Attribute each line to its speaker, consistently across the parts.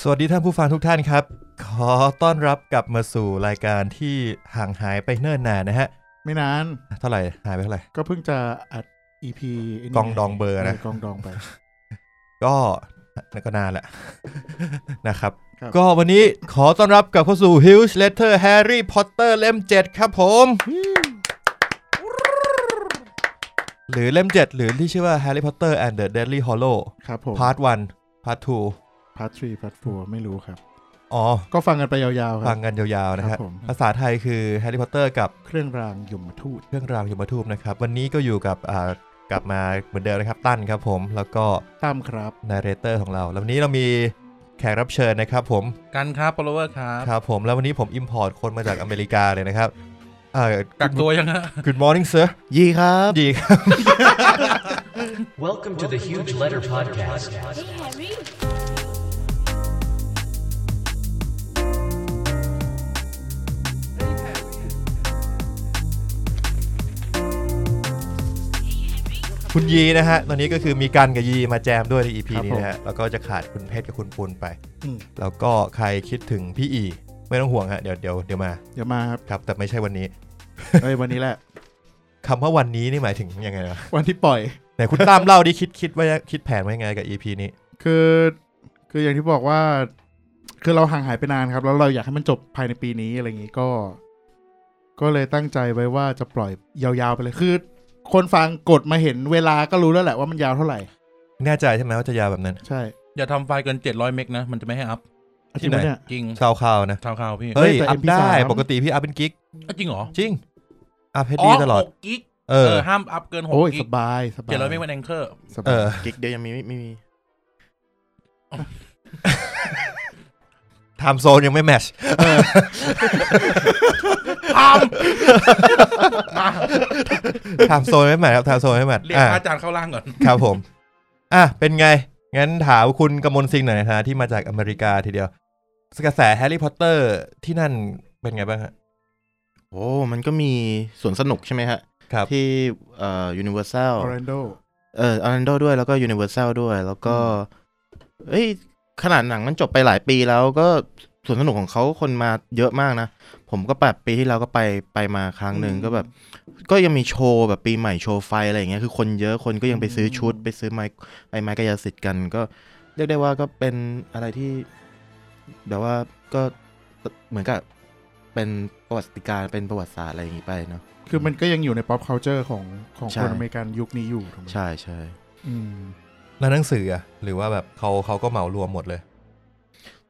Speaker 1: สวัสดีท่านผู้ฟังทุกท่านครับ ขอต้อนรับกลับมาสู่รายการที่ห่างหายไปเนิ่นนานนะฮะ
Speaker 2: ไม่นาน
Speaker 1: เท่าไหร่หายไปเท่าไหร่
Speaker 2: ก็เพิ่งจะอัด EP ไนี่
Speaker 1: กองดองเบอร์นะ
Speaker 2: กองดองไป
Speaker 1: ก็ก็นานแหละ นะครับ
Speaker 2: ครับ
Speaker 1: ก็วันนี้ขอต้อนรับกลับเข้าสู่ Huge Letter Harry Potter เล่ม 7 ครับผม หรือเล่ม 7 หรือที่ชื่อว่า Harry Potter and the Deadly Hollow
Speaker 2: ครับผม
Speaker 1: Part 1 Part
Speaker 2: พาร์ท3พาร์ท4ไม่รู้ครับ
Speaker 1: 2 อ๋อ
Speaker 2: ก็ฟังกันไปยาวๆค
Speaker 1: ฟั
Speaker 2: รั
Speaker 1: ง
Speaker 2: บ
Speaker 1: กันยาวๆนะ
Speaker 2: ครั
Speaker 1: ฮะ
Speaker 2: บผม
Speaker 1: ภาษาไทยคือ Harry Potter กับ
Speaker 2: เครื่องรางยมทูต
Speaker 1: เรื่องราวยมทูปนะครับ วันนี้ก็อยู่กับอ่ากลับมาเหมือนเดิมนะครับ ตั้นครับผม แล้วก็
Speaker 2: ตามครับ
Speaker 1: นาเรเตอร์ของเรา แล้ววันนี้เรามีแขกรับเชิญนะครับผม
Speaker 3: กันครับ follower ครับ
Speaker 1: ครับผม แล้ววันนี้ผมอิมพอร์ตคนมาจากอเมริกาเลยนะครับเอ่อ
Speaker 3: กักตัวยังฮะ
Speaker 1: Good morning sir
Speaker 4: ยี่ครับ
Speaker 1: ดีครับ
Speaker 5: Welcome to the Huge Letter Podcast.
Speaker 6: Hey, Harry.
Speaker 1: คุณยีนะฮะ ตอนนี้ก็คือมีกันกับยีมาแจมด้วยใน EP
Speaker 2: ครับ
Speaker 1: นี้
Speaker 2: ผม
Speaker 1: นะฮะ แล้วก็จะขาดคุณเพชรกับคุณปูนไป
Speaker 2: อืม
Speaker 1: แล้วก็ใครคิดถึงพี่อี ไม่ต้องห่วงฮะ เดี๋ยวเดี๋ยวเดี๋ยวมา
Speaker 2: อย่ามาครับ
Speaker 1: ครับ แต่ไม่ใช่วันนี้
Speaker 2: เอ้ยวันนี้แหละ
Speaker 1: คำว่าวันนี้นี่หมายถึงยังไงนะ
Speaker 2: วันที่ปล่อย
Speaker 1: ไหนคุณตั้มเล่าดิคิดคิดว่าคิดแผนไว้ยังไงกับ EP นี้
Speaker 2: คือ คืออย่างที่บอกว่า คือเราห่างหายไปนานครับ แล้วเราอยากให้มันจบภายในปีนี้อะไรอย่างงี้ก็ ก็เลยตั้งใจไว้ว่าจะปล่อยยาวๆไปเลยคือ คนฟังกดมาเห็นเวลาก็รู้แล้วแหละว่ามันยาวเท่าไหร่
Speaker 1: แน่ใจใช่ไหมว่าจะยาวแบบนั้น
Speaker 2: ใช่
Speaker 3: อย่าทำไฟล์เกิน 700 เมกนะ มันจะไม่ให้อัพ
Speaker 2: อาทิตย์เนี่ย
Speaker 3: จริง
Speaker 1: ซาวคลาวนะ
Speaker 3: ชาวข่าวพี่
Speaker 1: เฮ้ย
Speaker 2: แต่
Speaker 1: อัพ
Speaker 2: MP3
Speaker 1: ได้ ปกติพี่อัพเป็นกิก
Speaker 3: เอ้ยจริงเหรอ
Speaker 1: จริง อัพให้ดีตลอด
Speaker 3: หกกิก
Speaker 1: เอ
Speaker 3: เอ
Speaker 1: อ
Speaker 3: อ ห้ามอัพเกินหก
Speaker 2: โอ้ย
Speaker 3: กิ
Speaker 2: ส
Speaker 3: ก
Speaker 2: บายสบาย
Speaker 3: เจ็ดร้อยเมกเป็นแองเกอร์
Speaker 2: สบา
Speaker 1: เอย อ
Speaker 4: กิกเดียวยังมีไม่ไม่ มี
Speaker 1: ไทม์โซนยังไม่แมทช์ไทม์โซนไม่แมทช์ครับไทม์โซนไม่แมทช์
Speaker 3: เรียก
Speaker 1: อ่ะ
Speaker 3: พระอาจารย์เข้าล่างก่อน
Speaker 1: ครับผม อ่ะ เป็นไง งั้นถามคุณกมลซิงหน่อยนะฮะที่มาจากอเมริกาทีเดียวกระแสแฮร์รี่พอตเตอร์ที่นั่นเป็นไงบ้างฮะ
Speaker 4: โอ้ มันก็มีสวนสนุกใช่ไหมฮะ
Speaker 1: ครับ
Speaker 4: ที่เอ่อ Universal
Speaker 2: ออร์แลนโด
Speaker 4: เอ่อ Orlando ด้วยแล้วก็ Universal ด้วยแล้วก็ เอ้ย ขนาดหนังมันจบไปหลายปีแล้วก็สวนสนุกของเขาคนมาเยอะมากนะ ผมก็แบบปีที่เราก็ไปไปมาครั้งหนึ่ง
Speaker 2: อืม
Speaker 4: ก็แบบ ก็ยังมีโชว์แบบปีใหม่โชว์ไฟอะไรอย่างเงี้ยคือคนเยอะคนก็ยังไปซื้อชุด ไปซื้อไม้ไอ้ไม้กายสิทธิ์กันก็ เรียกได้ว่าก็เป็นอะไรที่แบบว่าก็เหมือนกับเป็นประวัติการณ์เป็นประวัติศาสตร์อะไรอย่างงี้ไปเนาะ
Speaker 2: คือมันก็ยังอยู่ใน pop culture ของของ
Speaker 4: ใช่
Speaker 2: คนอเมริกันยุคนี้อยู่ถูกไหม
Speaker 4: ใช่ใช่
Speaker 2: อืม
Speaker 1: แล้วหนังสืออะหรือว่าแบบเขาเขาก็เหมารวมหมดเลย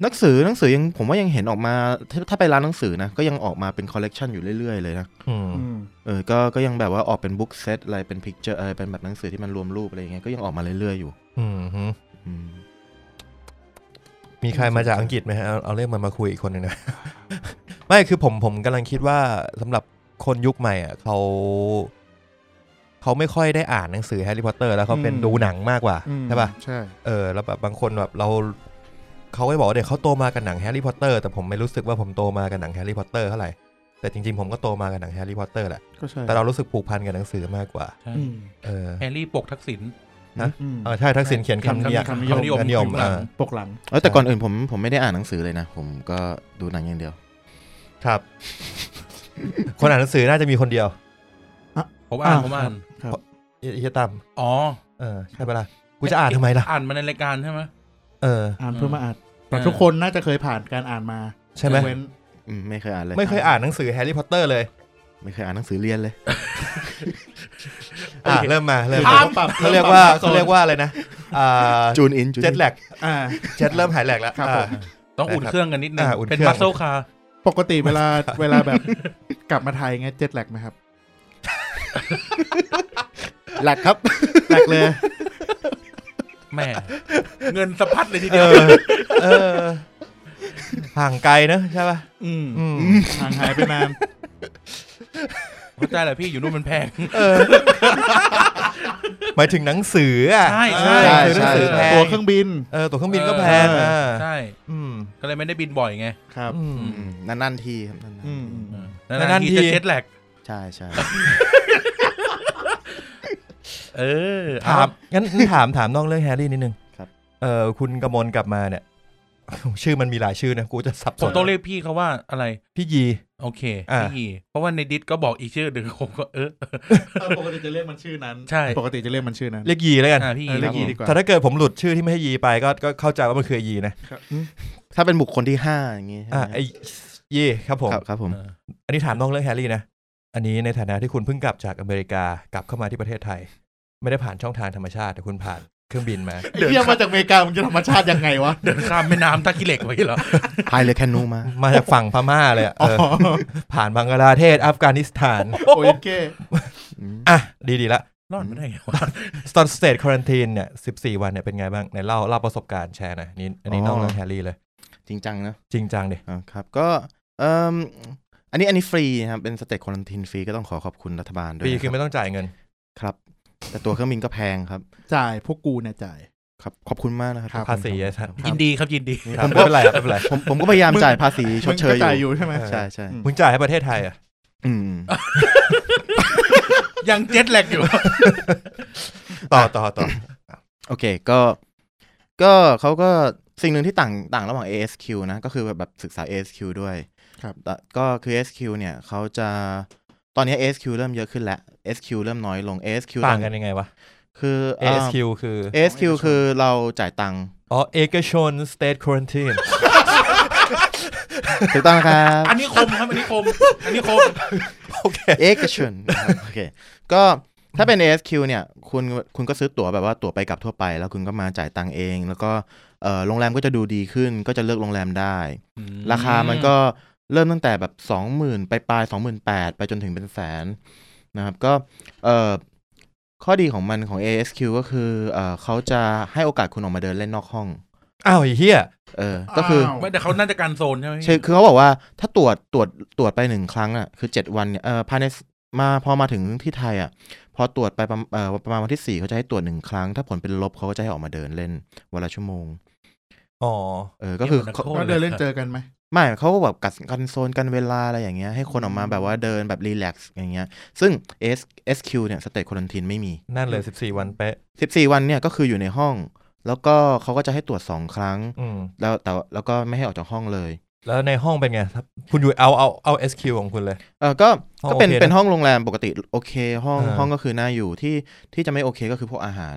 Speaker 4: หนังสือหนังสือยังผมว่ายังเห็นออกมาถ้าถ้าไปร้านหนังสือนะก็ยังออกมาเป็นคอลเลกชันอยู่เรื่อยๆเลยนะ
Speaker 1: อืม
Speaker 2: อืม
Speaker 4: เออก็ก็ยังแบบว่าออกเป็นบุ๊กเซตอะไรเป็นพิกเจอร์อะไรเป็นแบบหนังสือที่มันรวมรูปอะไรอย่างเงี้ยก็ยังออกมาเรื่อยๆอยู่
Speaker 1: อืมฮึ
Speaker 4: อืม
Speaker 1: มีใครมาจากอังกฤษไหมฮะเอาเอาเรื่องมันมาคุยอีกคนหนึ่งนะ ไม่คือผมผมกำลังคิดว่าสำหรับคนยุคใหม่อ่ะเขา เขาไม่ค่อยได้อ่านหนังสือแฮร์รี่พอตเตอร์แล้วเขาเป็นดูหนังมากกว่า
Speaker 2: อืม
Speaker 1: ใช่ป่ะ
Speaker 2: ใช่
Speaker 1: เออ แล้วแบบบางคนแบบเรา เขาก็บอกว่าเด็กเขาโตมากับหนังแฮร์รี่พอตเตอร์แต่ผมไม่รู้สึกว่าผมโตมากับหนังแฮร์รี่พอตเตอร์เท่าไหร่ แต่จริงๆผมก็โตมากับหนังแฮร์รี่พอตเตอร์แหละ
Speaker 2: ก็ใช่
Speaker 1: แต่เรารู้สึกผูกพันกับหนังสือมากกว่า
Speaker 2: อืม
Speaker 1: เออ
Speaker 3: แฮร์รี่ปกทักษิณ
Speaker 2: อืม
Speaker 1: เออใช่ทักษิณเขียนคำนิยาม
Speaker 2: คำนิยม
Speaker 1: คำนิยม
Speaker 3: คำนิยม
Speaker 1: อ่า
Speaker 2: ปกหลัง
Speaker 4: เออแต่ก่อนอื่นผมผมไม่ได้อ่านหนังสือเลยนะ ผมก็ดูหนังอย่างเดียว
Speaker 1: ครับ คนอ่านหนังสือน่าจะมีคนเดียว
Speaker 3: ผมอ่าน
Speaker 2: อ่า
Speaker 3: ผมอ่าน
Speaker 1: เฮียเฮียตั้ม
Speaker 3: อ๋อ
Speaker 1: เออใช่ปะล่ะกูจะอ่านทำไมล่ะ
Speaker 3: อ่านมาในรายการใช่ไหม
Speaker 1: เออ
Speaker 2: อ่านเพื่อมาอ่านแต่
Speaker 3: เออ
Speaker 2: ทุกคนน่าจะเคยผ่านการอ่านมา
Speaker 1: ใช่ไหม
Speaker 2: ยกเว้น
Speaker 4: อืมไม่เคยอ่านเลย
Speaker 1: ไม่เคยอ่านหนังสือแฮร์รี่พอตเตอร์เลย
Speaker 4: ไม่เคยอ่านหนังสือเรียนเลย
Speaker 1: อ่ะ เริ่มมาเริ่ม
Speaker 2: อ่
Speaker 1: มา
Speaker 2: ปรับ
Speaker 1: เขาเรียกว่าเขาเรียกว่าอะไรนะอ่า
Speaker 4: จูนอินจูน
Speaker 1: เจ็ดแหลก
Speaker 2: อ่า
Speaker 1: เจ็ดเริ่มหายแหลกแล้ว
Speaker 2: ครับผม
Speaker 1: อ่า
Speaker 3: ต้องอุ่น
Speaker 1: นะครับ
Speaker 3: เครื่องกันนิดนึง
Speaker 1: อ่าอุ่น
Speaker 3: เป็น
Speaker 1: เครื่อง
Speaker 3: มัสเซลคาร์
Speaker 2: ปกติเวลา เวลาแบบ กลับมาไทยเงี้ยเจ็ดแลกไหมครับ
Speaker 4: หลักครับ
Speaker 2: แลกเลย
Speaker 3: แหม่ เงินสะพัดเลยทีเดียว
Speaker 1: เออเออห่างไกลนะใช่ป่ะ
Speaker 2: อืม
Speaker 1: อืม
Speaker 2: ห่างหายไปนาน
Speaker 3: เข้าใจแหละพี่อยู่นู่นมันแพง
Speaker 1: หมายถึงหนังสืออ่ะ
Speaker 3: ใช่
Speaker 1: เอ
Speaker 3: ใช่
Speaker 1: อหนังสือ
Speaker 3: เ
Speaker 1: แพง
Speaker 2: ตัวเครื่องบิน
Speaker 1: เออตัวเครื่องบินก็แพงอ่า
Speaker 3: ใช่
Speaker 1: อืม
Speaker 3: ก็เลยไม่ได้บินบ่อยไง
Speaker 2: ครับ
Speaker 1: อืม
Speaker 4: อืมนั่นๆทีครับนั่น
Speaker 2: อืม
Speaker 4: ๆ
Speaker 2: อืม
Speaker 3: นา
Speaker 1: นา
Speaker 3: ๆ
Speaker 1: นๆ
Speaker 3: ทีจะ
Speaker 1: ที
Speaker 3: เจ็ตแลก
Speaker 4: ใช่ใช่
Speaker 3: เออ
Speaker 1: ถาม
Speaker 3: เอ
Speaker 1: งั้นถามถามนอกเรื่องแฮร์รี่นิดนึงเออคุณกมลกลับมาเนี่ย ชื่อมันมีหลายชื่อนะกูจะสับส
Speaker 3: ผม
Speaker 1: น
Speaker 3: ต้องเรียกพี่เขาว่าอะไร
Speaker 1: พี่ยี
Speaker 3: โอเค
Speaker 1: อ่า
Speaker 3: พี่เพราะว่าในดิสก็บอกอีกชื่อหนึ่งผมก็เออ
Speaker 2: ปกติจะเรียกมันชื่อนั้น
Speaker 3: ใช่
Speaker 2: ปกติจะเรียกมันชื่อนั้น
Speaker 1: เรียกยีแล้วกัน
Speaker 3: อ่าพี่
Speaker 2: เออเรียกยีดีกว่า
Speaker 1: แต่ถ้าเกิดผมหลุดชื่อที่ไม่ให้ยีไปก็ก็เข้าใจว่ามันคือไอ้ยีนะ
Speaker 4: ถ้าเป็นบุคคลที่ห้าอย่างงี้ใช่ไห
Speaker 1: อ่าม ไอยีครับผม
Speaker 4: ครับครับผม
Speaker 3: เออ
Speaker 1: อันนี้ถามน้องเรื่องแฮร์รี่นะ อันนี้ในฐานะที่คุณเพิ่งกลับจากอเมริกากลับเข้ามาที่ประเทศไทย ไม่ได้ผ่านช่องทางธรรมชาติแต่คุณผ่านเครื่องบินมา
Speaker 2: ไอ้เฮียมาจากอเมริกามันจะธรรมชาติยังไงวะ
Speaker 3: เดินข้ามแม่น้ำท่าขี้เหล็กไว้เหรอ
Speaker 4: พายเรือแคนูมา
Speaker 1: มาจากฝั่งพม่าเลยอะเอ
Speaker 2: อ๋อ
Speaker 1: อผ่านบังกลาเทศอัฟกานิสถาน
Speaker 2: โอเค
Speaker 1: อ่ะ ดีดีๆละ
Speaker 3: รอดไม่ได้ไงวะ
Speaker 1: ตอนสเต t คว a รันทีนเนี่ยสิบสี่วันเนี่ยเป็นไงบ้างในเล่าเล่าประสบการณ์แชร์หนะนี่อันนี้น้อง
Speaker 4: อ๋อ
Speaker 1: เรื่องแฮร์รี่เลย
Speaker 4: จริงจังนะ
Speaker 1: จริงจังดิ
Speaker 4: อ่าครับก็เอ่มอันนี้อันนี้ฟรีนะครับ เป็นสเตจควอลันตินฟรีก็ต้องขอขอบคุณรัฐบาลด้วย
Speaker 1: ปี
Speaker 4: นะ
Speaker 1: คือ
Speaker 4: รับ
Speaker 1: ไม่ต้องจ่ายเงิน
Speaker 4: ครับ แต่ตัวเครื่องบินก็แพงครับ
Speaker 2: จ่ายพวกกูเนี่ยจ่าย
Speaker 4: ครับ ขอบคุณมากนะครับ
Speaker 2: ครับ
Speaker 1: ภาษีอะท่าน
Speaker 4: ครับ
Speaker 3: ยินดีครับยินดี
Speaker 1: ครับไม่เป็นไรครับไม่เป็นไร
Speaker 4: ผมผมก็พยายามจ่ายภาษีช
Speaker 2: มึ
Speaker 4: ด
Speaker 2: ง
Speaker 4: เช
Speaker 2: ก็
Speaker 4: ย
Speaker 2: จ่ายอ
Speaker 4: อยู่
Speaker 2: ยู่ใช่ไหม
Speaker 4: ใช่ใช่
Speaker 2: อืม
Speaker 1: มึงจ่ายให้ประเทศไทยอ่ะ
Speaker 4: อืม
Speaker 3: ยังเจ็ตแลกอยู่
Speaker 1: ต่อต่อต่อ
Speaker 4: โอเคก็ก็เขาก็สิ่งหนึ่งที่ต่างต่างระหว่าง ASQ นะ ก็คือแบบแบบศึกษา ASQ ด้วย
Speaker 2: ครับ
Speaker 4: แต่ก็คือ ASQ เนี่ยเขาจะตอนนี้ ASQ เริ่มเยอะขึ้นแล้ว SQ เริ่มน้อยลง ASQ
Speaker 1: ต่างกันยังไงวะ
Speaker 4: คืออ่า
Speaker 1: ASQ คือ
Speaker 4: ASQ คือเราจ่ายตังค์
Speaker 1: อ๋อเอกชน state quarantine
Speaker 4: ถูกต้องนะครับ
Speaker 3: อันนี้คมครับ อันนี้คม อันนี้คม
Speaker 1: โอเค
Speaker 4: เอกชนนะครับโอเค ก็ถ้าเป็น ASQ เนี่ย คุณคุณก็ซื้อตั๋วแบบว่าตั๋วไปกลับทั่วไป แล้วคุณก็มาจ่ายตังค์เอง แล้วก็เอ่อโรงแรมก็จะดูดีขึ้น ก็จะเลือกโรงแรมได้ ราคามันก็เริ่มตั้งแต่แบบ 20,000 ไปปลาย28,000 ไปจนถึงเป็นแสนนะครับก็เอ่อข้อดีของมันของ ASQ ก็คือเอ่อเขาจะให้โอกาสคุณออกมาเดินเล่นนอกห้อง
Speaker 1: อ้าวไอ้เฮีย
Speaker 4: เออก็คืออ
Speaker 2: าว
Speaker 3: ไม่แต่เขาน่าจะการโซนใช่ไหมพี่
Speaker 4: ใช่คือเขาบอกว่าถ้าตรวจตรวจตรวจไปหนึ่งครั้งอ่ะคือเจ็ดวันเนี่ยเออภายในมาพอมาถึงที่ไทยอ่ะพอตรวจไปประมาณเอ่อประมาณวันที่สี่เขาจะให้ตรวจหนึ่งครั้ง ถ้าผลเป็นลบเขาก็จะให้ออกมาเดินเล่นวันละชั่วโมง
Speaker 1: อ๋อ
Speaker 4: เออก็คือ
Speaker 3: เหมืนนั
Speaker 4: เขา
Speaker 3: โทษ
Speaker 2: แล้วเดินเล่นเจอกันไหม
Speaker 4: ไม่เขาก็แบบกัดกันโซนกันเวลาอะไรอย่างเงี้ยให้คนออกมาแบบว่าเดินแบบรีแลกซ์อย่างเงี้ยซึ่ง S SQ เนี่ยสเตทควอนตินไม่มี
Speaker 1: นั่นเลย 14 วันเป๊ะ
Speaker 4: 14 วันเนี่ยก็คืออยู่ในห้อง แล้วก็เขาก็จะให้ตรวจสองครั้ง
Speaker 1: อืม
Speaker 4: แล้วแต่ว่าแล้วก็ไม่ให้ออกจากห้องเลย
Speaker 1: แล้วในห้องเป็นไงครับคุณอยู่เอาเอาเอา SQ ของคุณเลย
Speaker 4: เออก็
Speaker 1: ห้อง
Speaker 4: ก็เป็น
Speaker 1: โอเคนะ
Speaker 4: เป็นห้องโรงแรมปกติโอเค ห้อง
Speaker 1: อ่า
Speaker 4: ห้องก็คือน่าอยู่ ที่ ที่จะไม่โอเคก็คือพวกอาหาร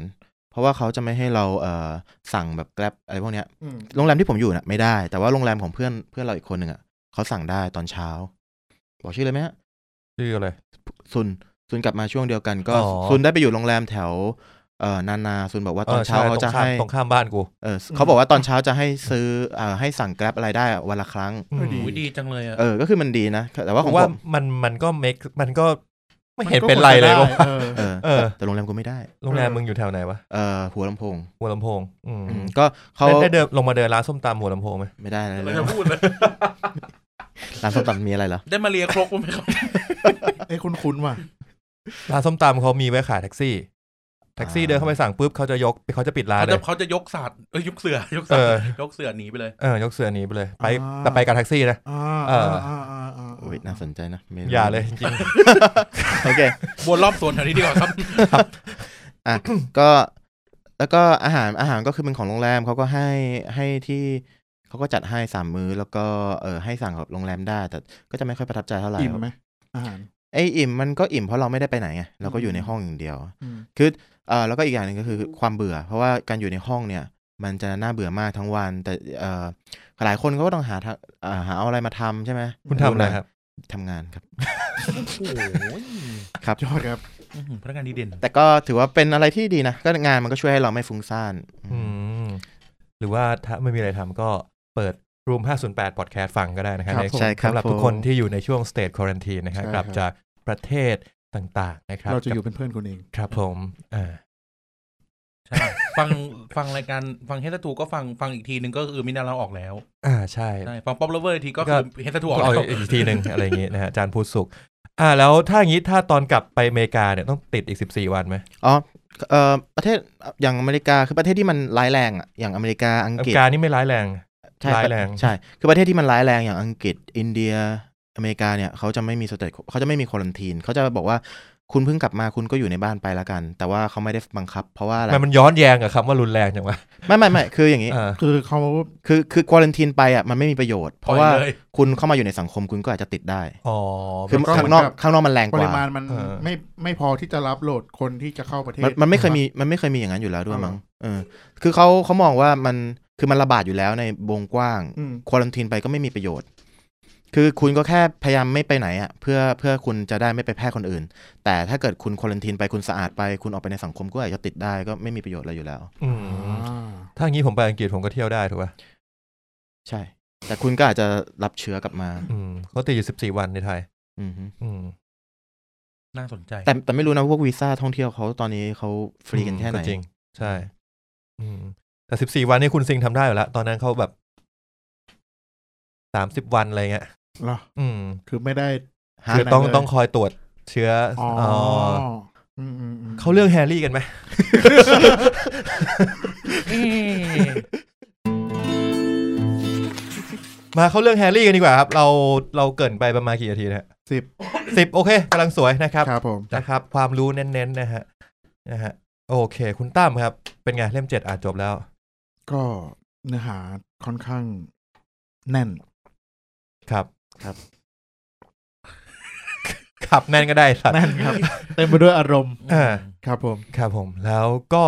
Speaker 4: เพราะว่าเขาจะไม่ให้เรา เอ่อ สั่งแบบแกลบอะไรพวกเนี้ย
Speaker 2: อืม
Speaker 4: โรงแรมที่ผมอยู่น่ะไม่ได้ แต่ว่าโรงแรมของเพื่อน เพื่อนเราอีกคนหนึ่งอ่ะเขาสั่งได้ตอนเช้า บอกชื่อเลยไหมฮะ
Speaker 1: ชื่ออะไร
Speaker 4: ซุน ซุนกลับมาช่วงเดียวกัน ก็
Speaker 1: อ๋อ
Speaker 4: ซุนได้ไปอยู่โรงแรมแถว เอ่อ นานา ซุนบอกว่าตอนเช้าเขาจะ
Speaker 1: ตรงข้าม
Speaker 4: ให้
Speaker 1: ตรงข้ามบ้านกู
Speaker 4: เออ เขาบอกว่าตอนเช้าจะให้ซื้อ เอ่อ ให้สั่งแกลบอะไรได้อะวันละครั้ง
Speaker 1: อืม
Speaker 2: ดี
Speaker 3: โอ้ยดีจังเลยอ่ะ
Speaker 4: เออ ก็คือมันดีนะ แต่ว่า
Speaker 1: ผ
Speaker 4: ขอ
Speaker 1: ม
Speaker 4: ง
Speaker 1: ว่า
Speaker 4: ผม
Speaker 1: มันมันก็ make มันก็ไม่เห็นเป็นไรเลย
Speaker 2: ก็
Speaker 1: ว่า
Speaker 2: ควจะได้เออ
Speaker 4: เออ
Speaker 1: เออ
Speaker 4: แต่โรงแรมกูไม่ได้
Speaker 1: โรงแรมมึงอยู่แถวไหนวะ
Speaker 4: เอ่อ หัวลำโพง
Speaker 1: หัวลำโพง อืม
Speaker 4: อืมก็เขา
Speaker 1: ได้ได้เดินลงมาเดินร้านส้มตำหัวลำโพงไหม
Speaker 4: ไม่ได้อะไรเล
Speaker 3: เรา
Speaker 4: ย
Speaker 3: จะพูดเลย
Speaker 4: ร้านส้มตำมีอะไรเหรอ
Speaker 3: ได้มาเลียครกบ้างไหมครับ
Speaker 2: เอ้ยคุ้นๆว่ะ
Speaker 1: ร้านส้มตำเขามีไว้ขายแท็กซี่ แท็กซี่
Speaker 4: อ่า
Speaker 1: เดินเข้าไปสั่งปุ๊บเขาจะยกเขาจะปิดร้าน
Speaker 3: เขา
Speaker 1: เล
Speaker 3: จะ
Speaker 1: ย
Speaker 3: เขาจะยกศาสตร์เอ้ยยกเสือยก
Speaker 1: เอ
Speaker 3: ศาสต
Speaker 1: อ
Speaker 3: ร์ยกเสือหนีไปเลย
Speaker 1: เออยกเสือหนีไปเลยไป
Speaker 2: อ่า
Speaker 1: แต่ไปกับแท็กซี่นะ
Speaker 2: อ่า
Speaker 1: เออ
Speaker 2: อ่าอ่าอ่า
Speaker 4: อุ้ยน่าสนใจนะไม่รู้
Speaker 1: อย่าเลยจริง
Speaker 4: โอเค
Speaker 3: วนรอบสวนแถวนี้ดีกว่าครับ
Speaker 4: อ่ะ ก็ แล้วก็อาหารอาหารก็คือเป็นของโรงแรมเขาก็ให้ให้ที่เขาก็จัดให้สามมื้อ แล้วก็เออให้สั่งกับโรงแรมได้ แต่ก็จะไม่ค่อยประทับใจเท่าไหร่
Speaker 2: อิ่มไหมอาหาร
Speaker 4: ไอยอิ่มมันก็อิ่มเพราะเราไม่ได้ไปไหนไงเราก็อยู่
Speaker 2: อืม
Speaker 4: ในห้องอย่างเดียว
Speaker 2: อืม
Speaker 4: คือเออแล้วก็อีกอย่างหนึ่งก็คือความเบื่อ เพราะว่าการอยู่ในห้องเนี่ย มันจะน่าเบื่อมากทั้งวัน แต่เออหลายคนเขาก็ต้องหาทางอ่าหาเอาอะไรมาทำใช่ไหม
Speaker 1: ๆคุณทำอะไรครับ
Speaker 4: ทำงานครับ
Speaker 3: โอ้ย
Speaker 2: ยอดครับ
Speaker 3: อื้อหือพนักงานดีเด่น
Speaker 4: แต่ก็ถือว่าเป็นอะไรที่ดีนะ ก็งานมันก็ช่วยให้เราไม่ฟุ้งซ่าน
Speaker 1: อืมหรือว่าถ้าไม่มีอะไรทำก็เปิด Room 508 Podcast ฟังก็ได้นะครับ
Speaker 2: ครับ
Speaker 1: ใน
Speaker 2: ผม
Speaker 4: ใช่ครับ
Speaker 1: สำหรับ
Speaker 4: ผม
Speaker 1: ทุกคนที่อยู่ในช่วง State Quarantine นะครับ
Speaker 2: ใช่
Speaker 1: ก
Speaker 2: ครั
Speaker 1: ลั
Speaker 2: บ
Speaker 1: บจากประเทศต่างๆ นะครับ
Speaker 2: เราจะอ
Speaker 1: กั
Speaker 2: ยู่
Speaker 1: บ
Speaker 2: เป็นเพื่อนคุณเอง
Speaker 1: ครับผมอ่า
Speaker 3: ใช่ ฟังฟังรายการฟังเฮสตูก็ฟังฟังอีกทีนึงก็คือมินาเราออกแล้ว
Speaker 1: อ่าใช่
Speaker 3: ใช่ฟังป๊อปเลเวอร์ทีก็คือเฮสตูออก
Speaker 1: เอา
Speaker 3: แล้ว
Speaker 1: อีกทีหนึ่ง อะไรอย่างงี้นะฮะอาจารย์พูดสุข อ่า แล้วถ้าอย่างงี้ถ้าตอนกลับไปอเมริกาเนี่ยต้องติดอีก 14 วันไหม
Speaker 4: อ๋อเอ่อประเทศอย่างอเมริกาคือประเทศที่มันร้ายแรงอ่ะอย่างอเมริกาอัง
Speaker 1: อเม
Speaker 4: กฤษ
Speaker 1: ริกานี่ไม่ร้ายแรง
Speaker 4: ใช่
Speaker 1: ร้ายแรง
Speaker 4: ใช่คือประเทศที่มันร้ายแรงอย่างอังกฤษ อินเดียอเมริกาเนี่ยเขาจะไม่มีสเตทเขาจะไม่มีควอนตีนเขาจะบอกว่า คุณเพิ่งกลับมาคุณก็อยู่ในบ้านไปละกัน แต่ว่าเขาไม่ได้บังคับ เพราะว่าอะไร
Speaker 1: มันมันย้อนแยงกับคำว่ารุนแรงจังวะ
Speaker 4: ไม่ไม่ไม่คืออย่างนี้
Speaker 1: อ่า
Speaker 2: คือเขา
Speaker 4: คือคือควอลันทีนไปอ่ะมันไม่มีประโยชน์ เพราะว่า
Speaker 3: ปล่อยเลย
Speaker 4: คุณเข้ามาอยู่ในสังคมคุณก็อาจจะติดได้
Speaker 1: อ๋อ
Speaker 4: คือข้างนอกข้างนอกมันแรง
Speaker 2: ป
Speaker 4: ก
Speaker 2: ริ
Speaker 4: ว่า
Speaker 2: มาณมัน
Speaker 1: เออ
Speaker 2: ไม่ไม่พอที่จะรับโหลดคนที่จะเข้าประเทศ
Speaker 4: มันมันไม่เคยมีมันไม่เคยมีอย่างนั้นอยู่แล้วด้วย
Speaker 2: อ๋อเหรอ
Speaker 4: มั้งเออคือเขาเขามองว่ามันคือมันระบาดอยู่แล้วในวงกว้าง
Speaker 2: อืม
Speaker 4: ควอลันทีนไปก็ไม่มีประโยชน์ คือคุณก็แค่พยายามไม่ไปไหนอ่ะเพื่อเพื่อคุณจะได้ไม่ไปแพร่คนอื่น แต่ถ้าเกิดคุณควอลันทีนไปคุณสะอาดไปคุณออกไปในสังคมก็อาจจะติดได้ก็ไม่มีประโยชน์อะไรอยู่แล้ว
Speaker 1: อืม
Speaker 2: อ่า
Speaker 1: ถ้าอย่างนี้ผมไปอังกฤษผมก็เที่ยวได้ถูกป่ะ
Speaker 4: ใช่ แต่คุณก็อาจจะรับเชื้อกลับมา
Speaker 1: อืมเขาติดอยู่สิบสี่วันในไทย
Speaker 4: อือฮึ
Speaker 1: อืม
Speaker 3: น่าสนใจ
Speaker 4: แต่แต่ไม่รู้นะพวกวีซ่าท่องเที่ยวเขาตอนนี้เขาฟรีกันแค่ไหน
Speaker 1: จริง ใช่ อืม แต่สิบสี่วันนี่คุณซิงทำได้อยู่แล้ว ตอนนั้นเขาแบบสามสิบวันอะไรเงี้ย
Speaker 2: เหรอ
Speaker 1: อืม
Speaker 2: คือไม่ได้
Speaker 4: ฮะ
Speaker 1: คือต้อง
Speaker 2: เลย
Speaker 1: ต้องคอยตรวจเชื้ออ
Speaker 2: อ๋อ
Speaker 1: อ๋อ
Speaker 2: อืมอืมอืม
Speaker 1: เขาเลือกแฮร์รี่ กันไหม มาเข้าเรื่องแฮร์รี่กันดีกว่าครับ เราเราเกรินไปประมาณกี่นาทีนะฮะ
Speaker 2: สิบ
Speaker 1: สิบโอเคกำลังสวยนะครับ
Speaker 2: ครับผม
Speaker 1: นะครับ ความรู้เน้นๆนะฮะนะฮะโอเค คุณตั้มครับ เป็นไงเล่มเจ็ดอ่านจบแล้ว
Speaker 2: ก็เนื้อหาค่อนข้างแน่น
Speaker 1: ครับ ขับแน่นก็ได้สัตว์
Speaker 2: แน่นครับ เต็มไปด้วยอารมณ์
Speaker 1: อ่า
Speaker 2: ครับผม
Speaker 1: ครับผม แล้วก็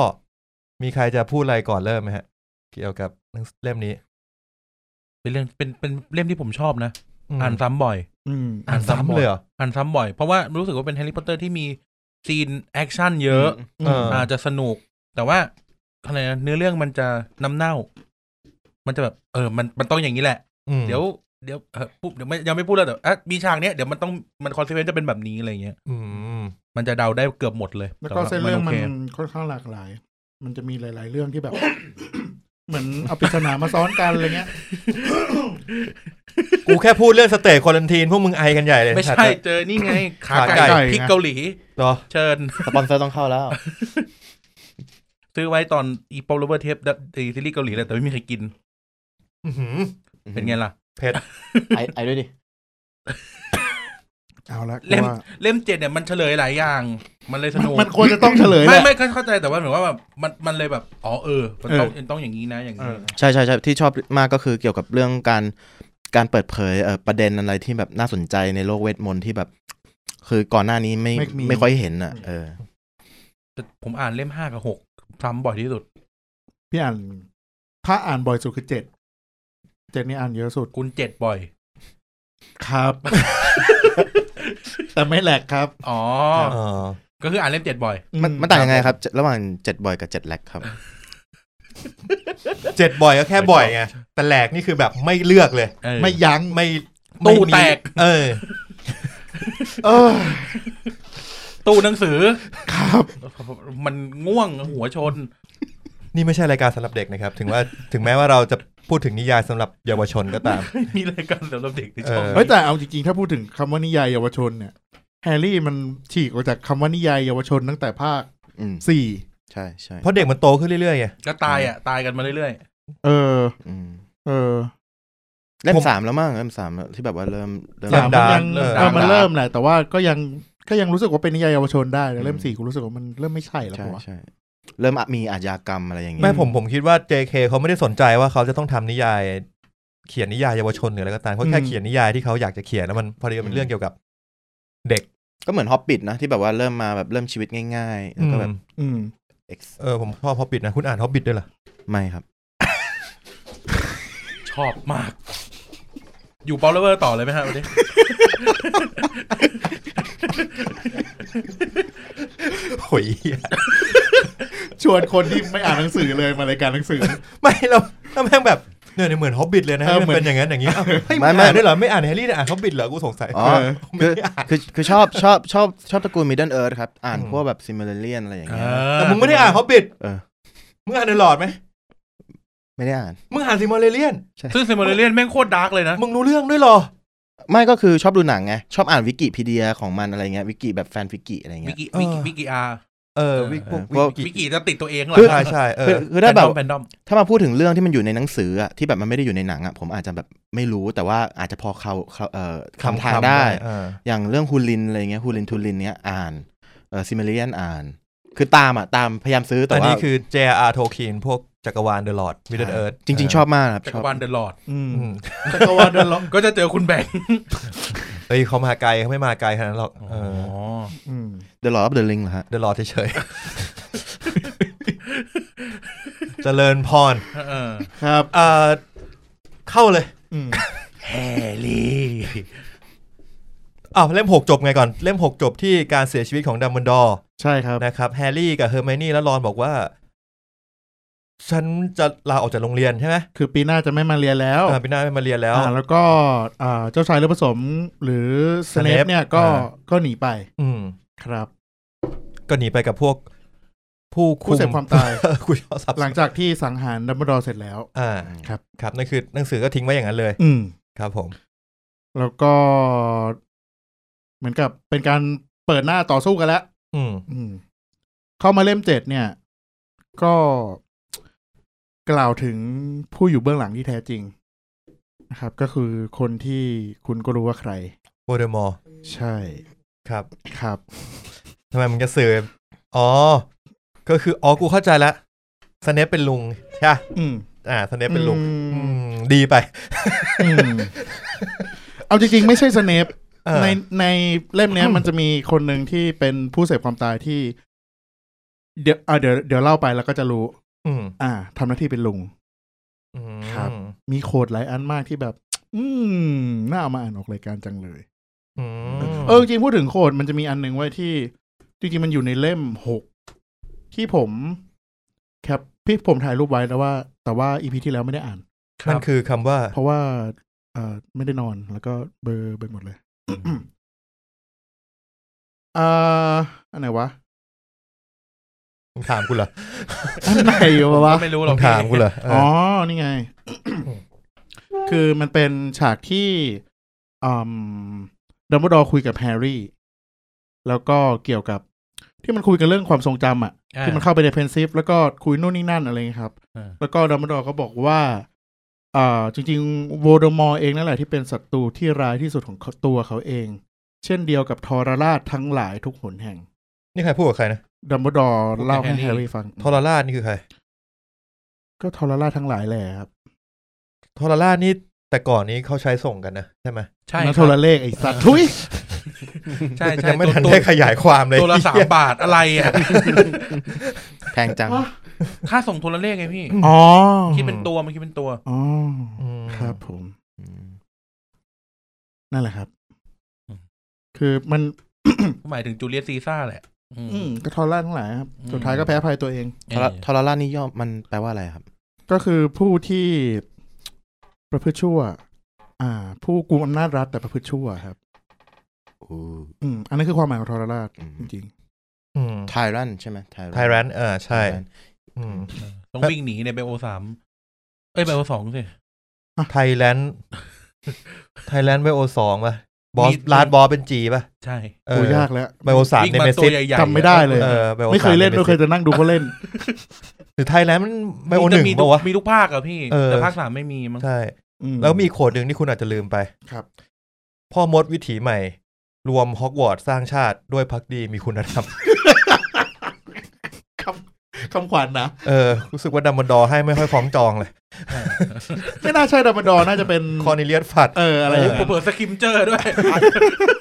Speaker 1: มีใครจะพูดอะไรก่อนเริ่มไหมฮะ เกี่ยวกับหนังสือเล่มนี้
Speaker 3: เป็นเรื่องเป็นเป็นเล่มที่ผมชอบนะ
Speaker 1: ม
Speaker 3: อ่านซ้ำบ่อย
Speaker 2: อืม
Speaker 1: อ่าน
Speaker 3: อ่านซ้ำ
Speaker 1: ซ้ำเลยเหรอ
Speaker 3: อ่านซ้ำบ่อย เพราะว่ารู้สึกว่าเป็นแฮร์รี่พอตเตอร์ที่มีซีนแอคชั่นเยอะ
Speaker 1: เอออ
Speaker 3: อาจจะสนุก แต่ว่าอะไรนะเนื้อเรื่องมันจะน้ำเน่า มันจะแบบ เออ มันมันต้องอย่างนี้แหละ
Speaker 1: อืม
Speaker 3: เดี๋ยวเดี๋ยวเออปุ๊บเดี๋ยวไม่ยังไม่พูดแล้วแต่อ่ะมีฉากเนี้ยเดี๋ยวมันต้องมันคอนเซปต์จะเป็นแบบนี้อะไรเงี้ย
Speaker 1: อืม
Speaker 3: มันจะเดาได้เกือบหมดเลย
Speaker 2: แล้วก็
Speaker 3: ต่า
Speaker 2: เส้นเรื่องมัน
Speaker 3: โค
Speaker 2: ค่อนข้างหลากหลาย มันจะมีหลาย ๆ เรื่องที่แบบ เหมือนเอาปริศนามาซ้อนกันอะไรเงี้ย
Speaker 1: กูแค่พูดเรื่องสเตจควอลันทีนพวกมึงไอกันใหญ่เลย
Speaker 3: ไม่
Speaker 1: สั
Speaker 3: ใช่
Speaker 1: ตว์
Speaker 3: เจอนี่ไง ขา
Speaker 1: ขาไก่
Speaker 3: ไก่พริกเกาหลี
Speaker 1: เหรอ
Speaker 3: เชิญ
Speaker 4: สปอนเซอร์ต้องเข้าแล้ว
Speaker 3: ซื้อไว้ตอนอีป๊อปโรเบอร์เทปซีรีส์เกาหลีเลยแต่ไม่มีใครกิน
Speaker 1: อื้อหือ
Speaker 3: เป็นไงล่ะ
Speaker 4: ไอไอด้วยดิ
Speaker 2: เอาละกู
Speaker 3: เล่ม
Speaker 2: ว่า
Speaker 3: เล่มเจ็ดเนี่ยมันเฉลยหลายอย่าง มันเลยสนุก
Speaker 2: มันควรจะต้องเฉลยแห
Speaker 3: ไม่
Speaker 2: ละ
Speaker 3: ไม่เข้าใจแต่ว่าเหมือนว่าแบบมันมันเลยแบบอ๋อเออมันต้อง
Speaker 2: เออ
Speaker 3: มันต้องอย่างนี้นะอย่าง
Speaker 2: เอ
Speaker 3: นี้
Speaker 2: อ
Speaker 4: ใช่ใช่ใช่ที่ชอบมากก็คือเกี่ยวกับเรื่องการการเปิดเผยเอ่อประเด็นอะไรที่แบบน่าสนใจในโลกเวทมนต์ที่แบบ คือก่อนหน้านี้ไม่
Speaker 2: ไม่มี
Speaker 4: ไม่ค่อยเห็นอ่ะ เออ
Speaker 3: แต่ผมอ่านเล่มห้ากับหกทำบ่อยที่สุด
Speaker 2: พี่อ่าน ถ้าอ่านบ่อยสุดคือเจ็ด เจ็ดนี่อ่านเยอะสุด
Speaker 3: คุณเจ็ดบ่อย
Speaker 2: ครับ แต่ไม่แหลกครับ
Speaker 3: อ๋อ
Speaker 1: เออ
Speaker 3: ก็คืออ่านเล่มเจ็ดบ่อย
Speaker 2: อื
Speaker 4: มันมันต่างยังไงครับ ระหว่างเจ็ดบ่อยกับเจ็ดแลกครับ
Speaker 1: เจ็ดบ่อยก็แค่บ่อยไงแต่แหลกนี่คือแบบไม่เลือกเลย
Speaker 3: เออ
Speaker 2: ไม่ยั้ง
Speaker 1: ไม่
Speaker 3: ตู้
Speaker 1: ไม่มี
Speaker 3: แตก
Speaker 1: เออ
Speaker 3: ตู้หนังสือ
Speaker 2: ครับ
Speaker 3: มันง่วงหัวชน
Speaker 1: นี่ไม่ใช่รายการสำหรับเด็กนะครับ ถึงว่าถึงแม้ว่าเราจะพูดถึงนิยายสำหรับเยาวชนก็ตาม
Speaker 3: มีรายการสำหรับเด็กในช่อง
Speaker 1: เออ
Speaker 2: เฮ้ยแต่เอาจริงๆ ถ้าพูดถึงคำว่านิยายเยาวชนเนี่ยแฮร์รี่มันฉีกออกจากคำว่านิยายเยาวชนตั้งแต่ภาค
Speaker 4: อืม
Speaker 2: สี่
Speaker 4: ใช่ใช่
Speaker 1: เพราะเด็กมันโตขึ้นเรื่อยๆไง
Speaker 3: ก็ตายอ่ะ ตายกันมาเรื่อย
Speaker 2: เออ
Speaker 4: อืม
Speaker 2: เออ
Speaker 4: เล่
Speaker 1: ผม ม
Speaker 4: สามแล้วมั้งเล่มสามแล้วที่แบบว่าเริ่มเริ่ม
Speaker 1: ริ่
Speaker 2: สามมันยัง
Speaker 1: เริ่มดาร์
Speaker 2: เอ
Speaker 1: ก
Speaker 2: อมันเริ่มแหละแต่ว่าก็ยังก็ยังรู้สึกว่าเป็นนิยายเยาวชนได้แต่เล่ม
Speaker 4: อืม
Speaker 2: สี่กูรู้สึกว่ามันเริ่มไม่ใช่แล้ว
Speaker 4: ใช่
Speaker 2: ปะวะ
Speaker 4: ใช่เริ่มมีอาชญากรรมอะไรอย่างเงี้ย
Speaker 1: ไม่ผมผมคิดว่า JK เขาไม่ได้สนใจว่าเขาจะต้องทำนิยาย เขียนนิยายเยาวชนหรืออะไรก็ตามเขาแค่เขียนนิยายที่เขาอยากจะเขียนแล้วมันพอดีมันเป็นเรื่องเกี่ยวกับ เด็ก
Speaker 4: ก็เหมือนฮอบบิ t นะ ที่แบบว่าเริ่มมาแบบเริ่มชีวิตง่ายๆ แล้วก็แบบ
Speaker 1: อืม
Speaker 2: อืม
Speaker 4: เอ็กซ์
Speaker 1: เออผมชอบพอปิดนะ คุณอ่านฮอบบิทด้วยเหรอ
Speaker 4: ไม่ครับ
Speaker 3: ๆ ชอบมาก อยู่เปาเลเวอร์ต่อเลยไหมฮะวันนี้
Speaker 1: โอ้ยเหี้ย
Speaker 2: ชวนคนที่ไม่อ่านหนังสือเลยมารายการหนังสือ
Speaker 1: ไม่เราเราแม่งแบบเนี่ยเนี่ยเหมือนฮอบบิทเลยนะ
Speaker 2: เออ
Speaker 1: มัน
Speaker 2: เหมือน
Speaker 1: เป็นอย่างนั้นอย่างนี้อ้าวเฮ้ย
Speaker 4: ไม่
Speaker 1: ไม่
Speaker 4: ไม่
Speaker 1: อ่านด้วยเหรอไม่อ่านแฮร์รี่แต่อ่านฮอบบิทเหรอกูสงสัย
Speaker 4: อ๋อ
Speaker 1: เออ
Speaker 4: คื
Speaker 1: ไม่
Speaker 4: อ
Speaker 1: อ่าน
Speaker 4: คือคือชอบชอบชอบชอบตระกูลมิดเดิลเอิร์ครับ อ่าน
Speaker 1: อืม
Speaker 4: พวกแบบซิมเบเลียนอะไรอย่าง
Speaker 3: เอ
Speaker 4: เงี้ย
Speaker 3: อ
Speaker 1: แต่มึงไม่ได้อ่านฮอบบิท
Speaker 4: เออ
Speaker 1: มึงอ่านเดอะลอร์ดไหม
Speaker 4: ไม่ได้อ่าน
Speaker 1: มึงอ่านซิมอลเลเลียน
Speaker 3: ซึ่งซิมเบเลียนแม่งโคตรดาร์กเลยนะ
Speaker 1: มึงรู้เรื่องด้วยเหรอ
Speaker 4: ไม่ก็คือชอบดูหนังไง ชอบอ่านวิกิพีเดียของมันอะไรเงี้ยวิกิแบบแฟนวิกิอะไร
Speaker 3: วิ
Speaker 4: เงี้ย
Speaker 3: กิ
Speaker 1: เออ
Speaker 3: วิกิวิกิอาร์
Speaker 1: เออวิกพวก
Speaker 4: เออพวก
Speaker 3: วิกิจะติดตัวเองเหรอ
Speaker 1: ใช่ใช่เอ
Speaker 4: คือ
Speaker 1: อ
Speaker 4: คือถ้าแบบ
Speaker 3: แฟนดอม
Speaker 4: ถ้ามาพูดถึงเรื่องที่มันอยู่ในหนังสืออะที่แบบมันไม่ได้อยู่ในหนังอะผมอาจจะแบบไม่รู้แต่ว่าอาจจะพอเขาเขาเอ่อคำทางได้
Speaker 1: เออ
Speaker 4: อย่างเรื่องฮูลินอะไรเงี้ยฮูลินทูลินเนี้ยอ่าน เออซิมิเลียนอ่าน คือตามอ่ะ ตามพยายามซื้อแต่
Speaker 1: อัน
Speaker 4: ว่า
Speaker 1: นี้คือ J.R. Tolkien พวกจักรวาลเดอะลอ d ดมิดเดิลเอิร์ธ
Speaker 4: จริง ๆ ชอบมากครับ
Speaker 3: จั
Speaker 4: ช
Speaker 3: ก
Speaker 4: อบ
Speaker 3: รวาลเดอะลอด
Speaker 2: อืม
Speaker 3: จักรวาลเดอะลอดก็จะเจอคุณแบงค์
Speaker 1: เอ้ยเขามาไกลเขาไม่มาไกลขนาดนั้นหรอกเออ
Speaker 2: อืม
Speaker 4: เดอะลอฟเดอะลิงเหรอฮะ
Speaker 1: เดอะลอ d เฉยๆ เจริญพร
Speaker 3: เออ
Speaker 2: ครับ
Speaker 1: เอ่อเข้าเลย
Speaker 2: อืม
Speaker 3: แฮร์รี่
Speaker 1: อ้าวเล่มหกจบไงก่อน เล่มหกจบที่การเสียชีวิตของดัมเบิลดอร์
Speaker 2: ใช่ครับ
Speaker 1: นะครับแฮร์รี่กับเฮอร์ไมนี่และรอนบอกว่า ฉันจะลาออกจากโรงเรียนใช่ไหม
Speaker 2: คือปีหน้าจะไม่มาเรียนแล้ว
Speaker 1: อ่าปีหน้าไม่มาเรียนแล้ว
Speaker 2: อ่าแล้วก็อ่าเจ้าชายเลือดผสมหรือสเนป
Speaker 1: Snape
Speaker 2: เนี่ยก็
Speaker 1: อ่า
Speaker 2: ก็หนีไป
Speaker 1: อืม
Speaker 2: ครับ
Speaker 1: ก็หนีไปกับพวก ผู้คุ
Speaker 2: ผู้เสพ ความต าย
Speaker 1: คุยชอบสับ
Speaker 2: หลังจากที่สังหารดัมเบิลดอร์เสร็จแล้ว
Speaker 1: อ่า
Speaker 2: ครับ
Speaker 1: ครับนั่นคือหนังสือก็ทิ้งไว้อย่างนั้นเลย
Speaker 2: อืม
Speaker 1: ครับผม
Speaker 2: แล้วก็ เหมือนกับเป็นการเปิดหน้าต่อสู้กันแล้ว
Speaker 1: อืม
Speaker 2: อืม เข้ามาเล่มเจ็ดเนี่ย ก็กล่าวถึงผู้อยู่เบื้องหลังที่แท้จริงนะครับ ก็คือคนที่คุณก็รู้ว่าใคร
Speaker 1: โวเดอมอร์
Speaker 2: ใช่
Speaker 1: ครับ
Speaker 2: ครับ
Speaker 1: ทำไมมึงจะสื่อ อ๋อ ก็คือ อ๋อ กูเข้าใจละสเนปเป็นลุงใช่ปะ
Speaker 2: อืม
Speaker 1: อ่าสเนปเป็นลุง
Speaker 2: อื
Speaker 1: อื
Speaker 2: ม
Speaker 1: ม ดีไป
Speaker 2: อื ม เอาจริงๆ ไม่ใช่สเนป
Speaker 1: เออ
Speaker 2: ในในเล่มเนี้ยมันจะมีคนหนึ่งที่เป็นผู้เสพความตายที่ เดี๋ยวอ่ะเดี๋ยวเดี๋ยวเล่าไปแล้วก็จะรู้
Speaker 1: อืม
Speaker 2: อ่าทำหน้าที่เป็นลุง
Speaker 1: อืม
Speaker 2: ครับ มีโคดหลายอันมากที่แบบ อืมน่าเอามาอ่านออกรายการจังเลย
Speaker 1: อืม
Speaker 2: เออจริงๆพูดถึงโคดมันจะมีอันหนึ่งไว้ยที่ จริงๆมันอยู่ในเล่มหกที่ผมแคปพี่ผมถ่ายรูปไว้แต่ว่า แต่ว่าอีพีที่แล้วไม่ได้อ่าน
Speaker 1: นั่นคือคำว่า
Speaker 2: เพราะว่าเอ่อไม่ได้นอนแล้วก็เบลอร์ไปหมดเลย อ่าอันไหนวะ
Speaker 1: มึงถามกูเหรอ
Speaker 2: อันไหนวะ
Speaker 3: ไม่รู้หร
Speaker 1: มึ
Speaker 3: อก
Speaker 1: งถามกูเหรอเออ
Speaker 2: อ๋อ นี่ไง คือมันเป็นฉากที่อืมดัมเบิลดอร์คุยกับแฮร์รี่ แล้วก็เกี่ยวกับ ที่มันคุยกันเรื่องความทรงจำอ่ะ
Speaker 3: อ่า
Speaker 2: ที่มันเข้าไปในเพนซิฟแล้วก็คุยนู่นนี่นั่นอะไรเงี้ยครับ
Speaker 3: อ่า
Speaker 2: แล้วก็ดัมเบิลดอร์ก็บอกว่าอ่าจริงๆโวลเดอมอร์เองนั่นแหละที่เป็นศัตรูที่ร้ายที่สุดของเขาตัวเขาเอง เช่นเดียวกับทอราราชทั้งหลายทุกหนแห่ง
Speaker 1: นี่ใครพูดกับใครนะ
Speaker 2: ดัมเบิลดอร์เล่าให้
Speaker 3: พูดกับแฮ
Speaker 2: แฮ
Speaker 3: ร์
Speaker 2: ร์
Speaker 3: รี่
Speaker 2: รี่ฟัง
Speaker 1: ทอราราชนี่คือใคร
Speaker 2: ก็ทอราราชทั้งหลายแหละครับ
Speaker 1: ทอราราชนี่แต่ก่อนนี้เขาใช้ส่งกันนะใช่ไหม
Speaker 3: ใช่
Speaker 2: นั่น
Speaker 3: ค
Speaker 2: โท
Speaker 3: รับ
Speaker 2: รเลขไอ้สัตว์ทุย
Speaker 3: ใช่ใช่
Speaker 1: ยังไม่ทัน
Speaker 3: ตัว
Speaker 1: ได้ขยายความเลย
Speaker 3: ตัวละสามบาทอะไรอ่ะ
Speaker 4: แพงจัง
Speaker 3: ค่าส่งโทรเลขไงพี่
Speaker 2: อ๋อ
Speaker 3: คิดเป็นตัวมันคิดเป็นตัว
Speaker 2: อ๋อ
Speaker 1: อืม
Speaker 2: ครับผม นั่นแหละครับ
Speaker 3: อืม
Speaker 2: คือมัน
Speaker 3: หมายถึงจูเลียสซีซ่าร์แหละอืม
Speaker 2: อืมก็ทอร่าทั้งหลายครับ
Speaker 3: อืม
Speaker 2: สุดท้ายก็แพ้ภัยตัวเอง
Speaker 4: ทอราทอราล่านี่ย่อมันแปลว่าอะไรครับ
Speaker 2: ก็คือผู้ที่ประพฤติชั่ว อ่า ผู้กุมอำนาจรัฐแต่ประพฤติชั่วครับ อืม อันนั้นคือความหมายของทอร่า
Speaker 4: อืม
Speaker 2: จริง
Speaker 1: อืม
Speaker 4: ไทรันใช่ไหม
Speaker 1: ไทแรนเออใช่ อืม
Speaker 3: ต้องวิ่งหนีในไบโอสามเอ้ยไบโอสองสิ
Speaker 1: ไทแลนด์ไทแลนด์ไบโอสองป่ะบอส
Speaker 3: มี
Speaker 1: ลาดบอสเป็นจีป่ะ
Speaker 3: ใช่
Speaker 2: ๆกูยากแล้ว
Speaker 1: ไบโอสาม
Speaker 3: วิ่ง
Speaker 1: เน
Speaker 3: มา
Speaker 1: เม
Speaker 3: ตัว
Speaker 1: ซิส
Speaker 3: ใหญ่ๆ
Speaker 2: จำไม่ได้เลย
Speaker 1: เออ Bio
Speaker 2: ไม่เคยเล่น
Speaker 1: 3 Nemesis
Speaker 2: ไม่เคยจะนั่งดูเขาเล่น
Speaker 1: หรือไทแลนด์มันไบโอห
Speaker 3: แต่
Speaker 1: นึ่ง
Speaker 3: มีทุ
Speaker 1: ป่ะ
Speaker 3: ก
Speaker 1: วะ
Speaker 3: มีทุกภาคอะพี่
Speaker 1: เออ
Speaker 3: แต่ภาคสามไม่มีมั้ง
Speaker 1: ใช่
Speaker 2: อื
Speaker 1: แล้วมีอีกขวดหนึ่งที่คุณอาจจะลืมไป
Speaker 2: ครับ
Speaker 1: พ่อมดวิถีใหม่ รวมฮอกวอตส์สร้างชาติด้วยพักดีมีคุณธรรม
Speaker 2: คำคำขวัญนะ
Speaker 1: เออ รู้สึกว่าดัมเบลดอร์ให้ไม่ค่อยคล้องจองเลย
Speaker 2: ไม่น่าใช่ดัมเบิลดอร์น่าจะเป็น
Speaker 1: คอนิเลียสฟัด
Speaker 2: เอออะไรอย่าง
Speaker 3: ผม
Speaker 2: นั้น
Speaker 3: เปิดสกิมเจอร์ด้วย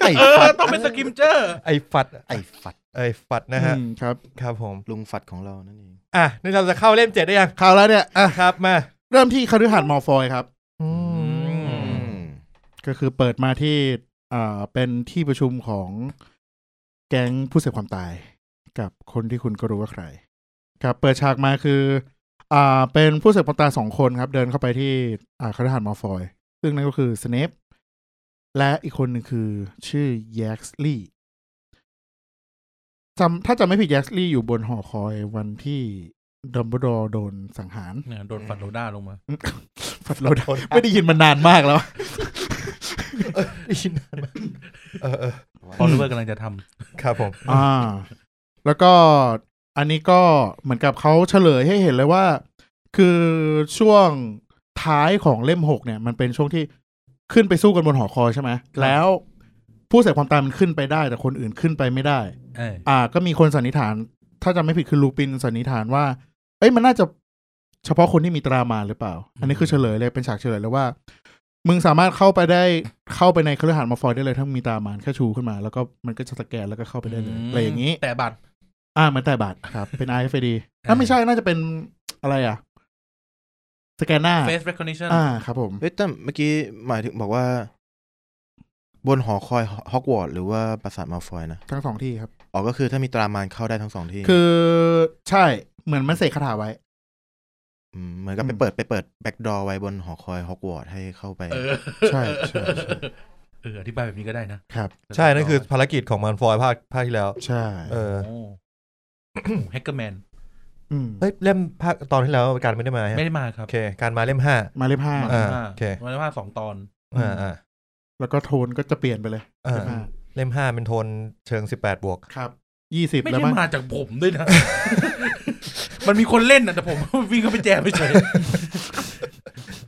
Speaker 4: ไอ้
Speaker 3: เอ
Speaker 4: ฟั
Speaker 3: อ
Speaker 4: ด
Speaker 3: ต้องเป็นสกิมเจอร์
Speaker 1: ไอ้ฟัด
Speaker 4: ไอ้ฟัด
Speaker 1: ไอ้ฟัดนะฮะ
Speaker 2: อืมครับ
Speaker 1: ครับผม
Speaker 4: ลุงฟัดของเรานั่นเอง
Speaker 1: อ่ะ นี่เราจะเข้าเล่มเจ็ดได้ยัง
Speaker 2: ข่าวแล้วเนี่ย
Speaker 1: อ่ะครับ มา
Speaker 2: เริ่มที่คฤหัสถ์มอลฟอยครับ
Speaker 1: อืม
Speaker 2: ก็คือเปิดมาที่อ่าเป็นที่ประชุมของแก๊งผู้เสพความตาย กับคนที่คุณก็รู้ว่าใคร ครับ เปิดฉากมาคืออ่าเป็นผู้เสพความตายสองคนครับ เดินเข้าไปที่อ่าคฤหัสถ์มอลฟอย ซึ่งนั่นก็คือสเนปและอีกคนหนึ่งคือชื่อแย็กซ์ลี่จำถ้าจำไม่ผิดแย็กซ์ลี่อยู่บนหอคอยวันที่ดัมเบิลดอร์โดนสังหาร
Speaker 3: เนี่ยโดนฟัดโรด้าลงมา
Speaker 2: ฝันเราได้ไม่ได้ยินมานานมากแล้ว
Speaker 1: เออได้ยินนาน มากเออเออ
Speaker 3: พอรู้ว่ากำลังจะท
Speaker 1: ครับผม
Speaker 2: อ่า แล้วก็อันนี้ก็เหมือนกับเขาเฉลยให้เห็นเลยว่า คือช่วงท้ายของเล่มหกเนี่ย มันเป็นช่วงที่ขึ้นไปสู้กันบนหอคอยใช่ไหมแล้ว ผู้เสพความตายมันขึ้นไปได้ แต่คนอื่นขึ้นไปไม่ได้
Speaker 3: เออ
Speaker 2: อ่า ก็มีคนสันนิษฐาน ถ้าจำไม่ผิดคือลูปินสันนิษฐานว่า เอ้ยมันน่าจะเฉพาะคนที่มีตรามานหรือเปล่า อันนี้คือเฉลยเลยเป็นฉากเฉลยเลยว่า มึงสามารถเข้าไปได้เข้าไปในคฤหาสน์มอร์ฟอยได้เลยถ้ามึงมีตรามานแค่ชูขึ้นมา แล้วก็มันก็จะสแกนแล้วก็เข้าไปได้เลยอะไรอย่างนี้
Speaker 3: นี้ แต่บัตร
Speaker 2: อ่าเหมือนแต่บัตรครับ เป็น RFID อ่าไม่ใช่น่าจะเป็นอะไรอ่ะ สแกนหน้า
Speaker 3: face recognition
Speaker 2: อ่าครับผม
Speaker 4: เฮ้ยแต่เมื่อกี้หมายถึงบอกว่า บนหอคอยฮอกวอตส์หรือว่าปราสาทมาฟอยนะ
Speaker 2: ทั้งสองที่ครับ
Speaker 4: อ๋อก็คือถ้ามีตรามานเข้าได้ทั้งสองที่
Speaker 2: คือใช่เหมือนมันเสกคาถาไว้
Speaker 4: มเหมือนกับ
Speaker 2: อืม
Speaker 4: ไปเปิดไปเปิดแบ็กดอไว้บนหอคอยฮอกวอตส์ให้เข้าไป
Speaker 3: เออ
Speaker 2: ใช่ใช่ใช่
Speaker 3: เอออธิบายแบบนี้ก็ได้นะครับ
Speaker 1: ใช่นั่นคือภารกิจของมันฟอยภาคภาคที่แล้ว
Speaker 2: ใช่
Speaker 1: เออ
Speaker 3: โอ้แฮกเกอร์แมน
Speaker 2: อืม
Speaker 1: เฮ้ยเล่มภาคตอนที่แล้วการไม่ได้มาฮะ
Speaker 3: ไม่ได้มาครับ
Speaker 1: โอเค การมาเล่มห้า
Speaker 2: มาเลยผ้า
Speaker 1: อ่า
Speaker 3: มา
Speaker 1: โอเค
Speaker 3: มาได้ว่าสองตอน
Speaker 1: อ่าอ่า
Speaker 2: แล้วก็โทนก็จะเปลี่ยนไปเลย
Speaker 1: อ่า
Speaker 2: อ่า
Speaker 1: เล่มห้าเป็นโทนเชิงสิบแปดบวก
Speaker 2: ครับยี่สิบ
Speaker 3: ไม่
Speaker 2: แล้ว
Speaker 3: ได้
Speaker 2: มั้ง
Speaker 3: มาจากผมด้วยนะ มันมีคนเล่นนะแต่ผม วิ่งเข้าไปแจมไปเฉย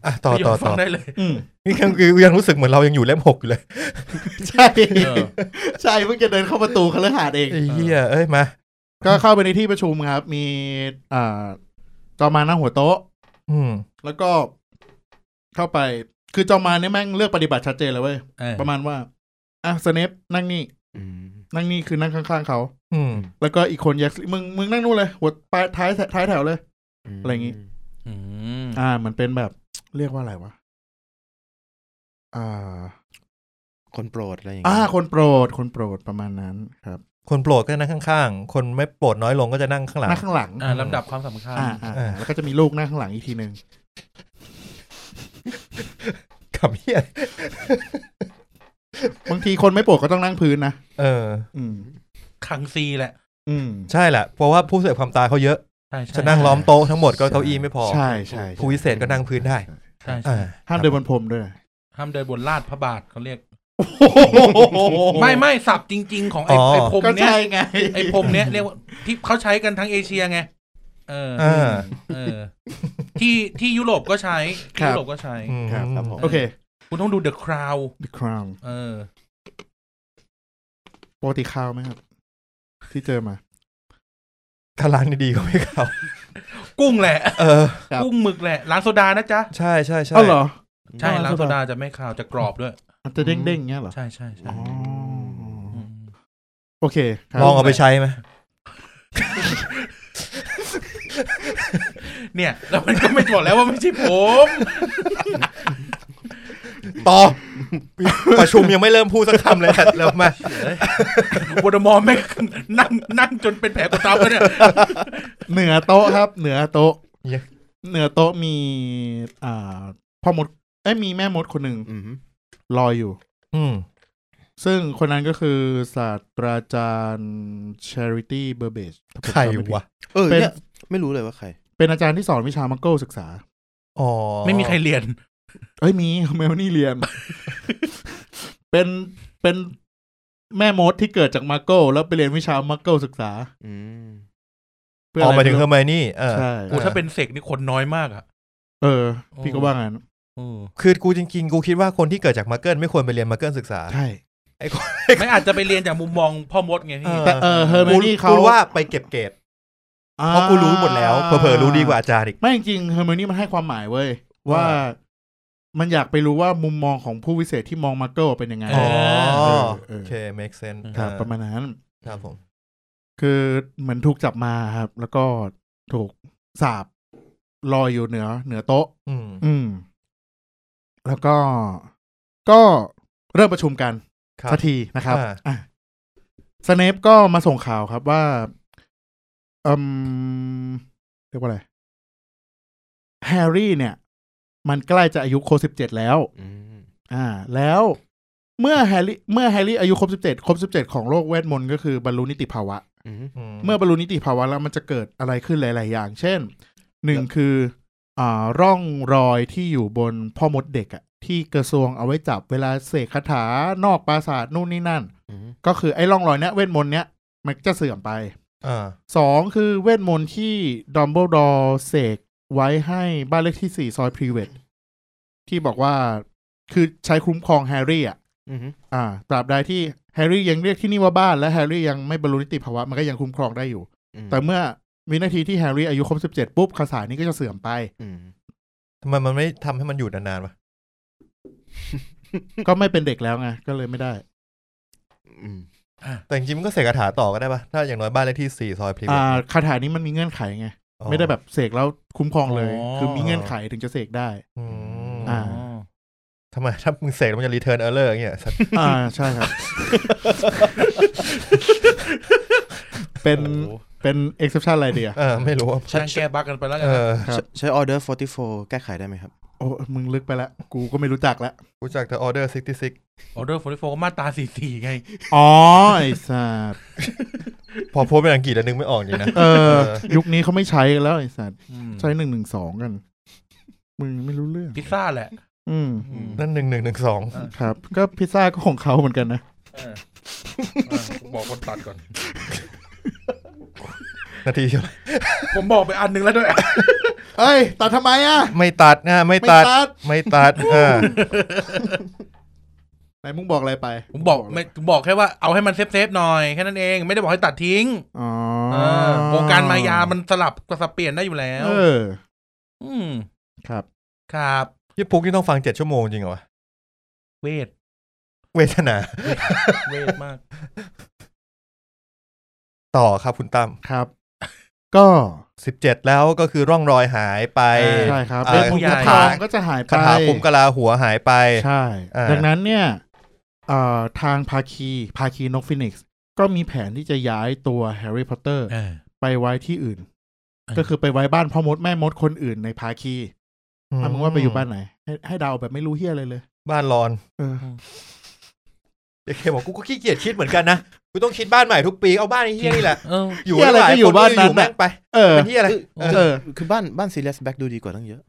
Speaker 1: อ่ะต่อต่อ
Speaker 3: ไปย้นฟั
Speaker 1: ต่
Speaker 3: ง
Speaker 1: อ
Speaker 3: ได้เลย
Speaker 2: อืม
Speaker 1: นี่ยังคือยังรู้สึกเหมือนเรายังอยู่เล่มหกอยู่เลย
Speaker 2: ใช่
Speaker 3: เออ
Speaker 2: ใช่เพิ่งจะเดินเข้าประตูคฤหาสน์เอง
Speaker 1: ไอ้เหี้ยเอ้ยมา
Speaker 2: ก็เข้าไปในที่ประชุมครับ มีอ่าจอมมานนั่งหัวโต๊ะ
Speaker 1: อืม
Speaker 2: แล้วก็เข้าไป คือจอมมานเนี่ยแม่งเลือกปฏิบัติชัดเจนเลยเว้ย
Speaker 3: เออ
Speaker 2: ประมาณว่า อ่ะสเนปนั่งนี่
Speaker 4: อืม
Speaker 2: นั่งนี่คือนั่งข้างๆเขา
Speaker 1: อืม
Speaker 2: แล้วก็อีกคนอยากมึงมึงนั่งนู่นเลย หัวปลายท้ายท้ายแถวเลย อะไรอย่างงี้
Speaker 3: อืม
Speaker 2: อ่าเหมือนเป็นแบบ เรียกว่าอะไรวะ อ่า
Speaker 4: คนโปรดอะไรอย่าง
Speaker 2: อ่า
Speaker 4: เงี้ย
Speaker 2: คนโปรด คนโปรดประมาณนั้นครับ
Speaker 1: คนโปรดก็จะนั่งข้างๆ คนไม่โปรดน้อยลงก็จะนั่งข้างหลัง
Speaker 2: นั่งข้างหลัง
Speaker 3: อ่าลำดับความสำคัญ
Speaker 2: อ่าอ่า
Speaker 1: อ่า
Speaker 2: อ่าแล้วก็จะมีลูกนั่งข้างหลังอีกทีหนึ่ง
Speaker 1: กับเหี้ย
Speaker 2: บางทีคนไม่โปรดก็ต้องนั่งพื้นนะ
Speaker 1: เออ
Speaker 2: อืม
Speaker 3: คังซีแหละ
Speaker 2: อืม
Speaker 1: ใช่แหละเพราะว่าผู้เสพความตายเขาเยอะ
Speaker 3: ใช่ใช่
Speaker 1: จะนั่งล้อมโต๊ะทั้งหมดก็เก้าอี้ไม่พอ
Speaker 2: ใช่ใช่
Speaker 1: ผู้วิเศษก็นั่งพื้นได้
Speaker 3: ใช่ใช่
Speaker 1: อ่า
Speaker 2: ห้ามเดินบนพรมด้วยนะ
Speaker 3: ห้ามเดินบนลาดพระบาทเขาเรียก ไม่
Speaker 2: ไม่
Speaker 3: ไม่สับจริง ๆ ของไอ้ไอ้พรม
Speaker 2: ก็
Speaker 3: เนี้ย
Speaker 2: ใช่ไง
Speaker 3: ไอ้พรมเนี้ยเรียกว่าที่เขาใช้กันทั้งเอเชียไงเออ
Speaker 1: อ่า
Speaker 3: เออ ที่ที่ยุโรปก็ใช้ที่ยุโรปก็ใช้
Speaker 1: อืม
Speaker 4: ครับครับผม
Speaker 2: โอเค
Speaker 3: คุณต้องดู The Crown
Speaker 2: The Crown
Speaker 3: เออ
Speaker 2: ปกติข้าวไหมครับ ที่เจอมา
Speaker 1: ถ้าร้านดีๆก็ไม่เข้า
Speaker 3: กุ้งแหละ
Speaker 1: เออ
Speaker 2: ครับ
Speaker 3: กุ้งหมึกแหละร้านโซดานะจ๊ะ
Speaker 1: ใช่ใช่ใช่
Speaker 2: เอ้าเหรอ
Speaker 3: ใช่
Speaker 2: อ๋อ
Speaker 3: ร้านโซ
Speaker 2: โซ
Speaker 3: ดา
Speaker 2: ดา
Speaker 3: จะไม่ขาวจะกรอบด้วย
Speaker 2: มันจะเด้งๆเงี้ยเหรอ
Speaker 3: ใช่ใช่ใช่
Speaker 2: อ๋อ
Speaker 3: อืม
Speaker 2: โอเคครับ
Speaker 1: ลองเอาไปใช้ไหม
Speaker 3: เนี่ย แล้วมันก็ไม่บอกแล้วว่าไม่ใช่ผม
Speaker 1: ต่อ ประชุมยังไม่เริ่มพูดสักคำเลยเริ่มมา
Speaker 3: วอดมอร์แม่งนั่งนั่งจนเป็นแผลกดทับแล้วเนี่ย
Speaker 2: เหนือโต๊ะครับ เหนือโต๊ะ
Speaker 1: เยอะ
Speaker 2: เหนือโต๊ะมี อ่าพ่อมดเอ้ยมีแม่มดคนหนึ่ง
Speaker 4: อืม
Speaker 2: ลอยอยู่
Speaker 1: อืม
Speaker 2: ซึ่งคนนั้นก็คือศาสตราจารย์ Charity Burbage ถ้าผม
Speaker 1: ใคร
Speaker 2: จำไม่ผิด
Speaker 1: วะ
Speaker 4: เออ
Speaker 2: เป็น
Speaker 4: เนี่ยไม่รู้เลยว่าใคร
Speaker 2: เป็นอาจารย์ที่สอนวิชามังโก้ศึกษา
Speaker 1: อ๋อ
Speaker 3: ไม่มีใครเรียน
Speaker 2: เอ้ยมีเมลนี่เรี ยน เป็นเป็นแม่มดที่เกิดจากมาโก้แล้วไปเรียนวิชามาโก้ศึกษา
Speaker 4: อืม
Speaker 2: เพื่อ
Speaker 1: อ
Speaker 2: อะ
Speaker 1: อก
Speaker 2: ไร
Speaker 1: มาถึงเฮอ
Speaker 2: ไม่
Speaker 1: ร์
Speaker 2: รู้
Speaker 1: ไมนี่เออ
Speaker 2: ใช่
Speaker 3: กูถ้าเป็นเสกนี่คนน้อยมากอ่ะ
Speaker 2: เออ พี่ก็ว่างั้น
Speaker 3: เออ
Speaker 1: คือกูจริงๆ กูคิดว่าคนที่เกิดจากมาเกิลไม่ควรไปเรียนมาเกิลศึกษา
Speaker 2: ใช่
Speaker 3: ไม่อาจจะไปเรียนจากมุมมองพ่อมดไงพี่
Speaker 1: เออ
Speaker 2: แต่เออเฮอร์ไม
Speaker 1: กู
Speaker 2: นี่เขา
Speaker 1: กูว่าไปเก็บเกรดเพราะกูรู้หมดแล้วเผลอๆรู้ดีกว่าอาจารย์อีก
Speaker 2: ไม่จริงเฮอร์ไมนี่มันให้ความหมายเว้ย ว่า มันอยากไปรู้ว่ามุมมองของผู้วิเศษที่มองมาโก้เป็นยังไง
Speaker 1: อ๋อ
Speaker 2: เออเออ
Speaker 1: โอเค make sense
Speaker 2: ครับ
Speaker 1: อ่า
Speaker 2: ประมาณนั้น
Speaker 1: ครับผม
Speaker 2: คือเหมือนถูกจับมาครับ แล้วก็ถูกสาบลอยอยู่เหนือ เหนือโต๊ะ
Speaker 1: อืม
Speaker 2: อืม แล้วก็ก็เริ่มประชุมกัน
Speaker 1: ครับ
Speaker 2: สักทีนะครับ
Speaker 1: อ่า
Speaker 2: อ่ะสเนปก็มาส่งข่าวครับว่าอืมเรียกว่าอะไรแฮร์รี่เนี่ย มันใกล้จะอายุครบสิบเจ็ดแล้ว
Speaker 4: อืม
Speaker 2: อ่า แล้วเมื่อแฮร์รี่เมื่อแฮร์รี่อายุครบสิบเจ็ดครบสิบเจ็ดของโลกเวทมนต์ก็คือบรรลุนิติภาวะ
Speaker 4: อืม
Speaker 1: อืม
Speaker 2: เมื่อบรรลุนิติภาวะแล้วมันจะเกิดอะไรขึ้นหลาย ๆ อย่าง เช่น หนึ่งคือ อ่า ร่องรอยที่อยู่บนพ่อมดเด็กอะที่กระทรวงเอาไว้จับเวลาเสกคาถานอกปราสาทนู่นนี่นั่น
Speaker 4: อืม
Speaker 2: ก็คือไอ้ร่องรอยเนี้ยเวทมนต์เนี้ยมันจะเสื่อมไป
Speaker 1: อ่า
Speaker 2: สองคือเวทมนต์ที่ดอมเบิลดอร์เสกไว้ให้บ้านเลขที่สี่ซอยพรีเวทที่บอกว่าคือใช้คุ้มครองแฮร์รี่อะ
Speaker 4: อือฮึ
Speaker 2: อ่าตราบใดที่แฮร์รี่ยังเรียกที่นี่ว่าบ้านและแฮร์รี่ยังไม่บรรลุนิติภาวะมันก็ยังคุ้มครองได้อยู่
Speaker 4: อืม
Speaker 2: แต่เมื่อวินาทีที่แฮร์รี่อายุครบ17ปุ๊บคาถานี้ก็จะเสื่อมไป
Speaker 4: อืม
Speaker 1: ทำไมมันไม่ทำให้มันอยู่นานๆวะ
Speaker 2: ก็ไม่เป็นเด็กแล้วไงก็เลยไม่ได้
Speaker 4: อืม
Speaker 1: แต่จริงๆมันก็เสกคาถาต่อก็ได้ปะถ้าอย่างน้อยบ้านเลขที่สี่ซอยพรีเว
Speaker 2: อ่า
Speaker 1: ท
Speaker 2: คาถานี้มันมีเงื่อนไขไง ไม่ได้แบบเสกแล้วคุ้มครองเลย
Speaker 3: อ๋อ
Speaker 2: คือมีเงื่อนไขถึงจะเสกได้
Speaker 1: อืม
Speaker 2: อ่า
Speaker 1: ทำไม ถ้ามึงเสกแล้วมันจะรีเทิร์นเออร์เลอร์อย่างเงี้ยสัตว์
Speaker 2: อ่าใช่ครับ เป็น
Speaker 4: โอ้โห
Speaker 2: เป็นเอ็กเซปชันอะไรเดีย
Speaker 1: เออไม่รู้ว่า
Speaker 3: ช่างแก้บั๊กกันไปแล้วกั
Speaker 1: เอน
Speaker 3: นะ
Speaker 1: อ
Speaker 2: ครับ
Speaker 4: ใช้ใช้ออเดอร์44 แก้ไขได้ไหมครับ
Speaker 2: โอ้มึงลึกไปละ กูก็ไม่รู้จักละ
Speaker 1: กูจากเธอออเดอร์ซิกตี้ซิก
Speaker 3: ออเดอร์โฟร์โฟก็มาตราสี่สี่ไง
Speaker 2: อ๋อ ไอ้สัตว์
Speaker 1: พอโพสต์เป็นอังกฤษแล้วนึกไม่ออกจริ งนะ
Speaker 2: เออ
Speaker 1: เออ
Speaker 2: ยุคนี้เขาไม่ใช้กันแล้วไอ้สัตว์
Speaker 3: อืม
Speaker 2: ใช้หนึ่งหนึ่งสองกัน มึงไม่รู้เรื่อง
Speaker 3: พิซซ่าแหละ
Speaker 2: อืม
Speaker 3: อืม
Speaker 1: นั่นหนึ่งหนึ่งหนึ่งสอง
Speaker 2: ครับ ก็พิซซ่าก็ของเขาเหมือนกันนะ
Speaker 3: เออเออบอกคนตัดก่อน
Speaker 1: นาทีเดียว
Speaker 3: ผมบอกไปอันหนึงแล้วด้วย
Speaker 2: เอ้ย ตัดทำไมอ่ะ
Speaker 1: ไม่ตัดนะไม่
Speaker 2: ไม่
Speaker 1: ตัด
Speaker 2: ตัด
Speaker 1: ไม่ตัดอ่า
Speaker 2: ไหนมึงบอกอะไรไป
Speaker 3: ผมบอกไม่ผมบอกแค่ว่าเอาให้มันเซฟๆหน่อยแค่นั้นเอง ไม่ได้บอกให้ตัดทิ้ง
Speaker 2: อ๋อ
Speaker 3: เออโครงการมายามันสลับกับสับเปลี่ยนได้อยู่แล้ว
Speaker 2: เออ
Speaker 3: อืม
Speaker 2: ครับ
Speaker 3: ครับ
Speaker 1: ยี่ปุ๊กนี่ต้องฟังเจ็ดชั่วโมงจริงเหรอวะ
Speaker 3: เวท
Speaker 1: เวทนา
Speaker 3: เวทมาก
Speaker 1: ต่อครับคุณตั้ม
Speaker 2: ครับ ก็
Speaker 1: สิบเจ็ดแล้วก็คือร่องรอยหายไป
Speaker 3: เออ
Speaker 2: ใช่ครับ
Speaker 1: เอ่อ
Speaker 2: เรื่อง
Speaker 1: ผู้
Speaker 2: ผู้
Speaker 1: ใหญ่
Speaker 2: ทองก็จะหายไป
Speaker 1: คาถาผมกะลาหัวหายไป
Speaker 2: ใช่
Speaker 1: อ่า
Speaker 2: ดังนั้นเนี่ยเอ่อทางภาคีภาคีนกฟินิกซ์ก็มีแผนที่จะย้ายตัวแฮร์รี่พอตเตอร์
Speaker 3: เออ
Speaker 2: ไปไว้ที่อื่น
Speaker 3: เออ
Speaker 2: ก็คือไปไว้บ้านพ่อมดแม่มดคนอื่นในภาคีอ่ะมึงว่าไปอยู่บ้านไหน ให้ให้เดาแบบไม่รู้เฮียอะไรเลย
Speaker 1: บ้านรอน
Speaker 2: เออ
Speaker 1: เด็กเคบอกกูก็ขี้เกียจคิดเหมือนกันนะ กูต้องคิดบ้านใหม่ทุกปี เอาบ้านไอ้เฮี้ยนี่แหละ
Speaker 3: เออ
Speaker 1: อยู่
Speaker 2: เหี้ยอะไร
Speaker 1: หลา
Speaker 2: ก็อยู่
Speaker 1: ค
Speaker 2: บ้าน
Speaker 1: อ
Speaker 2: นั้น
Speaker 1: ยู่แม่ง
Speaker 2: น่ะ
Speaker 1: ไป
Speaker 2: เออ
Speaker 1: เป็นที่อะไร
Speaker 4: เอ
Speaker 1: เออ
Speaker 4: อ
Speaker 2: เออ
Speaker 4: คือบ้านบ้านซีเรียสแบ็กดูดีกว่าตั้งเยอะ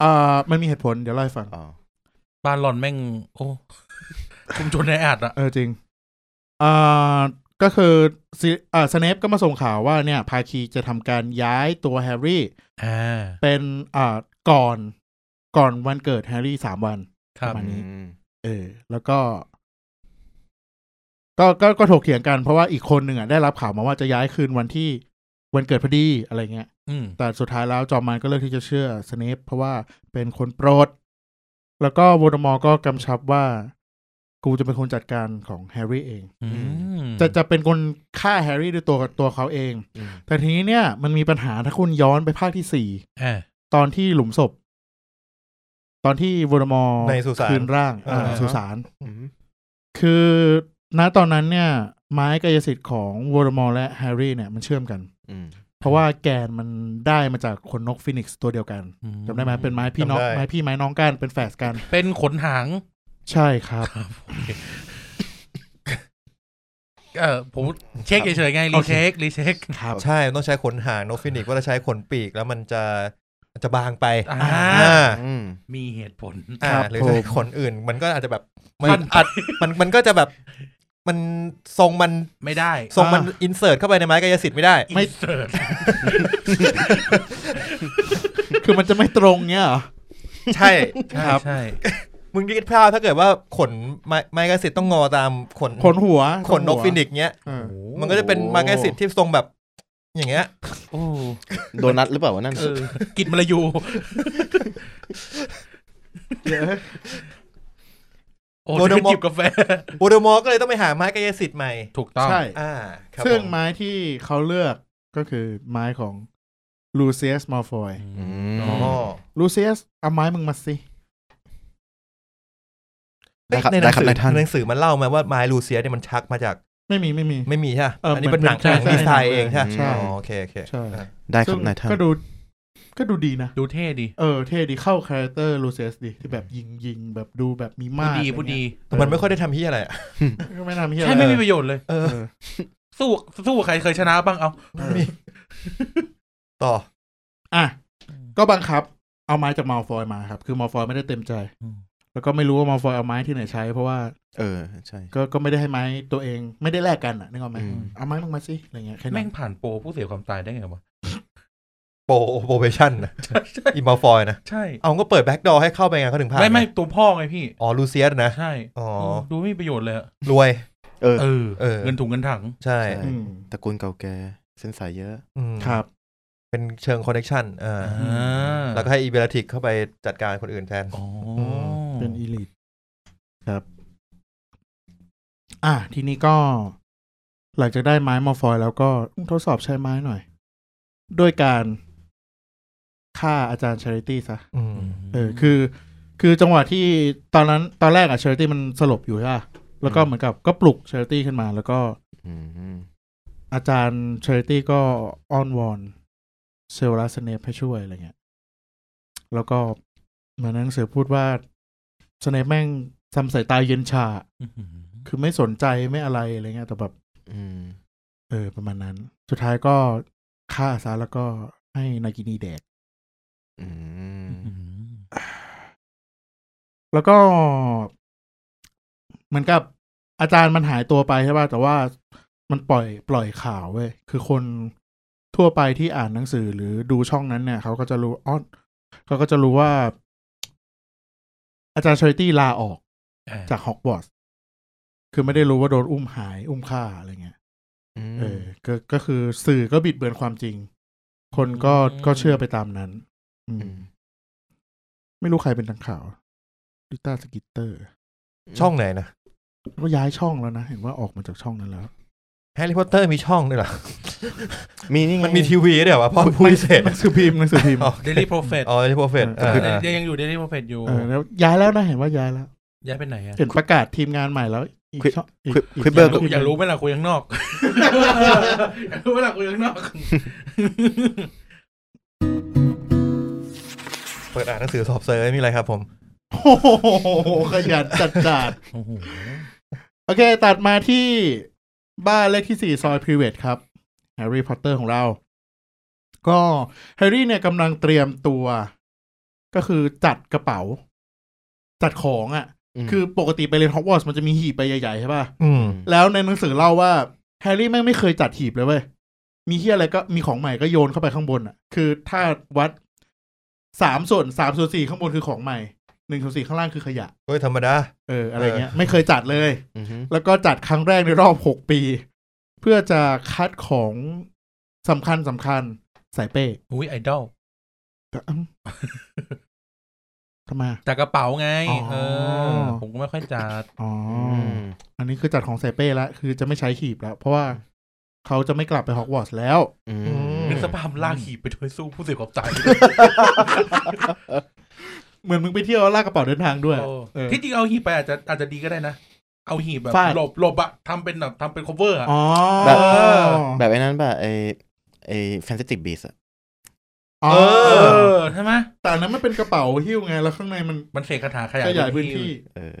Speaker 2: เอ่อมันมีเหตุผลเดี๋ยวเล่าให้ฟัง
Speaker 4: อ๋อ
Speaker 3: บ้านหลอนแม่ง โอ้ชุมชนในอัดอะ
Speaker 2: เออจริงเอ่อก็คือซิเอ่อสเนปก็มาส่งข่าวว่าเนี่ย ภาคีจะทำการย้ายตัวแฮร์รี่
Speaker 3: อ่า
Speaker 2: เป็นอ่าก่อนก่อนวันเกิดแฮร์รี่สามวัน
Speaker 3: ครับ
Speaker 2: ประมาณ นี้ เออ แล้วก็ ก็ก็ก็ถกเถียงกันเพราะว่าอีกคนหนึ่งอ่ะได้รับข่าวมาว่าจะย้ายคืนวันที่วันเกิดพอดีอะไรเงี้ย
Speaker 3: อืม
Speaker 2: แต่สุดท้ายแล้วจอมมันก็เลือกที่จะเชื่อสเนปเพราะว่าเป็นคนโปรด แล้วก็โวลเดอมอร์ก็กำชับว่า กูจะเป็นคนจัดการของแฮร์รี่เอง
Speaker 3: อืม
Speaker 2: จะจะเป็นคนฆ่าแฮร์รี่ด้วยตัวตัวเขาเอง
Speaker 4: อืม
Speaker 2: แต่ทีนี้เนี่ย มันมีปัญหาถ้าคุณย้อนไปภาคที่สี่
Speaker 3: อ่า
Speaker 2: ตอนที่หลุมศพ ตอนที่วอร์มอร์
Speaker 1: ในสุสาน
Speaker 2: คืนร่างอ่า
Speaker 1: อ่าฮะ
Speaker 2: สุสาน
Speaker 4: อืม
Speaker 2: คือณตอนนั้นเนี่ย ไม้กายสิทธิ์ของวอร์มอร์และแฮร์รี่เนี่ยมันเชื่อมกัน
Speaker 4: อืม
Speaker 2: เพราะว่าแกนมันได้มาจากขนนกฟินิกซ์ตัวเดียวกัน
Speaker 3: อืม
Speaker 2: จำได้ไหมเป็นไม้พี่น้อง
Speaker 1: จำได้
Speaker 2: ไม้พี่ไม้น้องกันเป็นแฝดกัน
Speaker 3: เป็นขนหาง
Speaker 2: ใช่ครับ
Speaker 3: เออผมเช็คเฉยๆไง รีเช็ค รีเช็ค
Speaker 2: ครับ
Speaker 1: ใช่ต้องใช้ขนหางนกฟินิกซ์ว่าจะใช้ขนปีกแล้วมันจะมันจะบางไป
Speaker 3: อ่า
Speaker 4: อืม
Speaker 3: มีเหตุผล
Speaker 1: อ่า
Speaker 2: ครับ
Speaker 1: หรือถ้า
Speaker 2: ผม
Speaker 1: ขนอื่นมันก็อาจจะแบบ
Speaker 3: มั
Speaker 1: มัน นอัดมันมันก็จะแบบมันทรงมัน
Speaker 3: ไม่ได้
Speaker 1: ทรงมันอินเสิร์ตเข้าไปในไม้กายสิทธิ์ไม่ได้
Speaker 2: ไม่
Speaker 3: อินเสิร์ต
Speaker 2: คือมันจะไม่ตรงเนี่ยเหรอ
Speaker 1: ใช่ ค
Speaker 3: ใช่
Speaker 1: รับ
Speaker 3: ใช่
Speaker 1: มึงคิดภาพถ้าเกิดว่าขนไม้ไม้กระสิทธิ์ต้องงอตามขน
Speaker 2: ขนหัว
Speaker 1: ขนนกฟินิกซ์เนี้ย
Speaker 2: เออ
Speaker 1: มันก็จะเป็นไม้กระสิทธิ์ที่ทรงแบบ อย่างเงี้ย
Speaker 3: โอ้
Speaker 4: โดนัทหรือเปล่าวะนั่น
Speaker 3: เออกินมาลายู
Speaker 2: เยอะ
Speaker 3: โอ้
Speaker 1: โดน
Speaker 3: เดิน
Speaker 1: มอ
Speaker 3: จิบกาแฟ
Speaker 1: โบเดมอร์ก็เลยต้องไปหาไม้กายสิทธิ์ใหม่
Speaker 3: ถูกต้อง
Speaker 2: ใช่
Speaker 1: อ่า ครับ
Speaker 2: ซึ่ง
Speaker 1: ผม
Speaker 2: ไม้ที่เขาเลือกก็คือไม้ของลูเซียสมอลฟอย
Speaker 4: อืม
Speaker 1: อ๋อ
Speaker 2: ลูเซียสเอาไม้มึงมาสิ
Speaker 4: ได้ครับ
Speaker 1: ในหนังสือ
Speaker 4: ได้ครับนายท่าน
Speaker 1: ในหนังสือมันเล่ามาว่าไม้ลูเซียสเนี่ยมันชักมาจาก
Speaker 2: ไม่มีไม่มี
Speaker 1: ไม่มีใช่ปะ
Speaker 2: เอออั
Speaker 1: อันนี้เป็นหนัง
Speaker 2: มันเป็น
Speaker 1: หนัง
Speaker 2: ใช่
Speaker 1: ดีไซน์เองใช่ปะ
Speaker 2: ใช่
Speaker 1: อ๋อโอเคโอเค
Speaker 2: ใช่
Speaker 1: อ่า
Speaker 4: ได้ครับ
Speaker 2: ซึ่ง
Speaker 4: นายท่าน
Speaker 2: ก็ดู ก็ดูดีนะ
Speaker 3: ดูเท่ดี
Speaker 2: เออ เท่ดีเข้าคาแรคเตอร์ลูเซียสดีที่แบบยิงยิงแบบดูแบบมี
Speaker 3: ผู้
Speaker 2: มาก
Speaker 3: ดีผู้ดี
Speaker 1: แต่มันไม่ค่อยได้ทำที่อะไรอะ
Speaker 2: ก็ไม่นำเฮีย
Speaker 3: ใช่ไม่มีประโยชน์เลย
Speaker 1: เอ
Speaker 2: เอ
Speaker 1: อ
Speaker 2: อ
Speaker 3: สู้สู้กับใครเคยชนะบ้างเอา
Speaker 1: ไม่มีต่อ
Speaker 2: อ่ะ ก็บังคับ เอาไม้จากมาฟอยมาครับ คือมาฟอยไม่ได้เต็มใจ
Speaker 3: อืม
Speaker 2: แล้วก็ไม่รู้ว่ามาฟอยเอาไม้ที่ไหนใช้ เพราะว่า
Speaker 4: เออ ใช่
Speaker 2: ก็ก็ไม่ได้ให้ไม้ตัวเองไม่ได้แลกกันอ่ะนึกออกไหม
Speaker 4: อืม
Speaker 2: เอาไม้มึงมาสิอะไรเงี้ยแค่นั้
Speaker 3: แม่
Speaker 2: น
Speaker 3: งผ่านโปรผู้เสียความตายได้ไงวะ
Speaker 1: โป โปรเบชั่นนะอิมมัลฟอยนะ
Speaker 3: ใช่
Speaker 1: เอาก็เปิดแบ็กดอร์ให้เข้าไปไงเขาถึงผ่าน
Speaker 3: ไม่ไม่
Speaker 1: ง
Speaker 3: ตัวพ่อไงพี่
Speaker 1: อ๋อลูเซียสนะ
Speaker 3: ใช่
Speaker 1: อ๋อ
Speaker 3: เออดูไม่มีประโยชน์เลยอะ
Speaker 1: รวย
Speaker 4: เออ
Speaker 3: เออ
Speaker 1: เออ
Speaker 3: เงินถุงเงินถัง
Speaker 1: ใช่
Speaker 4: ใช่
Speaker 2: อืม
Speaker 4: ตระกูลเก่าแก่เส้นสายเยอะ
Speaker 1: อืม
Speaker 2: ครับ
Speaker 1: เป็นเชิงคอนเน t ชันอ่า
Speaker 3: อ่า
Speaker 1: แล้วก็ให้อีเบลติกเข้าไปจัดการคนอื่นแทน
Speaker 3: โอ้
Speaker 2: เป็นอีลิท
Speaker 4: ครับ
Speaker 2: อ่ะทีนี้ก็ หลังจากได้ไม้มอร์ฟอยแล้วก็ทดสอบใช้ไม้หน่อย ด้วยการฆ่าอาจารย์ชาริตี้ซะ
Speaker 1: อืม
Speaker 2: เออคือ คือจังหวะที่ตอนนั้นตอนแรกอะเชอร์ตี้มันสลบอยู่ใช่ปะแล้วก็เหมือนกับก็ปลุกเชอร์ตี้ขึ้นมา แล้วก็
Speaker 4: อืม
Speaker 2: อาจารย์เชอร์ตี้ก็อ้อนวอนเซลลาสเนปให้ช่วยอะไรเงี้ยแล้วก็เหมือนหนังสือพูดว่าสเนปแม่งทำสายตาเย็นชา
Speaker 3: อื้อหือ
Speaker 2: คือไม่สนใจไม่อะไรอะไรเงี้ยแต่แบบ
Speaker 4: อืม
Speaker 2: เออประมาณนั้น สุดท้ายก็ฆ่าซะแล้วก็ให้นากินีแดก
Speaker 4: อืม
Speaker 3: อื้อหือ
Speaker 2: แล้วก็เหมือนกับอาจารย์มันหายตัวไปใช่ป่ะแต่ว่ามันปล่อยปล่อยข่าวเว้ยคือคนทั่วไปที่อ่านหนังสือหรือดูช่องนั้นเนี่ยเขาก็จะรู้อ้อเขาก็จะรู้ว่า อาจารย์ชริตี้ลาออก
Speaker 3: อ่ะ
Speaker 2: จากฮอกวอตส์คือไม่ได้รู้ว่าโดนอุ้มหายอุ้มฆ่าอะไรเงี้ย
Speaker 4: อืม
Speaker 2: เออก็ก็คือสื่อก็บิดเบือนความจริง คนก็ก็เชื่อไปตามนั้น อืม
Speaker 4: อืม
Speaker 2: ไม่รู้ใครเป็นนักข่าวลิต้าสกิตเตอร์
Speaker 1: ช่องไหนนะ
Speaker 2: ก็ย้ายช่องแล้วนะ เห็นว่าออกมาจากช่องนั้นแล้ว
Speaker 1: แฮร์รี่พอตเตอร์มีช่องด้วยเหรอ
Speaker 4: มีนี่ไง
Speaker 1: มันมีทีวีด้วยเหรอวะพ่อผู้พิเศษ
Speaker 2: หนังสือพิมพ์หนังสือพิมพ์
Speaker 1: อ๋อ
Speaker 3: เดลี่โปรเฟต
Speaker 1: อ๋อที่พอเฟน
Speaker 2: เออ
Speaker 3: ยังอยู่เดลี่โปรเฟตอยู่
Speaker 2: เออแล้วย้ายแล้วนะเห็นว่าย้ายแล้ว
Speaker 3: ย้ายไปไหนอะ
Speaker 2: เห็นประกาศทีมงานใหม่แล้วอีกช่องอีก
Speaker 4: ควิป
Speaker 2: อีก
Speaker 4: ควิปเบอร์
Speaker 2: ช่
Speaker 4: ก็
Speaker 2: ง
Speaker 3: อยากรู้ไหมล่ะคุยข้างนอก อยากรู้ไหมล่ะคุยข้างนอก
Speaker 1: เปิดอ่านหนังสือสอบเซอร์ไม่มีอะไรครับผม
Speaker 2: โอ้โหขยันจัดจัด
Speaker 3: โอ้โห
Speaker 2: โอเค ตัดมาที่บ้านเลขที่สี่ซอยพรีเวทครับแฮร์รี่พอตเตอร์ของเรา ก็แฮร์รี่เนี่ยกำลังเตรียมตัว ก็คือจัดกระเป๋า จัดของอ่ะ คือปกติไปเรียนฮอกวอตส์มันจะมีหีบใบใหญ่ๆใช่ป่ะ
Speaker 1: อืม
Speaker 2: แล้วในหนังสือเล่าว่าแฮร์รี่แม่งไม่เคยจัดหีบเลยเว้ย มีที่อะไรก็มีของใหม่ก็โยนเข้าไปข้างบนอ่ะ คือถ้าวัดสามส่วนสามส่วนสี่ข้างบนคือของใหม่หนึ่งส่วนสี่ข้างล่างคือขยะ
Speaker 1: เฮ้ยธรรมดา
Speaker 2: เอออะไรเงี้ย
Speaker 1: เออ
Speaker 2: ไม่เคยจัดเลย
Speaker 4: อหือ
Speaker 2: แล้วก็จัดครั้งแรกในรอบหกปี เพื่อจะคัดของสำคัญสำคัญใส่เป้
Speaker 3: อุ้ยไอดอล
Speaker 2: แต่อืมทำไมอะ
Speaker 3: จากกระเป๋าไง
Speaker 2: อ๋อ
Speaker 3: เออ ผมก็ไม่ค่อยจัด
Speaker 2: อ๋อ
Speaker 4: อื
Speaker 2: อ
Speaker 4: ม
Speaker 2: อันนี้คือจัดของใส่เป้แล้วคือจะไม่ใช้หีบแล้ว เพราะว่าเขาจะไม่กลับไปฮอกวอตส์แล้ว
Speaker 4: อืม
Speaker 3: นึกสภาพลากหีบไปด้วยสู้ผู้สื่อข่าวใจ
Speaker 2: เหมือนมึงไปเที่ยวแล้วลากกระเป๋าเดินทางด้วย
Speaker 3: โอ้
Speaker 2: เออ
Speaker 3: ที่จริงเอาหีบไปอาจจะอาจจะดีก็ได้นะ เอาหีบแบบ
Speaker 2: ฟาด
Speaker 3: หลบหลบอะทำเป็นแบบทำเป็น cover อะ
Speaker 2: อ๋อ
Speaker 4: แบบแบบไอ้นั้นแบบไอ้ไอ้แฟนตาติกบีสอะ
Speaker 2: อ๋อ
Speaker 1: เอ
Speaker 3: เอ
Speaker 2: เออ
Speaker 3: อใช่ไหม
Speaker 2: แต่อันนั้นมันเป็นกระเป๋าหิ้วไง แล้วข้างในมัน
Speaker 3: มันเสกคาถาข
Speaker 2: ขยาย
Speaker 3: าย ย
Speaker 2: พื้นที่
Speaker 4: เออ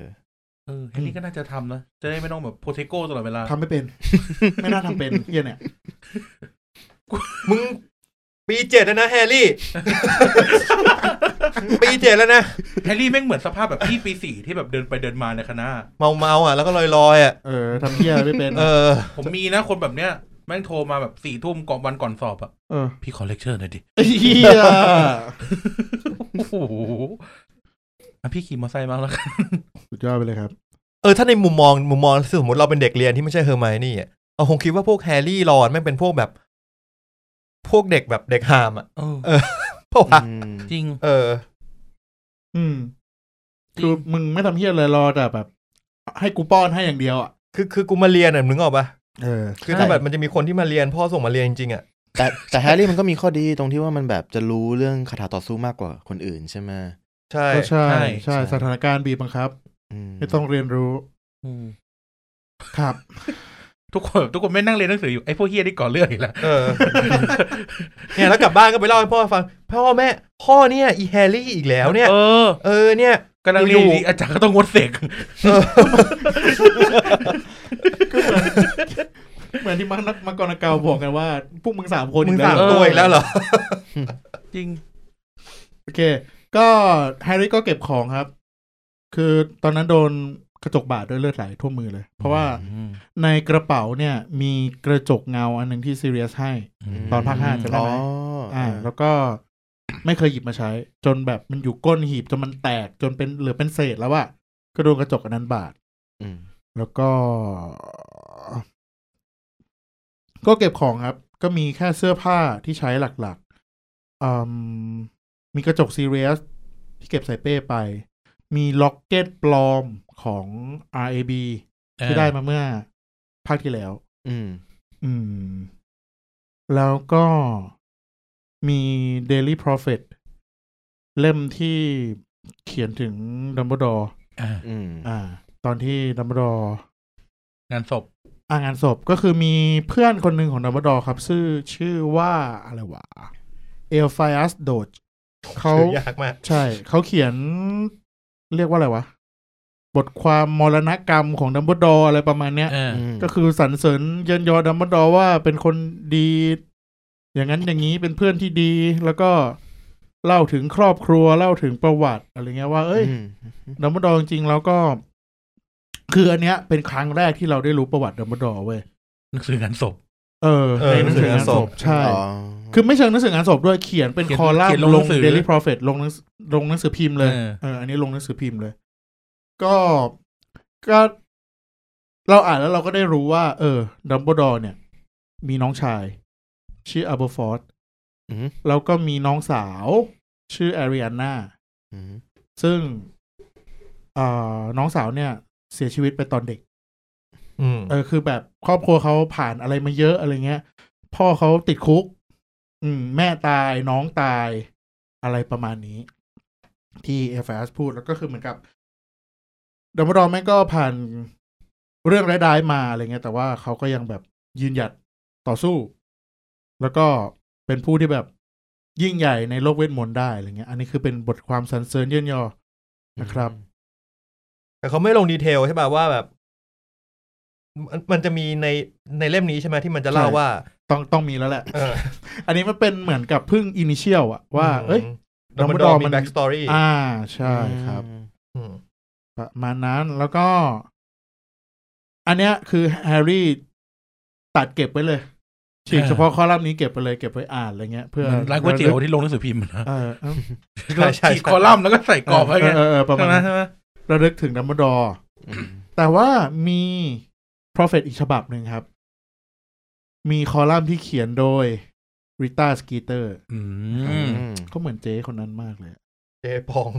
Speaker 3: เออแฮร์รี่ก็น่าจะทำนะ จะได้ไม่ต้องแบบโพเทโก้ตลอดเวลา
Speaker 2: ทำไม่เป็น ไม่น่าทำเป็นเฮียเนี่ย
Speaker 1: มึงปีเจ็ดแล้วนะแฮร์รี่ ปีเจ็ดแล้วนะ
Speaker 3: แฮร์รี่แม่งเหมือนสภาพแบบพี่ปีสี่ที่แบบเดินไปเดินมาในคณะ
Speaker 1: เมาเมาๆอ่ะ แล้วก็ลอยลอยๆอ่ะ
Speaker 2: เออทำเฮียไม่เป็น
Speaker 1: เออ
Speaker 3: ผมมีนะคนแบบเนี้ยแม่งโทรมาแบบสี่ทุ่มก่อนวันก่อนสอบอะ
Speaker 2: เออ
Speaker 3: พี่ขอเลคเชอร์หน่อยดิ
Speaker 2: เฮีย
Speaker 3: โอ้โหอ่ะพี่ขี่มอเตอร์ไซค์มาแล้วกัน
Speaker 2: สุดยอดไปเลยครับ
Speaker 1: เออ ถ้าในมุมมองมุมมองสมมติเราเป็นเด็กเรียนที่ไม่ใช่เฮอร์ไมโอนี่อ่ะเราคงคิดว่าพวกแฮร์รี่รอนไม่งเป็นพวกแบบ พวกเด็กแบบเด็กหามอ่ะ
Speaker 3: เออ
Speaker 1: เพราะว่า
Speaker 4: อืม
Speaker 3: จริง
Speaker 1: เออ
Speaker 2: อืม
Speaker 3: จริ
Speaker 2: คือง มึงไม่ทำเฮียเลยรอแต่แบบ ให้กูป้อนให้อย่างเดียวอ่ะ
Speaker 1: คือคือกูมาเรียนอ่ะนึกออกปะ
Speaker 2: เออ
Speaker 1: คือถ้าแบบมันจะมีคนที่มาเรียนพ่อส่งมาเรียนจริงๆอ่ะ
Speaker 4: แต่แต่แฮร์รี่มันก็มีข้อดีตรงที่ว่ามันแบบจะรู้เรื่องคาถาต่อสู้มากกว่าคนอื่นใช่ไหม
Speaker 1: ใช่
Speaker 2: ก็ใช่
Speaker 3: ใช่
Speaker 2: ใช่
Speaker 4: ใช่
Speaker 2: สถานการณ์บีบบังคับ
Speaker 4: อืม
Speaker 2: ไม่ต้องเรียนรู้
Speaker 3: อืม
Speaker 2: ครับ
Speaker 3: ทุกคนทุกคนไม่งนั่งเรียนหนังสืออยู่ไอ้พวกเฮียได้ก่อเรื่องอีกแล้ว
Speaker 1: เออ เนี่ยแล้วกลับบ้านก็ไปเล่าให้พ่อฟัง พ่อแม่ พ่อเนี่ย อีแฮร์รี่อีกแล้วเนี่ย
Speaker 3: เออ
Speaker 1: เออเนี่ย
Speaker 3: กำลังเรียนอยู่ดีอาจารย์ก็ต้องงดเสก
Speaker 2: เหมือนที่มังนักมังกรเกาบอกกันว่าพวกมึงสามคน
Speaker 1: มึง
Speaker 2: อีกแล้
Speaker 1: สาว ม
Speaker 2: เหรอ
Speaker 1: ตัวอีกแล้วเหรอ
Speaker 3: จริง
Speaker 2: โอเค ก็แฮร์รี่ก็เก็บของครับ คือตอนนั้นโดนกระจกบาดด้วยเลือดไหลทั่วมือเลย เพราะว่าในกระเป๋าเนี่ยมีกระจกเงาอันหนึ่งที่ซีเรียสให้
Speaker 4: ม
Speaker 2: ตอนภาคห้าจำได้ไหม
Speaker 4: อ๋อ
Speaker 2: อ่า
Speaker 4: เออ
Speaker 2: แล้วก็ไม่เคยหยิบมาใช้ จนแบบมันอยู่ก้นหีบจนมันแตกจนเป็นเหลือเป็นเศษแล้วอะก็โดนกระจกอันนั้นบาด
Speaker 4: อืม
Speaker 2: แล้วก็ ก็เก็บของครับ ก็มีแค่เสื้อผ้าที่ใช้หลักๆอืมมีกระจกซีเรียสที่เก็บใส่เป้ไป มีล็อกเก็ตปลอมของ RAB ที่ได้มาเมื่อภาคที่แล้ว
Speaker 4: อืม
Speaker 2: อืม แล้วก็มี Daily Prophet เล่มที่เขียนถึงดัมเบิลดอร์
Speaker 3: อ่า
Speaker 4: อืม
Speaker 2: อ่า ตอนที่ดัมเบิลดอร์
Speaker 3: งานศพ
Speaker 2: อ่างานศพก็คือมีเพื่อนคนหนึ่งของดัมเบิลดอร์ครับ ชื่อชื่อว่าอะไรวะเอลไฟอัสโดจเขา
Speaker 1: ชื่อยากมาก
Speaker 2: ใช่ เขาเขียนเรียกว่าอะไรวะ บทความมรณกรรมของดัมเบิลดอร์อะไรประมาณเนี้ย
Speaker 3: เออ
Speaker 4: ม
Speaker 2: ก็คือสรรเสริญเยินยอดัมเบิลดอร์ว่าเป็นคนดี อย่างนั้นอย่างนี้เป็นเพื่อนที่ดี แล้วก็เล่าถึงครอบครัวเล่าถึงประวัติอะไรเงี้ยว่าเอ้ย
Speaker 4: อืม
Speaker 2: ดัมเบิลดอร์จริงๆแล้วก็ คืออันเนี้ยเป็นครั้งแรกที่เราได้รู้ประวัติดัมเบิลดอร์เว้ย
Speaker 3: หนังสืองานศพ
Speaker 2: เออ
Speaker 1: เออ
Speaker 2: ในหนังสือ
Speaker 1: หนั
Speaker 2: งาง น
Speaker 1: สือ
Speaker 2: ศพใช่
Speaker 4: อ๋อ
Speaker 2: คือไม่เชิงหนังสืองานศพด้วยเขียนเป็น
Speaker 3: เขียน
Speaker 2: คอลัม
Speaker 3: เขีย
Speaker 2: น์
Speaker 3: นลง
Speaker 2: ล
Speaker 3: หนั
Speaker 2: ง
Speaker 3: งสือ
Speaker 2: Daily Prophet ลงหนังลงหนังสือพิมพ์เลย
Speaker 3: เออ
Speaker 2: เอออันนี้ลงหนังสือพิมพ์เลย ก็ก็เราอ่านแล้วเราก็ได้รู้ว่า เออดัมเบิลดอร์เนี่ย มีน้องชาย ชื่ออัลเบอร์ฟอร์ด
Speaker 4: อืม
Speaker 2: แล้วก็มีน้องสาว ชื่อแอริ a n นา
Speaker 4: อืม
Speaker 2: ซึ่งอ่าน้องสาวเนี่ย เสียชีวิตไปตอนเด็ก
Speaker 1: อืม
Speaker 2: เออคือแบบครอบครัวเขาผ่านอะไรมาเยอะอะไรเงี้ย พ่อเขาติดคุก อืม แม่ตายน้องตายอะไรประมาณนี้ ที่เอฟเอสพูดแล้วก็คือเหมือนกับดัมเบลดอร์แม่งก็ผ่านเรื่องร้ายๆมาอะไรเงี้ย แต่ว่าเขาก็ยังแบบยืนหยัดต่อสู้ แล้วก็เป็นผู้ที่แบบยิ่งใหญ่ในโลกเวทมนต์ได้อะไรเงี้ย อันนี้คือเป็นบทความสรรเสริญเยินยอนะครับ
Speaker 1: แต่เขาไม่ลงดีเทลใช่ป่ะว่าแบบ มันมันจะมีในในเล่มนี้ใช่ไหมที่มันจะเล่า
Speaker 2: ใช่
Speaker 1: ว่า
Speaker 2: ต้องต้องมีแล้วแหละ
Speaker 1: เออ
Speaker 2: อันนี้มันเป็นเหมือนกับเพึ่งอินิเชียลอะว่า เอ้ย
Speaker 1: ดัมเบิลดอ
Speaker 2: Dumbledore
Speaker 1: ร์
Speaker 2: มั
Speaker 1: มี
Speaker 2: น
Speaker 1: แบ็กสตอรี่
Speaker 2: อ่าใช่ครับ
Speaker 1: อืม
Speaker 2: ประมาณนั้นแล้วก็ อันเนี้ยคือแฮร์รี่ตัดเก็บไว้เลยฉีก
Speaker 3: อ่า
Speaker 2: เฉพาะข้อลัมน์นี้เก็บไปเลยเก็บไว้อ่านอะไรเงี้ย เพื่อ
Speaker 3: เหมือนร้านก๋วยเตี๋ยวที่ลงหนังสือพิมพ์นะ
Speaker 2: เออเออ
Speaker 1: ใช่ใช่
Speaker 3: ขีดคอลัมน์แล้วก็ใส่กรอบไว้ไง
Speaker 2: เออเออประมาณ
Speaker 3: ใช่ไห
Speaker 2: นั้
Speaker 3: ม
Speaker 2: น
Speaker 3: ใช่ไหม
Speaker 2: ระลึกถึงดัมเบิลดอร์
Speaker 4: อืม
Speaker 2: แต่ว่ามี Prophet อีกฉบับหนึ่งครับ มีคอลัมน์ที่เขียนโดยริต้าสกีเตอร์
Speaker 3: อื
Speaker 4: อื
Speaker 3: ม
Speaker 4: ม
Speaker 2: เขาเหมือนเจ๊คนนั้นมากเลย
Speaker 1: เจปอง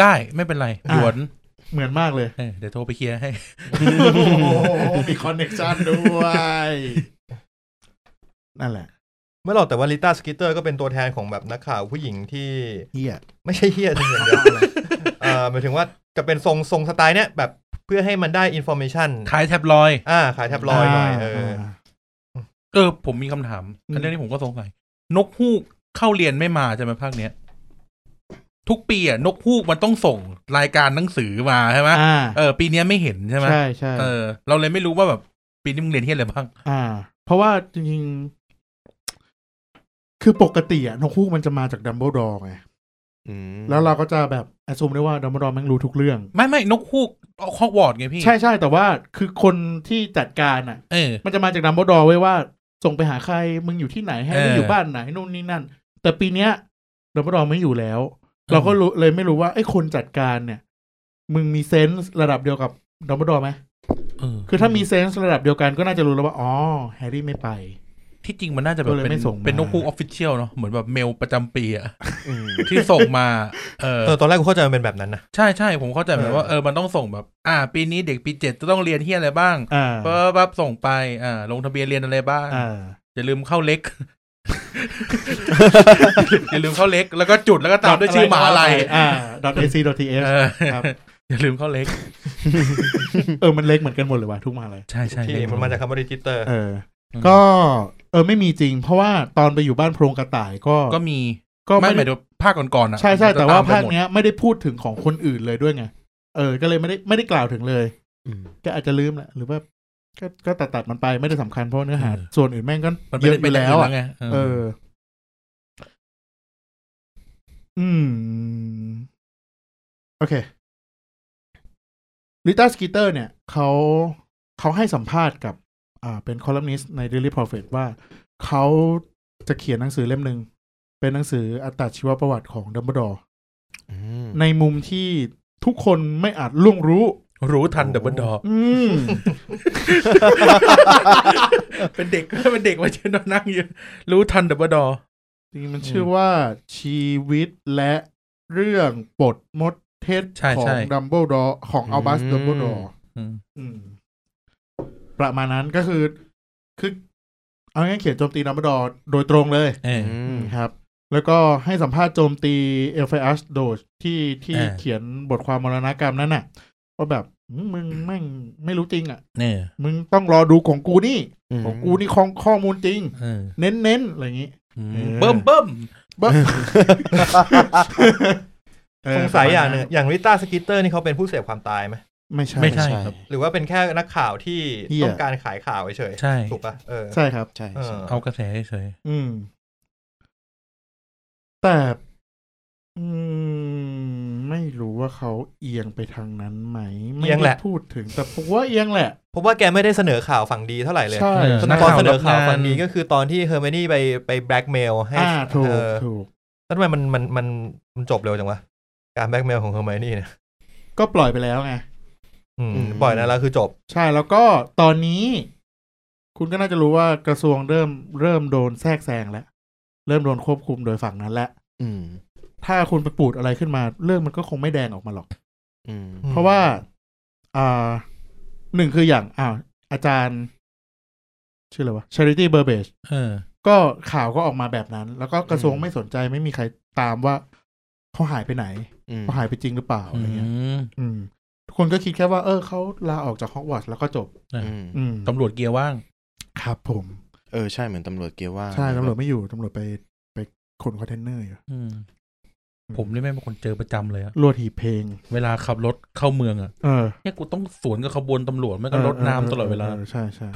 Speaker 3: ได้ไม่เป็นไรหยวน
Speaker 2: เหมือนมากเลย
Speaker 3: เออเดี๋ยวโทรไปเคลียร์ให้
Speaker 2: โอ้โห มีคอนเน c t ชันด้วย นั่นแหละ
Speaker 1: ไม่หรอกแต่ว่าลิต้าสกิเตอร์ก็เป็นตัวแทนของแบบนักข่าวผู้หญิงที่
Speaker 2: เฮีย
Speaker 1: ไม่ใช่เฮียจริงอย่างเดียวเออหมายถึงว่าจะเป็นทรงทรงสไตล์เนี้ยแบบเพื่อให้มันได้อินโฟเมชัน
Speaker 3: ขายแท็บลอยด์
Speaker 1: อ่า ขายแทบลอยด์หน่อยเออ
Speaker 3: เออผมมีคำถาม
Speaker 2: อืม
Speaker 3: อันเรื่องนี้ผมก็สงสัย นกฮูกเข้าเรียนไม่มาใช่ไหมภาคเนี้ย ทุกปีอ่ะนกฮูกมันต้องส่งรายการหนังสือมาใช่ไหม
Speaker 2: อ่า
Speaker 3: เออปีเนี้ยไม่เห็นใช่ไหม
Speaker 2: ใช่ใช่
Speaker 3: เออ เราเลยไม่รู้ว่าแบบปีนี้มึงเรียนที่อะไรบ้าง
Speaker 2: อ่า เพราะว่าจริงๆ คือปกติอะนกคู่มันจะมาจากดัมเบิลดอร์ไง
Speaker 4: อืม
Speaker 2: แล้วเราก็จะแบบแอสซูมได้ว่าดัมเบิลดอร์แม่งรู้ทุกเรื่อง
Speaker 3: ไม่ไม่นกฮูกฮอกวอตส์ไงพี่
Speaker 2: ใช่ใช่แต่ว่าคือคนที่จัดการอะ
Speaker 3: เออ
Speaker 2: มันจะมาจากดัมเบิลดอร์ไว้ว่า ส่งไปหาใคร มึงอยู่ที่ไหนให้
Speaker 3: เออ
Speaker 2: อยู่บ้านไหนนู่นนี่นั่น แต่ปีเนี้ยดัมเบิลดอร์ไม่อยู่แล้ว เราก็รู้เลยไม่รู้ว่าไอ้คนจัดการเนี่ย มึงมีเซนส์ระดับเดียวกับดัมเบิลดอร์ไหม
Speaker 3: เออ
Speaker 2: คือถ้ามีเซนส์ระดับเดียวกันก็น่าจะรู้แล้วว่า อ๋อ แฮร์รี่ไม่ไป
Speaker 3: ที่จริงมันน่าจะแบ
Speaker 2: ก็
Speaker 3: บ
Speaker 2: เลย
Speaker 3: เป็
Speaker 2: ไม่
Speaker 3: น
Speaker 2: ส่งมา
Speaker 3: เป็นนกฮูกออฟฟิเชียลเนาะเหมือนแบบเมลประจำปีอ่ะ
Speaker 4: อืม
Speaker 3: ที่ส่งมาเออ
Speaker 1: เออตอนแรกกูเข้าใจมันเป็นแบบนั้นนะ
Speaker 3: ใช่ใช่ผมเข้าใจแบบนั้
Speaker 1: เอ
Speaker 3: น
Speaker 1: อ
Speaker 3: ว่าเออมันต้องส่งแบบ อ่า ปีนี้เด็กปีเจ็ดจะต้องเรียนที่อะไรบ้าง
Speaker 2: อ่า
Speaker 3: ปั๊บปั๊บส่งไปอ่า ลงทะเบียนเรียนอะไรบ้าง
Speaker 2: อ่า
Speaker 3: อย่าลืมเข้า เล็ก อย่าลืมเข้าเล็ก แล้วก็จุดแล้วก็ตามด้วยชื่อหมหาอะไร
Speaker 2: อ่า .ac .th
Speaker 3: เออ
Speaker 2: ครับ
Speaker 3: อย่าลืมเข้าเล็ก
Speaker 2: เออ มันเล็กเหมือนกันหมดเลยว่ะทุกมหาอะไร
Speaker 3: ใช่ใช่
Speaker 1: ที่มันมาจากคำว่าดิจิเตอร์
Speaker 2: เออ ก็เออไม่มีจริง เพราะว่าตอนไปอยู่บ้านโพรงกระต่ายก็
Speaker 3: ก็มี
Speaker 2: ก็
Speaker 3: ไม่
Speaker 2: ไม่
Speaker 3: หมาย
Speaker 2: ได้
Speaker 3: ถึงภาคก่อนๆอ่ะ
Speaker 2: ใช่ใช่แต่ว่า
Speaker 3: จะมไป
Speaker 2: ภาค
Speaker 3: หมด
Speaker 2: เนี้ยไม่ได้พูดถึงของคนอื่นเลยด้วยไง เออ ก็เลยไม่ได้ไม่ได้กล่าวถึงเลย
Speaker 4: อืม
Speaker 2: ก็อาจจะลืมแหละหรือว่าก็ก็ตัดตัดๆมันไปไม่ได้สำคัญเพราะเนื้อหา ส่วนอื่นแม่งก็
Speaker 3: มัน
Speaker 2: เย
Speaker 3: เย
Speaker 2: อะ
Speaker 3: อะ
Speaker 2: อ
Speaker 3: ไป
Speaker 2: ยู่
Speaker 3: แล้
Speaker 2: แล้ว
Speaker 3: ว
Speaker 2: อะ
Speaker 3: ไง
Speaker 2: เอ
Speaker 3: เอ
Speaker 2: อ
Speaker 3: อ
Speaker 2: อืม โอเคลิต้าสกีเตอร์เนี่ย เขาเขาให้สัมภาษณ์กับ อ่า เป็นคอลัมนิสต์ใน Daily Prophet ว่า เขาจะเขียนหนังสือเล่มหนึ่งเป็นหนังสืออัตชีวประวัติของดัมเบิลดอร์
Speaker 4: อืม
Speaker 2: ในมุมที่ทุกคนไม่อาจล่วงรู้
Speaker 3: รู้ทันดับเบิลดอ
Speaker 2: อืม
Speaker 3: เป็นเด็ก เป็นเด็กมาเชนนั่งอยู่รู้ทันดับเบิลดอ
Speaker 2: จริงๆมันชื่อว่าชีวิตและเรื่องปลดมดเท็จ
Speaker 3: ใช่
Speaker 2: ของ
Speaker 3: ใช่
Speaker 2: ดัมเบิลดอร์ของอัลบัสดัมเบิลดอร์
Speaker 3: อืม
Speaker 2: อืม ประมาณนั้นก็คือ คือ เอาง่ายๆเขียนโจมตีดัมเบิลดอร์โดยตรงเลย
Speaker 3: เออ
Speaker 4: อืม
Speaker 2: ครับ แล้วก็ให้สัมภาษณ์โจมตีเอลไฟอัสโดชที่ที่
Speaker 3: อ่า
Speaker 2: เขียนบทความมรณกรรมนั้นน่ะว่าแบบอืมมึงแม่งไม่รู้จริงอ่ะ
Speaker 3: เนี่ย
Speaker 2: มึงต้องรอดูของกูนี่
Speaker 4: อืม
Speaker 2: ของกูนี่ของข้อมูลจริง
Speaker 3: เออ
Speaker 2: เน้นๆอะไรอย่างนี้
Speaker 3: อืม
Speaker 2: เออ
Speaker 3: เบิ่มเบิ่ม
Speaker 2: บ้า
Speaker 1: สงสัยอย่างหนึ่งอย่างลิต้าสกิตเตอร์นี่เขาเป็นผู้เสพความตายไหม
Speaker 2: ไม่ใช่
Speaker 3: ไม่ใช่ครับ
Speaker 1: หรือว่าเป็นแค่นักข่าวที่
Speaker 2: เหี้ย
Speaker 1: ต้องการขายข่าวเฉยๆ
Speaker 3: ใช่
Speaker 1: ถูกป่ะเออ
Speaker 2: ใช่ครับ
Speaker 4: ใช่
Speaker 1: เอ
Speaker 4: ใช่
Speaker 1: อ
Speaker 3: เอากระแสเฉย
Speaker 2: อืม แต่อืมไม่รู้ว่าเขาเอียงไปทางนั้นไหม ไม่ได้พูดถึงแต่ผมว่าเอียงแหละ
Speaker 1: ผมว่าแกไม่ได้เสนอข่าวฝั่งดีเท่าไหร่เลย
Speaker 2: ใช่
Speaker 1: ตอน
Speaker 2: นะ
Speaker 1: ตอนเสนอข่าวฝั่งดีก็คือตอนที่เฮอร์เมนี่ไปไปแบล็กเมลให้
Speaker 2: อ่าถู
Speaker 1: เอก อ
Speaker 2: ถูก
Speaker 1: แล้วทำไมมันมันมันมันจบเร็วจังวะการแบล็กเมลของเฮอร์เมนี่เนี่ย
Speaker 2: ก็ปล่อยไปแล้วไง
Speaker 1: อืมปล่อยนะแล้วคือจบ
Speaker 2: ใช่แล้วก็ตอนนี้ คุณก็น่าจะรู้ว่ากระทรวงเริ่มเริ่มโดนแทรกแซงแล้ว เริ่มโดนควบคุมโดยฝั่งนั้นแล้ว
Speaker 4: อืม
Speaker 2: ถ้าคุณไปปูดอะไรขึ้นมา เรื่องมันก็คงไม่แดงออกมาหรอก
Speaker 4: อืม
Speaker 1: อืม
Speaker 2: เพราะว่า อ่าหนึ่งคืออย่างอ่าอาจารย์ ชื่ออะไรวะ Charity Burbage
Speaker 3: ๆเออ
Speaker 2: ก็ข่าวก็ออกมาแบบนั้น แล้วก็กระทรวงไม่สนใจไม่มีใครตามว่าเขาหายไปไหน
Speaker 4: อืม
Speaker 2: เขาหายไปจริงหรือเปล่า
Speaker 3: อื
Speaker 2: อะไรเงี้ย
Speaker 3: ม
Speaker 2: อืมทุกคนก็คิดแค่ว่าเออเขาลาออกจากฮอกวอตส์แล้วก็จบ
Speaker 4: อืม
Speaker 2: อืม
Speaker 3: ตำรวจเกียร์ว่าง
Speaker 2: ครับผม
Speaker 4: เออใช่เหมือนตำรวจเกียร์ว่าง
Speaker 2: ใช่ตำรวจไม่อยู่ตำรวจไปไปขนคอนเทนเนอร์อยู่
Speaker 3: อืมผมนี่แม่งเป็นคนเจอประจำเลยอะ
Speaker 2: ลวดหีบเพลง
Speaker 3: เวลาขับรถเข้าเมืองอะ
Speaker 2: เออ
Speaker 3: เนี่ยกูต้องสวนกับขบวนตำรวจไม่ก็รถน้ำตลอดเวลา
Speaker 2: ใช่ใช่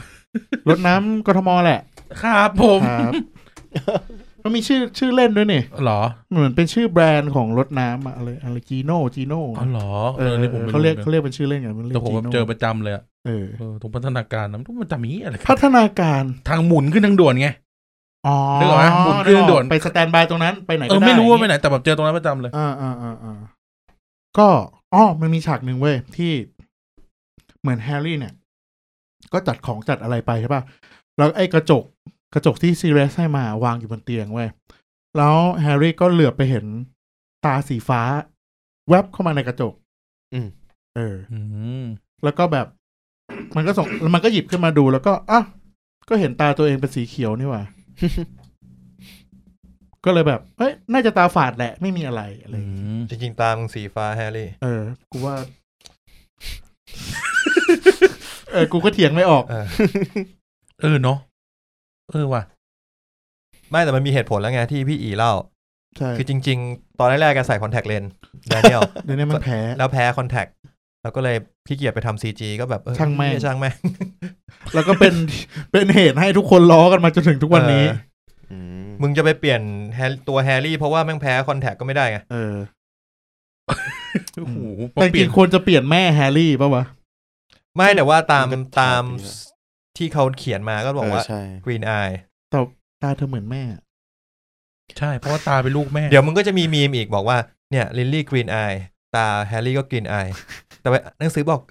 Speaker 2: รถน้ำกทมแหละ
Speaker 3: ครับผม
Speaker 2: ครับ มันมีชื่อชื่อเล่นด้วยนี่
Speaker 3: เหรอ
Speaker 2: เหมือนเป็นชื่อแบรนด์ของรถน้ำอะอะไรอะไรจีโน่จีโน่
Speaker 3: อ๋อเหรอเออนี่ผมไม่
Speaker 2: เขาเรียก
Speaker 3: นะ
Speaker 2: เขาเรียกเป็นชื่อเล่นกันมันเรีย
Speaker 3: แต่
Speaker 2: ก
Speaker 3: ผม
Speaker 2: จี
Speaker 3: แบบ
Speaker 2: โน่
Speaker 3: เจอประจำเลยอะ
Speaker 2: เออ
Speaker 3: เออตรงพัฒนาการนะมันจำมีอะไร
Speaker 2: พัฒนาการ
Speaker 3: ทางหมุนขึ้นทางด่วนไง
Speaker 2: อ๋อ
Speaker 3: นึกออกไหมหมุนเครื่องด่วน
Speaker 2: ไปสแตนบายตรงนั้นไปไหน
Speaker 3: เอ
Speaker 2: ก็
Speaker 3: อ
Speaker 2: ได้
Speaker 3: ไม่รู้ว่าไปไหนแต่แบบเจอตรงนั้นประจำเลย
Speaker 2: อ่าอ่าอ่าอ่าก็อ๋อมันมีฉากหนึ่งเว้ยที่เหมือนแฮร์รี่เนี่ย ก็จัดของจัดอะไรไปใช่ป่ะแล้วไอ้กระจกกระจกที่ซีเรสให้มาวางอยู่บนเตียงเว้ยแล้วแฮร์รี่ก็เหลือบไปเห็นตาสีฟ้า แวบเข้ามาในกระจก
Speaker 4: อืม
Speaker 2: เออ
Speaker 3: อืม
Speaker 2: แล้วก็แบบ มันก็ส่งมันก็หยิบขึ้นมาดูแล้วก็อ่ะก็เห็นตาตัวเองเป็นสีเขียวนี่ห ว่า ก็เลยแบบเอ้ยน่าจะตาฝาดแหละ ไม่มีอะไรอะไร
Speaker 3: อื
Speaker 2: อย่างงี้
Speaker 3: ม
Speaker 1: จริงๆตามมึงสีฟ้าแฮร์รี่
Speaker 2: เออ กูว่า เออ กูก็เถียงไม่ออก
Speaker 1: เออ
Speaker 3: เออเนาะเออว่ะ
Speaker 1: ไม่แต่มันมีเหตุผลแล้วไงที่พี่อีเล่า
Speaker 2: ใช่
Speaker 1: คือจริง ๆ ตอนแรกๆแกใส่คอนแทคเลนส์แดเนี ยล
Speaker 2: เดี๋ยวนี้มันแพ้
Speaker 1: แล้วแพ้คอนแทคแล้วก็เลยขี้เกียจไปทำซีจีก็แบบเออ
Speaker 2: ช่างแม่ง
Speaker 1: เออช่างแม่ง
Speaker 2: แล้วก็เป็น เป็นเหตุให้ทุกคนล้อกันมาจนถึงทุกวันนี้
Speaker 1: เออ
Speaker 4: อืม
Speaker 1: มึงจะไปเปลี่ยนแฮร์ตัวแฮร์รี่เพราะว่าแม่งแพ้คอนแทคก็ไม่ได้ไง
Speaker 2: เออ
Speaker 3: โอ้โห
Speaker 2: แต่จ
Speaker 3: เปลี่
Speaker 2: ริ
Speaker 3: ยน
Speaker 2: งๆควรจะเปลี่ยนแม่แฮร์รี่ป่าวะ
Speaker 1: ไม่แต่ว่าตามตามที่เขาเขียนมาก็บอกว่า
Speaker 4: เใช่
Speaker 1: กรีนอาย
Speaker 2: แต่ตาเธอเหมือนแม่
Speaker 3: ใช่เพราะว่าตาเป็นลูกแม่
Speaker 1: เดี๋ยวมึงก็จะมีมีมอีกบอกว่าเนี่ยลิลลี่กรีนอายตาแฮร์รี่ก็กรีนอายแต่ว่าหนังสือบอก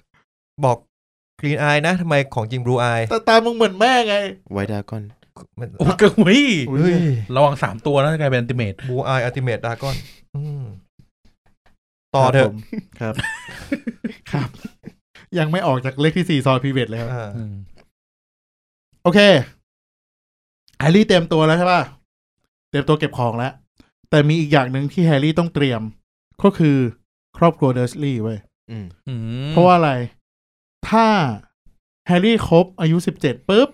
Speaker 1: บอกกรีนอายนะทำไมของจริงบลูอาย
Speaker 2: ตาตามึงเหมือนแม่ไง
Speaker 4: ไวดากอน
Speaker 3: โอ้โหเกิดหุ้ย
Speaker 2: อุ๊ย
Speaker 3: ระวังสามตัวนะจะกลายเป็นติเมต
Speaker 1: บลูอายอัลติเมทดากอนต่อเถอะ
Speaker 2: ครับผมครับ ครับ ยังไม่ออกจากเลขที่สี่ซอยพีเวทเลยครับ
Speaker 1: อ่า
Speaker 2: โอเคแฮร์รี่เตรียมตัวแล้วใช่ป่ะ เตรียมตัวเก็บของแล้ว แต่มีอีกอย่างหนึ่งที่แฮร์รี่ต้องเตรียม ก็คือครอบครัวเดอร์สลีย์เว้ย
Speaker 4: อืม
Speaker 2: เพราะว่าอะไร ถ้าแฮร์รี่ครบอายุสิบเจ็ดปุ๊บ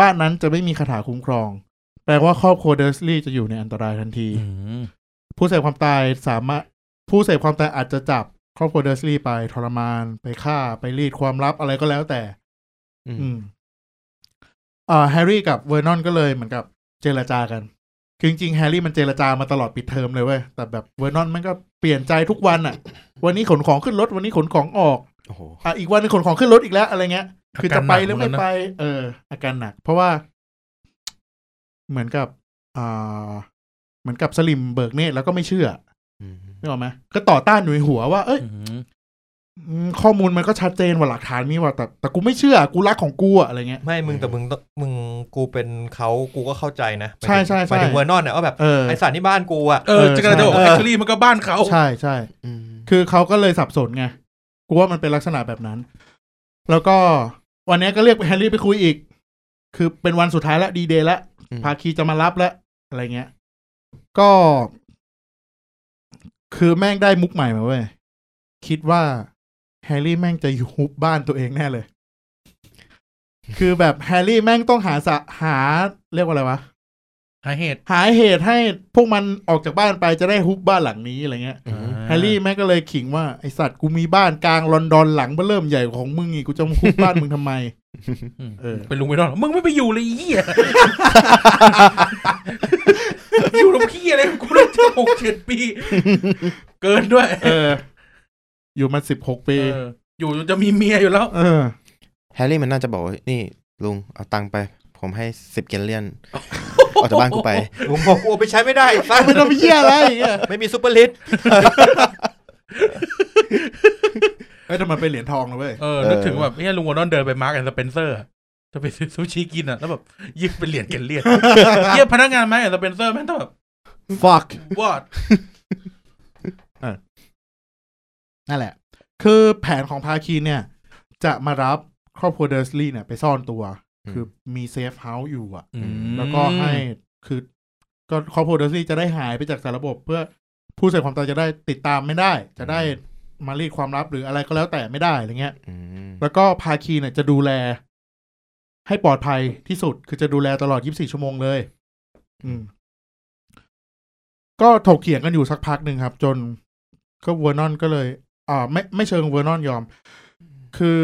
Speaker 2: บ้านนั้นจะไม่มีคาถาคุ้มครอง แปลว่าครอบครัวเดอร์สลีย์จะอยู่ในอันตรายทันที ผู้เสพความตายสามารถผู้เสพความตายอาจจะจับครอบครัวเดอร์สลีย์ไปทรมานไปฆ่าไปรีดความลับอะไรก็แล้วแต่
Speaker 4: อืม
Speaker 2: อืมเอ่อแฮร์รี่กับเวอร์นอนก็เลยเหมือนกับเจรจากันคือจริงๆแฮร์รี่มันเจรจามาตลอดปิดเทอมเลยเว้ยแต่แบบเวอร์นอนมันก็เปลี่ยนใจทุกวันอะวันนี้ขนของขึ้นรถวันนี้ขนของออก
Speaker 4: โอ้โห
Speaker 2: อ่ะอีกวันนึงขนของขึ้นรถอีกแล้วอะไรเงี้ย คือจะไปหรือไม่ไป เออ อาการหนัก เพราะว่า เหมือนกับอ่าเหมือนกับสลิมเบิกเนตรแล้วก็ไม่เชื่อ
Speaker 4: อืม
Speaker 2: นึกออกไหมก็ต่อต้านอยู่ในหัวว่าเอ้ย
Speaker 3: อืม
Speaker 2: อืมข้อมูลมันก็ชัดเจนว่าหลักฐานมีว่าแต่แต่กูไม่เชื่อกูรักของกูอะอะไรเงี้ย
Speaker 1: ไม่มึงแต่มึงต้องมึงกูเป็นเขากูก็เข้าใจนะ
Speaker 2: ใช่ใช่
Speaker 1: ห
Speaker 2: ใช่
Speaker 1: มายถึงเวอร์นอนเนี่ยว่าแบบ
Speaker 2: เออ
Speaker 1: ไอสารที่บ้านกูอ่ะ
Speaker 3: เออจะกระโดด
Speaker 1: เออ
Speaker 3: แอคชวลี่มันก็บ้านเขา
Speaker 2: ใช่ใช่
Speaker 4: อืม
Speaker 2: คือเขาก็เลยสับสนไงกูว่ามันเป็นลักษณะแบบนั้น แล้วก็วันนี้ก็เรียกแฮร์รี่ไปคุยอีก คือเป็นวันสุดท้ายละดีเดย์ละ
Speaker 4: ม
Speaker 2: พาคีจะมารับละอะไรเงี้ย ก็ คือแม่งได้มุกใหม่มาเว้ยคิดว่าแฮร์รี่แม่งจะอยู่ฮุบบ้านตัวเองแน่เลย คือแบบแฮร์รี่แม่งต้องหาสะหาเรียกว่าอะไรวะ
Speaker 3: หาเหตุ
Speaker 2: หาเหตุให้พวกมันออกจากบ้านไปจะได้ฮุบบ้านหลังนี้อะไรเงี้ย
Speaker 4: อืม
Speaker 2: แฮร์รี่แม่งก็เลยขิงว่า ไอสัตว์กูมีบ้านกลางลอนดอนหลังเบ้อเริ่มใหญ่กว่าของมึงอีกกูจะมาฮุบบ้านมึงทำไม
Speaker 3: อืม
Speaker 2: เออ
Speaker 3: เป็นลุงไม่รอดหรอกมึงไม่ไปอยู่เลยไอ้เหี้ย อยู่ตรงพี่อะไรกูได้เจอหกเจ็ดปี เกินด้วย
Speaker 2: เออ อยู่มาสิบหกปี
Speaker 3: เอออยู่จนจะมีเมียอยู่แล้ว
Speaker 2: เออ
Speaker 4: แฮร์รี่มันน่าจะบอกว่านี่ลุงเอาตังค์ไป ผมให้สิบเกลเลียนออกจากบ้านกูไป
Speaker 1: ลุงบอกกูเอาไปใช้ไม่ได้ไอ้สัตว์
Speaker 2: ไม่ต้องไปเยี่ยอะไรอย่างเงี้ย
Speaker 1: ไม่มีซูเปอร์ลิสต์
Speaker 2: เอ้ยแต่มันเป็นเหรียญทองนะเว้ย
Speaker 3: เออ นึกถึงแบบเนี่ยลุงวอนนเดินไปมาร์กแอนด์สเปนเซอร์จะไปซื้อซูชิกินอ่ะ แล้วแบบยิบเป็นเหรียญเกลเลียด เยี่ยพนักงานมาร์กแอนด์สเปนเซอร์แม่งต้องแบบ
Speaker 2: ฟัก
Speaker 3: what
Speaker 2: นั่นแหละ คือแผนของพาคีนเนี่ย จะมารับครอบครัวเดอร์สลีย์เนี่ย ไปซ่อนตัว
Speaker 4: อืม
Speaker 2: คือมีเซฟเฮาส์อยู่อะ
Speaker 3: อืม
Speaker 2: แล้วก็ให้คือก็ครอบครัวเดอร์ซี่จะได้หายไปจากสารระบบ เพื่อผู้เสียความตายจะได้ติดตามไม่ได้ จะได้มารีดความลับหรืออะไรก็แล้วแต่ไม่ได้อะไรเงี้ย
Speaker 4: อืม
Speaker 2: แล้วก็พาคีเนี่ยจะดูแล ให้ปลอดภัยที่สุด คือจะดูแลตลอด 24 ชั่วโมงเลย อืม ก็ถกเถียงกันอยู่สักพักหนึ่งครับ จนก็เวอร์นอนก็เลย อ่า ไม่ไม่เชิงเวอร์นอนยอม คือ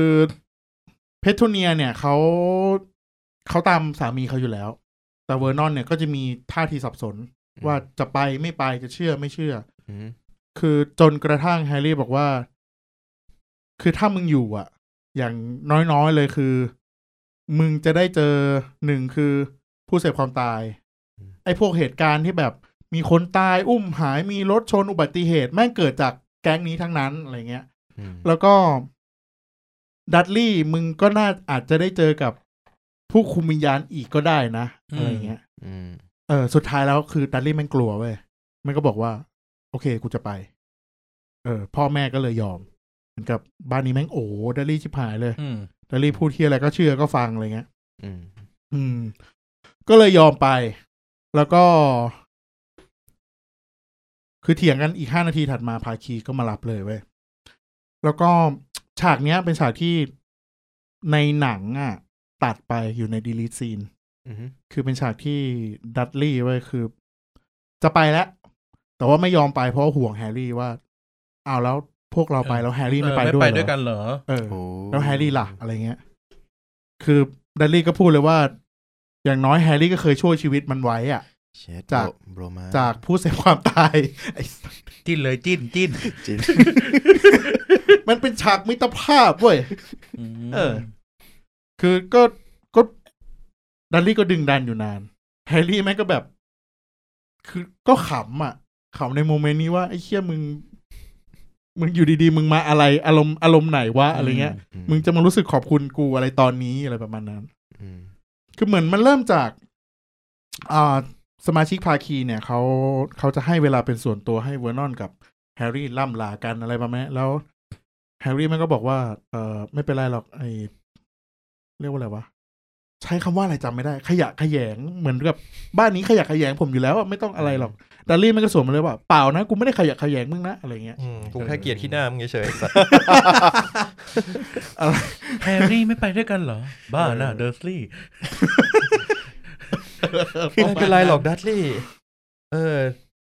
Speaker 2: เพทโทเนีย เนี่ยเขาเขาตามสามีเขาอยู่แล้ว แต่เวอร์นอนเนี่ยก็จะมีท่าทีสับสน ว่าจะไปไม่ไปจะเชื่อไม่เชื่อ
Speaker 4: อืม
Speaker 2: คือจนกระทั่งแฮร์รี่บอกว่า คือถ้ามึงอยู่อ่ะ อย่างน้อยๆเลยคือ มึงจะได้เจอหนึ่งคือผู้เสพความตาย ไอ้พวกเหตุการณ์ที่แบบมีคนตายอุ้มหายมีรถชนอุบัติเหตุ แม่งเกิดจากแก๊งนี้ทั้งนั้นอะไรเงี้ย
Speaker 4: อืม
Speaker 2: แล้วก็ดัตลี่มึงก็น่าอาจจะได้เจอกับผู้คุมวิญญาณอีกก็ได้นะอะไรเงี้ย
Speaker 4: อืม
Speaker 2: เออสุดท้ายแล้วคือดัตลี่แม่งกลัวเว้ยมันก็บอกว่า โอเคกูจะไป เออ พ่อแม่ก็เลยยอม เหมือนกับบ้านนี้แม่งโอ้ดัตลี่ชิบหายเลย
Speaker 3: อืม
Speaker 2: ดัตลี่พูดที่อะไรก็เชื่อก็ฟังอะไรเงี้ย
Speaker 4: อืม
Speaker 2: อืม ก็เลยยอมไป แล้วก็ คือเถียงกันอีกห้านาทีถัดมาพาคีก็มารับเลยเว้ย แล้วก็ฉากเนี้ยเป็นฉากที่ในหนังอ่ะ ตัดไปอยู่ในดีลีทซีน
Speaker 4: อืม
Speaker 2: คือเป็นฉากที่ดัตลี่ไว้ยคือ จะไปแล้ว แต่ว่าไม่ยอมไปเพราะห่วงแฮร์รี่ว่าเอาวแล้วพวกเราไปแล้วแฮร์รี่ไม่ไป
Speaker 3: เออ
Speaker 2: ด้วยเหร
Speaker 3: ด้วยกั
Speaker 2: อน
Speaker 3: เหรอ
Speaker 2: เออ
Speaker 4: โอ้
Speaker 2: แล้วแฮร์รี่ล่ะ อะไรเงี้ย คือดัตลี่ก็พูดเลยว่า อย่างน้อยแฮร์รี่ก็เคยช่วยชีวิตมันไว้อ่ะ
Speaker 4: เช็ด
Speaker 2: จาก
Speaker 4: โบรมา
Speaker 2: จากผู้เสียความตาย ไอ้สัส
Speaker 3: จิ้นเลยจิ้นจิ้น
Speaker 4: จิน
Speaker 2: มันเป็นฉากมิตรภาพเว้ย
Speaker 3: เออ
Speaker 2: คือก็ก็ดันลี่ก็ดึงดันอยู่นาน แฮร์รี่แม่งก็แบบ คือก็ขำอ่ะขำในโมเมนต์นี้ว่าไอ้เชี่ยมึง มึงอยู่ดีๆ มึงมาอะไร อารมณ์อารมณ์ไหนวะอะไรเงี้ย มึงจะมารู้สึกขอบคุณกูอะไรตอนนี้อะไรประมาณนั้น
Speaker 4: อืม
Speaker 2: คือเหมือนมันเริ่มจาก อ่า สมาชิกภาคีเนี่ยเขาเขาจะให้เวลาเป็นส่วนตัวให้เวอร์นอนกับแฮร์รี่ล่ำลากันอะไรประมาณนี้แล้ว แฮร์รี่มันก็บอกว่า เออไม่เป็นไรหรอกไอเรียกว่าอะไรวะ ใช้คำว่าอะไรจำไม่ได้ ขยะขยงเหมือนกับบ้านนี้ขยะขยงผมอยู่แล้วอะไม่ต้องอะไรหรอกดัลลี่มันก็สวนมาเลยว่าเปล่านะกูไม่ได้ขยะขยงมึงนะอะไรเงี้ย
Speaker 1: อืมกูแค่เกลียดขี้หน้ามึงเฉยๆไอ้ สัตว์
Speaker 3: แฮร์รี่ไม่ไปด้วยกันเหรอ บ้าน่ะเดอร์สลีย์
Speaker 1: ไม่เป็นไรหรอกดัตลี่เออ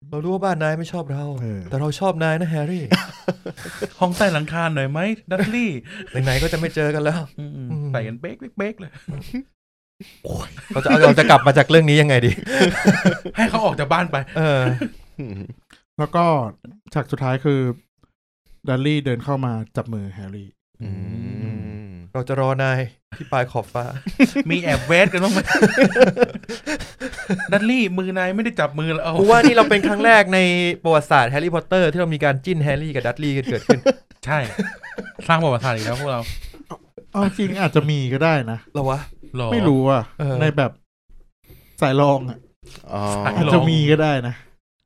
Speaker 1: เรารู้ว่าบ้านนายไม่ชอบเรา
Speaker 2: เออ
Speaker 1: แต่เราชอบนายนะแฮร์รี่
Speaker 3: ห้องใต้หลังคาหน่อยไหมเดอร์สลีย์
Speaker 1: ไหนๆก็จะไม่เจอกันแล้ว
Speaker 3: อืม
Speaker 1: อืม
Speaker 3: ใส่กันเป๊กเป๊กเป๊กเลย
Speaker 1: เราจะเอาเราจะกลับมาจากเรื่องนี้ยังไงดี
Speaker 3: ให้เขาออกจากบ้านไป
Speaker 1: เออ
Speaker 4: อืม
Speaker 2: แล้วก็ฉากสุดท้ายคือดัลลี่เดินเข้ามาจับมือแฮร์รี่
Speaker 4: อืม
Speaker 1: เราจะรอนายที่ปลายขอบฟ้า
Speaker 3: มีแอบเวทกันบ้าง ไหม ดันลี่มือนายไม่ได้จับมือแล้วเอา
Speaker 1: กูว่านี่เราเป็นครั้งแรกในประวัติศาสตร์แฮร์รี่พอตเตอร์ที่เรามีการจิ้นแฮร์รี่กับดัตลี่กันเกิดขึ้น
Speaker 3: ใช่ สร้างประวัติศาสตร์อีกแล้วพวกเรา
Speaker 2: เอาจริงอาจจะมีก็ได้นะ
Speaker 1: เหรอวะ
Speaker 3: หรอ
Speaker 2: ไม่รู้อ่ะ
Speaker 1: เออ
Speaker 2: ในแบบสายรองอ่ะ
Speaker 4: อ๋อ
Speaker 3: สาย
Speaker 2: อาจ
Speaker 3: ล
Speaker 2: จะมีก็ได้นะ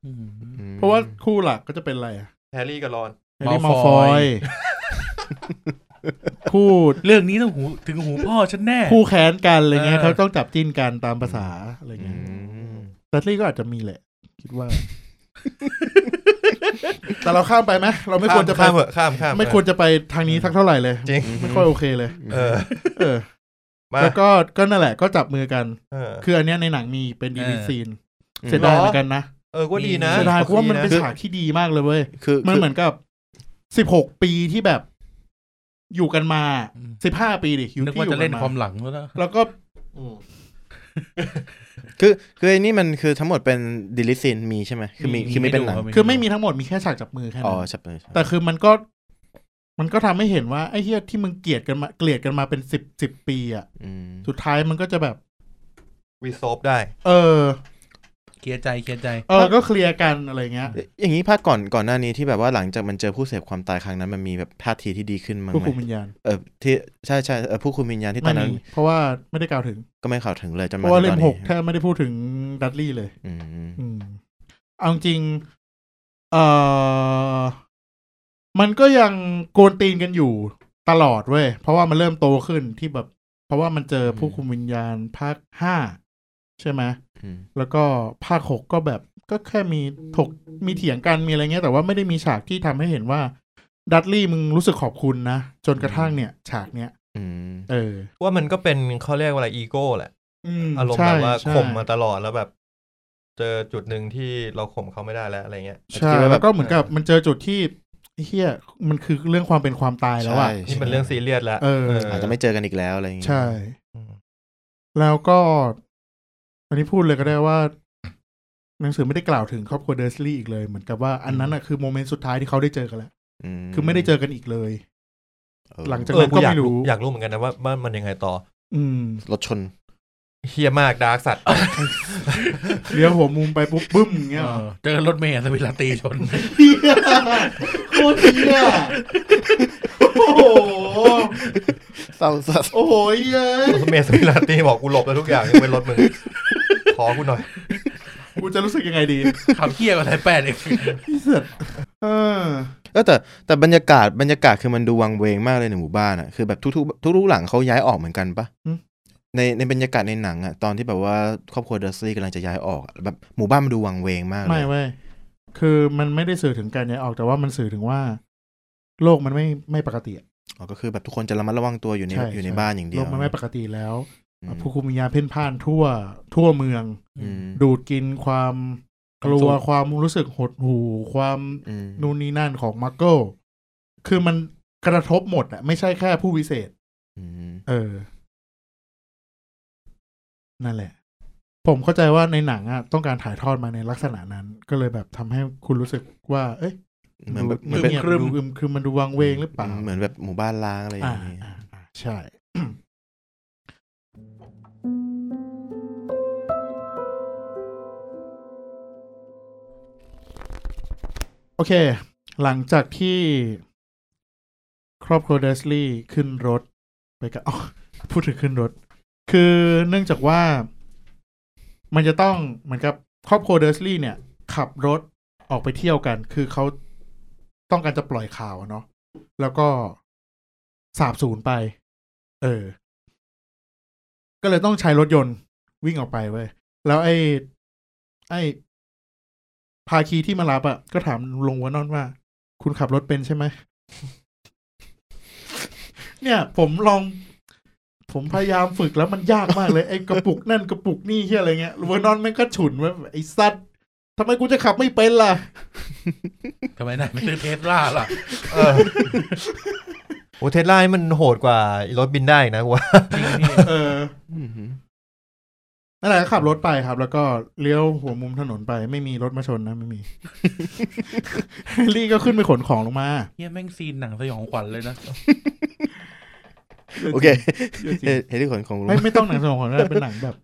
Speaker 3: อืม
Speaker 4: อืม
Speaker 2: เพราะว่าคู่หลักก็จะเป็นอะไรอ่ะ
Speaker 1: แฮร์รี่กับรอน
Speaker 2: แฮร์รี่มอลฟอย
Speaker 3: Malfoy
Speaker 2: คู่
Speaker 3: เรื่องนี้ต้องหูถึงหูพ่อฉันแน่
Speaker 2: คู่แค้นกันอะไรเงี้ย
Speaker 3: เออ
Speaker 2: เขาต้องจับจิ้นกันตามภาษาอะไร
Speaker 4: อื
Speaker 2: เงี้ย
Speaker 4: ม
Speaker 2: ดัตลี่ก็อาจจะมีแหละ คิดว่า แต่เราข้ามไปไหมเราไม่ควรจะไป
Speaker 1: ข้ามเหอะข้ามข้าม
Speaker 2: ไม่ควรจะไปทางนี้สักเท่าไหร่เลย
Speaker 1: จริง
Speaker 2: ไม่ค่อยโอเคเลย
Speaker 1: เออ
Speaker 2: เออ
Speaker 1: มา
Speaker 2: แล้วก็ก็นั่นแหละก็จับมือกัน
Speaker 1: เออ
Speaker 2: คืออันเนี้ยในหนังมีเป็นดี
Speaker 3: เอ
Speaker 2: วี
Speaker 3: อ
Speaker 2: ซีนเสียดา
Speaker 1: ห
Speaker 2: ย
Speaker 1: รอ
Speaker 2: เหมือนกันนะ
Speaker 1: เออก็ดีนะ
Speaker 2: เสียดายเพราะว่ามันเป็น
Speaker 1: ดีะ
Speaker 2: ฉากที่ดีมากเลยเว้ย
Speaker 4: คือ
Speaker 2: มัน
Speaker 4: คือ
Speaker 2: เหมือนกับสิบหกปีที่แบบ อยู่กันมา
Speaker 3: อืม
Speaker 2: สิบห้าปีดิอยู่
Speaker 3: นึก
Speaker 2: ที่
Speaker 3: ว่า
Speaker 2: อยู่
Speaker 3: จะ
Speaker 2: กั
Speaker 3: เล่น
Speaker 2: นมา
Speaker 3: ความหลังแล้วนะ
Speaker 2: แล้วก็
Speaker 1: อืม
Speaker 4: คือคือไอ้นี่มันคือทั้งหมดเป็นดิลิซินมีใช่ไหมคือมี
Speaker 3: มี
Speaker 4: คือไม่
Speaker 3: ให้
Speaker 4: เป็น
Speaker 3: ดู
Speaker 4: หนัง
Speaker 3: ครับมี
Speaker 2: คือไม่มีทั้งหมดมีแค่ฉากจับมือแค่
Speaker 4: อ๋อ
Speaker 2: นั้น
Speaker 4: ใช่ใช่ใช่
Speaker 2: แต่คือมันก็ มันก็ทำให้เห็นว่าไอ้เฮียที่มึงเกลียดกันมาเกลียดกันมาเป็นสิบสิบปีอ่ะ
Speaker 4: อืม
Speaker 2: สุดท้ายมันก็จะแบบ
Speaker 1: รีโซฟได้
Speaker 2: เออ
Speaker 3: เคลียร์ใจเคลียร์ใจ
Speaker 2: เออ ก็เคลียร์กันอะไรเงี้ย
Speaker 4: อย่างนี้ภาคก่อนก่อนหน้านี้ที่แบบว่าหลังจากมันเจอผู้เสพความตายครั้งนั้นมันมีแบบท่าทีที่ดีขึ้นมั้าง
Speaker 2: ผู้
Speaker 4: ไหม
Speaker 2: คุมวิญญาณ
Speaker 4: เออที่ใช่ใช่เออผู้คุมวิญญาณที่ตอ
Speaker 2: ไม่
Speaker 4: นนั้น
Speaker 2: มีเพราะว่าไม่ได้กล่าวถึง
Speaker 4: ก็ไม่ข่าวถึงเลยจน
Speaker 2: เพ
Speaker 4: มา
Speaker 2: ราะว่า
Speaker 4: ถึ
Speaker 2: เล่
Speaker 4: งตอ
Speaker 2: ม
Speaker 4: น
Speaker 2: ห
Speaker 4: นี้
Speaker 2: กแทบไม่ได้พูดถึงดัตลี่เลย
Speaker 4: อืม
Speaker 2: อืมเอาจริง เอ่อ มันก็ยังโกนตีนกันอยู่ตลอดเว้ย เพราะว่ามันเริ่มโตขึ้นที่แบบ เพราะว่ามันเจอผู้คุมวิญญาณภาคห้าใช่ไหม
Speaker 4: อืม
Speaker 2: แล้วก็ภาคหกก็แบบ ก็แค่มีถกมีเถียงกันมีอะไรเงี้ย แต่ว่าไม่ได้มีฉากที่ทำให้เห็นว่า ดัตลี่มึงรู้สึกขอบคุณนะ จนกระทั่งเนี่ย ฉากเนี้ย
Speaker 4: อืม
Speaker 2: เออ
Speaker 1: ว่ามันก็เป็นเขาเรียกว่าอะไรอีโก้แหละ
Speaker 2: อืม
Speaker 1: อารมณ์
Speaker 2: ใช่
Speaker 1: แบบว่า
Speaker 2: ใช่
Speaker 1: ข่มมาตลอดแล้วแบบ เจอจุดหนึ่งที่เราข่มเขาไม่ได้แล้วอะไรเงี้ย
Speaker 2: ใช่แล้วก็เหมือนกับมันเจอจุดที่ไอ้เฮียมันคือเรื่องความเป็นความตายแล้วอ่ะ
Speaker 4: ใช่
Speaker 1: นี่เป็นเรื่องซีเรียสแล้ว
Speaker 2: เออ
Speaker 4: อาจจะไม่เจอกันอีกแล้วอะไรอย่างเงี้ย
Speaker 2: ใช่ แล้วก็ อันนี้พูดเลยก็ได้ว่า หนังสือไม่ได้กล่าวถึงครอบครัวเดอร์สลีย์อีกเลย เหมือนกับว่าอันนั้นอ่ะคือโมเมนต์สุดท้ายที่เขาได้เจอกันแล้ว คือไม่ได้เจอกันอีกเลย
Speaker 4: เออ
Speaker 2: หลังจาก
Speaker 1: เออ
Speaker 2: นั้น
Speaker 1: กู
Speaker 2: ก็
Speaker 1: อยาก
Speaker 2: ไม่
Speaker 1: รู้
Speaker 2: รู้
Speaker 1: อยากรู้เหมือนกันนะว่าว่ามันยังไงต่อ
Speaker 2: อืม
Speaker 4: รถชน
Speaker 1: เฮียมากดาร์กสัตว์
Speaker 2: เลี้ยวหัวมุมไปปุ๊บบึ้มอย่างเงี้ยเหรอ
Speaker 3: เออเจอรถเมล์สวิลาตีช น
Speaker 2: เฮียโคตรเฮียโอ้โห
Speaker 4: เศร้าสัส
Speaker 2: โอ้โหเฮีย
Speaker 1: เมสวิลาตีบอกกูหลบแล้วทุกอย่างยกเป็นรถมึง ขอกูหน่อย
Speaker 2: กูจะรู้สึกยังไงดี
Speaker 3: ทำเที่ยวอะไรแปดเอง
Speaker 2: พี่เสือกเออ
Speaker 4: เออแต่แต่บรรยากาศบรรยากาศคือมันดูวังเวงมากเลยในหมู่บ้านอ่ะคือแบบทุกทุกทุกๆหลังเขาย้ายออกเหมือนกันปะ
Speaker 2: อืม
Speaker 4: ในในบรรยากาศในหนังอ่ะตอนที่แบบว่าครอบครัวเดอร์ซี่กำลังจะย้ายออกอะแบบหมู่บ้านมันดูวังเวงมากเล
Speaker 2: ไม่
Speaker 4: ย
Speaker 2: เว้ย คือมันไม่ได้สื่อถึงการย้ายออกแต่ว่ามันสื่อถึงว่า โลกมันไม่ไม่ปกติอะ
Speaker 4: อ๋อก็คือแบบทุกคนจะระมัดระวังตัวอยู่ใน
Speaker 2: ใช่
Speaker 4: อยู่ใน
Speaker 2: ช่
Speaker 4: บ้านอย่างเดียว
Speaker 2: โลกมันไม่ปกติแล้ว
Speaker 4: อืม
Speaker 2: ผู้คุมวิญญาณเพ่นพ่านทั่ว ทั่วเมือง
Speaker 4: อืม
Speaker 2: ดูดกินความกลัวความรู้สึกหดหู่ความ
Speaker 4: อืม
Speaker 2: นู่นนี่นั่นของมักเกิลคือมันกระทบหมดอะไม่ใช่แค่ผู้วิเศษ
Speaker 4: อืม
Speaker 2: เออ นั่นแหละ ผมเข้าใจว่าในหนังอะต้องการถ่ายทอดมาในลักษณะนั้น ก็เลยแบบทำให้คุณรู้สึกว่า เอ้ย
Speaker 4: เหมือนแบบเหมื
Speaker 2: ดู
Speaker 4: อนแบบ
Speaker 2: เงียบดูอึมครึมมันดูวังเวงหรือเปล่า
Speaker 4: เหมือนแบบหมู่บ้านล้างอะไรอ
Speaker 2: อ่า
Speaker 4: ย่างนี้
Speaker 2: อ่าอ่าใช่ โอเค หลังจากที่ครอบครัวเดสลี่ขึ้นรถไปกับ อ๋อพูดถึงขึ้นรถ คือเนื่องจากว่า มันจะต้องเหมือนกับครอบครัวเดสลี่เนี่ย ขับรถออกไปเที่ยวกัน คือเขาต้องการจะปล่อยข่าวอะเนาะแล้วก็สาบสูญไป เออ ก็เลยต้องใช้รถยนต์วิ่งออกไปเว้ยแล้วไอ้ไอ้ภาคีที่มารับอะ่ะ ก็ถามลงวานอนว่า คุณขับรถเป็นใช่ไหม เนี่ย ผมลอง ผมพยายามฝึกแล้วมันยากมากเลย ไอ้กระปุกนั่นกระปุกนี่เฮียอะไรเงี้ยเวอร์นอนแม่งก็ฉุนว่าไอ้สัตว์ทำไมกูจะขับไม่เป็นล่ะ
Speaker 3: ทำไมนายไม่ซื้อเทสลาล่ะ
Speaker 1: เออโอ้เทสลานี่มันโหดกว่า รถบินได้อีกนะกูว่า
Speaker 3: จริงพี่
Speaker 2: เออ
Speaker 4: อืมอืม
Speaker 2: นั่นแหละก็ขับรถไปครับ แล้วก็เลี้ยวหัวมุมถนนไป ไม่มีรถมาชนนะไม่มี แฮร์รี่ก็ขึ้นไปขนของลงมา
Speaker 3: เฮียแม่งซีนหนังสยองขวัญเลยนะ
Speaker 4: โอเค
Speaker 2: เยอะจริง
Speaker 4: เอ่อเห็นที่ขนของลุง
Speaker 2: ไม่ไม่ต้องหนังสมองของนั่นเป็นหนังแบบ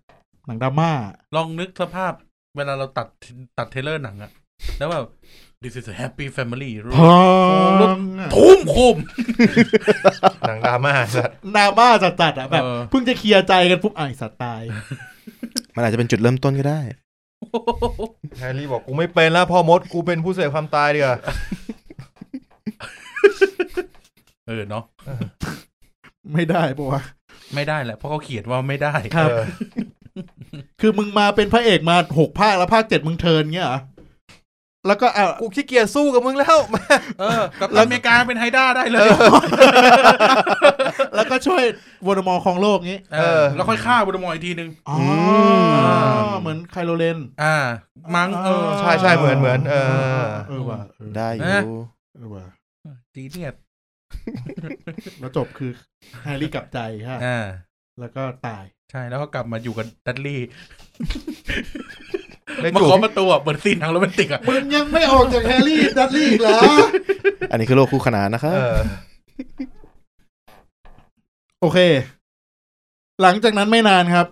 Speaker 2: หนังดราม่า
Speaker 3: ลองนึกสภาพเวลาเราตัดตัดเทรลเลอร์หนังอะแล้วแบบ this is a happy family รู้
Speaker 2: พ อง
Speaker 3: ทุ่มโคม
Speaker 1: หนังดราม่าสัตว์
Speaker 2: ดราม่าจัดๆอ่ะแบบ
Speaker 3: เออ
Speaker 2: เพิ่งจะเคลียร์ใจกันปุ๊บไอ้สัตว์ตาย
Speaker 4: มันอาจจะเป็นจุดเริ่มต้นก็ได้
Speaker 1: แฮร์รี่บอกกูไม่เป็นแล้วพ่อมดกูเป็นผู้เสพความตายดีกว่า
Speaker 3: เออเนาะ
Speaker 2: ไม่ได้ปะวะ
Speaker 3: ไม่ได้แหละเพราะเขาเขียนว่าไม่ได้
Speaker 2: ครับ
Speaker 1: เออ
Speaker 2: คือมึงมาเป็นพระเอกมาหกภาคแล้วภาคเจ็ดมึงเทิร์นเงี้ยเหรอแล้วก็เอา
Speaker 1: กูขี้เกียจสู้กับมึง แล้ว
Speaker 3: เออกับตันอเมริกาเป็นไฮด้าได้เลย
Speaker 2: แล้วก็ช่วยวอร์มอร์ของโลกนี้
Speaker 3: เออแล้วค่อยฆ่าบูดมอยอีกทีนึง
Speaker 2: อ๋ออเหมือนไคลโรเลน
Speaker 3: อ่า มั้งเออ
Speaker 1: ใช่ใช่เหมือนเหมือนเออ
Speaker 2: เออว่ะเออ
Speaker 4: ได้อยู่
Speaker 2: เออว่ะ
Speaker 3: จีเนียส
Speaker 2: แล้วจบคือแฮร์รี่กลับใจฮะ
Speaker 3: อ่า
Speaker 2: แล้วก็ตาย
Speaker 3: ใช่แล้วก็กลับมาอยู่กับดัตลี่
Speaker 1: ได้
Speaker 3: มา
Speaker 1: จูบ
Speaker 3: ขอประตูอะเปิดซีนทางโรแมนติกอะ
Speaker 2: มึงยังไม่ออกจากแฮร์รี่ดัตลี่อีกเหรอ
Speaker 4: อันนี้คือโลกคู่ขนานนะครับ
Speaker 1: เออ
Speaker 2: โอเค หลังจากนั้นไม่นานครับ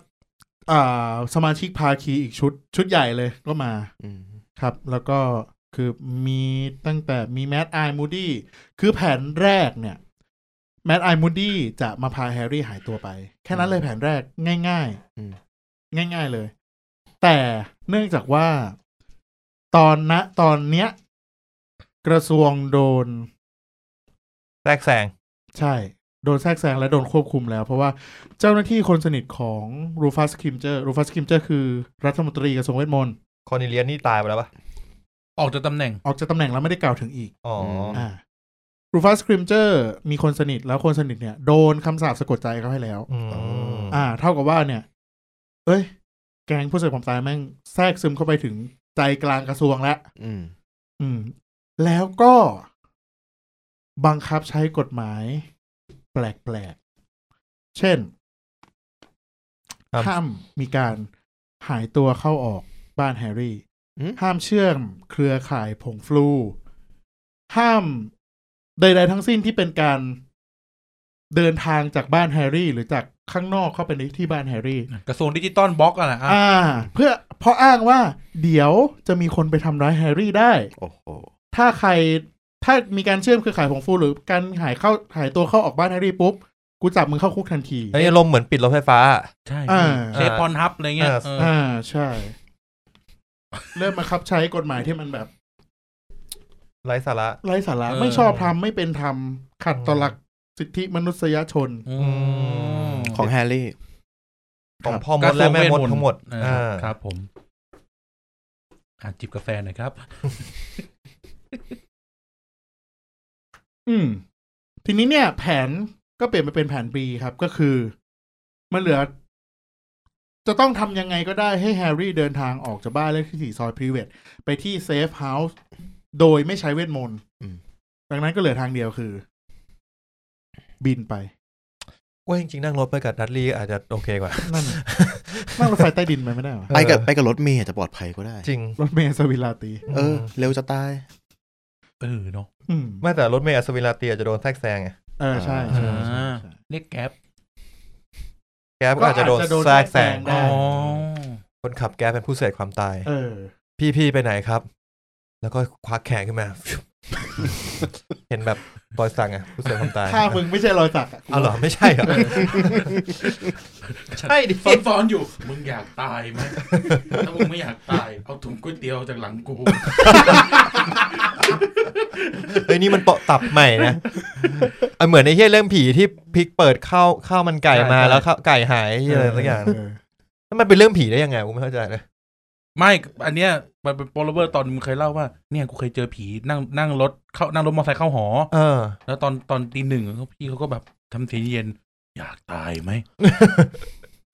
Speaker 2: อ่า สมาชิกภาคีอีกชุด ชุดใหญ่เลยก็มา
Speaker 4: ม
Speaker 2: ครับ แล้วก็คือมีตั้งแต่มีแมดไอมูดี้คือแผนแรกเนี่ยแมดไอมูดี้จะมาพาแฮร์รี่หายตัวไป แค่นั้นเลยแผนแรกง่าย
Speaker 4: อืม
Speaker 2: ๆ ง่าย ๆเลย แต่เนื่องจากว่าตอนณตอนเนี้ย กระทรวงโดน
Speaker 1: แทรกแซง
Speaker 2: ใช่ โดนแทรกแซงและโดนควบคุมแล้ว เพราะว่าเจ้าหน้าที่คนสนิทของรูฟัสคิมเจอร์รูฟัสคิมเจอร์คือรัฐมนตรีกระทรวงเวทมนต์
Speaker 1: คอนเนเลียนนี่ตายไปแล้วปะ
Speaker 3: ออกจากตำแหน่ง
Speaker 2: ออกจากตำแหน่งแล้วไม่ได้กล่าวถึงอีก
Speaker 1: อ๋ออ
Speaker 2: อ่ารูฟัสคิมเจอร์มีคนสนิทแล้วคนสนิทเนี่ย โดนคำสาปสะกดใจเขาให้แล้ว
Speaker 1: อืม
Speaker 2: อ่า เท่ากับว่าเนี่ย เอ้ย แกงผู้เสพความตายแม่งแทรกซึมเข้าไปถึงใจกลางกระทรวงแล้ว
Speaker 4: อืม
Speaker 2: อืม แล้วก็บังคับใช้กฎหมาย แปลกๆ เช่น ห้ามมีการหายตัวเข้าออกบ้านแฮร์รี่
Speaker 4: อืม
Speaker 2: ห้ามเชื่อมเครือข่ายผงฟลู ห้ามใดๆทั้งสิ้นที่เป็นการเดินทางจากบ้านแฮร์รี่ หรือจากข้างนอกเข้าไปในที่บ้านแฮร์รี่
Speaker 3: กระทรวงดิจิตอลบล็อกอะนะอ่ะ
Speaker 2: อ่า เพื่อเพราะอ้างว่า เดี๋ยวจะมีคนไปทำร้ายแฮร์รี่ได้
Speaker 4: โอ้โห
Speaker 2: ถ้าใครถ้ามีการเชื่อมเครือข่ายผงฟลูหรือการหายเข้าหายตัวเข้าออกบ้านแฮร์รี่ปุ๊บกูจับมึงเข้าคุกทันที
Speaker 1: อันนี้อารมณ์เหมือนปิดรถไฟฟ้า
Speaker 3: ใช่
Speaker 2: อ่า
Speaker 3: เชฟพรทับอะไรเงี้ย
Speaker 1: อ่า
Speaker 3: เออ
Speaker 2: อ่าใช่ เริ่มมาครับใช้กฎหมายที่มันแบบ
Speaker 1: ไร้สาระ
Speaker 2: ไร้สาระไม่ชอบทำไม่เป็นธรรมขัดต่อหลักสิทธิมนุษยชน
Speaker 3: อืม
Speaker 4: ของแฮร์รี่
Speaker 1: ของพ่อมดและแม่มดทั้งหมด
Speaker 3: อ่า
Speaker 1: อ่า
Speaker 3: ครับผมอ่ะจิบกาแฟหน่อยครับ
Speaker 2: อืม ทีนี้เนี่ย แผนก็เปลี่ยนไปเป็นแผน B ครับ ก็คือ มันเหลือ จะต้องทำยังไงก็ได้ให้แฮร์รี่เดินทางออกจากบ้านเลขที่สี่ซอยพรีเวทไปที่เซฟเฮาส์โดยไม่ใช้เวทมนต์
Speaker 4: อืม
Speaker 2: ดังนั้นก็เหลือทางเดียวคือ บินไป
Speaker 1: ว่าจริงๆนั่งรถไปกับดัตลี่อาจจะโอเคกว่า
Speaker 2: นั่นน่ะ นั่งรถไฟใต้ดินไปไม่ได้เหรอ
Speaker 4: ไปกับไปกับรถเมย์อาจจะปลอดภัยก็ได้
Speaker 1: จริง
Speaker 2: รถเมล์สวิลลาตี
Speaker 4: เออ เร็วจะตาย
Speaker 3: เออเนาะ
Speaker 2: อืม
Speaker 1: ไม่แต่รถเมล์อัศวินลาเตียจะโดนแทรกแซงไง
Speaker 2: เออใช่ใช่ใช่
Speaker 3: อ่า
Speaker 2: ใช่
Speaker 3: เรียกแก๊ป
Speaker 1: แก๊ปก็อาจจะโดนแทรกแซง
Speaker 2: ได้
Speaker 3: อ๋อ
Speaker 1: คนขับแก๊ปเป็นผู้เสพความตาย
Speaker 2: เออ
Speaker 1: พี่พี่ไปไหนครับ แล้วก็ควักแขนขึ้นมา เห็นแบบรอยสักอ่ะผู้เสพความตาย
Speaker 2: ถ้ามึงไม่ใช่รอยสักะ
Speaker 1: เอาเหรอไม่ใช่เหรอใช่ดิ
Speaker 3: ซ้อนซ้อนอยู่ มึงอยากตายไหมถ้ามึงไม่อยากตาย เอาถุงก๋วยเตี๋ยวจากหลังกู
Speaker 1: เฮ้ยนี่มันเปาะตับใหม่นะเอาเหมือนในเฮียเรื่องผีที่พลิกเปิดข้าวข้าวมันไก่มา
Speaker 3: ใช่
Speaker 1: แล้วข้าวไก่หายเหี้ยอะไรสักอย่าง
Speaker 2: เอ
Speaker 1: นั่นมันเป็นเรื่องผีได้ยังไงกูไม่เข้าใจนะ
Speaker 3: ไม่ อันเนี้ยมันเป็นโปรเลเวอร์ตอนมึงเคยเล่าว่า เนี่ยกูเคยเจอผีนั่งนั่งรถเข้านั่งรถมอเตอร์ไซค์เข้าหอ
Speaker 1: เออ
Speaker 3: แล้วตอนตอนตีหนึ่งพี่เขาก็แบบทำเสียงเย็น อยากตาย ไหม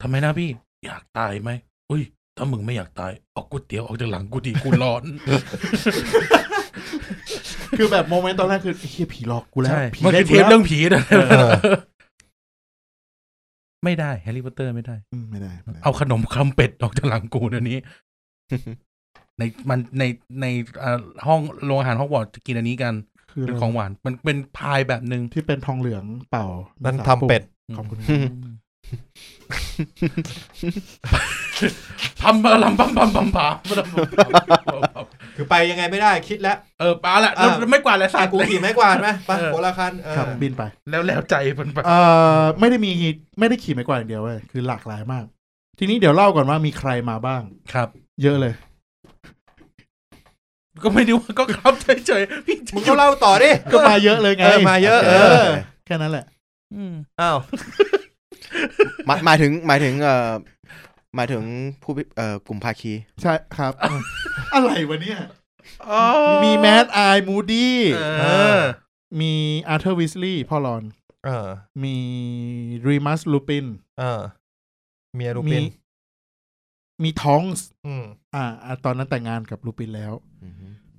Speaker 3: ทำไมนะพี่ อยากตายไหมอุ้ย ถ้ามึงไม่อยากตายเอาก๋วยเตี๋ยวออกจากหลังกูดีกูร้อน
Speaker 2: คือแบบโมเมนต์ตอนแรกคือไอ้เฮียผีหลอกกูแล้ว
Speaker 3: ใช่
Speaker 2: ผี
Speaker 3: มัน
Speaker 2: ได้
Speaker 3: คือเท
Speaker 2: กู
Speaker 3: ป
Speaker 2: แล้ว
Speaker 3: เรื่องผีนะ
Speaker 1: เออ
Speaker 3: ไม่ได้แฮร์รี่พอตเตอร์ไม่ได้
Speaker 2: อืมไม่ได้ไม่ได้
Speaker 3: เอาขนมครัมเป็ดออกจากหลังกูเดี๋ยวนี้ ในมันในในอ่าห้องโรงอาหารฮอกวอตส์จะกินอันนี้กัน
Speaker 2: คือ
Speaker 3: เป็น
Speaker 2: เรา
Speaker 3: ของหวาน มันเป็นพายแบบหนึ่ง
Speaker 2: ที่เป็นทองเหลืองเป่า
Speaker 1: นั่
Speaker 2: นั่
Speaker 1: นทำเป็ด
Speaker 2: ขอบคุณ
Speaker 3: พัมปะลำพัมพัมพัมพัมพัม
Speaker 1: คือไปยังไงไม่ได้คิดแล้ว
Speaker 3: เออปลาละ
Speaker 1: อ่ะ
Speaker 3: แล้วไม่กว่าดแล้ว
Speaker 1: สา
Speaker 3: สา
Speaker 1: กู
Speaker 3: กู
Speaker 1: ขี่ไม้กวาดไหมไป
Speaker 3: เออ
Speaker 1: โหราคันเออ
Speaker 2: ครับบินไป
Speaker 3: แล้วแล้วใจมันแบบ
Speaker 2: เอ่อไม่ได้มีไม่ได้ขี่ไม้กวาดอย่างเดียวเว้ยคือหลากหลายมาก ทีนี้เดี๋ยวเล่าก่อนว่ามีใครมาบ้าง
Speaker 3: ครับ
Speaker 2: เยอะเลย
Speaker 3: ก็ไม่ได้ว่าก็ครับเฉยๆพี่
Speaker 1: มึงก็เล่าต่อดิ
Speaker 2: ก็มาเยอะเลยไง
Speaker 1: เออมาเยอะเออ
Speaker 2: แค่นั้นแหละ
Speaker 3: อืม
Speaker 1: อ้าว
Speaker 4: หมายหมายถึงหมายถึงเอ่อหมายถึงผู้พิเอ่อกลุ่มภาคี
Speaker 2: ใช่ครับ อะไรวะเนี่ย
Speaker 3: อ๋อ
Speaker 2: มีแมดไอมูดี้
Speaker 3: เออ
Speaker 2: มีอาร์เธอร์วิสลีย์พ่อรอน
Speaker 1: เออ
Speaker 2: มีรีมัสลูปิน
Speaker 1: เออเมียรู
Speaker 2: มี
Speaker 1: ปิน
Speaker 2: มีทองส์
Speaker 1: อืม
Speaker 2: อ่าอ่า ตอนนั้นแต่งงานกับลูปินแล้ว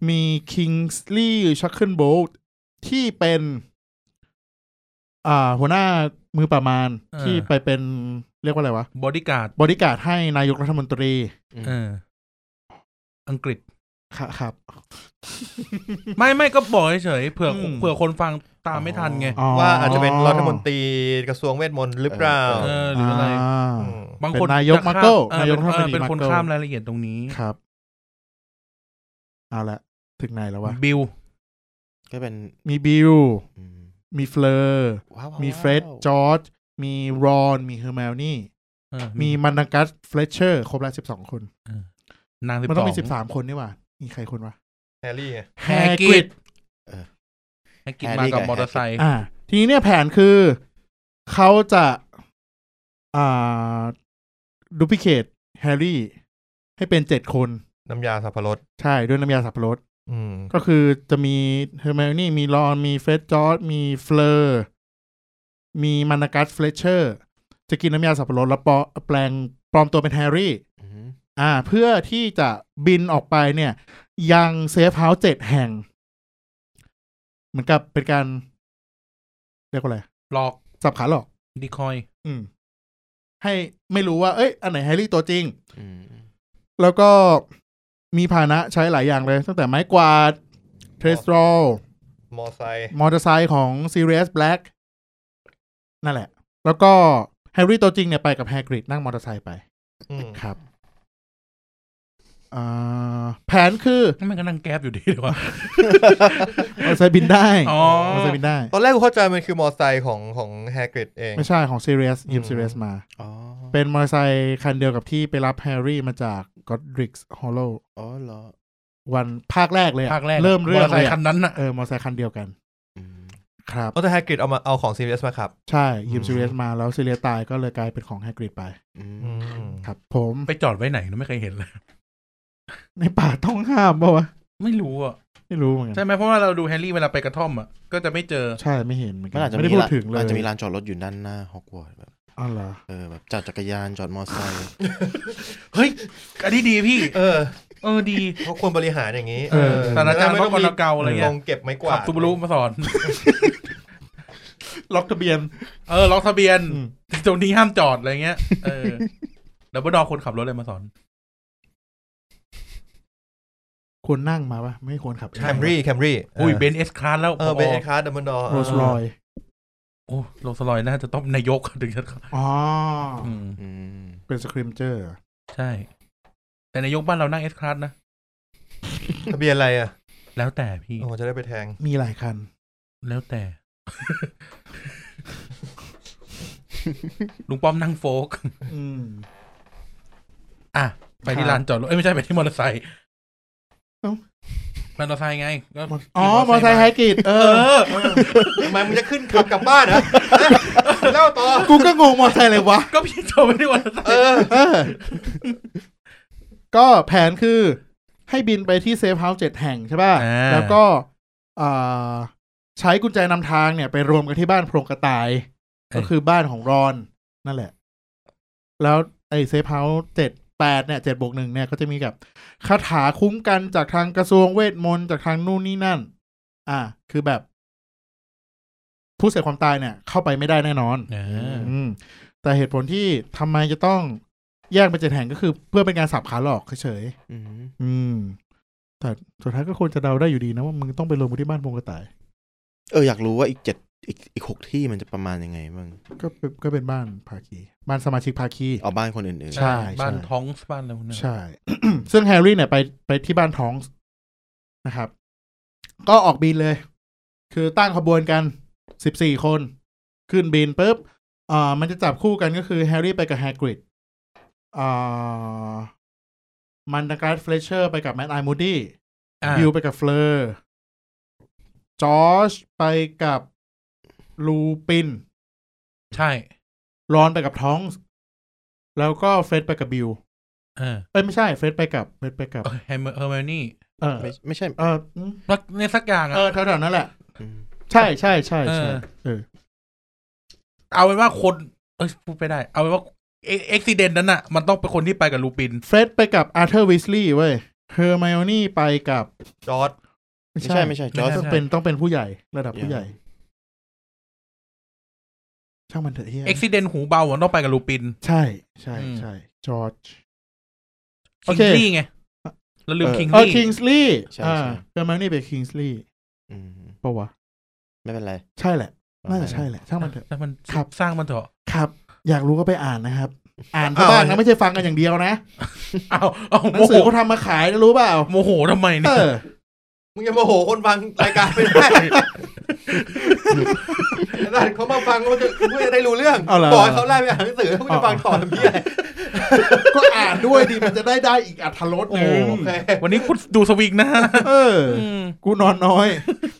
Speaker 2: มีคิงส์ลีย์ชักเคิลโบลต์ที่เป็น อ่า หัวหน้ามือประมาณ
Speaker 3: เออ
Speaker 2: ที่ไปเป็นเรียกว่าอะไรวะ
Speaker 3: บอดี้การ์ด
Speaker 2: บริการดให้นายกรัฐมนตรี
Speaker 3: เออ อังกฤษ
Speaker 2: ครับครับ
Speaker 3: ไม่ไม่ก็บอกเฉยๆเผื่ออ
Speaker 2: ม
Speaker 3: เผื่อคนฟังตามไม่ทันไง
Speaker 2: อ๋อ
Speaker 1: ว่าอาจจะเป็นรัฐมนตรีกระทรวงเวทมนต์หรือเปล่า
Speaker 3: เออหรืออะไร
Speaker 2: า
Speaker 1: ม
Speaker 3: บางคน
Speaker 2: เป็นนายก
Speaker 3: จะข้
Speaker 2: มาโก้
Speaker 3: เออน
Speaker 2: ายก
Speaker 3: เป็น
Speaker 2: รัฐมนตรี
Speaker 3: เป็นคน
Speaker 2: มาโก้
Speaker 3: ข้ามรายละเอียดตรงนี้
Speaker 2: ครับ เอาละถึงไหนแล้ววะ
Speaker 3: บิล
Speaker 4: ก็เป็น
Speaker 2: มีบิล
Speaker 4: อืม
Speaker 2: มีเฟลอร์
Speaker 4: ว้าวว้าว
Speaker 2: มีเฟร็ด
Speaker 4: ว้าว
Speaker 2: จอร์จมีรอน มีเฮอร์เมลนี่
Speaker 3: เออ
Speaker 2: มีมันนากัสเฟลเชอร์ครบแล้วสิบสองคน
Speaker 3: นางสิบ
Speaker 2: มัน
Speaker 3: ส
Speaker 2: ต้
Speaker 3: อ
Speaker 2: อง งมีสิบสามคนนี่หว่า มีใครคนวะ
Speaker 1: แฮร์รี่ไง
Speaker 3: แฮกริด แฮกริดมากับ
Speaker 4: แฮร์รี่
Speaker 3: มอเตอร์ไซค์
Speaker 2: อ่า ทีนี้เนี่ยแผนคือเขาจะ อ่าดูพิเคตแฮร์รี่ ให้เป็นเจ็ดคน
Speaker 1: น้ำยาสับปะรด
Speaker 2: ใช่ด้วยน้ำยาสับปะรด
Speaker 1: อืม
Speaker 2: ก็คือจะมีเฮอร์เมลนี่มีรอน มีเฟรดจอร์ดมีเฟลอร์มีมานากัสเฟลเชอร์ จะกินน้ำยาสับปะรดแล้วปลอแปลงปลอมตัวเป็นแฮร์รี่
Speaker 4: อืม
Speaker 2: อ่า เพื่อที่จะบินออกไปเนี่ย ยังเซฟเฮาส์เจ็ดแห่ง เหมือนกับเป็นการ เรียกว่าอะไร
Speaker 3: หลอก
Speaker 2: สับขาหลอก
Speaker 3: ดีคอย
Speaker 2: อืม ให้ไม่รู้ว่า เอ้ย อันไหนแฮร์รี่ตัวจริง
Speaker 4: อืม
Speaker 2: แล้วก็มีพาหนะใช้หลายอย่างเลย ตั้งแต่ไม้กวาดเทรสโรล
Speaker 1: มอไซค์
Speaker 2: มอเตอร์ไซค์ของ Sirius Black นั่นแหละ แล้วก็แฮร์รี่ตัวจริงเนี่ยไปกับแฮกริดนั่งมอเตอร์ไซค์ไป
Speaker 1: อืม
Speaker 2: ครับอ่าแผนคือ
Speaker 3: มันก็นั่งแก๊บอยู่ดีเลยวะ
Speaker 2: มอเตอร์ไซค์บินได้
Speaker 3: อ๋
Speaker 2: ม
Speaker 3: อ
Speaker 2: อเตอร์ไซค์บินได้
Speaker 1: ตอนแรกกูเข้าใจมันคือมอไซค์ของของแฮกริดเอง
Speaker 2: ไม่ใช่ของ Sirius ยืม
Speaker 1: อืม
Speaker 2: Sirius มา
Speaker 4: อ๋อ
Speaker 2: เป็นมอเตอร์ไซค์คันเดียวกับที่ไปรับแฮร์รี่มาจาก Godric's Hollow
Speaker 4: อ๋อเหรอ
Speaker 2: วันภาคแรกเลยอะ
Speaker 3: ภาคแรก
Speaker 2: เริ่มเรื่
Speaker 3: มอ
Speaker 2: อง
Speaker 3: เตอร์ไซ
Speaker 2: เลย
Speaker 3: ค์คั
Speaker 2: อะ
Speaker 3: นนั้นน่ะ
Speaker 2: เออมอเตอร์ไซค์คันเดียวกัน
Speaker 4: อืม
Speaker 2: ครับ
Speaker 1: ก็แต่แฮกริดเอามาเอาของซีเรียสมาขับ
Speaker 2: ใช่ยืม
Speaker 1: อืม
Speaker 2: Sirius มาแล้ว Sirius ตายก็เลยกลายเป็นของแฮกริดไป
Speaker 4: อื
Speaker 1: อื
Speaker 4: ม
Speaker 1: ม
Speaker 2: ครับผม
Speaker 3: ไปจอดไว้ไหนเราไม่เคยเห็นเลย
Speaker 2: ในป่าต้องห้ามปะวะ
Speaker 3: ไม่รู้อ่ะ
Speaker 2: ไม่รู้เหมือนกัน
Speaker 3: ใช่ไหมเพราะว่าเราดูแฮร์รี่เวลาไปกระท่อมอ่ะ ก็จะไม่เจอ
Speaker 2: ใช่ไม่เห็นเหมือนกั
Speaker 4: มันอาจจะ
Speaker 2: ไม่
Speaker 4: มี
Speaker 2: ได้พูด
Speaker 4: ร้าน
Speaker 2: ถึงเลย
Speaker 4: อาจจะมีลานจอดรถอยู่ด้านหน้าฮอกวอตส์แบบ
Speaker 2: อ๋อเหรอ
Speaker 4: เออแบบจอดจักรยานจอดมอเตอร์ไซค์
Speaker 3: เฮ้ย อันนี้ดีพี่
Speaker 1: เออ
Speaker 3: เออดี
Speaker 1: เขาควรบริหารอย่างนี้
Speaker 3: ศาสตราจารย์
Speaker 1: ไม่
Speaker 3: พระกรณเกาอะไรเงี้ย
Speaker 1: ลงเก็บไม้กวา
Speaker 3: ขับ
Speaker 1: ด
Speaker 3: ซูบารุมาสอน
Speaker 2: ล็อกทะเบียน
Speaker 3: เออล็อกทะเบียน
Speaker 2: อืม
Speaker 3: ตรงนี้ห้ามจอดอะไรเงี้ย เออดับเบิลดอคนขับรถเลยมาสอน
Speaker 2: ควรนั่งมาปะไม่ควรขับ
Speaker 1: แคมรี่แคมรี่
Speaker 3: อุ้ยเบนเอสคลาสแล้ว
Speaker 1: เออเบนเอ็คาร์ดัมเบิลดอ
Speaker 2: โรสรอย
Speaker 3: โอ้โรสลอยน่าจะต้องนายกถึงจะขับ
Speaker 2: อ๋อ
Speaker 3: อืม
Speaker 4: อืม
Speaker 2: เป็นสคริมเจอร์
Speaker 3: ใช่ แต่นายกบ้านเรานั่งเอสคลาสนะ
Speaker 1: ทะเบียนอะไรอ่ะ
Speaker 3: แล้วแต่พี่
Speaker 1: โอ้จะได้ไปแทง
Speaker 2: มีหลายคัน
Speaker 3: แล้วแต่ ลุงป้อมนั่งโฟก
Speaker 2: อืม
Speaker 3: อ่ะ ไป
Speaker 2: ค
Speaker 3: ที่
Speaker 2: รับ
Speaker 3: ลานจอดรถ เอ้ย ไม่ใช่ ไปที่มอเตอร์ไซค์
Speaker 2: เอ้า
Speaker 3: มอเตอร์ไซค์ไงก็
Speaker 2: อ๋อ มอเตอร์ไซค์ไฮกริดเอ
Speaker 3: เอ
Speaker 2: อ
Speaker 3: อ
Speaker 1: ทำไมมึงจะ ขึ้นขับกลับบ้านเหรอเล่าต่อ
Speaker 2: กูก็งงมอเตอร์ไซค์เลยวะ
Speaker 3: ก็พี่จอดไปที่มอเตอร์ไซค์
Speaker 1: เออ
Speaker 2: เออ ก็แผนคือ ให้บินไปที่เซฟเฮาส์เจ็ดแห่งใช่ป่ะ
Speaker 3: อ่า
Speaker 2: แล้วก็อ่าใช้กุญแจนำทางเนี่ยไปรวมกันที่บ้านโพรงกระต่าย
Speaker 3: เอ้ย
Speaker 2: ก็คือบ้านของรอน นั่นแหละ แล้วไอเซฟเฮาส์เจ็ดแปดเนี่ยเจ็ดบวกหนึ่งเนี่ยก็จะมีกับคาถาคุ้มกันจากทางกระทรวงเวทมนต์จากทางนู่นนี่นั่น อ่า คือแบบ ผู้เสียความตายเนี่ย เข้าไปไม่ได้แน่นอน
Speaker 3: เออ
Speaker 2: อืมแต่เหตุผลที่ทำไมจะต้องแยกเป็นเจ็ดแห่งก็คือ เพื่อเป็นการสับขาหลอกเฉย
Speaker 4: อืม
Speaker 2: ๆอืม แต่สุดท้ายก็ควรจะเดาได้อยู่ดีนะว่ามึงต้องไปลงที่บ้านพงกระต่าย
Speaker 4: เอออยากรู้ว่าอีกเจ็ด อีกอีกหกที่มันจะประมาณยังไงบ้าง
Speaker 2: ก็เป็นก็เป็นบ้านภาคี บ้านสมาชิกภาคี
Speaker 4: เอาบ้านคนอื่น
Speaker 2: ใช่
Speaker 3: บ้านท้องส์บ้านอะไรพวกนั้น
Speaker 2: ใช่ ซึ่งแฮร์รี่เนี่ยไปไปที่บ้านท้องส์นะครับ ก็ออกบินเลย คือตั้งขบวนกันสิบสี่คน ขึ้นบินปุ๊บอ่ามันจะจับคู่กันก็คือแฮร์รี่ไปกับแฮกริดอ่ามันดาการ์ดเฟลเชอร์ไปกับแมดไอมูดี้
Speaker 3: อ่า
Speaker 2: บิวไปกับเฟลอร์จอชไปกับลูปิน
Speaker 3: ใช่
Speaker 2: รอนไปกับท้องส์แล้วก็เฟรดไปกับบิว
Speaker 3: เออ
Speaker 2: เอ้ยไม่ใช่เฟรดไปกับเฟรดไปกับ
Speaker 3: เฮมเฮอร์เมนี่
Speaker 2: เออ
Speaker 4: ๆไม่ไม่ใช่
Speaker 2: เอออืม
Speaker 3: รักในสักอย่าง
Speaker 2: เอ
Speaker 3: อ่ะ
Speaker 2: อแถวๆนั่นแหละ
Speaker 4: อืม
Speaker 2: ใช่ใช่ใช่ใช่
Speaker 3: เออ
Speaker 2: เออ
Speaker 3: เอาเป็นว่าคนเอ้ยพูดไม่ได้ เอาเป็นว่าเอ็กซิเดนนั้นอ่ะ มันต้องเป็นคนที่ไปกับลูปิน
Speaker 2: เฟรดไปกับอาร์เธอร์วิสลีย์เว้ยเฮอร์ไมโอนี่ไปกับ
Speaker 1: จอร์ด
Speaker 2: ไม่
Speaker 4: ไม่
Speaker 2: ใช่
Speaker 4: ใช่ไม่ใช่จอร์จ
Speaker 3: ไม่
Speaker 2: ต้อง
Speaker 3: ใช่
Speaker 2: เป็นต้องเป็นผู้ใหญ่ระดับผู้
Speaker 4: ยัง
Speaker 2: ใหญ่ ช่างมันเถอะเฮีย
Speaker 3: เอ็กซิเดนหูเบาอะต้องไปกับลูปิน
Speaker 2: ใช่ใช่
Speaker 3: อืม
Speaker 2: ใช่จอร์จ โอ
Speaker 3: คิง
Speaker 2: เค
Speaker 3: ลี่ไงแล้วลืมคิง
Speaker 2: เออ
Speaker 3: ลี่
Speaker 2: คิงส์ลีย์
Speaker 4: ใช่
Speaker 2: อ่า
Speaker 4: ใช่
Speaker 2: เฮอร์ไมโอนี่ไปคิงส์ลีย์
Speaker 4: อืม
Speaker 2: ปะวะ
Speaker 4: ไม่เป็นไร
Speaker 2: ใช่แหละน่าจะใช่แหละช่างมันเถอะ
Speaker 3: แล้วมัน
Speaker 2: ครับ
Speaker 3: สร้างมันเถ อะ
Speaker 2: ครับ อยากรู้ก็ไปอ่านนะครับ อ่านที่บ้านนะไม่ใช่ฟังกันอย่างเดียวนะ
Speaker 3: เอาเอา
Speaker 2: หนั
Speaker 3: โม
Speaker 2: ง
Speaker 3: โห
Speaker 2: สือเขาทำมาขายนะรู้เปล่า
Speaker 3: โมโหทำไมเนี่
Speaker 2: เอย อ
Speaker 1: มึงอย่าโมโหคน ฟังรายการไม่ได้ นั่นเขามาฟังเขาจะเพื่อจะได้รู้เรื่อง
Speaker 2: เอาเหรอ
Speaker 1: บอกให้เขาไล่ไปอ่านหนังสือเขาจะฟังต่อทำเพี้ย
Speaker 2: ก็อ่านด้วยดิมันจะได้ได้อีกอัธรสหนึ่ง
Speaker 1: โอเค
Speaker 3: วันนี้คุณดูสวิงนะ
Speaker 2: เออ
Speaker 3: ม
Speaker 2: กูนอนน้อย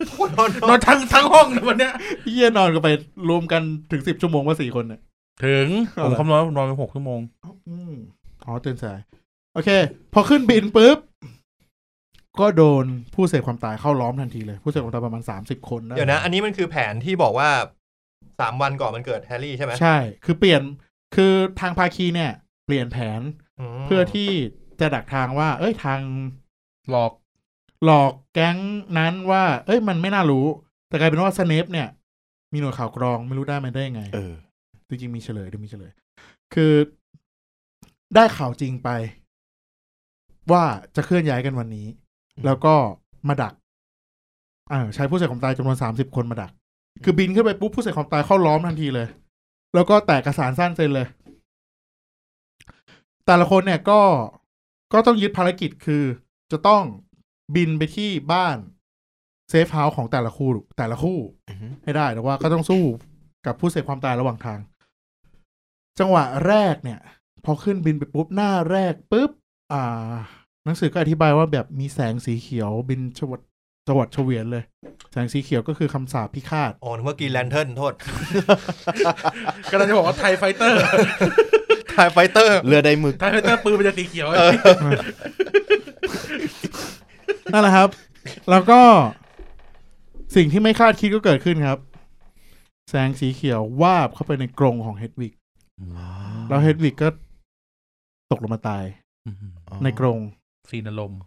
Speaker 1: โคตรนอน
Speaker 3: นอนทั้งทั้งห้องเลยวันเนี้ย
Speaker 2: เยี่ยนอนกันไปรวมกันถึงสิบชั่วโมงว่าสี่คนเนี่ย
Speaker 3: ถึง
Speaker 2: เอา
Speaker 3: ผม
Speaker 2: ล่ะ
Speaker 3: คำนวณว่าผมนอนไปหกชั่วโมง
Speaker 2: อืมอ๋อตื่นสาย โอเค พอขึ้นบินปุ๊บ ก็โดนผู้เสพความตายเข้าล้อมทันทีเลย ผู้เสพความตายประมาณสามสิบคน
Speaker 1: เดี๋ยวนะ อันนี้มันคือแผนที่บอกว่าสามวันก่อนมันเกิดแฮร์รี่ใช่ไหม
Speaker 2: ใช่ คือเปลี่ยนคือทางภาคีเนี่ย เปลี่ยนแผน
Speaker 1: ม
Speaker 2: เพื่อที่จะดักทางว่า เอ้ยทาง
Speaker 3: หลอก
Speaker 2: หลอกแก๊งนั้นว่า เอ้ย มันไม่น่ารู้ แต่กลายเป็นว่าสเนปเนี่ย มีหน่วยข่าวกรองไม่รู้ได้มันได้ยังไง
Speaker 4: เออ
Speaker 2: จริงๆมีเฉลยด้วยมีเฉลย คือได้ข่าวจริงไป ว่าจะเคลื่อนย้ายกันวันนี้
Speaker 4: อืม
Speaker 2: แล้วก็มาดักอ่าใช้ผู้เสพความตายจำนวนสามสิบคนมาดัก คือบินขึ้นไปปุ๊บผู้เสพความตายเข้าล้อมทันทีเลย แล้วก็แตกกระสานสั้นเซ็นเลย แต่ละคนเนี่ยก็ก็ต้องยึดภารกิจคือ จะต้องบินไปที่บ้านเซฟเฮาส์ของแต่ละคู่แต่ละคู่
Speaker 4: อือฮึ
Speaker 2: ให้ได้แต่ว่าก็ต้องสู้กับผู้เสพความตายระหว่างทาง จังหวะแรกเนี่ย พอขึ้นบินไปปุ๊บหน้าแรกปุ๊บอ่า หนังสือก็อธิบายว่าแบบมีแสงสีเขียวบินชวัดจวัดเฉวียนเลย แสงสีเขียวก็คือคำสาปพิฆาต
Speaker 1: อ๋อนึกว่ากินแลนเทิร์นโทษ
Speaker 3: กำลังจะบอกว่าไทยไฟ เตอร์
Speaker 1: ทายไฟเตอร์
Speaker 4: เรือใดหมึก
Speaker 3: ไทยไฟเตอร์ปืนมันจะสีเขียว
Speaker 2: นั่นแหละครับ แล้วก็สิ่งที่ไม่คาดคิดก็เกิดขึ้นครับ แสงสีเขียววาบเข้าไปในกรงของเฮดวิกแล้วเฮดวิกก็ตกลงมาตายในกรง
Speaker 3: ซีนอารมณ์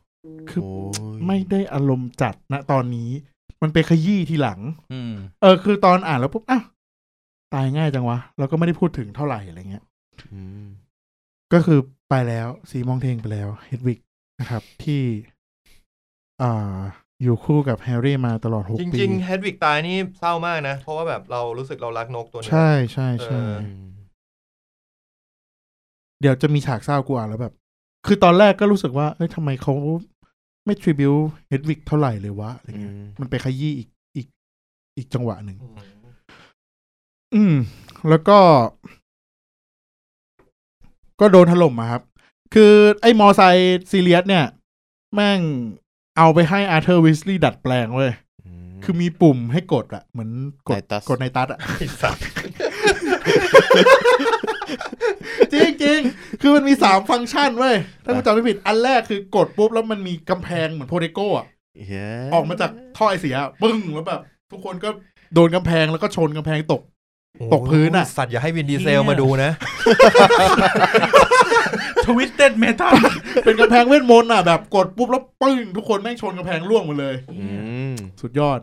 Speaker 2: คือ
Speaker 4: โอ้ย
Speaker 2: ไม่ได้อารมณ์จัดนะตอนนี้ มันไปขยี้ทีหลัง
Speaker 3: อืม
Speaker 2: เออ คือตอนอ่านแล้วปุ๊บอ้าวตายง่ายจังวะ แล้วก็ไม่ได้พูดถึงเท่าไหร่อะไรเงี้ย
Speaker 4: อืม
Speaker 2: ก็คือไปแล้ว สีมองเทงไปแล้วเฮดวิกนะครับ ที่อ่าอยู่คู่กับแฮร์รี่มาตลอดหก
Speaker 1: จ
Speaker 2: ปี
Speaker 1: ริงๆแฮดวิกตายนี่เศร้ามากนะ เพราะว่าแบบเรารู้สึกเรารักนกตัวนี้
Speaker 2: ใช่ใช่ใช่
Speaker 1: เออ
Speaker 4: อืม
Speaker 2: เดี๋ยวจะมีฉากเศร้ากูอ่านแล้วแบบ คือตอนแรกก็รู้สึกว่า เอ้ยทำไมเขาไม่ทริบิวเฮดวิกเท่าไหร่เลยวะอะไร
Speaker 4: อื
Speaker 2: เงี้ย
Speaker 4: ม
Speaker 2: มันไปขยี้อีกอีกอีกจังหวะหนึ่ง
Speaker 1: อืม
Speaker 2: อืม แล้วก็ ก็โดนถล่มอะครับ คือไอ้มอไซค์ซีเรียสเนี่ย แม่งเอาไปให้อาร์เธอร์วิสลีย์ดัดแปลงเว้ย
Speaker 4: ม
Speaker 2: คือมีปุ่มให้กดอะเหมือนกด
Speaker 4: ในตัส
Speaker 2: กดในตัสอะ
Speaker 1: ไอ้สัตว์
Speaker 2: จริงจริงๆ คือมันมีสามฟังก์ชันเว้ย ถ้ากูจำไม่ผิด อันแรกคือกดปุ๊บ แล้วมันมีกำแพงเหมือนโพเทโก้อะ
Speaker 4: เย้
Speaker 2: ออกมาจากท่อไอเสียปึ้งแล้วแบบ ทุกคนก็โดนกำแพงแล้วก็ชนกำแพงตก ตกพื้นอะ
Speaker 1: โยสัตว์อย่าให้วินดีเซลมาดูนะ
Speaker 3: ทวิสเต็ดเมทัล
Speaker 2: เป็นกำแพงเวทมนต์อะแบบกดปุ๊บแล้วปึ้งทุกคนแม่งชนกำแพงร่วงหมดเลย
Speaker 4: อืม
Speaker 2: สุดยอด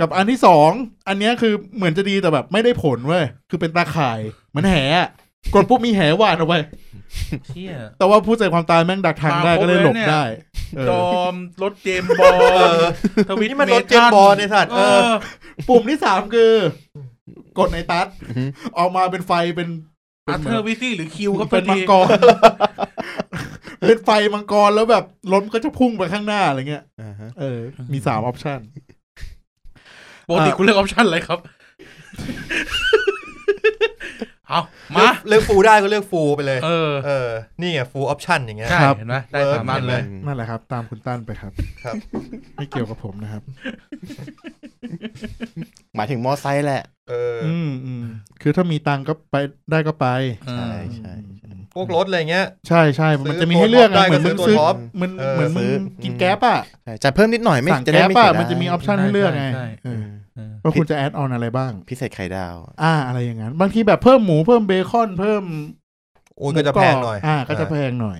Speaker 2: กับอันที่สองอันเนี้ยคือเหมือนจะดีแต่แบบไม่ได้ผลเว้ย คือเป็นตาข่ายเหมือนแหอะกดปุ๊บมีแหหวานเอาไว้
Speaker 3: เชี่ย
Speaker 2: แต่ว่าผู้ใจความตายแม่งดักทางได้
Speaker 3: มาครบ
Speaker 2: ก็เลยหลบ
Speaker 3: เลยเนี่ย
Speaker 2: ได้เออ
Speaker 3: จอมรถเจมส์บอ
Speaker 1: เอ
Speaker 3: ล
Speaker 1: อ
Speaker 3: ทวิต
Speaker 1: นี่มันรถ
Speaker 3: ทั
Speaker 1: เจมส์บอลไอ้สัตว์
Speaker 3: เอ
Speaker 1: เออ
Speaker 3: อ
Speaker 2: ปุ่มที่สามคือ กดในตัดออกมาเป็นไฟเป็น
Speaker 3: อา
Speaker 2: ห
Speaker 3: ร์เธ
Speaker 2: มื
Speaker 3: อน ร์วิซี่หรือคิวครับ
Speaker 2: เป็น
Speaker 3: พอ
Speaker 2: มั
Speaker 3: ดี
Speaker 2: งกร เป็นไฟมังกรแล้วแบบล้มก็จะพุ่งไปข้างหน้าอะไรเงี้ย
Speaker 4: อ่าฮะ
Speaker 2: เออ มีสามออปชัน
Speaker 3: ปกติคุณเลือกออปชั่นอะไรครับ เอามา
Speaker 1: เลือกฟูได้ก็เลือกฟูไปเลย
Speaker 3: เออ
Speaker 1: เออ นี่ไงฟูออปชันอย่างเงี้ย
Speaker 3: ใช่
Speaker 2: ครับ
Speaker 3: เห็นไหมได้สามอันเลย
Speaker 2: นั่นแหละครับ ตามคุณตั้นไปครับ
Speaker 1: ครับ
Speaker 2: ไม่เกี่ยวกับผมนะครับ
Speaker 4: หมายถึงมอไซค์แหละ
Speaker 1: เออ
Speaker 2: อืมอืมคือถ้ามีตังค์ก็ไปได้ก็ไป
Speaker 3: เออ
Speaker 4: ใช่ใช่
Speaker 1: พวกรถอะไรเงี้ย
Speaker 2: ใช่ใช่
Speaker 1: ซื้อ
Speaker 2: มันจะมีให้เลือก
Speaker 1: ตัวท็อปได้
Speaker 2: อะเหมือนมึง
Speaker 1: ก็ซื้อตัว
Speaker 2: ซื้อ
Speaker 1: ท็อป
Speaker 2: มัน
Speaker 1: เออ
Speaker 2: เหมือนมึ
Speaker 4: ซื้
Speaker 2: ง
Speaker 4: อ
Speaker 2: กินแก๊ปอะ
Speaker 4: ใช่จ่ายเพิ่มนิดหน่อยไม่
Speaker 2: สั่ง
Speaker 4: จะได้
Speaker 2: แก๊ป
Speaker 4: ไม่
Speaker 2: อะ
Speaker 4: เสียดาย
Speaker 2: มันจะมีออปชันให้เลือกไง
Speaker 3: ใช่
Speaker 2: เอ
Speaker 3: ใช่
Speaker 4: เอ
Speaker 2: อ
Speaker 4: อ
Speaker 3: เออ
Speaker 2: ว่าคุณจะแอดออนอะไรบ้าง
Speaker 4: พิเศษไข่ดาว
Speaker 2: อ่าอะไรอย่างนั้น บางทีแบบเพิ่มหมูเพิ่มเบคอนเพิ่ม
Speaker 1: โอ้ยก็จะ
Speaker 2: ร
Speaker 1: แพงหน่อย
Speaker 2: อ่า ก็จะ
Speaker 1: เ
Speaker 2: แพงหน่อย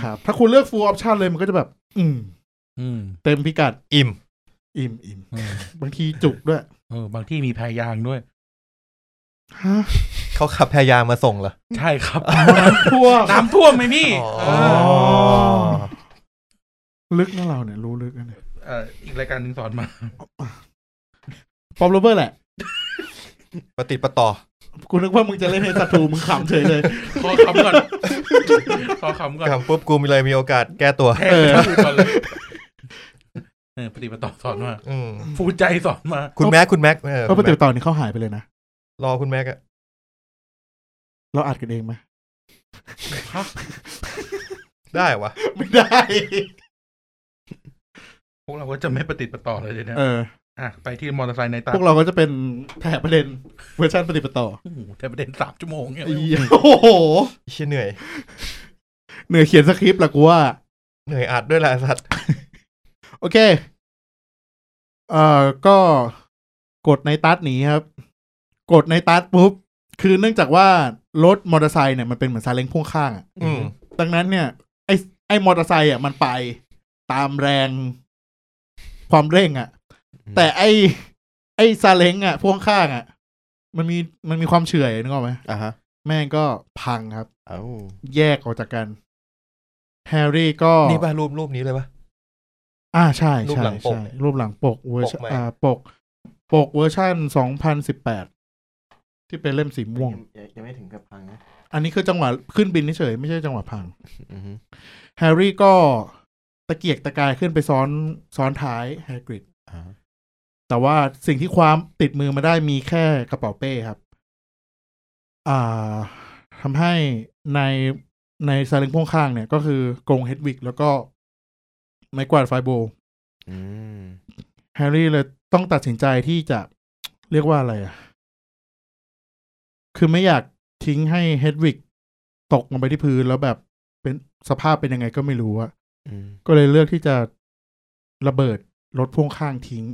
Speaker 2: ครับ ถ้าคุณเลือก full option เลยมันก็จะแบบ อืม
Speaker 3: อืม
Speaker 2: เต็มพิกัด
Speaker 1: อิ่ม
Speaker 2: อิ่มอิ่ม
Speaker 3: อืม
Speaker 2: บางทีจุกด้วย
Speaker 3: เออ บางที่มีแพรยางด้วย
Speaker 2: ฮะ
Speaker 1: เขาขับแพรยางมาส่งเหรอ
Speaker 3: ใช่ครับ
Speaker 2: ทั่ว
Speaker 3: น้ำท่วมไหมพี่
Speaker 1: อ๋อ
Speaker 3: เออ
Speaker 2: ลึกนะเราเนี่ย รู้ลึกนะเนี่ย
Speaker 3: เอ่ออีกรายการหนึ่งสอนมา
Speaker 2: ปอมโรเบอร์แหละ
Speaker 1: ปฏิดประต่อ
Speaker 2: กูนึกว่ามึงจะเล่นในศัตรูมึงขำเฉยเลย
Speaker 3: ขอขำก่อน ขอขำก่อน
Speaker 1: ทำปุ๊บกูมีเลยมีโอกาสแก้ตัว
Speaker 3: แทงไปที่อื่นก่อนเลย เออปฏิบัติต่อสอนมา
Speaker 1: อืม
Speaker 3: ฟูใจสอนมา
Speaker 1: คุณแม็กคุณแม็กเออ
Speaker 2: เพราะป
Speaker 1: คุณ
Speaker 2: ฏิ
Speaker 1: แม็
Speaker 2: บั
Speaker 1: ก
Speaker 2: ติต่อนี่เขาหายไปเลยนะ
Speaker 1: รอคุณแม็กอะ
Speaker 2: เราอัดกันเองไหม
Speaker 1: ได้วะ
Speaker 2: ไม่ได้
Speaker 3: พวกเราก็จะไม่ปฏิบัติต่อเลยเดี๋ยวนะ
Speaker 2: เออ
Speaker 3: อ่ะไปที่มอเตอร์ไซค์ในตา
Speaker 2: พวกเราก็จะเป็นแถบประเด็น เวอร์ชันปฏิบัติต่อ
Speaker 3: โอ้โหแต่ประเด็นสามชั่วโมงเนี่ย
Speaker 2: ไอ้เหี้ยโอ้โห
Speaker 1: เชี่ยเหนื่อย
Speaker 2: เหนื่อยเขียนสคริปต์ละกูว่า
Speaker 1: เหนื่อยอัดด้วยแหละไอ้สัตว์
Speaker 2: โอเค เอ่อ ก็กดในตัดหนี้ครับ กดในตัดปุ๊บ คือเนื่องจากว่ารถมอเตอร์ไซค์เนี่ยมันเป็นเหมือนซาเล้งพ่วงข้างอะ
Speaker 1: อืม
Speaker 2: ดังนั้นเนี่ย ไอ้ไอ้มอเตอร์ไซค์อ่ะมันไปตามแรงความเร่งอ่ะ
Speaker 4: อืม
Speaker 2: แต่ไอ้ ไอ้ซาเล้งอ่ะพ่วงข้างอ่ะ มันมีมันมีความเฉื่อยนึกออกไหม
Speaker 4: อ่ะฮะ
Speaker 2: แม่งก็พังครับ
Speaker 4: เอ้า
Speaker 2: แยกออกจากกันแฮร์รี่ก็
Speaker 1: นี่ป่ะรูปรูปนี้เลยป่ะ
Speaker 2: อ่าใช่
Speaker 1: รูป
Speaker 2: ใช่
Speaker 1: หลังปก
Speaker 2: ใช่รูปหลังปกเวอร์ชัน
Speaker 1: ปกใหม่
Speaker 2: อ่าปก ปกเวอร์ชันสองพันสิบแปดที่เป็นเล่มสีม่วง
Speaker 4: ยังไม่ถึงกับพังนะ
Speaker 2: อันนี้คือจังหวะขึ้นบินเฉยๆไม่ใช่จังหวะพัง แฮร์รี่ก็ตะเกียกตะกายขึ้นไปซ้อนซ้อนท้ายแฮกริด
Speaker 4: อ่า
Speaker 2: แต่ว่าสิ่งที่ความติดมือมาได้มีแค่กระเป๋าเป้ครับ อ่าทำให้ในในซาเล้งพ่วงข้างเนี่ย ก็คือกรงเฮดวิกแล้วก็ไม้กวาดไฟโบว์
Speaker 4: อืม
Speaker 2: แฮร์รี่เลยต้องตัดสินใจที่จะเรียกว่าอะไรอ่ะ คือไม่อยากทิ้งให้เฮดวิกตกลงไปที่พื้นแล้วแบบเป็นสภาพเป็นยังไงก็ไม่รู้อะ
Speaker 4: อืม
Speaker 2: ก็เลยเลือกที่จะระเบิดรถพ่วงข้างทิ้ง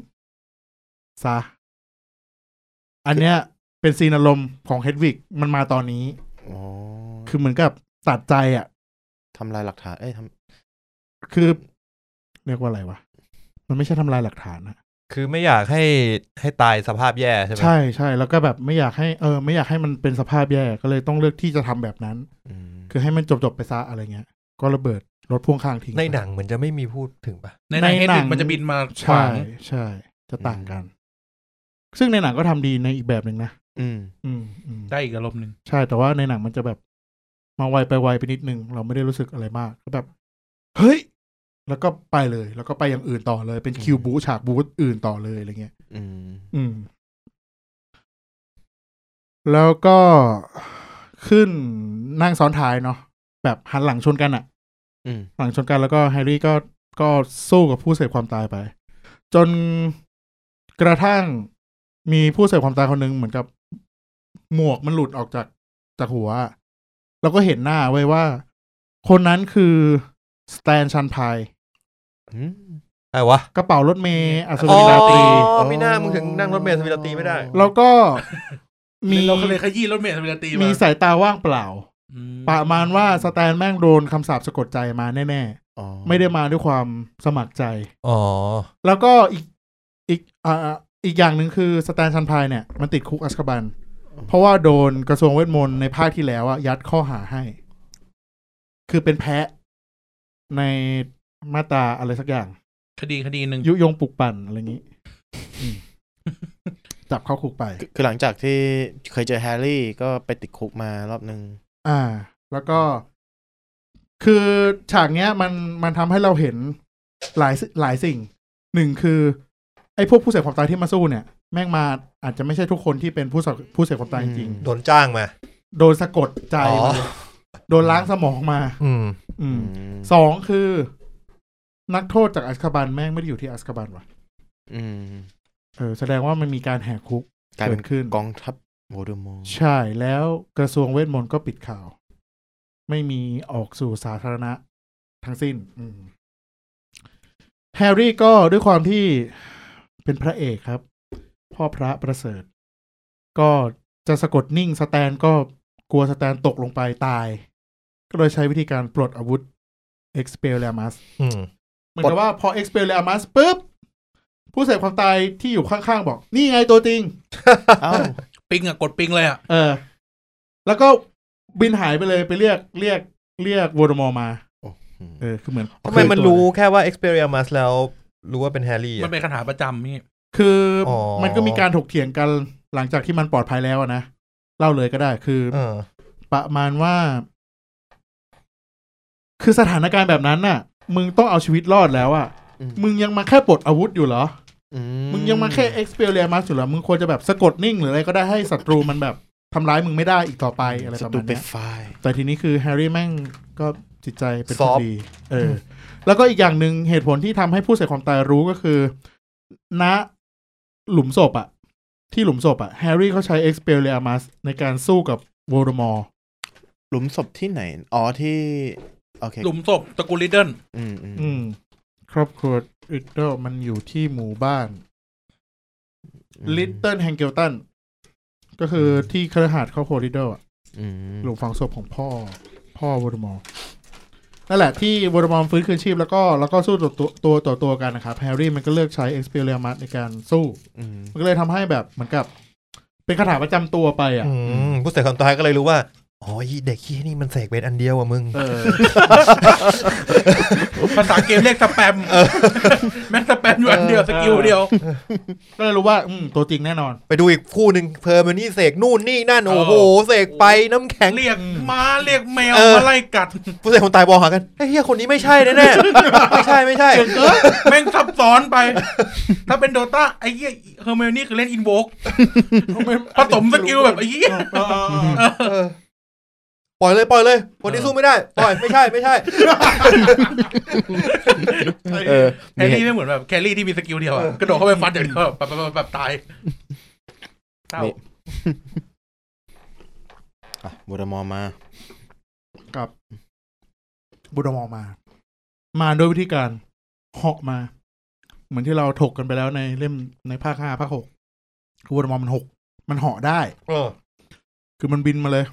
Speaker 2: ซะ อันเนี้ยเป็นซีนอารมณ์ของเฮดวิกมันมาตอนนี้
Speaker 4: อ๋อ
Speaker 2: คือเหมือนกับตัดใจอ่ะ
Speaker 4: ทำลายหลักฐานเอ้ยท
Speaker 2: คือ เรียกว่าอะไรวะ มันไม่ใช่ทำลายหลักฐานอะ
Speaker 1: คือไม่อยากให้ให้ตายสภาพแย่ใช่ไหม
Speaker 2: ใช่ใช่แล้วก็แบบไม่อยากให้เออไม่อยากให้มันเป็นสภาพแย่ ก็เลยต้องเลือกที่จะทำแบบนั้น
Speaker 4: ำอืม
Speaker 2: คือให้มันจบจบๆไปซะอะไรเงี้ย ก็ระเบิดรถพ่วงข้างทิ้ง
Speaker 1: ในหนังเหมือนจะไม่มีพูดถึงป่ะ
Speaker 3: ในใน
Speaker 2: ใน
Speaker 3: เฮด
Speaker 2: หนั
Speaker 3: ดิ
Speaker 2: ง
Speaker 3: มันจะบินมาข
Speaker 2: ใช่
Speaker 3: วาง
Speaker 2: ใช่ จะต่างกัน ซึ่งในหนังก็ทำดีในอีกแบบหนึ่งนะ
Speaker 4: อืม
Speaker 2: อืมอืม
Speaker 3: ได้อีกอารมณ์หนึ่ง
Speaker 2: ใช่แต่ว่าในหนังมันจะแบบ มาไวไปไวไปนิดนึง เราไม่ได้รู้สึกอะไรมากก็แบบ เฮ้ย แล้วก็ไปเลย แล้วก็ไปอย่างอื่นต่อเลย เป็นคิวบูฉากบูธอื่นต่อเลยอะไรเงี้ย
Speaker 4: อืม
Speaker 2: อืม แล้วก็ขึ้นนั่งซ้อนท้ายเนาะแบบหันหลังชนกันอะ
Speaker 4: อืม
Speaker 2: หลังชนกันแล้วก็แฮร์รี่ก็ก็สู้กับผู้เสพความตายไป จนกระทั่งมีผู้เสพความตายคนหนึ่งเหมือนกับ หมวกมันหลุดออกจากจากหัวอะแล้วก็เห็นหน้าไว้ยว่า คนนั้นคือสแตนชันพาย
Speaker 4: อืม
Speaker 1: ใช่วะ
Speaker 2: กระเป๋ารถเมย์อัศวินราตรี
Speaker 1: อ๋อไม่น่ามึงถึงนั่งรถเมล์สวิลาตรีไม่ได้
Speaker 2: แล้วก็ มี
Speaker 3: เราเคยขยี้รถเมล์สเวลาตี
Speaker 2: มี
Speaker 3: มา
Speaker 2: สายตาว่างเปล่า
Speaker 3: อื
Speaker 2: ประมาณว่าสแตนแม่งโดนคำสาปสะกดใจมาแน่
Speaker 4: อ๋อ
Speaker 2: ๆ ไม่ได้มาด้วยความสมัครใจ
Speaker 1: อ๋อ
Speaker 2: แล้วก็อีกอีกอ่าอีกอย่างหนึ่งคือสแตนชันพายเนี่ย มันติดคุกอัสคาบัน เพราะว่าโดนกระทรวงเวทมนต์ในภาคที่แล้วอะยัดข้อหาให้ คือเป็นแพะในมาตราอะไรสักอย่าง
Speaker 3: คดีคดีหนึ่ง
Speaker 2: ยุยงปลุกปั่นอะไรอย่างนี้อืมจับเข้าคุกไป
Speaker 4: คือคือหลังจากที่เคยเจอแฮร์รี่ก็ไปติดคุกมารอบนึง
Speaker 2: อ่า แล้วก็ คือฉากเนี้ย มันมันทำให้เราเห็นหลายสิหลายสิ่ง หนึ่งคือ ไอ้พวกผู้เสพความตายที่มาสู้เนี่ย แม่งมาอาจจะไม่ใช่ทุกคนที่เป็นผู้เสพผู้เสพความตายจริง
Speaker 4: อืม
Speaker 1: โดนจ้างมา
Speaker 2: ๆโดนสะกดใจ
Speaker 1: อ๋อ
Speaker 2: มาเลยโดนล้างสมองมา
Speaker 1: อืม
Speaker 2: อืม
Speaker 4: อืม
Speaker 2: สองคือ นักโทษจากอัสคาบันแม่งไม่ได้อยู่ที่อัสคาบันว่ะ
Speaker 4: อืม
Speaker 2: เออแสดงว่ามันมีการแหกคุก
Speaker 4: กลายเป็น
Speaker 2: เกิดขึ้น
Speaker 4: กองทัพโวลเดอมอร์
Speaker 2: ใช่แล้วกระทรวงเวทมนต์ก็ปิดข่าว ไม่มีออกสู่สาธารณะทั้งสิ้น อืมแฮร์รี่ก็ด้วยความที่เป็นพระเอกครับ พ่อพระประเสริฐ ก็จะสะกดนิ่งสแตนก็กลัวสแตนตกลงไปตาย ก็เลยใช้วิธีการปลดอาวุธ e x p e l l i a m u s
Speaker 1: อืม
Speaker 2: เหมือนกับว่าพอ e x p e l l i a m u s ปุ๊บ ผู้เสพความตายที่อยู่ข้างๆ บอก นี่ไงตัวจริง
Speaker 4: เอ้า
Speaker 3: ปิงอ่ะกดปิงเลยอ่ะ
Speaker 2: เออ แล้วก็บินหายไปเลยไปเรียกเรียกเรียกวอร์มอมา
Speaker 4: โอ้โห
Speaker 2: เออ คือเหมือน
Speaker 1: ทำไมมันรู้แค่ว่า Experience แล้วรู้ว่าเป็นแฮร์รี่
Speaker 3: มัน
Speaker 1: อะ
Speaker 3: เป็นคาถาประจำนี่
Speaker 2: คืออ
Speaker 1: อ
Speaker 2: มันก็มีการถกเถียงกันหลังจากที่มันปลอดภัยแล้วอะนะ เล่าเลยก็ได้ คือ
Speaker 1: เออ
Speaker 2: ประมาณว่า คือสถานการณ์แบบนั้นน่ะ มึงต้องเอาชีวิตรอดแล้วอะ
Speaker 4: อืม
Speaker 2: มึงยังมาแค่ปลดอาวุธอยู่เหรอ
Speaker 4: อื
Speaker 2: มึงยังมาแค่เอ็กซ์เพลียมาอยู่เหรอมึงควรจะแบบสะกดนิ่ง หรืออะไรก็ได้ให้ศัตรูมันแบบทำร้ายมึงไม่ได้อีกต่อไปอะไร
Speaker 4: ส
Speaker 2: ประ
Speaker 4: ตู
Speaker 2: มาณ
Speaker 4: เป
Speaker 2: เนี้ย
Speaker 4: ไฟล์
Speaker 2: แต่ทีนี้คือแฮร์รี่แม่งก็จิตใจเป็นค
Speaker 1: ซ
Speaker 2: น
Speaker 1: อฟต์
Speaker 2: ดี เออ แล้วก็อีกอย่างหนึ่งเหตุผลที่ทำให้ผู้เสียความตายรู้ก็คือ ณ หลุมศพอะที่หลุมศพอะแฮร์รี่เขาใช้เอ็กซ์เพลียมัสในการสู้กับโวลเดอมอร์
Speaker 4: หลุมศพที่ไหน อ๋อที่ โอเค
Speaker 3: หลุมศพตระกูลลิดเดิล
Speaker 4: อืมอืม
Speaker 2: อืม ครอบครัวริดเดิลมันอยู่ที่หมู่บ้านลิตเติ้ลแฮงเกลตันก็คือที่คฤหาสน์ครอบครัวริดเดิลอะ
Speaker 4: อืม
Speaker 2: หลุมฝังศพของพ่อ พ่อวอร์มอร์นั่นแหละที่วอร์มอร์ฟื้นคืนชีพแล้วก็แล้วก็สู้ตัวตัวตัวต่อตัวกันนะครับแฮร์รี่มันก็เลือกใช้เอ็กซ์เพลียมัสในการสู้
Speaker 4: อืม
Speaker 2: มันก็เลยทำให้แบบเหมือนกับ เป็นคาถาประจำตัวไปอ่ะ
Speaker 1: อืมผู้เสพความตายก็เลยรู้ว่าอ๋ออีเด็กขี้ยนี่มันเสกเป็นอันเดียวอะมึง
Speaker 2: เออ
Speaker 3: ภาษาเกมเรียกสแปมแม่งสแปมอยู่อันเดียวสกิลเดียว
Speaker 2: ก็เลยรู้ว่า อืมตัวจริงแน่นอน
Speaker 1: ไปดูอีกคู่หนึ่งเพอร์มานี่เสกนู่นนี่นั่น โอ้โหเสกไปน้ำแข็ง
Speaker 3: เรียกม้าเรียกแมว
Speaker 1: เออ
Speaker 3: มาไล่กัด
Speaker 1: ผู้เสกความตายมองหากันเฮยเหียคนนี้ไม่ใช่แน่แน่ๆไม่ใช่ไม่ใช่
Speaker 3: แม่งซับซ้อนไป ถ้าเป็นโดตาไอ้เหี้ยเฮอร์เมลนี่คือเล่นอินโวกผสมสกิลแบบไอ้เหี้ย
Speaker 1: เออปล่อยเลยปล่อยเลยคนนี้สู้ไม่ได้ปล่อยไม่ใช่ไม่ใช่
Speaker 4: เออ
Speaker 3: แครี่ไม่เหมือนแบบแครี่ที่มีสกิลเดียวอะกระโดดเข้าไปฟันอย่างเดียวแบบแบบแบบแบบตายเศร้า
Speaker 4: อ่ะบูดามอร์มา
Speaker 2: กับบูดามองมา มาด้วยวิธีการเหาะมา เหมือนที่เราถกกันไปแล้วในเล่มในภาคห้าภาคหกคือบูดามองมันหกมันเหาะได้
Speaker 1: เออ
Speaker 2: คือมันบินมาเลย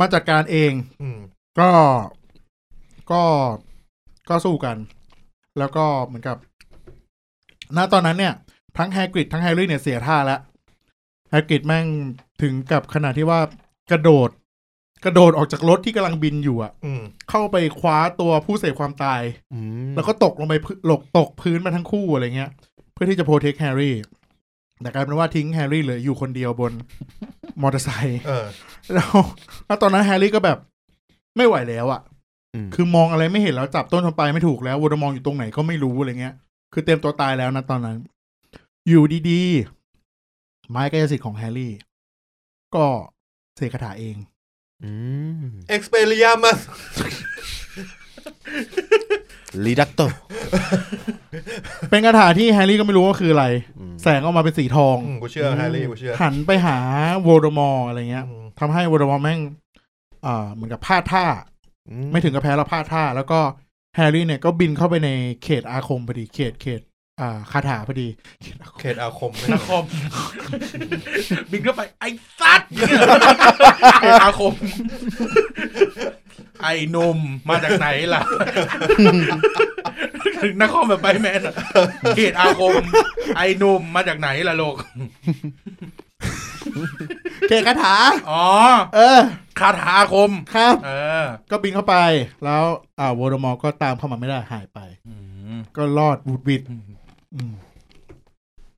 Speaker 2: มาจัดการเอง
Speaker 1: อืม
Speaker 2: ก็ ก็ ก็สู้กัน แล้วก็เหมือนกับ ณ ตอนนั้นเนี่ย ทั้งแฮกริดทั้งแฮร์รี่เนี่ยเสียท่าแล้ว แฮกริดแม่งถึงกับขนาดที่ว่ากระโดด กระโดดออกจากรถที่กำลังบินอยู่อะ
Speaker 1: อืม
Speaker 2: เข้าไปคว้าตัวผู้เสพความตาย
Speaker 4: อืม
Speaker 2: แล้วก็ตกลงไปพื้นหลกตกพื้นมาทั้งคู่อะไรเงี้ย เพื่อที่จะโปรเทคแฮร์รี่ แต่กลายเป็นว่าทิ้งแฮร์รี่เหลืออยู่คนเดียวบน มอเตอร์ไซค์
Speaker 1: เออ
Speaker 2: แล้วแล้วตอนนั้นแฮร์รี่ก็แบบไม่ไหวแล้วอะ่ะ
Speaker 4: อืม
Speaker 2: คือมองอะไรไม่เห็นแล้วจับต้นทำไปลายไม่ถูกแล้ววอร์มองอยู่ตรงไหนก็ไม่รู้อะไรเงี้ย คือเต็มตัวตายแล้วนะตอนนั้น อยู่ดีๆ ไม้กายสิทธิ์ของแฮร์รี่ ก็เสกคาถาเอง
Speaker 4: อืม
Speaker 1: Expelliarmus
Speaker 4: ลีดักโต
Speaker 2: เป็นคาถาที่แฮร์รี่ก็ไม่รู้ว่าคืออะไร แสงออกมาเป็นสีทอง
Speaker 1: อืมกูเชื่อแฮร์รี่กูเชื่อ
Speaker 2: หันไปหาโวลเดอมอร์อะไรเงี้ย
Speaker 1: อืม
Speaker 2: ทำให้โวลเดอมอร์แม่งอ่าเหมือนกับพลาดท่า ไม่ถึงกับแพ้แล้วพลาดท่า แล้วก็แฮร์รี่เนี่ยก็บินเข้าไปในเขตอาคมพอดี เขตเขตอ่าคาถาพอดีเขตอาคม
Speaker 1: เขตอาคม
Speaker 3: นาค อม บินเข้าไปไอ้สัตว์เนี่ยไอ้อาคม ไอ้หนมมาจากไหนล่ะ ถึงนครแบบไปแมนอะเขตอาคม ไอ้หนมมาจากไหนล่ะโลก
Speaker 2: เทคาถา
Speaker 3: อ๋อ
Speaker 2: เออ
Speaker 3: คาถาอาคม
Speaker 2: ครับ
Speaker 3: เออ
Speaker 2: ก็บินเข้าไป แล้วอ่าวอลเดอมอร์ก็ตามเข้ามาไม่ได้หายไป
Speaker 3: อืม
Speaker 2: ก็รอดบูดบิด
Speaker 3: อืม
Speaker 2: อืม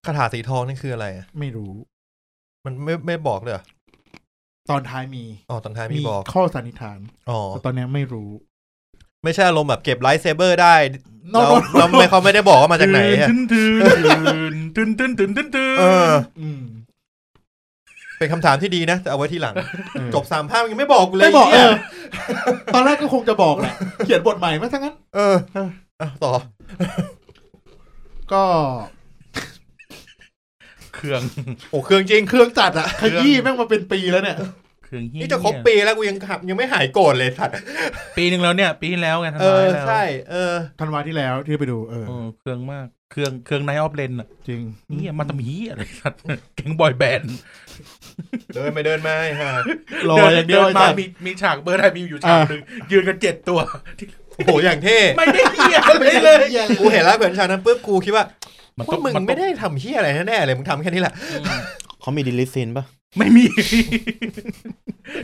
Speaker 1: คาถาสีทองนี่คืออะไรอะ
Speaker 2: ไม่รู้
Speaker 1: มันไม่ไม่บอกเลยเหรอ
Speaker 2: ตอนท้ายมี
Speaker 1: อ๋อตอนท้ายมีบอก
Speaker 2: ข้อสันนิษฐาน
Speaker 1: อ๋อ
Speaker 2: แต่ตอนเนี้ยไม่รู้
Speaker 1: ไม่ใช่อารมณ์แบบเก็บไลท์เซเบอร์ได้
Speaker 2: นอ
Speaker 1: เรา
Speaker 2: ก
Speaker 1: เราไม่เขาไม่ได้บอกว่ามาจากไหนอะ
Speaker 3: ตื่นตื่นตื่นตื่นตื่นตื่นตื่น
Speaker 1: เออ
Speaker 2: อืม
Speaker 1: เป็นคำถามที่ดีนะแต่เอาไว้ที่หลัง
Speaker 2: เออ
Speaker 1: จบสามภาคยังไม่บอกกูเลย
Speaker 2: ไม่บอกเอ
Speaker 1: เนี่ย
Speaker 2: อ ตอนแรกก็คงจะบอกแหละ เขียนบทใหม่มาทั้งนั้น
Speaker 1: เอออ่ะต่อ
Speaker 2: ก็
Speaker 3: เครื่อง
Speaker 1: โอ้เครื่องจริง
Speaker 2: เครื่องจัดอะข
Speaker 3: เครื่อง
Speaker 2: ยี้แม่งมาเป็นปีแล้วเนี่ย
Speaker 3: เครื่องเหี้ย
Speaker 1: นี่จะครบปีแล้วกูยังขับยังไม่หายโกรธเลยสัตว์
Speaker 3: ปีหนึ่งแล้วเนี่ย ปีที่แล้วไงทำ
Speaker 1: เอ
Speaker 3: ลาย
Speaker 1: อ
Speaker 3: แล้ว
Speaker 1: ใช่ เออ
Speaker 2: ธันวาที่แล้วที่ไปดู เออ
Speaker 3: เออเครื่องมาก เครื่องเครื่องไนออฟเลนอ่ะ
Speaker 2: จริง
Speaker 3: นี่มันทำเฮียอะไร สัตว์เก่งบอยแบนด์
Speaker 1: เดินไปเดินมาไอ้ห่าร
Speaker 2: ออย่างเดียว
Speaker 3: เดิ
Speaker 2: ไอ้
Speaker 3: นมา
Speaker 2: สัตว์
Speaker 3: มีมีฉากเบอร์ไทยมีอยู่ฉากหนึ่งยืนกันเจ็ดตัว
Speaker 1: โอ้โหอย่างเท่
Speaker 3: ไม่ได้เฮียอะไรเลย
Speaker 1: กูเห็นแล้วเผื่อนชานั้นปุ๊บกูคิดว่า
Speaker 3: มัน
Speaker 1: พว
Speaker 3: ต้อก ง
Speaker 1: มึง
Speaker 3: นต้อง
Speaker 1: ไม่ได้ทำเฮี้ยอะไรแน่ๆเลยมึงทำแค่นี้แหละ
Speaker 3: อืม
Speaker 4: เขามีดิลิซิน ปะ
Speaker 3: ไม่มี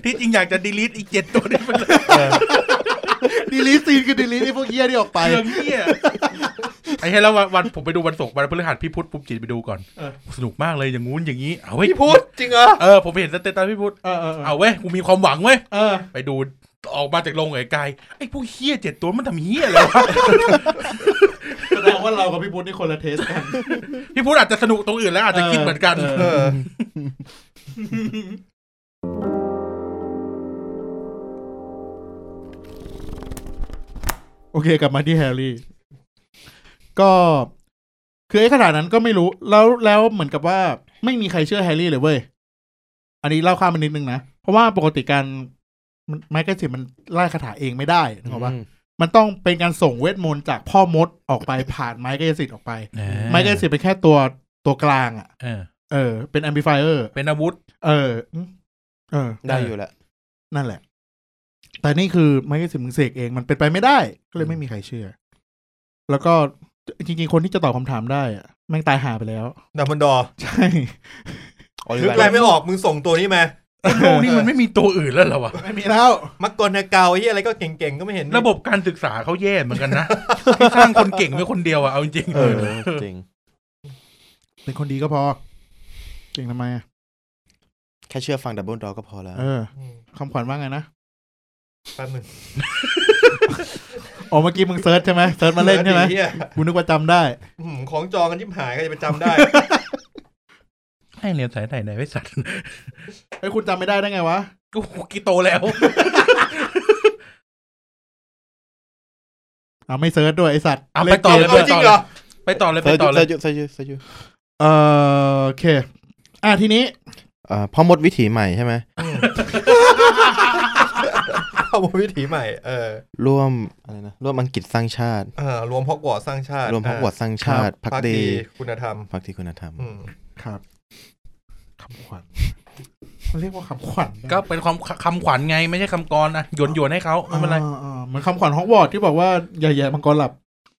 Speaker 3: ที่ จริงอยากจะดีลิทอีกเจ็ดตัวนี้ไปเลย
Speaker 2: ดีลิซีนคือดีลิที่พวกเหี้ยที่ออกไป
Speaker 3: เครื่องเฮียไอ้เหี้ยแล้ววันวันผมไปดูวันศุกร์วันพฤหัสพี่พุธปุ๊บจิตไปดูก่อน
Speaker 2: เออ
Speaker 3: สนุกมากเลยอย่างงู้นอย่างนี้เอาเว้ย
Speaker 1: พี่พูดจริงเหรอ
Speaker 3: เออผมเห็นสเตตัสพี่พุธ
Speaker 2: เออเออเออ
Speaker 3: เอาเว้ยกูมีความหวังเว้ย
Speaker 2: เออ
Speaker 3: ไปดูออกมาจากโรงไกลๆไอ้พวกเฮียเจ็ดตัวมันทำเฮียอะไรวะ
Speaker 2: แสดงว่าเรากับพี่พุทธนี่คนละเทสกัน
Speaker 3: พี่พุธอาจจะสนุกตรงอื่นแล้วอาจจะคิดเหมือนกัน
Speaker 2: เออ
Speaker 1: เออ
Speaker 2: โอเคกลับมาที่แฮร์รี่ ก็คือไอ้ขนาดนั้นก็ไม่รู้ แล้วแล้วเหมือนกับว่าไม่มีใครเชื่อแฮร์รี่เลยเว้ย อันนี้เล่าข้ามไปนิดนึงนะ เพราะว่าปกติการมันไม้กระสิบมันไล่คาถาเองไม่ได้นึกออกปะ
Speaker 4: อืม
Speaker 2: มันต้องเป็นการส่งเวทมนต์จากพ่อมดออกไปผ่านไม้กระสิบออกไป
Speaker 3: อ่า
Speaker 2: ไม้กระสิบเป็นแค่ตัวตัวกลางอ่ะ
Speaker 3: เออ
Speaker 2: เออ เป็นแอมพลิฟายเออร์
Speaker 3: เป็นอาวุธ
Speaker 2: เอออืมเออ
Speaker 4: ได้อยู่แหละ
Speaker 2: นั่นแหละ แต่นี่คือไม่ใช่สิมึงเสกเองมันเป็นไปไม่ได้ ก็เลยไม่มีใครเชื่อ แล้วก็จริงๆ คนที่จะตอบคำถามได้อะแม่งตายหาไปแล้ว
Speaker 1: ดับบันดอร์
Speaker 2: ใช่
Speaker 1: นึกอะไรไม่ออกมึงส่งตัวนี้มา
Speaker 3: โลกนี้มันไม่มีตัวอื่นแล้วเหรอวะ
Speaker 2: ไม่มีแล้ว
Speaker 1: มักกลนาเกาไอ้เหี้ยอะไรก็เก่งๆก็ไม่เห็น
Speaker 3: ระบบการศึกษาเขาแย่เหมือนกันนะ ที่สร้างคนเก่งไว้คนเดียวอะเอาจริงๆ
Speaker 4: เออจริง
Speaker 2: เป็นคนดีก็พอ เก่งทำไมอะ
Speaker 4: แค่เชื่อฟังดับเบิลดอก็พอแล้ว
Speaker 2: เออ
Speaker 1: อืม
Speaker 2: คำขวัญว่าไงนะ
Speaker 1: แป๊บหนึง
Speaker 2: อ๋อเมื่อกี้มึงเซิร์ชใช่ไหมเซิร์ชมาเล่นใช่ไหม
Speaker 1: หี้ย
Speaker 2: กูนึกว่าจำได้
Speaker 1: อืมของจองกันยิบหายก็จะไปจำได้
Speaker 3: ให้เรียนสายไหนไหนไว้สัตว์
Speaker 2: เฮ้ย คุณจำไม่ได้ได้ไงวะ
Speaker 3: กูกี่โตแล้ว
Speaker 2: เอาไม่เซิร์ชด้วยไอสัตว์
Speaker 3: เอาไปต่อเลย
Speaker 2: นกมด้ว
Speaker 3: ไปต่อ ไปต่อเลย
Speaker 4: เซอ
Speaker 3: ไป
Speaker 4: ร์
Speaker 3: ต่อ
Speaker 4: ยู
Speaker 3: เล
Speaker 4: เซอย ร์ยูเซอร์ยูเซอร์ยู
Speaker 2: เออโอเค อ่ะทีนี้
Speaker 4: อ่าพ่อมดวิถีใหม่ใช่ไหม
Speaker 1: เอาวิถีใหม่ เออ
Speaker 4: ร่วมอะไรนะร่วมอังกฤษสร้างชาติ
Speaker 1: เออรวมฮอกวอตส์สร้างชาติ
Speaker 4: รวมพอกวอดสร้างชาติ
Speaker 1: พั
Speaker 4: พั
Speaker 1: ก
Speaker 4: ก
Speaker 1: ดี
Speaker 4: ดี
Speaker 1: คุณธรรม
Speaker 4: พักดีคุณธรรม
Speaker 1: อืม
Speaker 2: ครับคำขวัญมันเรียกว่าคำขวัญ
Speaker 3: ก็เป็นความคำขวัญไงไม่ใช่คำกรนะหยวนหยวนๆให้เขาไม่เป็นไร
Speaker 2: อ่าอ่าเหมือนคำขวัญฮอกวอตส์ที่บอกว่าอย่าแย่มังกรหลับ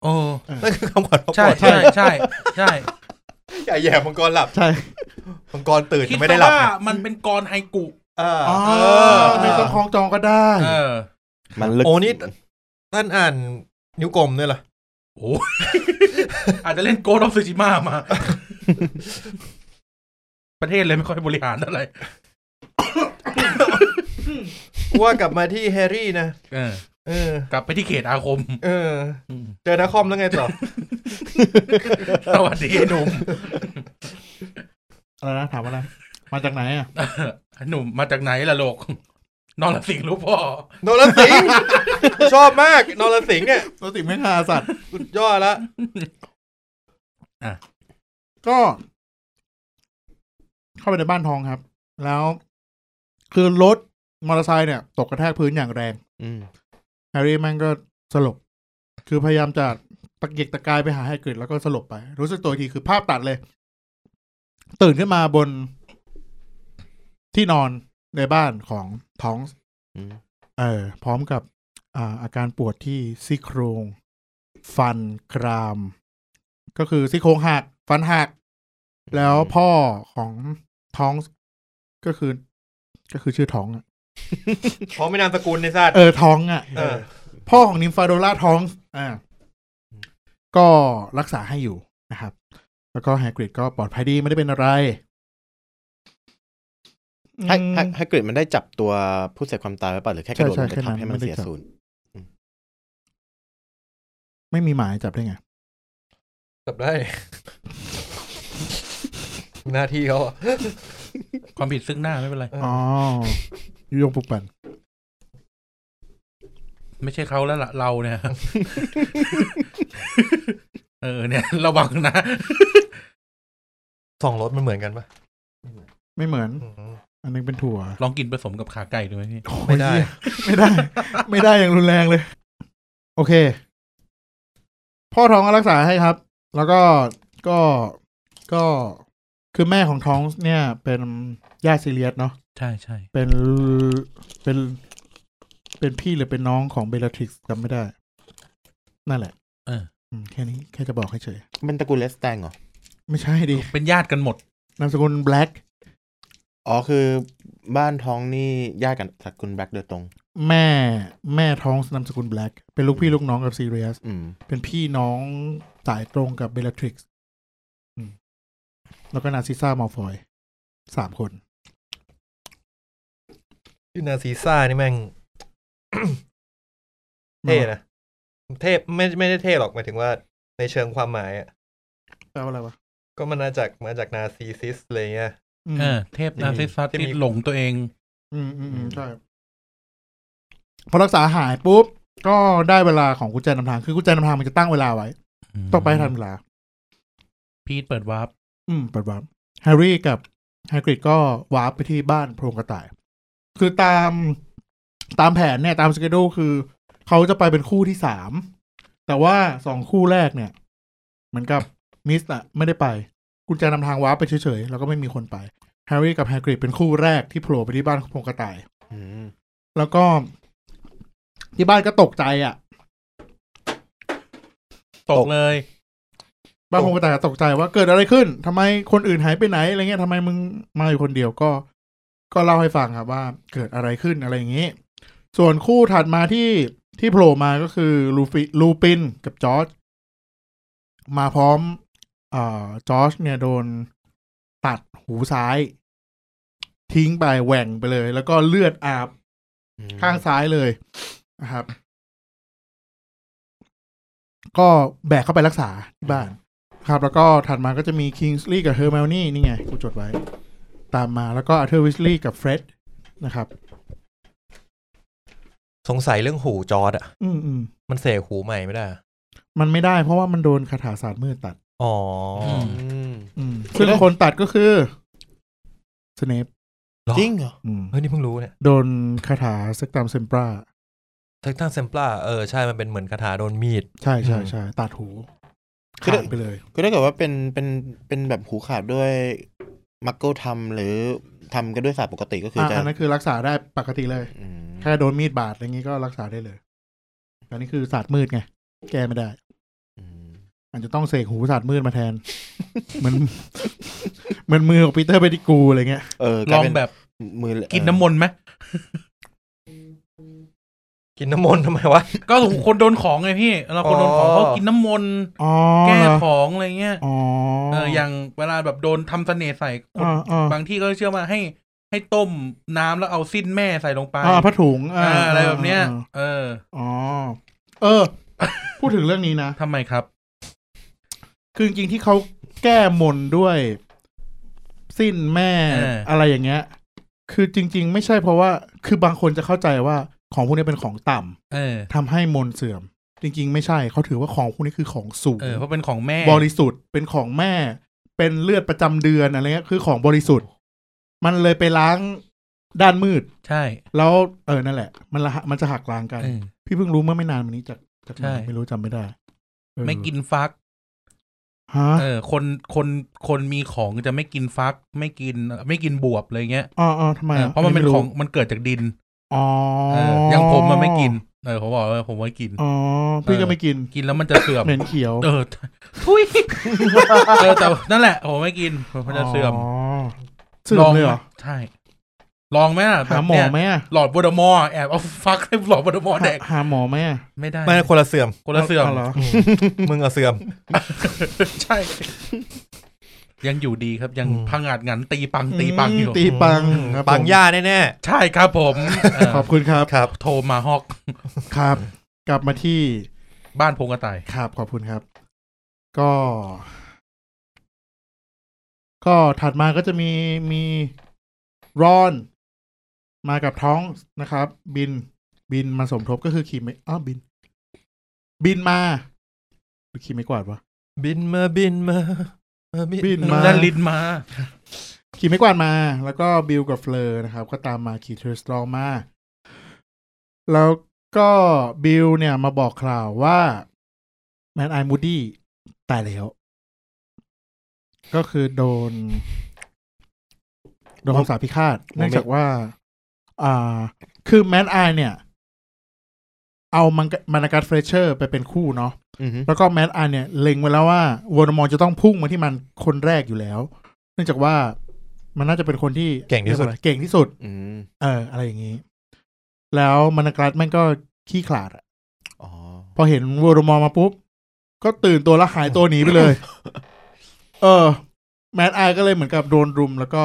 Speaker 3: เออ
Speaker 1: นั่นคือคำขวัญฮอกว
Speaker 3: ใช่
Speaker 1: อตส์
Speaker 3: ใช่ใช่
Speaker 1: อ
Speaker 3: ใช่
Speaker 1: ย่าแย่มังกรหลับ
Speaker 2: ใช่
Speaker 1: มังกรตื่น
Speaker 3: คิด
Speaker 1: ยังไม่ได้หลับ
Speaker 3: ว่ามันเป็นกรไฮกุ
Speaker 1: เออ
Speaker 2: อ๋อ
Speaker 1: เออ
Speaker 2: ไม่ต้องคล้องจองก็ได้
Speaker 3: เออ
Speaker 4: มันลึก
Speaker 1: โอ้นี่ท่านอ่านนิ้วกลมด้วยเหรอ
Speaker 3: โอ้ย อาจจะเล่นโกดอฟซูจิมามา ประเทศเลยไม่ค่อยบริหารเท่าไหร่
Speaker 1: ว่ากลับมาที่แฮร์รี่นะ
Speaker 3: เออ
Speaker 1: เออ
Speaker 3: กลับไปที่เขตอาคม
Speaker 1: เออ เจอนาคอมแล้วไงต่อ
Speaker 3: สวัสดีหนุ่ม
Speaker 2: อะไรนะถามว่าอะไรมาจากไหนอ่ะ
Speaker 3: หนุ่มมาจากไหนล่ะโลก นอนละสิงห์รู้พ่อ
Speaker 1: นรสิงห์ ชอบมากนรสิงห์เนี่ย
Speaker 2: ตัวติดไม่หาสัตว์
Speaker 1: สุดยอดละ
Speaker 2: ก็ เข้าไปในบ้านทองครับ แล้ว คือรถมอเตอร์ไซค์เนี่ย ตกกระแทกพื้นอย่างแรง
Speaker 4: อืม
Speaker 2: แฮร์รี่แม่งก็สลบ คือพยายามจะตะเกียกตะกายไปหาไฮกริดแล้วก็สลบไป รู้สึกตัวอีกทีคือภาพตัดเลย ตื่นขึ้นมาบนที่นอนในบ้านของท้อง
Speaker 4: อืม
Speaker 2: เออ พร้อมกับ อ่า อาการปวดที่ซี่โครง ฟันกราม ก็คือซี่โครงหักฟันหัก แล้วพ่อของท้องก็คือ ก็คือชื่อท้องอะ
Speaker 1: พร้อมไม่นามสกุลในสัตว์
Speaker 2: เออท้องอ่ะ
Speaker 1: เออ
Speaker 2: พ่อของนิมฟาโดล่าท้องอ่าก็รักษาให้อยู่นะครับ แล้วก็แฮกริดก็ปลอดภัยดีไม่ได้เป็นอะไรอื
Speaker 4: ให้
Speaker 2: ม
Speaker 4: ให้ให้กริดมันได้จับตัวผู้เสียความตายไว้ป่ะหรือแค่กระโดด
Speaker 2: ใช่
Speaker 4: ล
Speaker 2: ใช่
Speaker 4: งไป
Speaker 2: แค่นั้
Speaker 4: ทับ
Speaker 2: น
Speaker 4: ให้มัน
Speaker 2: ไม่ได้
Speaker 4: เสีย
Speaker 2: จับ
Speaker 4: ศูนย์
Speaker 2: ไม่มีหมายจับได้ไง
Speaker 1: จับได้ หน้าที่เขาอะ
Speaker 3: ความผิดซึ่งหน้าไม่เป็นไร
Speaker 2: อ๋อยุยงปลุกปั่น
Speaker 3: ไม่ใช่เขาแล้วล่ะเราเนี่ย เออเนี่ย ระวังนะ
Speaker 1: สองรสมันเหมือนกันปะ
Speaker 2: ไม่เหมือน
Speaker 1: อืม
Speaker 2: อันนึงเป็นถั่ว
Speaker 3: ลองกินผสมกับขาไก่ดูไหมพี่
Speaker 2: โอ้ย
Speaker 1: ไม่ได้
Speaker 2: เหี้ยไม่ได้ ไม่ได้อย่างรุนแรงเลย โอเค พ่อท้องก็รักษาให้ครับ แล้วก็ก็ก็คือแม่ของท้องเนี่ย เป็นญาติซีเรียสเนาะ
Speaker 3: ใช่ใช่
Speaker 2: เป็นเป็นเป็นพี่หรือเป็นน้องของเบล l ทริกซ์จำไม่ได้ นั่นแหละ
Speaker 3: เออ
Speaker 2: อืมแค่นี้แค่จะบอกให้เฉย
Speaker 4: เป็นตระกูลเลสแตงเหรอ
Speaker 2: ไม่ใช่ดิ
Speaker 3: เป็นญาติกันหมด
Speaker 2: นามสกุลแบล็ก
Speaker 4: อ๋อคือบ้านท้องนี่ญาติกับตระกูลแบล็กโดยตรง
Speaker 2: แม่แม่ท้องนามสกุลแบล็กเป็นลูกพี่ลูกน้องกับซีเรียส
Speaker 4: อืม
Speaker 2: เป็นพี่น้องสายตรงกับเบล l ทริกซ์อืมแล้วก็นาร์ซิสซ่ามอลฟอยสามคน
Speaker 1: ชื่อนาซีซ่านี่แม่ง เท่นะเทพไม่ไม่ได้เท่หรอกหมายถึงว่าในเชิงความหมายอะ
Speaker 2: แปลว่าอะไรวะ
Speaker 1: ก็มันมาจากมาจากนาซีซิสอะไรเงี้ย
Speaker 2: อืม
Speaker 3: เออ เทพนาร์ซิสซัส
Speaker 1: ที่มี
Speaker 3: ที่หลงตัวเอง
Speaker 2: อืมอืมอืมใช่พอรักษาหายปุ๊บ ก็ได้เวลาของกุญแจนำทางคือกุญแจนำทางมันจะตั้งเวลาไว้ ต้องไปให้ทันเวลา
Speaker 3: พีทเปิดวาร์ป
Speaker 2: อืมเปิดวาร์ปแฮร์รี่กับแฮกริดก็วาร์ปไปที่บ้านโพรงกระต่าย คือตามตามแผนเนี่ย ตามสเกดูคือ เขาจะไปเป็นคู่ที่สาม แต่ว่าสองคู่แรกเนี่ย เหมือนกับมิสอะไม่ได้ไป กุญแจนำทางวาร์ปไปเฉยๆ แล้วก็ไม่มีคนไป แฮร์รี่กับแฮกริดเป็นคู่แรกที่โผล่ไปที่บ้านโพรงกระต่าย
Speaker 4: อืม
Speaker 2: แล้วก็ที่บ้านก็ตกใจอะ
Speaker 3: ต
Speaker 4: ต
Speaker 3: ก
Speaker 4: ก
Speaker 3: เลย
Speaker 2: บ้านโพรงกระต่ายก็ตกใจว่าเกิดอะไรขึ้นทำไมคนอื่นหายไปไหนอะไรเงี้ยทำไมมึงมาอยู่คนเดียวก็ ก็เล่าให้ฟังครับว่าเกิดอะไรขึ้นอะไรอย่างนี้ ส่วนคู่ถัดมาที่ที่โผล่มาก็คือลูฟิลูปินกับจอร์จมาพร้อมเอ่อจอร์จเนี่ยโดนตัดหูซ้าย ทิ้งไปแหว่งไปเลย แล้วก็เลือดอาบ
Speaker 4: อืม
Speaker 2: ข้างซ้ายเลยนะครับ ก็แบกเข้าไปรักษาที่บ้านครับ แล้วก็ถัดมาก็จะมีคิงส์ลีย์กับเฮอร์ o n นี่นี่ไงกูจดไว้ ตามมาแล้วก็อาร์เธอร์วิสลีย์กับเฟร็ดนะครับ
Speaker 1: สงสัยเรื่องหูจอร์ดอะ
Speaker 2: อืมอืม
Speaker 1: มันเสกหูใหม่ไม่ได้อะ
Speaker 2: มันไม่ได้เพราะว่ามันโดนคาถาศาสตร์มืดตัด
Speaker 1: อ๋อ
Speaker 4: อืม
Speaker 2: อืมซึ่งคนตัดก็คือสเนป
Speaker 4: จริงเหรอ
Speaker 2: อืม
Speaker 1: เฮ้ยนี่เพิ่งรู้เนี่ย
Speaker 2: โดนคาถาเซกตัมเซมปรา
Speaker 1: เทคตั้งเซมปลาเออใช่มันเป็นเหมือนคาถาโดนมีด
Speaker 2: ใช่ใช่
Speaker 1: อืม
Speaker 2: ใช่ตัดหู
Speaker 4: คือ
Speaker 2: ขาดไปเลย
Speaker 4: ก็ถ้าเกิดว่าเป็นเป็นเป็นแบบหูขาดด้วยมักเกิลทำหรือทำกันด้วยศาสตร์ปกติก็คือ
Speaker 2: อ่ะ
Speaker 4: จะ
Speaker 2: อันนั้นคือรักษาได้ปกติเลย
Speaker 4: อืม
Speaker 2: แค่โดนมีดบาดอะไรงี้ก็รักษาได้เลย อันนี้คือศาสตร์มืดไง แก้ไม่ได้
Speaker 4: อืม
Speaker 2: อาจจะต้องเสกหูศาสตร์มืดมาแทน เหมือน เหมือนมือของปีเตอร์เบติกูอะไรเงี้ย
Speaker 4: เออ
Speaker 3: ล
Speaker 4: ลา
Speaker 3: อย ง
Speaker 4: เป็น
Speaker 3: แบบ
Speaker 4: มือ
Speaker 3: กินน้ำมนต์ไหม
Speaker 1: กินน้ำมนต์ทำไมวะ
Speaker 3: ก็สมมุติคนโดนของไงพี่เราคนโดนของ
Speaker 1: อ๋อ
Speaker 3: เขากินน้ำมนต์
Speaker 2: อ๋อ
Speaker 3: แก้
Speaker 2: เหรอ
Speaker 3: ของอะไรเงี้ย
Speaker 2: อ๋อ
Speaker 3: เอออย่างเวลาแบบโดนทำเสน่ห์ใส่คน
Speaker 2: อ่าอ่า
Speaker 3: บางที่ก็เชื่อว่าให้ ให้ต้มน้ำแล้วเอาสิ้นแม่ใส่ลงไป
Speaker 2: อ่าผ้าถุงอ่า
Speaker 3: อ่าอะไรแบบเนี้ย
Speaker 2: อ่า
Speaker 3: เออ
Speaker 2: อ๋อ เออ พูดถึงเรื่องนี้นะ
Speaker 3: ทำไมครับ
Speaker 2: คือจริงๆที่เขาแก้มนต์ด้วย สิ้นแม่
Speaker 3: เอออ
Speaker 2: อะไรอย่างเงี้ย คือจริง ๆ ไม่ใช่เพราะว่า คือบางคนจะเข้าใจว่าของพวกนี้เป็นของต่ำ
Speaker 3: เออ
Speaker 2: ทำให้มนต์เสื่อม จริง ๆ ไม่ใช่เขาถือว่าของพวกนี้คือของสูง
Speaker 3: เออเพราะเป็นของแม่
Speaker 2: บริสุทธิ์เป็นของแม่ เป็นเลือดประจำเดือนอะไรเงี้ยคือของบริสุทธิ์ มันเลยไปล้างด้านมืด
Speaker 3: ใช่
Speaker 2: แล้วเออนั่นแหละ มันละมันจะหักล้างกัน
Speaker 3: เออ
Speaker 2: พี่เพิ่งรู้เมื่อไม่นานมานี้จากจากไหน
Speaker 3: ใช่
Speaker 2: ไม่รู้จำไม่ได้เออ
Speaker 3: ไม่กินฟัก
Speaker 2: ฮะ
Speaker 3: เออ คนคนคนมีของจะไม่กินฟัก ไม่กินไม่กินบวบเลยเงี้ย
Speaker 2: อ๋ออ๋อทำไม
Speaker 3: เออ
Speaker 2: อ่ะ
Speaker 3: เพราะมันเป็น
Speaker 2: ไ
Speaker 3: ของมันเกิดจากดิน
Speaker 2: อ๋อ
Speaker 3: เอออย่างผมมันไม่กินเออผมบอกว่าผมไม่กิน
Speaker 2: อ๋อ พี่ก็ไม่กิน
Speaker 3: กินแล้วมันจะเสื่อม
Speaker 2: เหม็นเขียว
Speaker 3: เออทุยเออแต่นั่นแหละผมไม่กินผมจะเสื่อม
Speaker 2: เสื่อมเลยเหรอ
Speaker 3: ใช่ ลองไหมอะ
Speaker 2: หาหมอ
Speaker 3: เนี่ย
Speaker 2: ไหมอะ
Speaker 3: หลอดวอดมอร์แอบเอาฟักให้หลอดวอดมอร์แดก
Speaker 2: หาหาหมอไหมอะ
Speaker 3: ไม่ได้
Speaker 1: ไม่คนละเสื่อม
Speaker 3: คนละเสื่อม
Speaker 2: าหรอ
Speaker 1: มึงอะเสื่อม
Speaker 3: ใช่ ยังอยู่ดีครับยัง
Speaker 1: อืม
Speaker 3: พังอาจงันตีปังตีปังอยู่
Speaker 2: ตีปังครับ
Speaker 1: ปังย่าแน่
Speaker 3: ใช่ครับผมเอ่
Speaker 2: ผมขอ
Speaker 3: อบ
Speaker 2: คุณครับ
Speaker 1: ๆครับ
Speaker 3: โทรมาฮอก
Speaker 2: ครับ กลับมาที่
Speaker 3: บ้านพงกระต่าย
Speaker 2: ครับขอบคุณครับ ก็ ก็ถัดมาก็จะมีมีรอน มากับท้องนะครับ บินบินมาสมทบก็คือขี่ไม่อ้าวบิน บินมาหรือขี่ไม่กวาดวะ
Speaker 1: บินมาบินมามา
Speaker 2: บินมา
Speaker 3: ด้านลิ้นมา
Speaker 2: ขี่ไม่กวาดมา แล้วก็บิลกับเฟลอร์นะครับ ก็ตามมาขี่เทอร์สตรองมา แล้วก็บิลเนี่ยมาบอกข่าวว่าแมนไอมูดี้ตายแล้ว ก็คือโดน โดนคำสาปพิฆาต
Speaker 4: โมเม
Speaker 2: เนื่องจากว่า อ่า คือแมนไอเนี่ย เอามังกมานาการเฟรเชอร์ไปเป็นคู่เนาะ
Speaker 4: อือฮึ
Speaker 2: แล้วก็แมดอันเนี่ยเล็งไว้แล้วว่าวอร์มอนจะต้องพุ่งมาที่มันคนแรกอยู่แล้ว เนื่องจากว่ามันน่าจะเป็นคนที่
Speaker 1: เก่งที่สุด
Speaker 2: เก่งที่สุด
Speaker 4: อืม
Speaker 2: เออ อะไรอย่างนี้ แล้วมานาการ์ดแม่งก็ขี้ขลาดอะ
Speaker 4: อ๋อ
Speaker 2: พอเห็นวอร์มอนมาปุ๊บ ก็ตื่นตัวแล้วหายตัวหนีไปเลย เออ แมดอายก็เลยเหมือนกับโดนรุม แล้วก็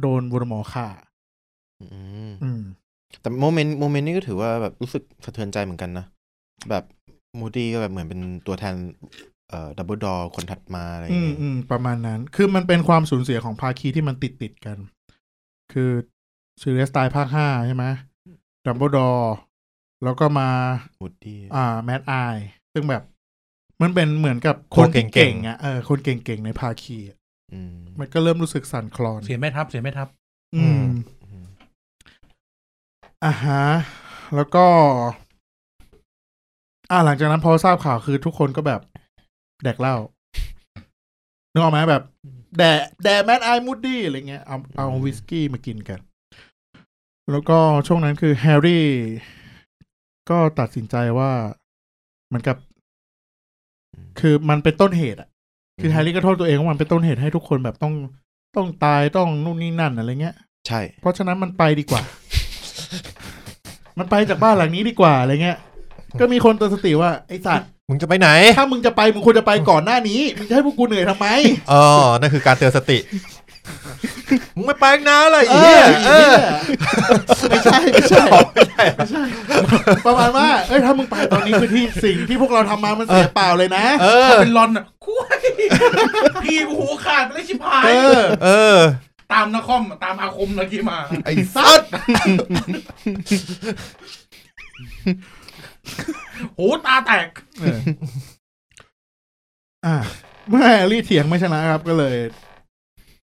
Speaker 2: โดนวอร์มอนฆ่า
Speaker 4: อืม
Speaker 2: อืม
Speaker 4: แต่โมเมนต์โมเมนต์นี้ก็ถือว่าแบบรู้สึกสะเทือนใจเหมือนกันนะ แบบมูดี้ก็แบบเหมือนเป็นตัวแทนเอ่อดับเบิลดอคนถัดมาอะไรอย่า
Speaker 2: อืม
Speaker 4: งเงี้ย
Speaker 2: อืมประมาณนั้น คือมันเป็นความสูญเสียของภาคีที่มันติดติดๆกัน คือซีเรียสตายภาคห้าใช่ไหมดัมเบิลดอร์แล้วก็มา
Speaker 4: มูดี้
Speaker 2: อ่าแมดไอซึ่งแบบ มันเป็นเหมือนกับคน
Speaker 1: คนเก่
Speaker 2: เก่
Speaker 1: ง
Speaker 2: ง
Speaker 1: ๆ
Speaker 2: ๆอ่ะเออคนเก่งๆในภาคีอะ
Speaker 4: อืม
Speaker 2: มันก็เริ่มรู้สึกสั่นคลอน
Speaker 3: เสียแม่ทับเสียแม่ทับ
Speaker 2: อืม
Speaker 4: อืม
Speaker 2: อ่าฮะ แล้วก็ อ่าหลังจากนั้นพอทราบข่าวคือทุกคนก็แบบแดกเหล้านึกออกไหมแบบ แดะแดะแมดไอมูดดี้อะไรเงี้ยเอาเอาวิสกี้มากินกัน แล้วก็ช่วงนั้นคือแฮร์รี่ ก็ตัดสินใจว่าเหมือนกับ คือมันเป็นต้นเหตุอะคือแฮร์รี่ก็โทษตัวเองว่ามันเป็นต้นเหตุให้ทุกคนแบบต้องต้องตายต้องนู่นนี่นั่นอะไรเงี้ย
Speaker 4: ใช่
Speaker 2: เพราะฉะนั้นมันไปดีกว่า มันไปจากบ้านหลังนี้ดีกว่าอะไรเงี้ย ก็มีคนเตือนสติว่าไอ้สัตว์
Speaker 1: มึงจะไปไหน
Speaker 2: ถ้ามึงจะไปมึงควรจะไปก่อนหน้านี้มึงจะให้พวกกูเหนื่อยทำไม
Speaker 1: อ๋อนั่นคือการเตือนสติ มึงไม่ไปนะเลย
Speaker 2: เอ
Speaker 1: อีเหี้
Speaker 2: อย
Speaker 1: เออ
Speaker 2: ไม่ใช่ไม่ใช่ไม่ใช่ ประมาณว่า เอ้ยถ้ามึงไปตอนนี้คือที่สิ่งที่พวกเราทำมามันเสียเปล่าเลยนะ
Speaker 1: เออ
Speaker 3: ถ้าเป็นรอนอ่ะ คุยพี่กูหูขาดไปแล้วชิบหาย
Speaker 2: เออ
Speaker 1: เออ
Speaker 3: ตามนครตามอาคมเมื่อกี้มา
Speaker 1: ไอ้สั ตว์
Speaker 3: หูตาแตก
Speaker 2: อ่าเมื่อแฮร์รี่เถียงไม่ชนะครับก็เลย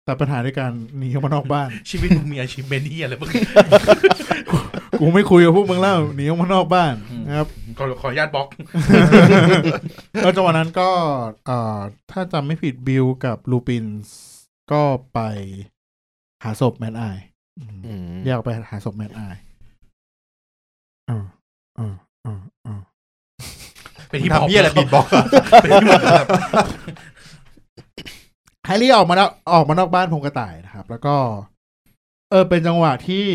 Speaker 2: ตัดปัญหาด้วยการหนีออกมานอกบ้าน
Speaker 3: ชีวิตมึงมีอาชีพเบนที่อะไรบ้าง
Speaker 2: กูไม่คุยกับพวกมึงแล้วหนีออกมานอกบ้านนะครับ
Speaker 3: ขอขออนุญาตบล็อก
Speaker 2: แล้วจังหวะนั้นก็เอ่อถ้าจำไม่ผิดบิลกับลูปินส์ก็ไปหาศพแมนไอาย
Speaker 4: อืม
Speaker 2: แยกออกไปหาศพแมนไอายอ่าอ่าอ่าอ่า
Speaker 3: เป็น
Speaker 1: มึง
Speaker 3: ที่บล็อก
Speaker 1: ทำเหี้ยอะไรบีบบอกอะ
Speaker 3: เป็นที่บอกแบบ
Speaker 2: แฮร์รี่ออกมานอกออกมานอกบ้านพงกระต่ายนะครับ แล้วก็ เออเป็นจังหวะที่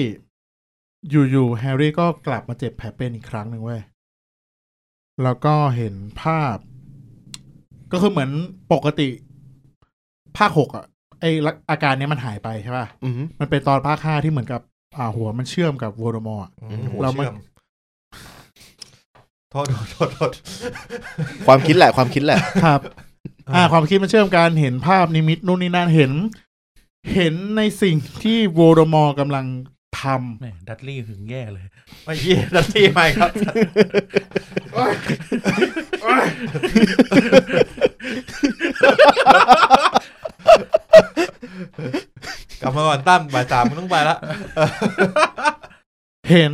Speaker 2: อยู่ๆแฮร์รี่ก็กลับมาเจ็บแผลเป็นอีกครั้งหนึ่งเว้ย แล้วก็เห็นภาพ ก็คือเหมือนปกติภาคหกอ่ะ ไอลักอาการเนี้ยมันหายไปใช่ป่ะ
Speaker 4: อืม
Speaker 2: มันเป็นตอนภาคห้าที่เหมือนกับ อ่าหัวมันเชื่อมกับวอร์ดมอร์ เรา
Speaker 1: เรา
Speaker 2: มา
Speaker 1: เชื่อมโทษโทษโทษโทษ
Speaker 4: ความคิดแหละความคิดแหละ
Speaker 2: ครับ อ่า ความคิดมันเชื่อมกันเห็นภาพนิมิตนู่นนี่นั่นเห็น เห็นในสิ่งที่วอร์ดมอร์กำลังท
Speaker 3: แหม่ดัตลี่หึงแย่เลย
Speaker 1: ไอ้เหี้ยดัตตี้ใหม่ครับ กลับมาก่อนตั้มบ่ายสามมึงต้องไปละ
Speaker 2: ำเห็น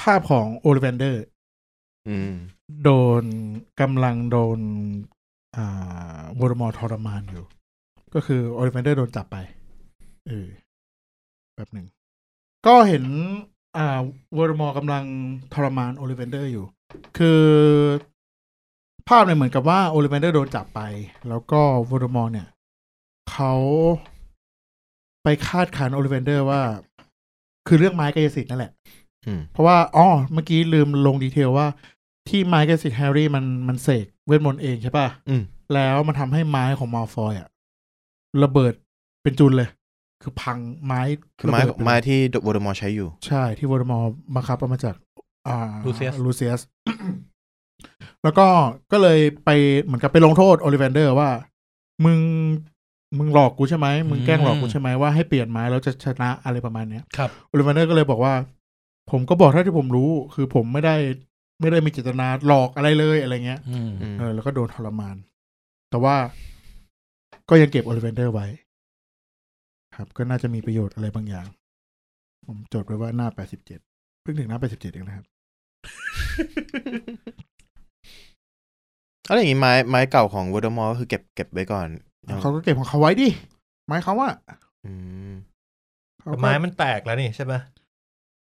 Speaker 2: ภาพของโอลิเวนเดอร์
Speaker 4: อืม
Speaker 2: โดนกำลังโดน อ่าวอร์มอร์ทรมานอยู่ ก็คือโอลิเฟนเดอร์โดนจับไปเออแบบหนึ่ง ก็เห็น อ่าวอร์มอร์กำลังทรมานโอลิเฟนเดอร์อยู่ คือภาพเนี่ยเหมือนกับว่าโอลิเฟนเดอร์โดนจับไป แล้วก็วอร์มอร์เนี่ย เขาไปคาดขันโอลิเฟนเดอร์ว่า คือเรื่องไม้กายสิทธิ์นั่นแหละ
Speaker 4: อืม
Speaker 2: เพราะว่าอ๋อเมื่อกี้ลืมลงดีเทลว่า ที่ไม้กายสิทธิ์แฮร์รี่มันมันเสกเวทมนต์เองใช่ป่ะ
Speaker 4: อืม
Speaker 2: แล้วมันทำให้ไม้ของมาฟอยอะระเบิดเป็นจุนเลย คือพังไม้
Speaker 4: คือไม้
Speaker 2: ระเบิดปเลย
Speaker 4: ไม้ที่วอร์ดมอใช้อยู่
Speaker 2: ใช่ที่วอร์มอร์บังคับเอามาจาก อ่า
Speaker 3: Lucius
Speaker 2: ลูเซียส แล้วก็ก็เลยไปเหมือนกับไปลงโทษโอลิเวนเดอร์ว่า มึงมึงหลอกกูใช่ไหมมึงแกล้งหลอกกูใช่ไหมว่าให้เปลี่ยนไม้แล้วจะชนะอะไรประมาณเนี้ย
Speaker 3: ครับ
Speaker 2: โอลิเวนเดอร์ก็เลยบอกว่า ผมก็บอกเท่าที่ผมรู้ คือผมไม่ได้ไม่ได้มีเจตนาหลอกอะไรเลยอะไรเงี้ย
Speaker 3: อืม
Speaker 4: อืม
Speaker 2: เออแล้วก็โดนทรมาน แต่ว่าก็ยังเก็บโอลิเวนเดอร์ไว้ ครับ ก็น่าจะมีประโยชน์อะไรบางอย่าง ผมจดไว้ว่าหน้า 87 เพิ่งถึงหน้า 87 เองนะครับ
Speaker 4: อะไรอย่างงี้ไม้ไม้เก่าของวอร์ดมอก็คือเก็บเก็บไว้ก่อนยัง
Speaker 2: เขาก็เก็บของเขาไว้ดิไม้เขาอะ
Speaker 4: อืม
Speaker 2: เขาก็
Speaker 1: ไม้มันแตกแล้วนี่ใช่ไหม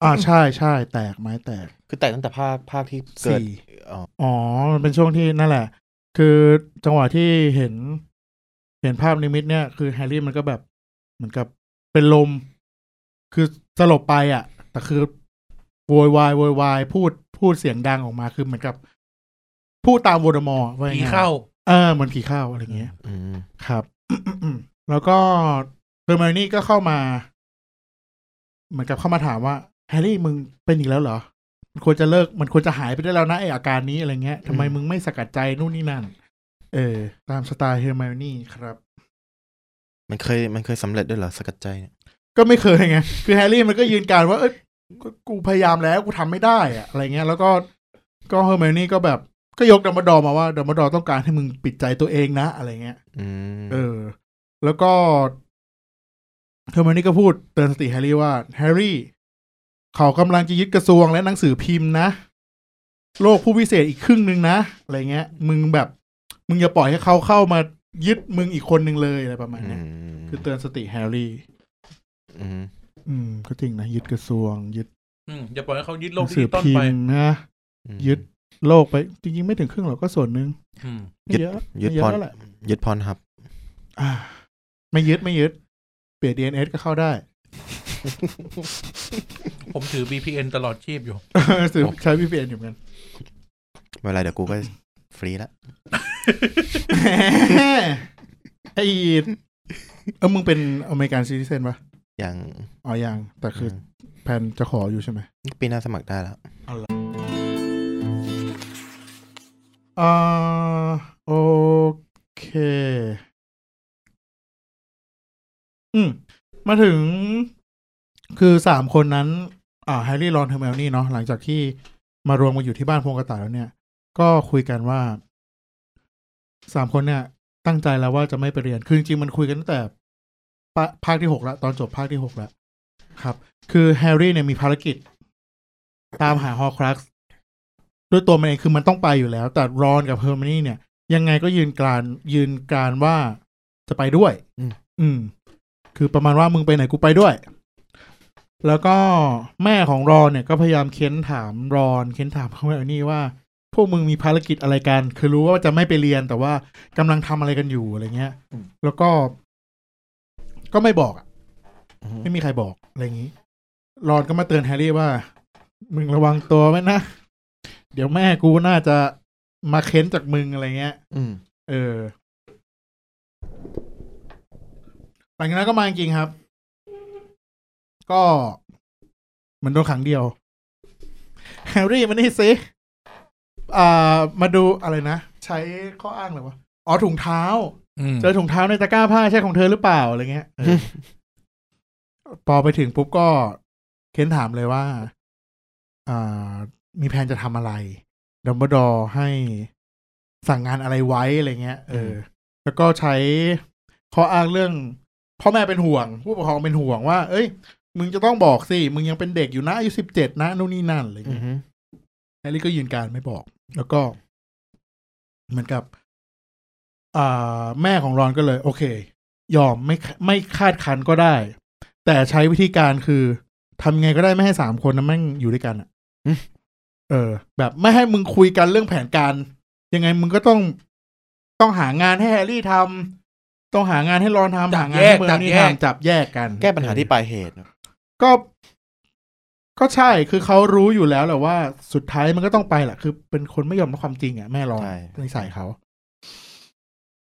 Speaker 2: อ่าใช่ใช่แตกไม้แตก
Speaker 4: คือแตกตั้งแต่ภาคภาคที่เกิด
Speaker 2: สี่
Speaker 4: อ๋อ
Speaker 2: อ๋อ มันเป็นช่วงที่นั่นแหละ คือจังหวะที่เห็น เห็นภาพนิมิตเนี่ย คือแฮร์รี่มันก็แบบเหมือนกับเป็นลม คือสลบไปอ่ะ แต่คือโวยวายโวยวายพูดพูดเสียงดังออกมา คือเหมือนกับ พูดตามโวลเดอมอร์ว่าอย่
Speaker 3: ผี
Speaker 2: งนั้น
Speaker 3: เข้า
Speaker 2: เออเหมือนผีเข้าอะไรอย่างเงี้ย
Speaker 4: อืม
Speaker 2: ครับ แล้วก็เฮอร์ไมโอนี่ก็เข้ามา เหมือนกับเข้ามาถามว่า แฮร์รี่มึงเป็นอีกแล้วเหรอ มันควรจะเลิกมันควรจะหายไปได้แล้วนะไออาการนี้อะไรเงี้ยทำไมมึงไม่สกัดใจนู่นนี่นั่น เออ ตามสไตล์เฮอร์ไมโอนี่ครับ
Speaker 4: มันเคยมันเคยสำเร็จด้วยเหรอสกัดใจเนี่ย
Speaker 2: ก็ไม่เคยไง คือแฮร์รี่มันก็ยืนการว่าเอ้ยกูกูพยายามแล้วกูทำไม่ได้อะอะไรเงี้ย แล้วก็ก็เฮอร์ไมโอนี่ก็แบบก็ยกดัมเบลดอร์มาว่าดัมเบลดอร์ต้องการให้มึงปิดใจตัวเองนะอะไรเงี้ย
Speaker 4: อืม
Speaker 2: เออ แล้วก็เทอร์มานี่ก็พูดเตือนสติแฮร์รี่ว่า แฮร์รี่ เขากำลังจะยึดกระทรวงและหนังสือพิมพ์นะ โลกผู้พิเศษอีกครึ่งหนึ่งนะ อะไรเงี้ย มึงแบบ มึงอย่าปล่อยให้เขาเข้ามายึดมึงอีกคนหนึ่งเลยอะไรประมาณเนี้ย
Speaker 4: ม
Speaker 2: คือเตือนสติแฮร์รี่
Speaker 4: อืม
Speaker 2: อืม ก็จริงนะ ยึดกระทรวง ยึด
Speaker 3: อืมอย่าปล่อยให้เขายึด
Speaker 2: ห
Speaker 3: โล
Speaker 2: นั
Speaker 3: ก
Speaker 2: ง
Speaker 3: ดิ
Speaker 2: สือ
Speaker 3: จิตอล
Speaker 2: พิ
Speaker 3: ไป
Speaker 2: มพ์นะ ยึด โลกไป จริง ๆ ไม่ถึงครึ่งหรอกก็ส่วนหนึ่ง
Speaker 3: อืม
Speaker 2: ไม่เยอะ
Speaker 4: ยึด
Speaker 2: ไม่เย
Speaker 4: พ
Speaker 2: อะ
Speaker 4: ร
Speaker 2: แล้วแหละ
Speaker 4: ยึดพรหับ
Speaker 2: อ่าไม่ยึดไม่ยึด เปลี่ยนดีเอ็นเอสก็เข้าได้
Speaker 3: ผมถือ VPN ตลอดชีพอยู่
Speaker 2: ซื้อใช้ VPN อยู่เหมื อนกัน
Speaker 4: เวลาเดี๋ยวกูก็ฟรีละ
Speaker 2: ไอ้อีดเออมึงเป็นอเมริกันซิติเซนปะ
Speaker 4: อย่าง
Speaker 2: อ๋อยัง แต่คือ
Speaker 4: ม
Speaker 2: แพนจะขออยู่ใช่ไหม
Speaker 4: ปีหน้าสมัครได้แล้ว
Speaker 2: อ่าโอเค อืม มาถึง คือสามคนนั้น อ่าแฮร์รี่รอนเทอร์เมลนี่เนาะหลังจากที่มารวมกันอยู่ที่บ้านพงกระต่ายแล้วเนี่ย ก็คุยกันว่าสามคนเนี่ย ตั้งใจแล้วว่าจะไม่ไปเรียน คือจริงๆมันคุยกันตั้งแต่ปะภาคที่หกละตอนจบภาคที่หกละครับ คือแฮร์รี่เนี่ยมีภารกิจ ตามหาฮอครักซ์ด้วยตัวมันเองคือมันต้องไปอยู่แล้ว แต่รอนกับเฮอร์มนี่เนี่ย ยังไงก็ยืนกรานยืนกรานว่าจะไปด้วย
Speaker 4: อืม
Speaker 2: อืม คือประมาณว่ามึงไปไหนกูไปด้วย แล้วก็แม่ของรอนเนี่ยก็พยายามเค้นถามรอน เค้นถามเฮอร์มนี่ว่า พวกมึงมีภารกิจอะไรกัน คือรู้ว่าจะไม่ไปเรียนแต่ว่ากำลังทำอะไรกันอยู่อะไรเงี้ย แล้วก็ ก็ไม่บอกอะไม่มีใครบอกอะไรอย่างนี้รอนก็มาเตือนแฮร์รี่ว่า มึงระวังตัวไว้นะ เดี๋ยวแม่กูน่าจะมาเค้นจากมึงอะไรเงี้ย
Speaker 4: อืม
Speaker 2: เออหลังจากนั้นก็มาจริงๆครับ ก็เหมือนโดนขังเดียว แฮร์รี่มานี่สิอ่า มาดูอะไรนะ ใช้ข้ออ้างหรือวะ อ๋อถุงเท้า
Speaker 3: อืม
Speaker 2: เจอถุงเท้าในตะกร้าผ้าใช่ของเธอหรือเปล่าอะไรเงี้ยเออ พอไปถึงปุ๊บก็เค้นถามเลยว่า อ่า มีแผนจะทำอะไรดัมเบิลดอร์ให้สั่งงานอะไรไว้อะไรเงี้ยเอออ แล้วก็ใช้ข้ออ้างเรื่องพ่อแม่เป็นห่วง ผู้ปกครองเป็นห่วงว่า เอ้ย มึงจะต้องบอกสิ มึงยังเป็นเด็กอยู่นะอายุสิบเจ็ดนะนู่นนี่นั่นอะไร
Speaker 4: อื
Speaker 2: เงี้ย
Speaker 4: อฮึ
Speaker 2: แฮร์รี่ก็ยืนการไม่บอก แล้วก็ เหมือนกับ อ่า แม่ของรอนก็เลย โอเค ยอมไม่ไม่คาดคันก็ได้ แต่ใช้วิธีการคือทำไงก็ได้ไม่ให้สามคนนั้นแม่งอยู่ด้วยกันอะเออ แบบไม่ให้มึงคุยกันเรื่องแผนการ ยังไงมึงก็ต้องต้องหางานให้แฮร์รี่ทำต้องหางานให้รอนทำหางานให้เมืองนี่ทำจับแยกกัน
Speaker 4: แก้ปัญหาที่ปลายเหตุ
Speaker 2: ก็ ก็ใช่คือเขารู้อยู่แล้วแหละว่าสุดท้ายมันก็ต้องไปแหละคือเป็นคนไม่ยอมรับความจริงอ่ะแม่รอง
Speaker 4: ใช่
Speaker 2: นิสัยเขา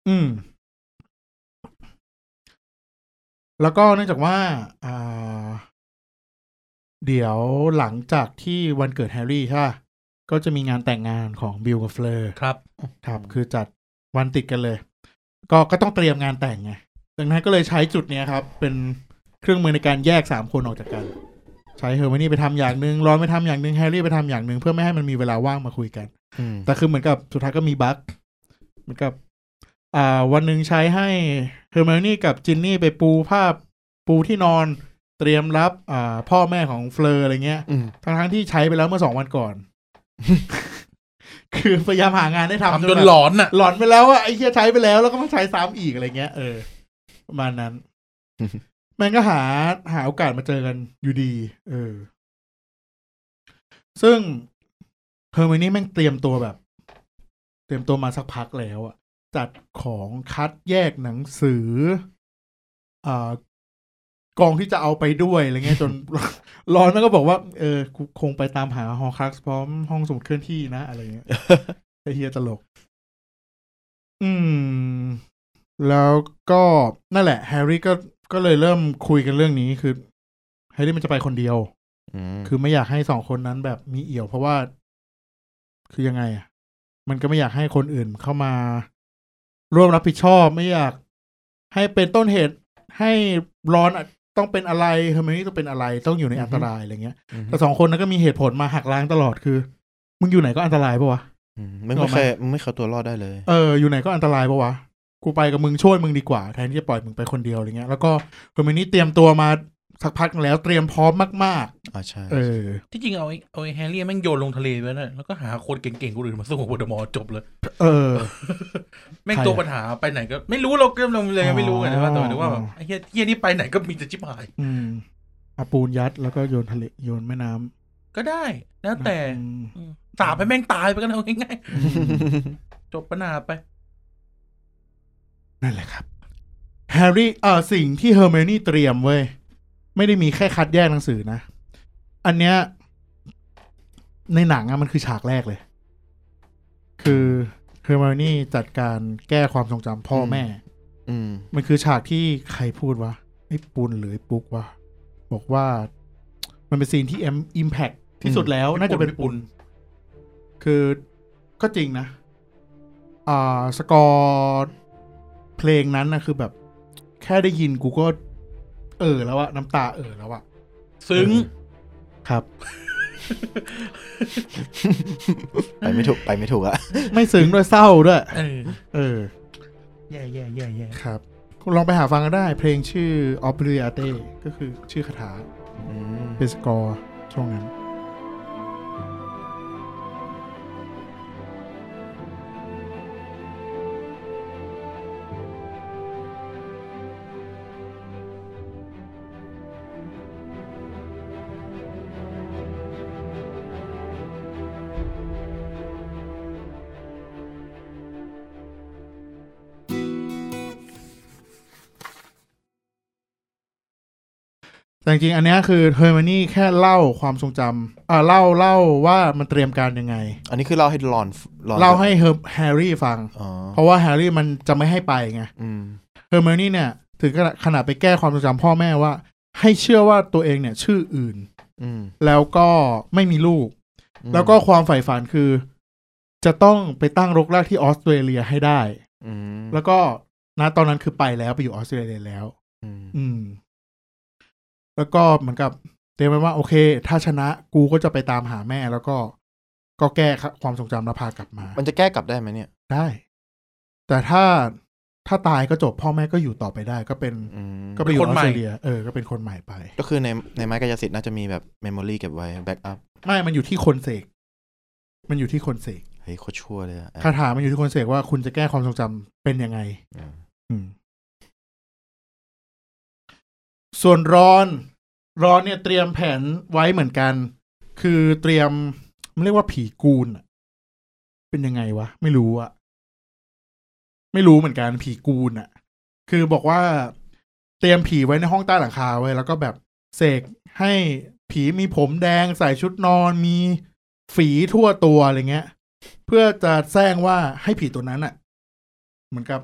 Speaker 2: อืม แล้วก็เนื่องจากว่า อ่า เดี๋ยวหลังจากที่วันเกิดแฮร์รี่ใช่ปะก็จะมีงานแต่งงานของบิลกับเฟลอร์
Speaker 3: ครับ
Speaker 2: ครับคือจัดวันติดกันเลย ก็ก็ต้องเตรียมงานแต่งไงดังนั้นก็เลยใช้จุดเนี้ยครับ เป็นเครื่องมือในการแยกสามคนออกจากกัน ใช้เฮอร์มานี่ไปทำอย่างหนึ่งรอนไปทำอย่างหนึ่งแฮร์รี่ไปทำอย่างหนึ่งเพื่อไม่ให้มันมีเวลาว่างมาคุยกัน
Speaker 4: อืม
Speaker 2: แต่คือเหมือนกับสุดท้ายก็มีบั๊กเหมือนกับ อ่า วันหนึ่งใช้ให้เฮอร์มานี่กับจินนี่ไปปูผ้าปูที่นอนเตรียมรับ อ่า พ่อแม่ของเฟลออะไรเงี้ย
Speaker 4: อืม
Speaker 2: ทั้งทั้งๆที่ใช้ไปแล้วเมื่อสองวันก่อน คือพยายามหางานได้ทำ
Speaker 3: ทำจน
Speaker 2: แบบ
Speaker 3: หลอนน่ะ
Speaker 2: หลอนไปแล้วอะไอ้เฮียใช้ไปแล้วแล้วก็มาใช้ซ้ำอีกอะไรเงี้ยเออประมาณนั้น มันก็หาหาโอกาสมาเจอกันอยู่ดี เออ ซึ่งเฮอร์มนี่แม่งเตรียมตัวแบบ เตรียมตัวมาสักพักแล้วอะจัดของคัดแยกหนังสืออ่ากองที่จะเอาไปด้วยอะไรเงี้ยจน ร้อนมันก็บอกว่า เออกูคงไปตามหาฮอคักพร้อมห้องสมุดเคลื่อนที่นะอะไรเงี้ยไอเฮียตลก อืม แล้วก็นั่นแหละ แฮร์รี่ก็ก็เลยเริ่มคุยกันเรื่องนี้คือ แฮร์รี่มันจะไปคนเดียว
Speaker 4: อืม
Speaker 2: คือไม่อยากให้สองคนนั้นแบบมีเอี่ยวเพราะว่า คือยังไงอ่ะมันก็ไม่อยากให้คนอื่นเข้ามา ร่วมรับผิดชอบ ไม่อยาก ให้เป็นต้นเหตุให้ร้อนอะต้องเป็นอะไรเฮอร์เมนี่ต้องเป็นอะไร ต้องอยู่ในอันตรายอะไรเงี้ยแต่สองคนนั้นก็มีเหตุผลมาหักล้างตลอดคือ มึงอยู่ไหนก็อันตรายปะวะ
Speaker 4: อืมมึงไม่เคยมึงไม่เคยตัวรอดได้เลย
Speaker 2: เอออยู่ไหนก็อันตรายปะวะ กูไปกับมึงช่วยมึงดีกว่า แทนที่จะปล่อยมึงไปคนเดียวอะไรเงี้ย แล้วก็เฮอร์เมนี่เตรียมตัวมาสักพักหนึ่งแล้วเตรียมพร้อมมาก
Speaker 4: อ่าใช่
Speaker 2: ๆ เออ
Speaker 3: ที่จริงเอาไอ้เอาไอ้แฮร์รี่แม่งโยนลงทะเลไปนั่นแล้วก็หาคนเก่งๆคนอื่นมาสู้กับวอลเดอมอร์จบเลย
Speaker 2: เออ
Speaker 3: แม่ง
Speaker 2: ใครอะ
Speaker 3: ตัวปัญหาไปไหนก็ไม่รู้เราเกมลงเลยไม่รู้ไงแต่ว่าแต่หมายถึงว่าแบบ
Speaker 2: อ๋อ
Speaker 3: ไอ้เฮียเฮียนี่ไปไหนก็มีแต่ชิบหาย
Speaker 2: อืมเอาปูนยัดแล้วก็โยนทะเลโยนแม่น้ำ
Speaker 3: ก็ได้แล้วแต่
Speaker 2: อืม
Speaker 3: อืมสาบให้แม่งตายไปกันเอาง่ายๆจบปัญหาไป
Speaker 2: นั่นแหละครับแฮร์รี่เออสิ่งที่เฮอร์เมนี่เตรียมเว้ย ไม่ได้มีแค่คัดแยกหนังสือนะ อันเนี้ย ในหนังอะมันคือฉากแรกเลย คือเฮอร์เมนี่จัดการแก้ความทรงจำพ่อแม่
Speaker 4: อืม
Speaker 2: มันคือฉากที่ใครพูดวะไอ้ปุนหรือไอ้ปุ๊กวะบอกว่า มันเป็นซีนที่เอ็มอิมแพคที่สุดแล้ว น่าจะเป็นปุนคือก็จริงนะ อ่า สกอร์เพลงนั้นนะคือแบบ แค่ได้ยินกูก็ เออแล้วอะน้ำตาเออแล้วอะ
Speaker 3: ซึ้ง
Speaker 2: ครับ
Speaker 4: ไปไม่ถูกไปไม่ถูกอะ
Speaker 2: ไม่ซึ้งด้วยเศร้าด้วย
Speaker 3: เออ
Speaker 2: เออ
Speaker 3: แย่แย่แย่แย่
Speaker 2: ครับ คุณลองไปหาฟังกันได้ เพลงชื่อ o b l i a t e ก็คือชื่อคาถา
Speaker 4: อืม
Speaker 2: เป็นสกอร์ช่วงนั้นแต่จริงๆอันเนี้ยคือเฮอร์มานี่แค่เล่าความทรงจำอ่าเล่าเล่าว่ามันเตรียมการยังไง
Speaker 4: อันนี้คือเล่าให้หลอนหลอน
Speaker 2: เล่าให้เฮอร์แฮร์รี่ฟัง
Speaker 4: อ๋อ
Speaker 2: เพราะว่าแฮร์รี่มันจะไม่ให้ไปไง
Speaker 4: อืม
Speaker 2: เฮอร์มานี่เนี่ย ถึงขนาดไปแก้ความทรงจำพ่อแม่ว่า ให้เชื่อว่าตัวเองเนี่ยชื่ออื่น
Speaker 4: อืม
Speaker 2: แล้วก็ไม่มีลูก
Speaker 4: อืม
Speaker 2: แล้วก็ความใฝ่ฝันคือ จะต้องไปตั้งรกรากที่ออสเตรเลียให้ได้
Speaker 4: อืม
Speaker 2: แล้วก็ณตอนนั้นคือไปแล้วไปอยู่ออสเตรเลียแล้ว
Speaker 4: อืม
Speaker 2: อืม แล้วก็เหมือนกับเตรียมไว้ว่า โอเค ถ้าชนะกูก็จะไปตามหาแม่ แล้วก็ก็แก้ความทรงจำแล้วพากลับมา
Speaker 4: มันจะแก้กลับได้ไหมเนี่ย
Speaker 2: ได้ แต่ถ้าถ้าตายก็จบพ่อแม่ก็อยู่ต่อไปได้ ก็เป็น
Speaker 4: อืม
Speaker 2: ก็ไปอยู่ออสเตรเลียเออก็เป็นคนใหม่ไป
Speaker 4: ก็คือในในไม้กายสิทธิ์น่าจะมีแบบเมมโมรีเก็บไว้แบ็กอัพ
Speaker 2: ไม่มันอยู่ที่คนเสกมันอยู่ที่คนเสก
Speaker 4: เฮ้ยโคตรชั่วเลยอะ
Speaker 2: คาถามันอยู่ที่คนเสกว่าคุณจะแก้ความทรงจำเป็นยังไง
Speaker 4: อืม
Speaker 2: อืม ส่วนร้อน ร้อนเนี่ยเตรียมแผนไว้เหมือนกัน คือเตรียมมันเรียกว่าผีกูนอะเป็นยังไงวะ ไม่รู้อะไม่รู้เหมือนกันผีกูนอะคือบอกว่า เตรียมผีไว้ในห้องใต้หลังคาไว้ยแล้วก็แบบเสกให้ ผีมีผมแดงใส่ชุดนอนมีฝีทั่วตัวอะไรเงี้ย เพื่อจะแซงว่าให้ผีตัวนั้นอะเหมือนกับ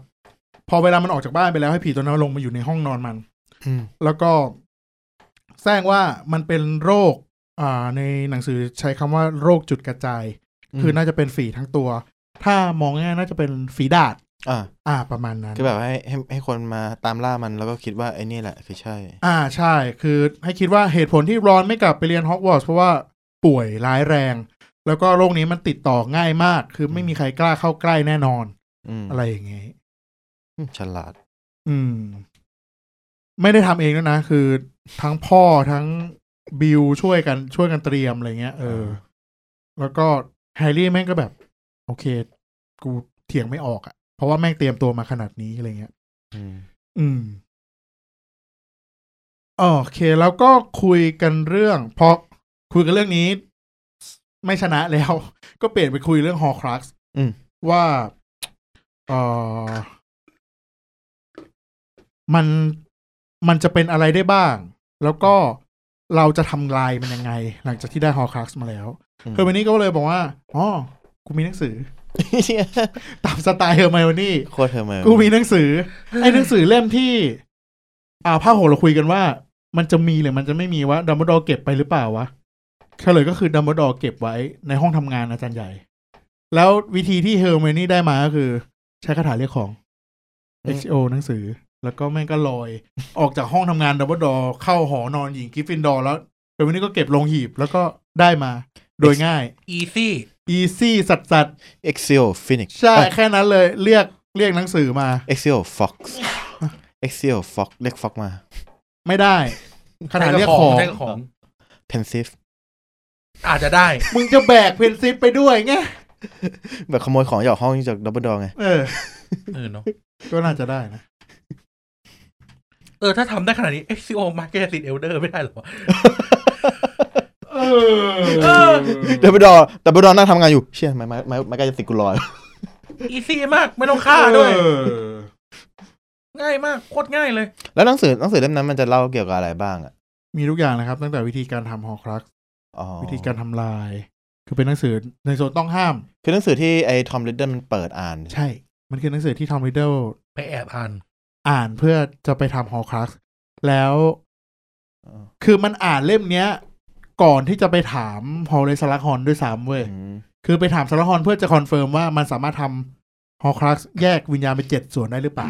Speaker 2: พอเวลามันออกจากบ้านไปแล้วให้ผีตัวนั้นลงมาอยู่ในห้องนอนมัน
Speaker 4: อืม
Speaker 2: แล้วก็แจ้งว่ามันเป็นโรค อ่า ในหนังสือใช้คำว่าโรคจุดกระจาย คือน่าจะเป็นฝีทั้งตัว ถ้ามองง่ายๆน่าจะเป็นฝีดาด
Speaker 4: อ่า
Speaker 2: อ่า ประมาณนั้น
Speaker 4: คือแบบให้ให้ให้คนมาตามล่ามันแล้วก็คิดว่าไอ้นี่แหละคือใช่
Speaker 2: อ่า ใช่ คือให้คิดว่าเหตุผลที่รอนไม่กลับไปเรียนฮอกวอตส์เพราะว่าป่วยร้ายแรง แล้วก็โรคนี้มันติดต่อง่ายมาก คือไม่มีใครกล้าเข้าใกล้แน่นอน
Speaker 4: อืม
Speaker 2: อะไรอย่างเงี้ย
Speaker 4: อืมฉลาด
Speaker 2: อืม ไม่ได้ทำเองด้วยนะ คือทั้งพ่อทั้งบิวช่วยกันช่วยกันเตรียมอะไรเงี้ยเออ แล้วก็แฮร์รี่แม่งก็แบบ โอเค กูเถียงไม่ออกอะ่ะ เพราะว่าแม่งเตรียมตัวมาขนาดนี้อะไรเงี้ย
Speaker 4: อืม
Speaker 2: อืมโอเค แล้วก็คุยกันเรื่อง พอคุยกันเรื่องนี้ ไม่ชนะแล้ว ก็เปลี่ยนไปคุยเรื่องฮอครักซ์
Speaker 4: อืม
Speaker 2: ว่าเออมันมันจะเป็นอะไรได้บ้าง แล้วก็เราจะทำลายมันยังไง หลังจากที่ได้ฮอครักซ์มาแล้วเฮอร์ n มนี่ก็เลยบอกว่าอ๋อกูมีหนังสือ ตามสไตล์เฮอร์ n มนี่
Speaker 4: โคตรเธอมา
Speaker 2: กูมีหนังสือ ไอ้หนังสือเล่มที่ อ่าผ้าโหเราคุยกันว่า มันจะมีหรือมันจะไม่มีวะดัมเบิลดอเก็บไปหรือเปล่าวะเฉลยก็คือดัมเบิลดอเก็บไว้ในห้องทำงานอาจารย์ใหญ่ แล้ววิธีที่เฮอร์เมนี่ได้มาก็คือ ใช้คาถาเรียกของ XO หนังสือ แล้วก็แม่งก็ลอย ออกจากห้องทำงานดัมเบิลดอเข้าหอนอนหญิงกริฟฟินดอร์แล้วเฮอร์เมนี่ก็เก็บลงหีบแล้วก็ได้มา โดยง่าย
Speaker 3: อีซี่
Speaker 2: อีซี่สัสสัส
Speaker 4: เอ็กซิโอฟินิก
Speaker 2: ๆใช่แค่นั้นเลย เรียกเรียกหนังสือมา
Speaker 4: เอ็กซิโอฟ็อกซ์เอ็กซิโอฟ็อกเรียกฟ็อกมา
Speaker 2: ไม่ได้ขนาดเรียกของ
Speaker 3: ได้ของ
Speaker 4: เพนซิฟ
Speaker 3: อาจจะได้
Speaker 2: มึงจะแบกเพนซิปไปด้วยไง
Speaker 4: แบบขโมยของจากห้องจากดับเบิลดอไง
Speaker 2: เออ
Speaker 3: เออเนาะ
Speaker 2: ก็น่าจะได้นะ
Speaker 3: เออ ถ้าทำได้ขนาดนี้ XCO มาแก้ติดเอลเดอร์ไม่ได้หรอวะ
Speaker 2: เอ
Speaker 3: เออ
Speaker 4: ดับเบิลดอดับเบิลดอนั่งทำงานอยู่ เชี่ยไม้ไม้ไม้ไม้กายจะติดกูลอย
Speaker 3: อีซี่มาก ไม่ต้องฆ่าด้วย
Speaker 2: เออ
Speaker 3: ง่ายมาก โคตรง่ายเลย
Speaker 4: แล้วหนังสือหนังสือเล่มนั้นมันจะเล่าเกี่ยวกับอะไรบ้างอ่ะ
Speaker 2: มีทุกอย่างนะครับ ตั้งแต่วิธีการทำฮอครักซ์
Speaker 4: อ๋อ
Speaker 2: วิธีการทำลาย คือเป็นหนังสือในโซนต้องห้าม
Speaker 4: คือหนังสือที่ไอ้ทอมลิดเดิลมันเปิดอ่าน
Speaker 2: ใช่ มันคือหนังสือที่ทอมริดเดิล
Speaker 3: ไปแอบอ่าน
Speaker 2: อ่านเพื่อจะไปทำฮอครักซ์แล้ว
Speaker 4: อ๋อ
Speaker 2: คือมันอ่านเล่มเนี้ย ก่อนที่จะไปถามฮอลเลสลักฮอนด้วยซ้ำเว้ย
Speaker 4: อืม
Speaker 2: คือไปถามสารคอนเพื่อจะคอนเฟิร์มว่ามันสามารถทำฮอคลักแยกวิญญาณเป็นเจ็ดส่วนได้หรือเปล่า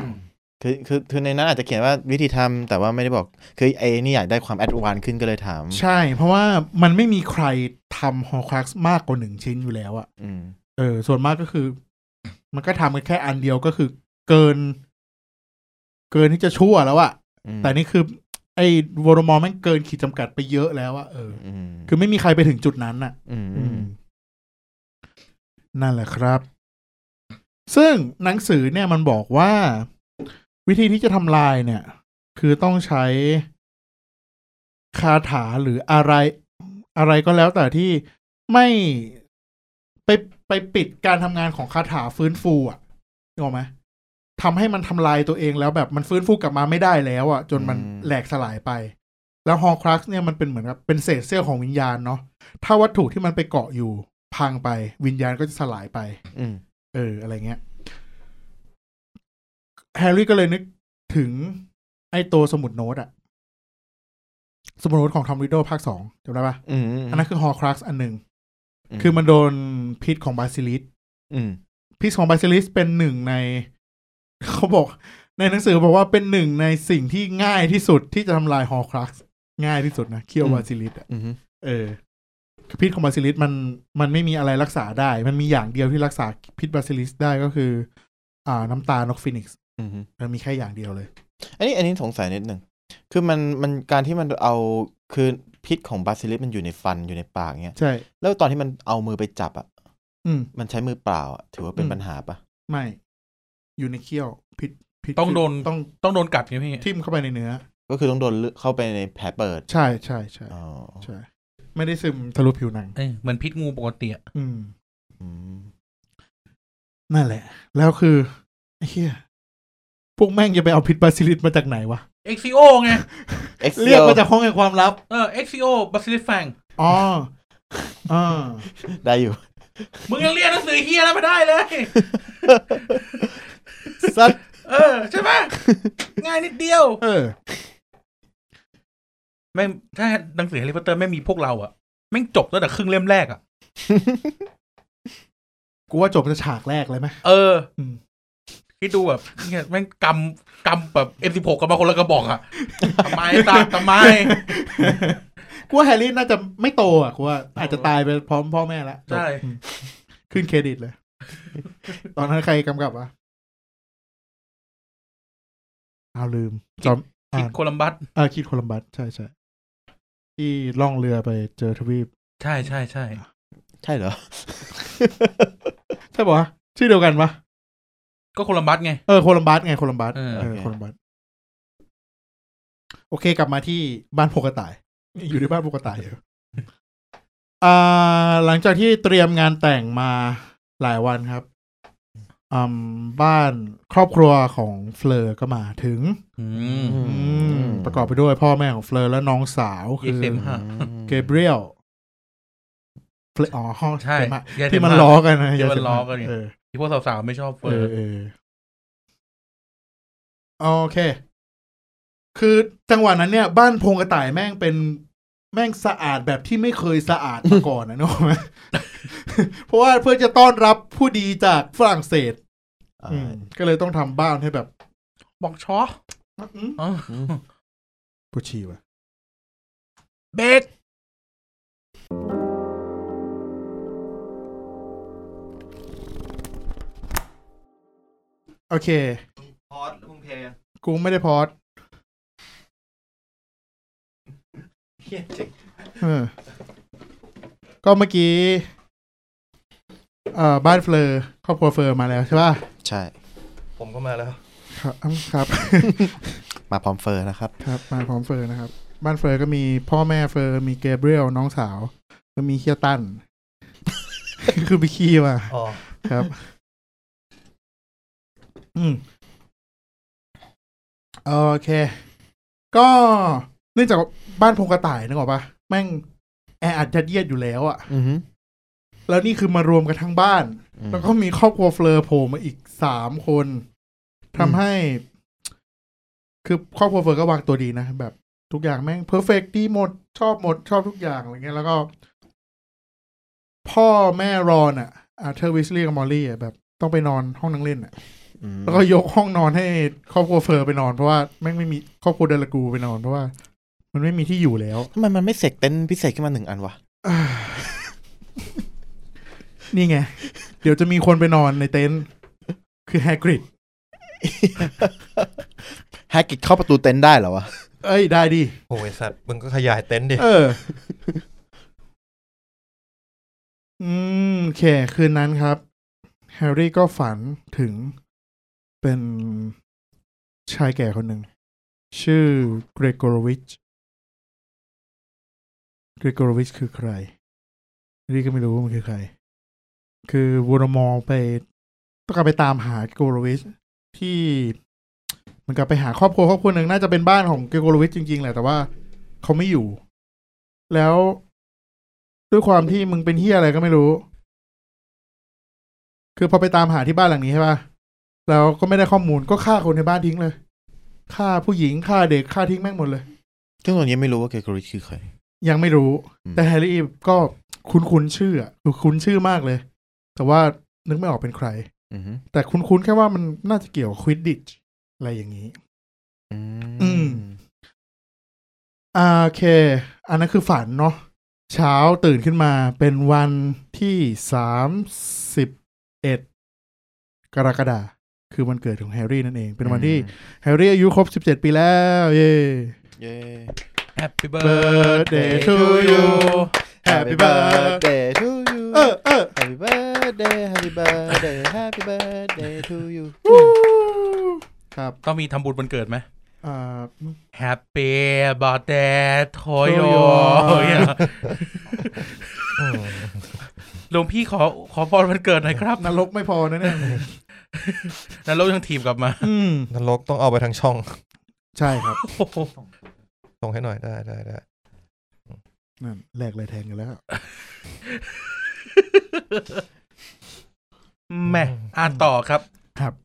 Speaker 4: คือคือคือในนั้นอาจจะเขียนว่าวิธีทำแต่ว่าไม่ได้บอก คือไอ้นี่อยากได้ความแอดวานซ์ขึ้นก็เลยถาม
Speaker 2: ใช่ เพราะว่ามันไม่มีใครทำฮอคลักมากกว่าหนึ่งชิ้นอยู่แล้วอะ
Speaker 4: อืม
Speaker 2: เออ ส่วนมากก็คือ มันก็ทำกันแค่อันเดียวก็คือเกิน เกินที่จะชั่วแล้วอะ
Speaker 4: อืม
Speaker 2: แต่นี่คือ ไอ้วอร์มอร์แม่งเกินขีดจำกัดไปเยอะแล้วอะเออ
Speaker 4: อืม
Speaker 2: คือไม่มีใครไปถึงจุดนั้นอะ
Speaker 4: อืม
Speaker 2: อืมนั่นแหละครับ ซึ่งหนังสือเนี่ยมันบอกว่า วิธีที่จะทำลายเนี่ย คือต้องใช้คาถาหรืออะไร อะไรก็แล้วแต่ที่ไม่ไปไปปิดการทำงานของคาถาฟื้นฟูอ่ะนึกออกไหมทำให้มันทำลายตัวเองแล้วแบบมันฟื้นฟูกลับมาไม่ได้แล้วอ่ะ จนมันแหลกสลายไป แล้วฮอครักซ์เนี่ยมันเป็นเหมือนกับเป็นเศษเสี้ยวของวิญญาณเนาะ ถ้าวัตถุที่มันไปเกาะอยู่ พังไปวิญญาณก็จะสลายไป
Speaker 4: อืม
Speaker 2: เออ อะไรเงี้ย แฮร์รี่ก็เลยนึกถึง ไอ้ตัวสมุดโน้ตอะสมุดโน้ตของทอมริดโดภาคสองจำได้ปะ
Speaker 4: อืมอืม
Speaker 2: อันนั้นคือฮอครักซ์อันหนึ่ง คือมันโดนพิษของบาซิลิส
Speaker 4: อืม
Speaker 2: พิษของบาซิลิสเป็นหนึ่งใน เขาบอก ในหนังสือบอกว่าเป็นหนึ่งในสิ่งที่ง่ายที่สุดที่จะทำลายฮอครักซ์ง่ายที่สุดนะเคี่ยวบาซิลิสอะ
Speaker 4: อืม
Speaker 2: เออพิษของบาซิลิสมันมันไม่มีอะไรรักษาได้ มันมีอย่างเดียวที่รักษาพิษบาซิลิสได้ก็คือ อ่าน้ำตาลนกฟินิกซ์
Speaker 4: อืม
Speaker 2: มันมีแค่อย่างเดียวเลย
Speaker 4: อันนี้อันนี้สงสัยนิดหนึ่ง คือมันมันการที่มันเอาคือพิษของบาซิลิสมันอยู่ในฟันอยู่ในปากเงี้ย
Speaker 2: ใช่
Speaker 4: แล้วตอนที่มันเอามือไปจับอ่ะ
Speaker 2: อืม
Speaker 4: มันใช้มือเปล่าอะถือว่าเป็น
Speaker 2: อืม
Speaker 4: ปัญหาปะ
Speaker 2: ไม่ อยู่ในเขี้ยวพิษพิษ
Speaker 3: ต้องโดน
Speaker 2: ต้อง
Speaker 3: ต้องโดนกัดไงพี่
Speaker 2: ทิ่มเข้าไปในเนื้อ
Speaker 4: ก็คือต้องโดนลึกเข้าไปในแผลเปิด
Speaker 2: ใช่ใช่ใช่
Speaker 4: อ๋อ
Speaker 2: ใช่ ไม่ได้ซึมทะลุผิวหนัง
Speaker 3: เออเหมือนพิษงูปกติอะ
Speaker 2: อืม
Speaker 4: อืม
Speaker 2: นั่นแหละ แล้วคือไอ้เฮียพวกแม่งจะไปเอาพิษบาซิลิสมาจากไหนวะ
Speaker 3: เอ็กซิโอไง
Speaker 2: เรียกมาจากห้องแห่งความลับ
Speaker 3: เออเอ็กซิโอบัสซิลิแฟง
Speaker 2: อ๋ออ่า
Speaker 4: ได้อยู่
Speaker 3: มึงยังเรียนหนังสือเฮียแล้วไม่ได้เลย
Speaker 4: สัตว์
Speaker 3: เออ ใช่ไหม ง่ายนิดเดียว
Speaker 2: เออ
Speaker 3: ไม่งถ้าหนังสือแฮร์รี่พอตเตอร์ไม่มีพวกเราอะแม่งจบตั้งแต่ครึ่งเล่มแรกอะ
Speaker 2: กูว่าจบจะฉากแรกเลยไหม
Speaker 3: เอออ
Speaker 2: ม
Speaker 3: คิดดูแบบเนี่ยแม่งกำกำแบบเอ็มสิบหกกันมาคนละกระบอกอะ ทำไมตามทำไม
Speaker 2: กูว่าแฮร์รี่น่าจะไม่โตอ่ะกูว่าอาจจะตายไปพร้อมพ่อแม่แล้ว
Speaker 3: ใช่
Speaker 2: อืมขึ้นเครดิตเลย ตอนนั้นใครกำกับวะเอาวลืมจอม
Speaker 3: คิดโคลัมบัส
Speaker 2: เออคิดโคลัมบัสใช่ใช่ที่ล่องเรือไปเจอทวีป
Speaker 3: ใช่ใช่ใช่
Speaker 4: ใช่เหรอ
Speaker 2: ใช่ปะวะชื่อเดียวกันปะ
Speaker 3: ก็โคลัมบัสไง
Speaker 2: เออโคลัมบัสไงโคลัมบัส
Speaker 3: เออ
Speaker 2: เออ
Speaker 4: โอเค
Speaker 2: โคลัมบัสโอเค กลับมาที่บ้านโพกระต่าย อยู่ในบ้านโพกระต่ายอยู่อ่าหลังจากที่เตรียมงานแต่งมาหลายวันครับอืมบ้านครอบครัวของเฟลอร์ก็มาถึง
Speaker 3: อืม
Speaker 4: อื
Speaker 2: อื
Speaker 4: ม
Speaker 2: มประกอบไปด้วยพ่อแม่ของเฟลอร์และน้องสาวคือ
Speaker 3: เอ็กเซม ฮะ
Speaker 2: เกเบรียลเฟลอร์อ๋อห้อง
Speaker 3: ใช่
Speaker 2: เฟลอร์มา
Speaker 3: แย่เต็
Speaker 2: ที่
Speaker 3: ม
Speaker 2: มัน
Speaker 3: มาก
Speaker 2: ล้อกันนะ
Speaker 3: ที่มันล้อกันนี่
Speaker 2: เออ
Speaker 3: ที่พวกสาวๆไม่ชอบเฟอ
Speaker 2: เออ
Speaker 3: ร์
Speaker 2: เออโอเค คือจังหวะนั้นเนี่ย บ้านพงกระต่ายแม่งเป็นแม่งสะอาดแบบที่ไม่เคยสะอาดมาก่อนนะนึกออกไหม เพราะว่าเพื่อจะต้อนรับผู้ดีจากฝรั่งเศสอืมก็เลยต้องทำบ้านให้แบบ
Speaker 3: บอกชอ
Speaker 2: อืม
Speaker 3: อ๋อ
Speaker 2: ผู้ชีวะ
Speaker 3: เบก
Speaker 2: โอเค
Speaker 4: พอดแล้วมึงเพลง
Speaker 2: กูไม่ได้พอดเออก็เมื่อกี้เอ่อบ้านเฟลอร์ครอบครัวเฟลอร์มาแล้วใช่ป่ะ
Speaker 4: ใช่
Speaker 1: ผมก็มาแล้ว
Speaker 2: ครับอืมครับ
Speaker 4: มาพร้อมเฟอร์นะครับ
Speaker 2: ครับมาพร้อมเฟอร์นะครับ บ้านเฟอร์ก็มีพ่อแม่เฟอร์มีเกเบรียลน้องสาว ก็มีเคียตัน คือไปขี้มา
Speaker 1: อ๋อ
Speaker 2: ครับ อืมโอเค ก็เนื่องจากบ้านพงกระต่ายนึกออกปะแม่งแออัดยัดเยียดอยู่แล้วอะ
Speaker 4: อือหือ
Speaker 2: แล้วนี่คือมารวมกันทั้งบ้าน
Speaker 4: อืม
Speaker 2: แล้วก็มีครอบครัวเฟลอร์โผล่มาอีกสามคนทำให้ คือครอบครัวเฟลอร์ก็วางตัวดีนะ แบบ ทุกอย่างแม่งเพอร์เฟกดีหมด ชอบหมด ชอบทุกอย่างอะไรเงี้ยแล้วก็ พ่อแม่รอนอ่ะอาเธอร์วิสลีย์กับมอลลี่อ่ะแบบ ต้องไปนอนห้องนั่งเล่นอ่ะ
Speaker 4: อืม
Speaker 2: แล้วก็ยกห้องนอนให้ครอบครัวเฟลอร์ไปนอนเพราะว่าแม่งไม่มีครอบครัวเดลากูไปนอนเพราะว่า มันไม่มีที่อยู่แล้ว
Speaker 4: ทำไมมันไม่เสกเต้นท์พิเศษขึ้นมาหนึ่งอัน วะ
Speaker 2: นี่ไง เดี๋ยวจะมีคนไปนอนในเต็นท์คือแฮกริด
Speaker 4: แฮกกิดเข้าประตูเต็นท์ได้เหรอวะ
Speaker 2: เอ้ยได้ดิ
Speaker 1: โอ้ยสัตว์ มึงก็ขยายเต็นท์ดิ
Speaker 2: เออ อืมโอเค คืนนั้นครับ แฮร์รี่ก็ฝันถึงเป็นชายแก่คนหนึ่ง ชื่อเกรโกรวิช เกรโกรวิชคือใครแฮร์รี่ก็ไม่รู้ว่ามันคือใคร คือวูรมอร์ไป ต้องการไปตามหาเกรโกรวิช ที่เหมันกับไปหาครอบครัวครอบครัวหนึ่งน่าจะเป็นบ้านของเกรโกรวิชจริงๆแหละแต่ว่า เขาไม่อยู่ แล้วด้วยความที่มึงเป็นเฮียอะไรก็ไม่รู้ คือพอไปตามหาที่บ้านหลังนี้ใช่ป่ะ แล้วก็ไม่ได้ข้อมูลก็ฆ่าคนในบ้านทิ้งเลย ฆ่าผู้หญิงฆ่าเด็กฆ่าทิ้งแม่งหมดเลย
Speaker 4: ซึ่งตอนนี้ไม่รู้ว่าเกรกอริชคือใคร
Speaker 2: ยังไม่รู้
Speaker 4: อืม
Speaker 2: แต่แฮร์รี่ก็คุ้นคุ้นๆชื่ออะคือคุ้นชื่อมากเลย แต่ว่านึกไม่ออกเป็นใคร
Speaker 4: อือหือ
Speaker 2: แต่คุ้นคุ้นๆแค่ว่ามันน่าจะเกี่ยวควิดดิชอะไรอย่างนี้
Speaker 4: อืม
Speaker 2: อืม อ่าโอเค อันนั้นคือฝันเนาะเช้าตื่นขึ้นมาเป็นวันที่สามสิบเอ็ดกรกฎาคมคือวันเกิดของแฮร์รี่นั่นเอง เป็นวันที่แฮร์รี่อายุครบสิบเจ็ดปีแล้ว เย้
Speaker 4: เย้
Speaker 3: แฮปปี้เบิร์ดเด
Speaker 2: Birthday
Speaker 3: ย์
Speaker 2: to
Speaker 3: ทูยู
Speaker 2: you
Speaker 4: Happy birthday to you
Speaker 2: เออเออ
Speaker 4: Happy birthday Happy birthday Happy birthday to you
Speaker 2: ครับ
Speaker 3: ต้องมีทำบุญวันเกิดไหม
Speaker 2: อ่า
Speaker 3: Happy birthday to you
Speaker 2: โอ้ย
Speaker 3: หลวงพี่ขอขอพรวันเกิดหน่อยครับ
Speaker 2: นรกไม่พอนะเนี่ย
Speaker 3: นรกยังถีบกลับมา
Speaker 2: อืม
Speaker 1: นรกต้องเอาไปทางช่อง
Speaker 2: ใช่ครับ
Speaker 1: ส่งให้หน่อยได้ได้ได้
Speaker 2: นั่นแหลกลายแทงกันแล้ว
Speaker 3: แหม่อ่านต่อครับ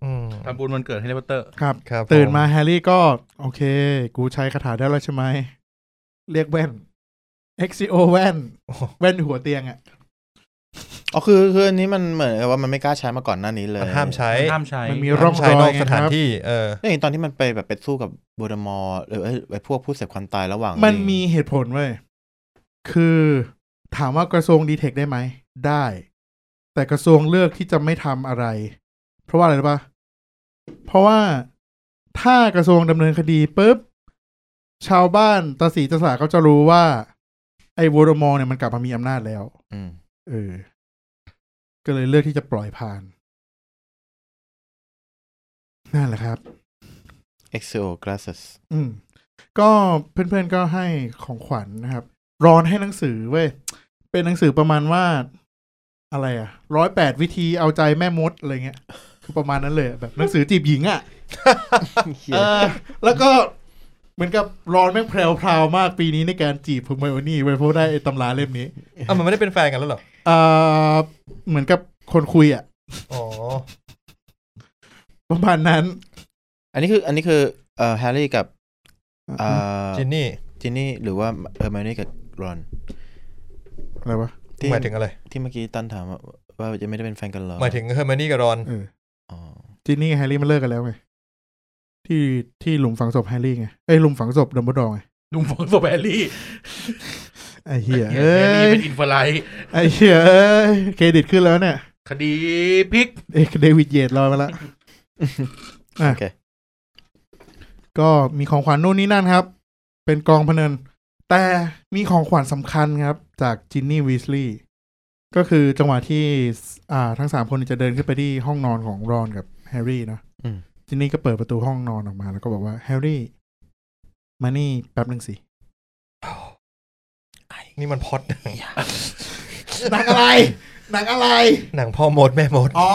Speaker 1: อืม
Speaker 3: ทำบุญวันเกิดให้เลเวอเตอร์
Speaker 2: ครับ
Speaker 1: ครับ
Speaker 2: ตื่น
Speaker 1: ผ
Speaker 2: มาแฮร์รี่ก็ โอเค กูใช้คาถาได้แล้วใช่ไหม เรียกแว่น XCO แว่น
Speaker 1: โอ้โห
Speaker 2: แว่นหัวเตียงอ่ะ
Speaker 4: อ๋อคือคืออันนี้มันเหมือนกับว่ามันไม่กล้าใช้มาก่อนหน้านี้เลย
Speaker 1: มันห้ามใช้
Speaker 3: ห้ามใช้
Speaker 2: มันมี ร่
Speaker 1: ห้า
Speaker 2: อง
Speaker 1: มใช้
Speaker 2: รอย
Speaker 1: นอก
Speaker 2: ไง
Speaker 1: สถาน
Speaker 2: ครับ
Speaker 1: ที่เออ
Speaker 4: นี่ตอนที่มันไปแบบไปสู้กับบูดมอร์หรือไอ้ยไอ้พวกผู้เสพความตายระหว่าง
Speaker 2: มัน
Speaker 4: ลิง
Speaker 2: มีเหตุผลเว้ย คือถามว่ากระทรวงดีเทคได้ไหม ได้ แต่กระทรวงเลือกที่จะไม่ทำอะไร เพราะว่าอะไรรู้ปะเพราะว่าถ้ากระทรวงดำเนินคดีปุ๊บ ชาวบ้านตาสีตาสาเขาจะรู้ว่า ไอ้วอร์มอเนี่ยมันกลับมามีอำนาจแล้ว
Speaker 4: อืม
Speaker 2: เออ ก็เลยเลือกที่จะปล่อยผ่าน นั่นแหละครับ
Speaker 4: เอ็กซิโอกราส
Speaker 2: อืม ก็เพื่อนๆก็ให้ของขวัญนะครับ ร้อนให้หนังสือเว้ย เป็นหนังสือประมาณว่า อะไรอะร้อยแปดวิธีเอาใจแม่มดอะไรเงี้ย คือประมาณนั้นเลยอะแบบหนังสือจีบหญิง อะเออ แล้วก็เหมือนกับร้อนแม่งแพรวพราวมากปีนี้ในการจีบผมไมโอนี่ไว้ยเพราะได้ไอ้ตำราเล่มนี้
Speaker 1: อ่ะมันไม่ได้เป็นแฟนกันแล้วเหรอ
Speaker 2: เออเหมือนกับคนคุยอะ
Speaker 1: อ๋อ
Speaker 2: ประมาณนั้น
Speaker 4: อันนี้คืออันนี้คือเอ่อแฮร์รี่กับเอ่อ
Speaker 1: จินนี่
Speaker 4: จินนี่หรือว่าเออร์มานี่กับรอน
Speaker 2: อะไรวะ
Speaker 4: ที่
Speaker 1: หมายถึงอะไร
Speaker 4: ที่เมื่อกี้ตันถามว่าว่าจะไม่ได้เป็นแฟนกันเหรอ
Speaker 1: หมายถึงเฮอร์มานี่กับรอน
Speaker 2: เออ
Speaker 4: อ๋อ
Speaker 2: จีนี่กับแฮร์รี่มันเลิกกันแล้วไงที่ที่หลุมฝังศพแฮร์รี่ไงเอ้ยหลุมฝังศพดัมเบิลดอร์ไง
Speaker 3: ดุมฟองโซแบรี่
Speaker 2: ไอ้เหี้ย
Speaker 3: แฮ
Speaker 2: เอ้
Speaker 3: ร์
Speaker 2: ย
Speaker 3: รี่เป็นอินฟลาย
Speaker 2: ไอ้เหี้ยเอ้ยเครดิตขึ้นแล้วเนี่ย
Speaker 3: คดีพลิก
Speaker 2: เอกเดวิดเยตรอมาละ
Speaker 4: โอเค
Speaker 2: ก็มีของขวัญนู่นนี่นั่นครับ เป็นกองพะเนิน แต่มีของขวัญสำคัญครับ จากจินนี่วีสลีย์ก็คือจังหวะที่สอ่าทั้งสามคนจะเดินขึ้นไปที่ห้องนอนของรอนกับแฮร์รี่เนาะ
Speaker 4: อืม
Speaker 2: จินนี่ก็เปิดประตูห้องนอนออกมาแล้วก็บอกว่าแฮร์รี่มานี่แป๊บหนึ่งสิ
Speaker 1: นี่มันพอด
Speaker 2: หนังอะไร หนังอะไร
Speaker 1: หนังพ่อมดแม่มด
Speaker 2: อ๋อ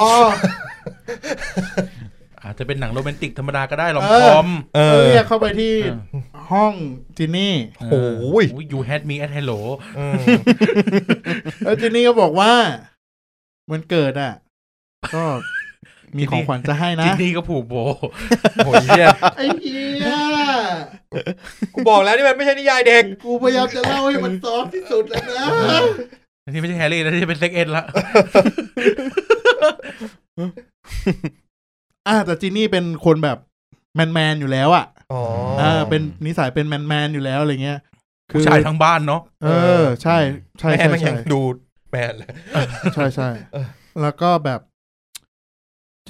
Speaker 3: อาจจะเป็นหนังโรแมนติกธรรมดาก็ได้ลอง
Speaker 2: เออ
Speaker 3: คอม
Speaker 1: เออ
Speaker 2: เรียกเข้าไปที่
Speaker 3: เออ
Speaker 2: ห้องจินนี่
Speaker 1: โอ้ย
Speaker 3: เ you had me at hello
Speaker 1: อืม
Speaker 2: แล้วจินนี่ก็บอกว่า มันเกิดอ่ะ ก็มีของขวัญจะให้นะ
Speaker 3: จินนี่ก็ผูกโบ
Speaker 1: โหยเหี้ย
Speaker 2: ไอ้เหี้ย
Speaker 1: กูบอกแล้วนี่มันไม่ใช่นิยายเด็ก
Speaker 2: กูพยายามจะเล่าให้มันซอฟต์ที่สุดแล้วนะ
Speaker 3: อันนี้ไม่ใช่แฮร์รี่แล้วที่เป็นเซ็กเอ็ดละ
Speaker 2: อ่ะแต่จินนี่เป็นคนแบบแมนแมนๆอยู่แล้วอ่ะ
Speaker 1: อ๋อ
Speaker 2: เออเป็นนิสัยเป็นแมนแมนๆอยู่แล้วอะไรเงี้ย
Speaker 3: ผู้ชายทั้งบ้านเนาะ
Speaker 2: เออ ใช่ใช่
Speaker 1: แม่
Speaker 2: ใช่
Speaker 1: มันยั
Speaker 2: ใช่
Speaker 1: งดูแมนเลย
Speaker 2: ใช่ใช่
Speaker 1: เออ
Speaker 2: แล้วก็แบบ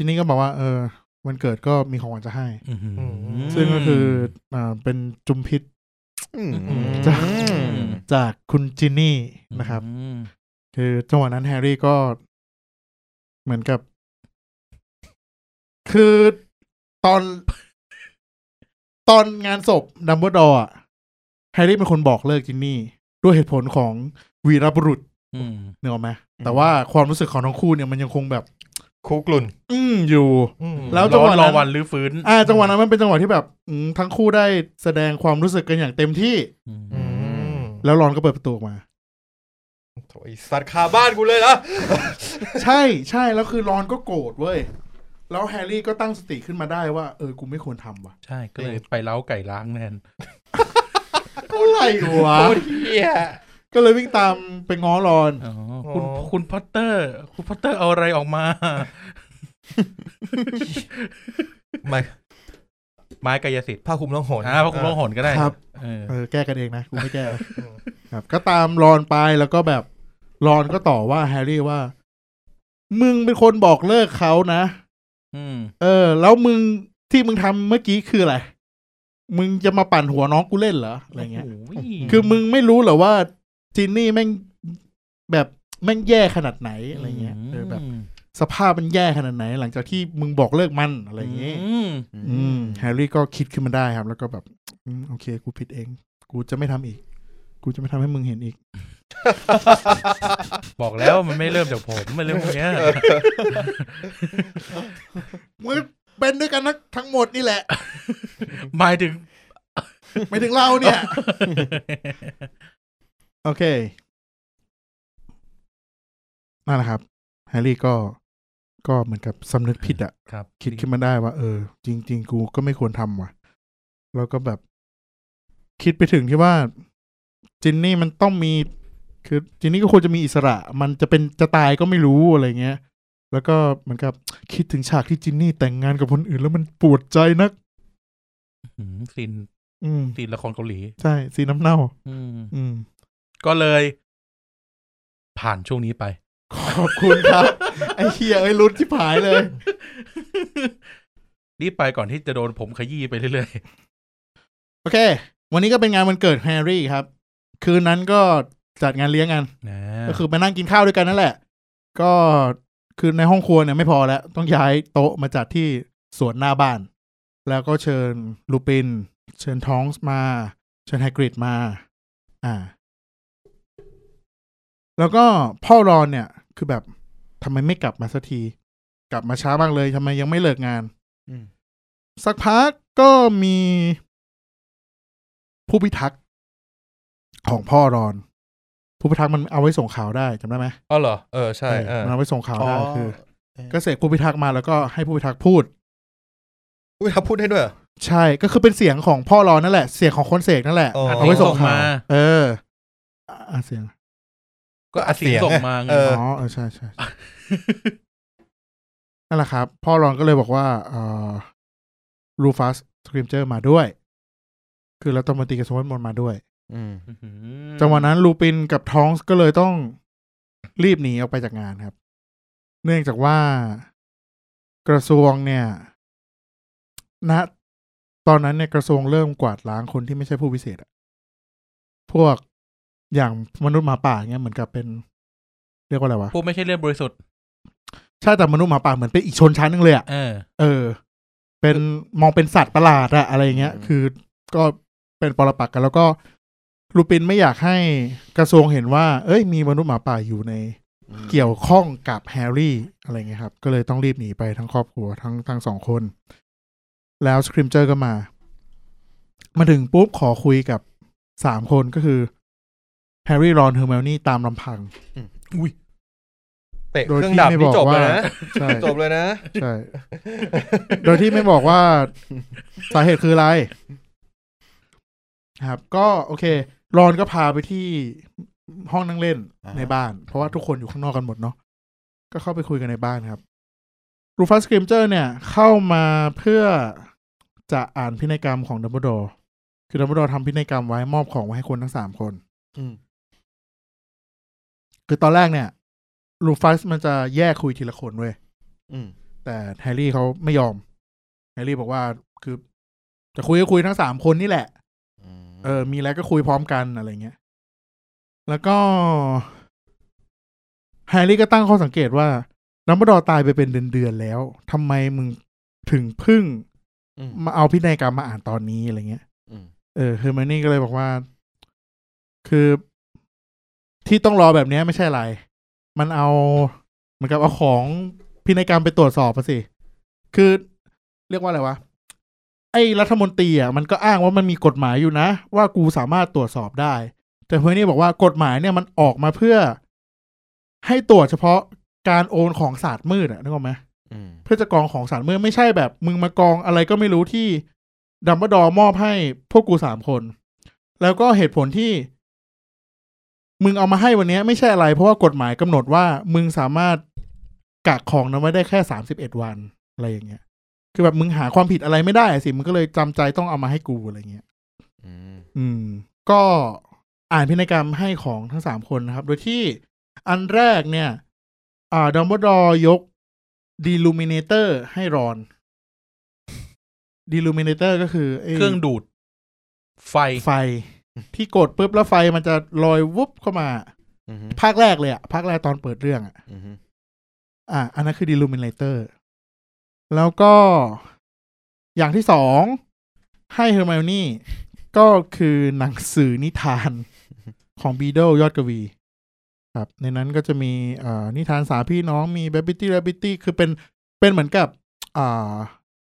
Speaker 2: ทีนี้ก็บอกว่า เออ วันเกิดก็มีของขวัญจะให้
Speaker 1: ม
Speaker 2: ซึ่งก็คืออ่าเป็นจุมพิษ
Speaker 4: อืม
Speaker 2: จากจากคุณจินนี่นะครับ
Speaker 3: อืม
Speaker 2: คือจังหวะนั้นแฮร์รี่ก็เหมือนกับ คือตอน ตอนงานศพดัมเบิลดอร์อะแฮร์รี่เป็นคนบอกเลิกจินนี่ ด้วยเหตุผลของวีรบุรุษ
Speaker 3: อืม
Speaker 2: เนกอะไหมแต่ว่าความรู้สึกของทั้งคู่เนี่ยมันยังคงแบบ
Speaker 1: คุกลุ่น
Speaker 2: อืมอยู่
Speaker 1: อืม
Speaker 2: แล้วจังหวะ
Speaker 3: รอ
Speaker 2: นั้น
Speaker 3: วันรื้อฟื้น
Speaker 2: อ่าจังหวะนั้นมันเป็นจังหวะที่แบบอืมทั้งคู่ได้แสดงความรู้สึกกันอย่างเต็มที่
Speaker 3: อืม
Speaker 1: อืม
Speaker 2: แล้วรอนก็เปิดประตูออกมา
Speaker 1: โถไอ้สัตว์คาบ้านกูเลยนะ
Speaker 2: ใช่ใช่แล้วคือรอนก็โกรธเว้ย แล้วแฮร์รี่ก็ตั้งสติขึ้นมาได้ว่า เออ กูไม่ควรทำว่ะ
Speaker 3: ใช่ก็เลยไปเล้าไก่ล้างแทน
Speaker 2: อะไรวะ
Speaker 1: โคตรเหี้ย
Speaker 2: ก็เลยวิ่งตามไปง้อรอน
Speaker 3: อ๋อคุณ
Speaker 1: อ๋อ
Speaker 3: คุณพอตเตอร์ คุณพอตเตอร์เอาอะไรออก มา
Speaker 1: ไม่
Speaker 3: ไม้กายสิทธิ์
Speaker 1: ผ้าคลุมต้องโหน
Speaker 3: อ่าพวกคุณร้องหนก็ได้
Speaker 2: ครับ
Speaker 3: เออ
Speaker 2: เออแก้กันเองนะ กูไม่แก้ ครับ ก็ตามรอนไปแล้วก็แบบรอนก็ต่อว่าแฮร์รี่ว่า มึงเป็นคนบอกเลิกเขานะ
Speaker 3: อืม
Speaker 2: เออ แล้วมึงที่มึงทำเมื่อกี้คืออะไร มึงจะมาปั่นหัวน้องกูเล่นเหรออะไรเงี้ย
Speaker 3: โโห
Speaker 2: คือมึงไม่รู้เหรอว่าจินนี่แม่งแบบแม่งแย่ขนาดไหนอะไรเงี้ยเออแบบ สภาพมันแย่ขนาดไหน หลังจากที่มึงบอกเลิกมันอะไรเงี้ย
Speaker 3: อืม
Speaker 2: อืมแฮร์รี่ก็คิดขึ้นมาได้ครับ แล้วก็แบบอืมโอเค กูผิดเอง กูจะไม่ทำอีก กูจะไม่ทำให้มึงเห็นอีก
Speaker 3: บอกแล้วมันไม่เริ่มจากผมมันเริ่มตรงเนี้ย
Speaker 2: มึงเป็นด้วยกันทั้งหมดนี่แหละ
Speaker 3: หมายถึง
Speaker 2: ไม่ถึงเราเนี่ย โอเค นั่นแหละครับ แฮร์รี่ก็ ก็เหมือนกับสำนึกผิดอะ
Speaker 3: ครับ
Speaker 2: คิดขึ้นมาได้ว่า เออ จริง ๆ กูก็ไม่ควรทำว่ะ แล้วก็แบบ คิดไปถึงที่ว่า จินนี่มันต้องมี คือจินนี่ก็ควรจะมีอิสระ มันจะเป็นจะตายก็ไม่รู้อะไรเงี้ย แล้วก็เหมือนกับคิดถึงฉากที่จินนี่แต่งงานกับคนอื่น แล้วมันปวดใจนัก
Speaker 3: อืมซีน
Speaker 2: อืม
Speaker 3: ซีนละครเกาหลี
Speaker 2: ใช่สีน้ำเน่า
Speaker 3: อืม
Speaker 2: อืม
Speaker 3: ก็เลย ผ่านช่วงนี้ไป
Speaker 2: ขอบคุณครับ ไอ้เฮียไอ้ยรุดที่ผายเลย
Speaker 3: รีบไปก่อนที่จะโดนผมขยี้ไปเรื่อย
Speaker 2: โอเค วันนี้ก็เป็นงานวันเกิดแฮร์รี่ครับ คืนนั้นก็จัดงานเลี้ยงกัน
Speaker 3: ๆ นะ
Speaker 2: ก็คือไปนั่งกินข้าวด้วยกันนั่นแหละ ก็คือในห้องครัวเนี่ยไม่พอแล้ว ต้องย้ายโต๊ะมาจัดที่สวนหน้าบ้าน แล้วก็เชิญลูปิน เชิญท้องส์มา เชิญไฮกริดมา อ่า แล้วก็พ่อรอนเนี่ย คือแบบทำไมไม่กลับมาสักที กลับมาช้าบ้างเลยทำไมยังไม่เลิกงาน
Speaker 4: อืม
Speaker 2: สักพักก็มีผู้พิทักษ์ของพ่อรอน ผู้พิทักษ์มันเอาไว้ส่งข่าวได้จำได้ไหม
Speaker 1: อ๋อเหรอ เออ ใช่
Speaker 2: เอ
Speaker 1: เอ
Speaker 2: อ
Speaker 1: อ
Speaker 2: มันเอาไว้ส่งข่าวได้
Speaker 4: อ๋อ
Speaker 2: คือ ก็เสกผู้พิทักษ์มาแล้วก็ให้ผู้พิทักษ์พูด
Speaker 1: อุ้ยทับพูดให้ด้วยเหรอ
Speaker 2: ใช่ก็คือเป็นเสียงของพ่อรอนนั่นแหละ เสียงของคนเสกนั่นแหละ
Speaker 1: อ๋อ
Speaker 2: เอาไว้ส่งข่าว
Speaker 3: มา
Speaker 2: เอออ่ะเสียง
Speaker 3: ก็อัดเสียงส่งมาไง
Speaker 1: เออ
Speaker 2: อ๋อเออใช่ใช่ใช่นั่นแหละครับ พ่อรอนก็เลยบอกว่าเออรูฟัสสคริมเจอร์มาด้วย คือเราต้องมาตีกระทรวงวัฒนมนต์มาด้วย
Speaker 4: อืม
Speaker 3: อื้อหือ
Speaker 2: จังหวะนั้นลูปินกับท้องส์ก็เลยต้องรีบหนีออกไปจากงานครับ เนื่องจากว่ากระทรวงเนี่ยณตอนนั้นเนี่ยกระทรวงเริ่มกวาดล้างคนที่ไม่ใช่ผู้พิเศษอะพวกอย่างมนุษย์หมาป่าเนี่ยเหมือนกับเป็น เรียกว่าอะไรวะ
Speaker 3: พวกไม่ใช่เลือดบริสุทธิ์
Speaker 2: ใช่แต่มนุษย์หมาป่าเหมือนเป็นอีกชนชั้นหนึงเลยอะ
Speaker 3: เออ
Speaker 2: เออ เป็นมองเป็นสัตว์ประหลาดอะอะไรอย่างเงี้ย
Speaker 4: อืม
Speaker 2: คือก็เป็นปรปักษ์กันแล้วก็ลูปินไม่อยากให้กระทรวงเห็นว่า เอ้ย มีมนุษย์หมาป่าอยู่ใน เกี่ยวข้องกับแฮร์รี่อะไรเงี้ยครับ ก็เลยต้องรีบหนีไปทั้งครอบครัวทั้งทั้งสองคน แล้วสคริมเจอร์ก็มา มาถึงปุ๊บขอคุยกับสามคนก็คือแฮร์รี่รอนเฮอร์เมลนี่ตามลำพัง
Speaker 1: เตะ
Speaker 2: โดย
Speaker 1: เครื่อง
Speaker 2: ที่
Speaker 1: ดับ
Speaker 2: ไม่บ
Speaker 1: ที่
Speaker 2: อก
Speaker 1: จบเลย
Speaker 2: ว่า
Speaker 1: นะ
Speaker 2: ใช่
Speaker 1: จบเลยนะ
Speaker 2: ใช่ โดยที่ไม่บอกว่า สาเหตุคืออะไร ครับ ก็โอเค รอนก็พาไปที่ห้องนั่งเล่น
Speaker 4: อ่า
Speaker 2: ในบ้าน เพราะว่าทุกคนอยู่ข้างนอกกันหมดเนาะก็เข้าไปคุยกันในบ้านครับรูฟัสกริมเจอร์เนี่ย เข้ามาเพื่อจะอ่านพินัยกรรมของดัมเบิลดอร์คือดัมเบิลดอร์ทำพินัยกรรมไว้มอบของไว้ให้คนทั้งสามคน
Speaker 4: อืม
Speaker 2: คือตอนแรกเนี่ยรูฟัสมันจะแยกคุยทีละคนเว้ย
Speaker 4: อืม
Speaker 2: แต่แฮร์รี่เขาไม่ยอม แฮร์รี่บอกว่าคือ จะคุยก็คุยทั้งสามคนนี่แหละ เออ มีอะไรก็คุยพร้อมกันอะไรเงี้ย แล้วก็ แฮร์รี่ก็ตั้งข้อสังเกตว่าน้ำบดอร์ตายไปเป็นเดือนๆแล้วทำไมมึงถึงเพึ่ง
Speaker 4: อืม
Speaker 2: มาเอาพินัยกรรมมาอ่านตอนนี้อะไรเงี้ย
Speaker 4: อืม
Speaker 2: เออเฮอร์มานี่ก็เลยบอกว่า คือที่ต้องรอแบบเนี้ยไม่ใช่อะไร มันเอาเหมือนกับเอาของพินัยกรรมไปตรวจสอบอะสิ คือเรียกว่าอะไรวะ ไอ้รัฐมนตรีอ่ะมันก็อ้างว่ามันมีกฎหมายอยู่นะ ว่ากูสามารถตรวจสอบได้ แต่เฮอร์มานี่บอกว่ากฎหมายเนี่ยมันออกมาเพื่อ ให้ตรวจเฉพาะการโอนของศาสตร์มืดอะนึกออกไหม
Speaker 4: อืม
Speaker 2: เพื่อจะกองของสารเมื่อไม่ใช่แบบมึงมากองอะไรก็ไม่รู้ที่ดัมเบิลดอร์มอบให้พวกกูสามคน แล้วก็เหตุผลที่ มึงเอามาให้วันเนี้ยไม่ใช่อะไร เพราะว่ากฎหมายกำหนดว่า มึงสามารถกักของนั้นไว้ได้แค่สามสิบเอ็ดวันอะไรอย่างเงี้ย คือแบบมึงหาความผิดอะไรไม่ได้อะสิมึงก็เลยจำใจต้องเอามาให้กูอะไรเงี้ย
Speaker 4: อืม
Speaker 2: อืม ก็อ่านพินัยกรรมให้ของทั้งสามคนนะครับ โดยที่อันแรกเนี่ย อ่าดัมเบิลดอร์ยกดีลูมิเนเตอร์ให้รอนดีลูมิเนเตอร์ก็คือไ
Speaker 3: เครื่องดูด ไฟ
Speaker 2: ไฟ ที่กดปุ๊บแล้วไฟมันจะลอยวุบเข้ามา
Speaker 4: อืม
Speaker 2: ภาคแรกเลยอะภาคแรกตอนเปิดเรื่องอะ
Speaker 4: อืม
Speaker 2: อ่ะอันนั้นคือ Deluminator แล้วก็อย่างที่สองให้ Hermione ก็คือหนังสือนิทานของ Beedle ยอดกวี ครับ ในนั้นก็จะมีเอ่อนิทานสามพี่น้องมี b a b b i t t y r a b b i t t y คือเป็นเป็นเหมือนกับอ่า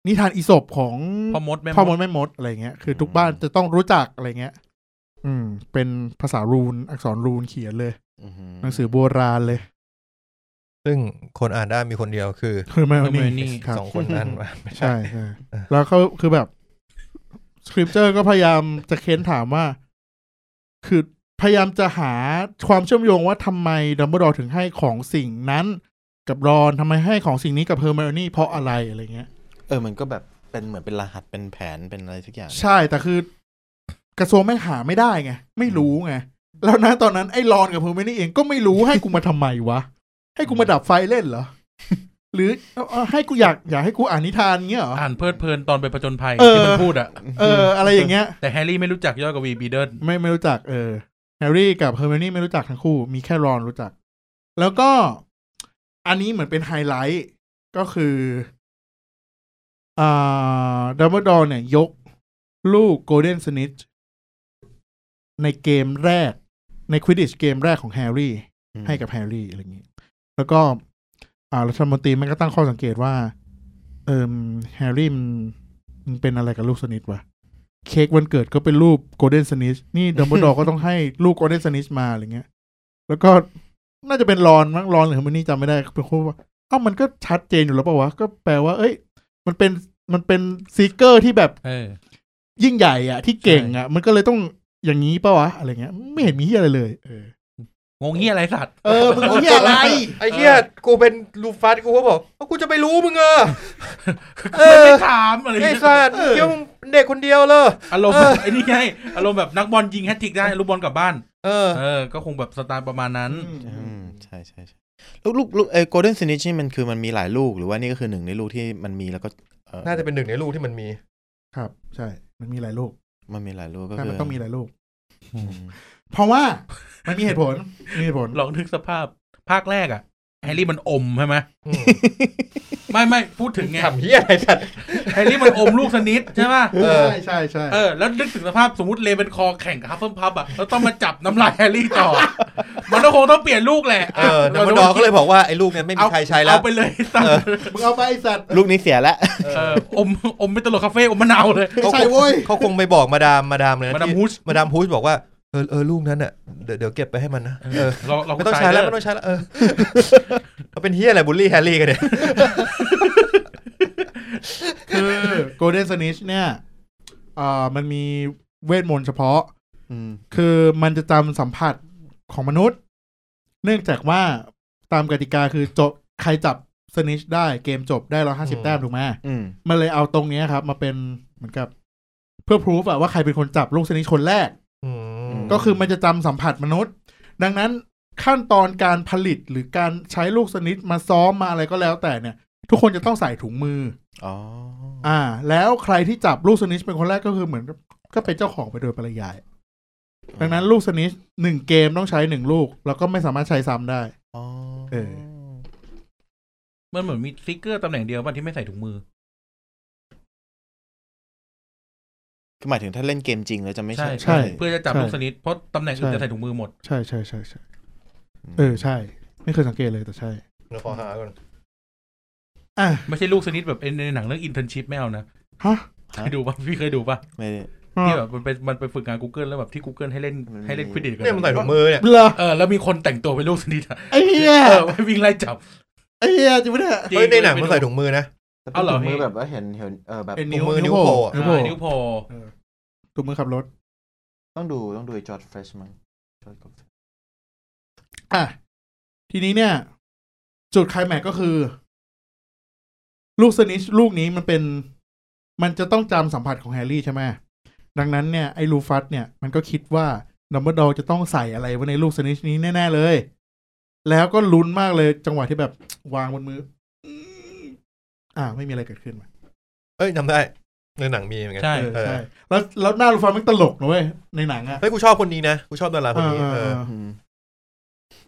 Speaker 2: นิทานอีสบของ
Speaker 3: พ่อมดแม่
Speaker 2: พ่อม
Speaker 3: ม
Speaker 2: ด
Speaker 3: ด
Speaker 2: แม่มดอะไรเงี้ยคือทุกบ้านจะต้องรู้จักอะไรเงี้ย อืม เป็นภาษารูนอักษรรูนเขียนเลย
Speaker 4: อือหื
Speaker 2: หนังสือโบราณเลย
Speaker 1: ซึ่งคนอ่านได้มีคนเดียวคือ
Speaker 2: เฮอร์ไมโอ
Speaker 3: เมอร์
Speaker 2: นี่
Speaker 3: นี่
Speaker 2: ครับ
Speaker 1: สองคนนั้นว่าไม่ใช่
Speaker 2: ใช่ใช่แล้วเขาคือแบบสคริปเจอร์ก็พยายามจะเค้นถามว่า คือพยายามจะหาความเชื่อมโยงว่าทำไมดัมเบิลดอร์ถึงให้ของสิ่งนั้นกับรอนทำไมให้ของสิ่งนี้กับเฮอร์ไมโอนี่เพราะอะไรอะไรเงี้ย
Speaker 4: เออ มันก็แบบเป็นเหมือนเป็นรหัสเป็นแผนเป็นอะไรสักอย่าง
Speaker 2: ใช่ แต่คือกระทรวงแม่งหาไม่ได้ไง ไม่รู้ไง แล้ว นะตอนนั้นไอ้รอนกับเพอร์เมนี่เองก็ไม่รู้ให้กูมาทำไมวะ ให้กูมาดับไฟเล่นเหรอ หรือเอาเอาให้กูอยากอยากให้กูอ่านนิทานเงี้ยเหรอ
Speaker 3: อ่านเพลิดเพลินตอนไปผจญภัย
Speaker 2: เออ
Speaker 3: ที่มันพูดอะ
Speaker 2: เออ อะไรอย่างเงี้ย
Speaker 3: แต่แฮร์รี่ไม่รู้จักย่อยกว่าวีบีเดิล
Speaker 2: ไม่ไม่รู้จักเออแฮร์รี่กับเฮอร์เมนี่ไม่รู้จักทั้งคู่ มีแค่รอนรู้จัก แล้วก็อันนี้เหมือนเป็นไฮไลท์ก็คืออ่าดัมเบิลดอร์เนี่ย ยกลูกโกลเด้นสนิ h ในเกมแรกในควิดดิชเกมแรกของแฮร์รี่ ให้กับแฮร์รี่อะไรอย่างนี้ แล้วก็ อ่ารัฐมนตรีมันก็ตั้งข้อสังเกตว่า เอิมแฮร์รี่มันมันเป็นอะไรกับลูกสนิทวะ เค้กวันเกิดก็เป็นรูปโกลเด้นสนิชนี่ดัมเบิลดอร์ก็ต้องให้ลูกโกลเด้นสนิชมาอะไรเงี้ย แล้วก็น่าจะเป็นรอนมั้งรอนหรือเฮอร์มินี่จำไม่ได้เป็นคนว่าเอ้ามันก็ชัดเจนอยู่แล้วเปล่าวะ ก็แปลว่า เอ้ย มันเป็นมันเป็นซีเกอร์ที่แบบ
Speaker 3: เออ
Speaker 2: ยิ่งใหญ่อะที่เก่งอะมันก็เลยต้องอย่างนี้เปล่าวะอะไรเงี้ย ไม่เห็นมีเหียอะไรเลยเออ
Speaker 3: งงเฮียอะไรสัตว์
Speaker 2: เออมึงเหียอะไร
Speaker 1: ไอ้เหี้ยกูเป็นลูฟัสกูก็บอกว่ากูจะไปรู้มึงเออ เออ
Speaker 3: มันไม่ถามอะไร
Speaker 1: ไอ้สัตว์เที่ยวมึงเป็นเด็กคนเดียวเลย
Speaker 3: อารมณ์แบบไอ้นี่ไงอารมณ์แบบนักบอลยิงแฮตทริกได้ลูกบอลกลับบ้าน
Speaker 1: เออ
Speaker 3: เออ ก็คงแบบสไตล์ประมาณนั้น
Speaker 4: อืมใช่ใช่ใช่ลูกลูกลูกเอโกลเด้นซินิชนี่มันคือมันมีหลายลูกหรือว่านี่ก็คือหนึ่งในลูกที่มันมีแล้วก็เอ่อ
Speaker 1: น่าจะเป็นหนึ่งในลูกที่มันมี
Speaker 2: ครับ ใช่ มันมีหลายลูก
Speaker 4: มันมีหลายลูกก็
Speaker 2: ใช่
Speaker 4: คือ
Speaker 2: มันต้องมีหลายลูก
Speaker 4: อืม
Speaker 2: เพราะว่ามันมีเหตุผล มีเหตุผล
Speaker 3: ลองนึกสภาพภาคแรกอะแฮร์รี่มันอมใช่ไหม
Speaker 1: อืม
Speaker 3: ไม่ไม่พูดถึงไง
Speaker 1: ทำเหี้ยอะไรสัตว์
Speaker 3: แฮร์รี่มันอมลูกส นิทใช่ป่ะ
Speaker 1: เออ
Speaker 2: ใช่ใช่ใช่
Speaker 3: เออแล้วนึกถึงสภาพสมมติเลเวนคอร์แข่งกับฮัฟเฟิลพับอะแล้วต้องมาจับน้ำลายแฮร์รี่ต่อ มันก็คงต้องเปลี่ยนลูกแหละ
Speaker 1: เออดัมเบิลดอร์ก็เลยบอกว่าไอ้ลูกเนี่ยไม่มีใครใช้แล้ว
Speaker 3: เอาไปเลยสัตว์
Speaker 2: มึงเอาไปไอ้สัตว์
Speaker 4: ลูกนี้เสียละ
Speaker 3: เอออมอมเป็นตลกคาเฟ่อมมะนาวเลย
Speaker 2: ไม่ใช่เว้ย
Speaker 1: เขาคงไปบอกมาดามมาดามเลยนะ
Speaker 3: มาดาม
Speaker 1: ที่
Speaker 3: ฮูช
Speaker 1: มาดามฮูชบอกว่าเออเออลูกนั้นอ่ะเดี๋ยวเดี๋ยวเก็บไปให้มันนะเออ
Speaker 3: เราเราก็
Speaker 1: ไม่ต้อง
Speaker 3: ตาย
Speaker 1: ใช้แล้ว
Speaker 3: เด้อ
Speaker 1: ไม่ต้องใช้ แล้วเออ เอาเป็นเฮียอะไรบูลลี่แฮร์รี่กันเนี่ย
Speaker 2: คือโกลเด้นสนิชเนี่ยอ่ามันมีเวทมนต์เฉพาะ
Speaker 4: อืม
Speaker 2: คือมันจะจำสัมผัสของมนุษย์ เนื่องจากว่าตามกติกาคือจบใครจับสนิชได้เกมจบได้ร้อยห้าสิบแต้มถูกไหม
Speaker 4: อืม
Speaker 2: มันเลยเอาตรงเนี้ยครับ มาเป็นเหมือนกับเพื่อพิสูจว่าใครเป็นคนจับลูกสนิชคนแรก
Speaker 1: อืม
Speaker 2: ก็คือมันจะจำสัมผัสมนุษย์ ดังนั้นขั้นตอนการผลิตหรือการใช้ลูกสนิทมาซ้อมมาอะไรก็แล้วแต่เนี่ย ทุกคนจะต้องใส่ถุงมือ
Speaker 4: อ๋อ
Speaker 2: อ่า แล้วใครที่จับลูกสนิทเป็นคนแรกก็คือเหมือนกับก็เป็นเจ้าของไปโดยปริยาย ดังนั้นลูกสนิทหนึ่งเกมต้องใช้หนึ่งลูก แล้วก็ไม่สามารถใช้ซ้ำได้
Speaker 4: อ๋อ
Speaker 2: เออ
Speaker 3: มันเหมือนมีสติ๊กเกอร์ตำแหน่งเดียวป่ะที่ไม่ใส่ถุงมือ
Speaker 4: คือหมายถึงถ้าเล่นเกมจริงแล้วจะไม่
Speaker 3: ใช่
Speaker 4: ใช่
Speaker 2: ใช่
Speaker 3: เพื่อจะจับลูกสนิทเพราะตำแหน่งอื่นจะใส่ถุงมือหมด
Speaker 2: ใช่ใช่ใช่ใช่
Speaker 4: ม
Speaker 2: เออใช่ ไม่เคยสังเกตเลยแต่ใช่
Speaker 1: เดี๋ยวขอหาก่อน
Speaker 2: อ่ะ
Speaker 3: ไม่ใช่ลูกสนิทแบบในหนังเรื่องอินเทอร์ชิพไม่เอานะ
Speaker 2: ฮะ
Speaker 3: เคยดูป่ะพี่เคยดูป่ะ
Speaker 4: ไม่ได้
Speaker 3: ที่แบบมันไปมันไปฝึกงาน Google แล้วแบบที่ Google ให้เล่น
Speaker 4: มันมี
Speaker 3: ให้เล่นควิดดิชกัน
Speaker 1: เนี่ยมันใส่ถุงมือเนี่ย
Speaker 2: เหรอ
Speaker 3: เออแล้วมีคนแต่งตัวเป็นลูกสนิทอะ
Speaker 2: ไอ้เหี้ย
Speaker 3: เออไปวิ่งไล่จับ
Speaker 2: ไอ้เหี้ยจริงปะเนี่ย
Speaker 1: เฮ้ยในหนัง
Speaker 3: จริ
Speaker 1: มัน
Speaker 3: ไปดู
Speaker 1: ใส่ถุงมือนะ
Speaker 4: แต่เป็น
Speaker 3: เอาเหรอ
Speaker 4: ถุงมื
Speaker 3: พี่
Speaker 4: อแบบว่าเห็นเห็นเออแบบ
Speaker 2: ไอ้
Speaker 1: ถุงมือนิ้วโผล่
Speaker 2: นิ้วโผล่
Speaker 3: อ่านิ้วโผล่
Speaker 2: ถุงมือขับรถ
Speaker 4: ต้องดูต้องดูจอร์ดเฟรชมั้ง George Fresh
Speaker 2: อ่ะทีนี้เนี่ย จุดไคลายแม็กซ์ก็คือ ลูกสนิชลูกนี้มันเป็น มันจะต้องจำสัมผัสของแฮร์รี่ใช่ไหมดังนั้นเนี่ยไอ้ลูฟัสเนี่ยมันก็คิดว่าดัมเบิลดอร์จะต้องใส่อะไรไว้ในลูกสนิชนี้แน่ ๆ เลย แล้วก็ลุ้นมากเลย จังหวะที่แบบวางบนมืออืมอ่า ไม่มีอะไรเกิดขึ้นว่ะ
Speaker 1: เอ้ยจำได้ในหนังมีเหมือนกัน
Speaker 3: ใช่
Speaker 2: เออ
Speaker 1: เออ
Speaker 2: ใช่แล้วแล้วหน้าลูฟัสมันตลกนะเว้ยในหนังอะ
Speaker 1: เฮ้ยกูชอบคนนี้นะกูชอบดาราคนนี้เออ
Speaker 4: อืม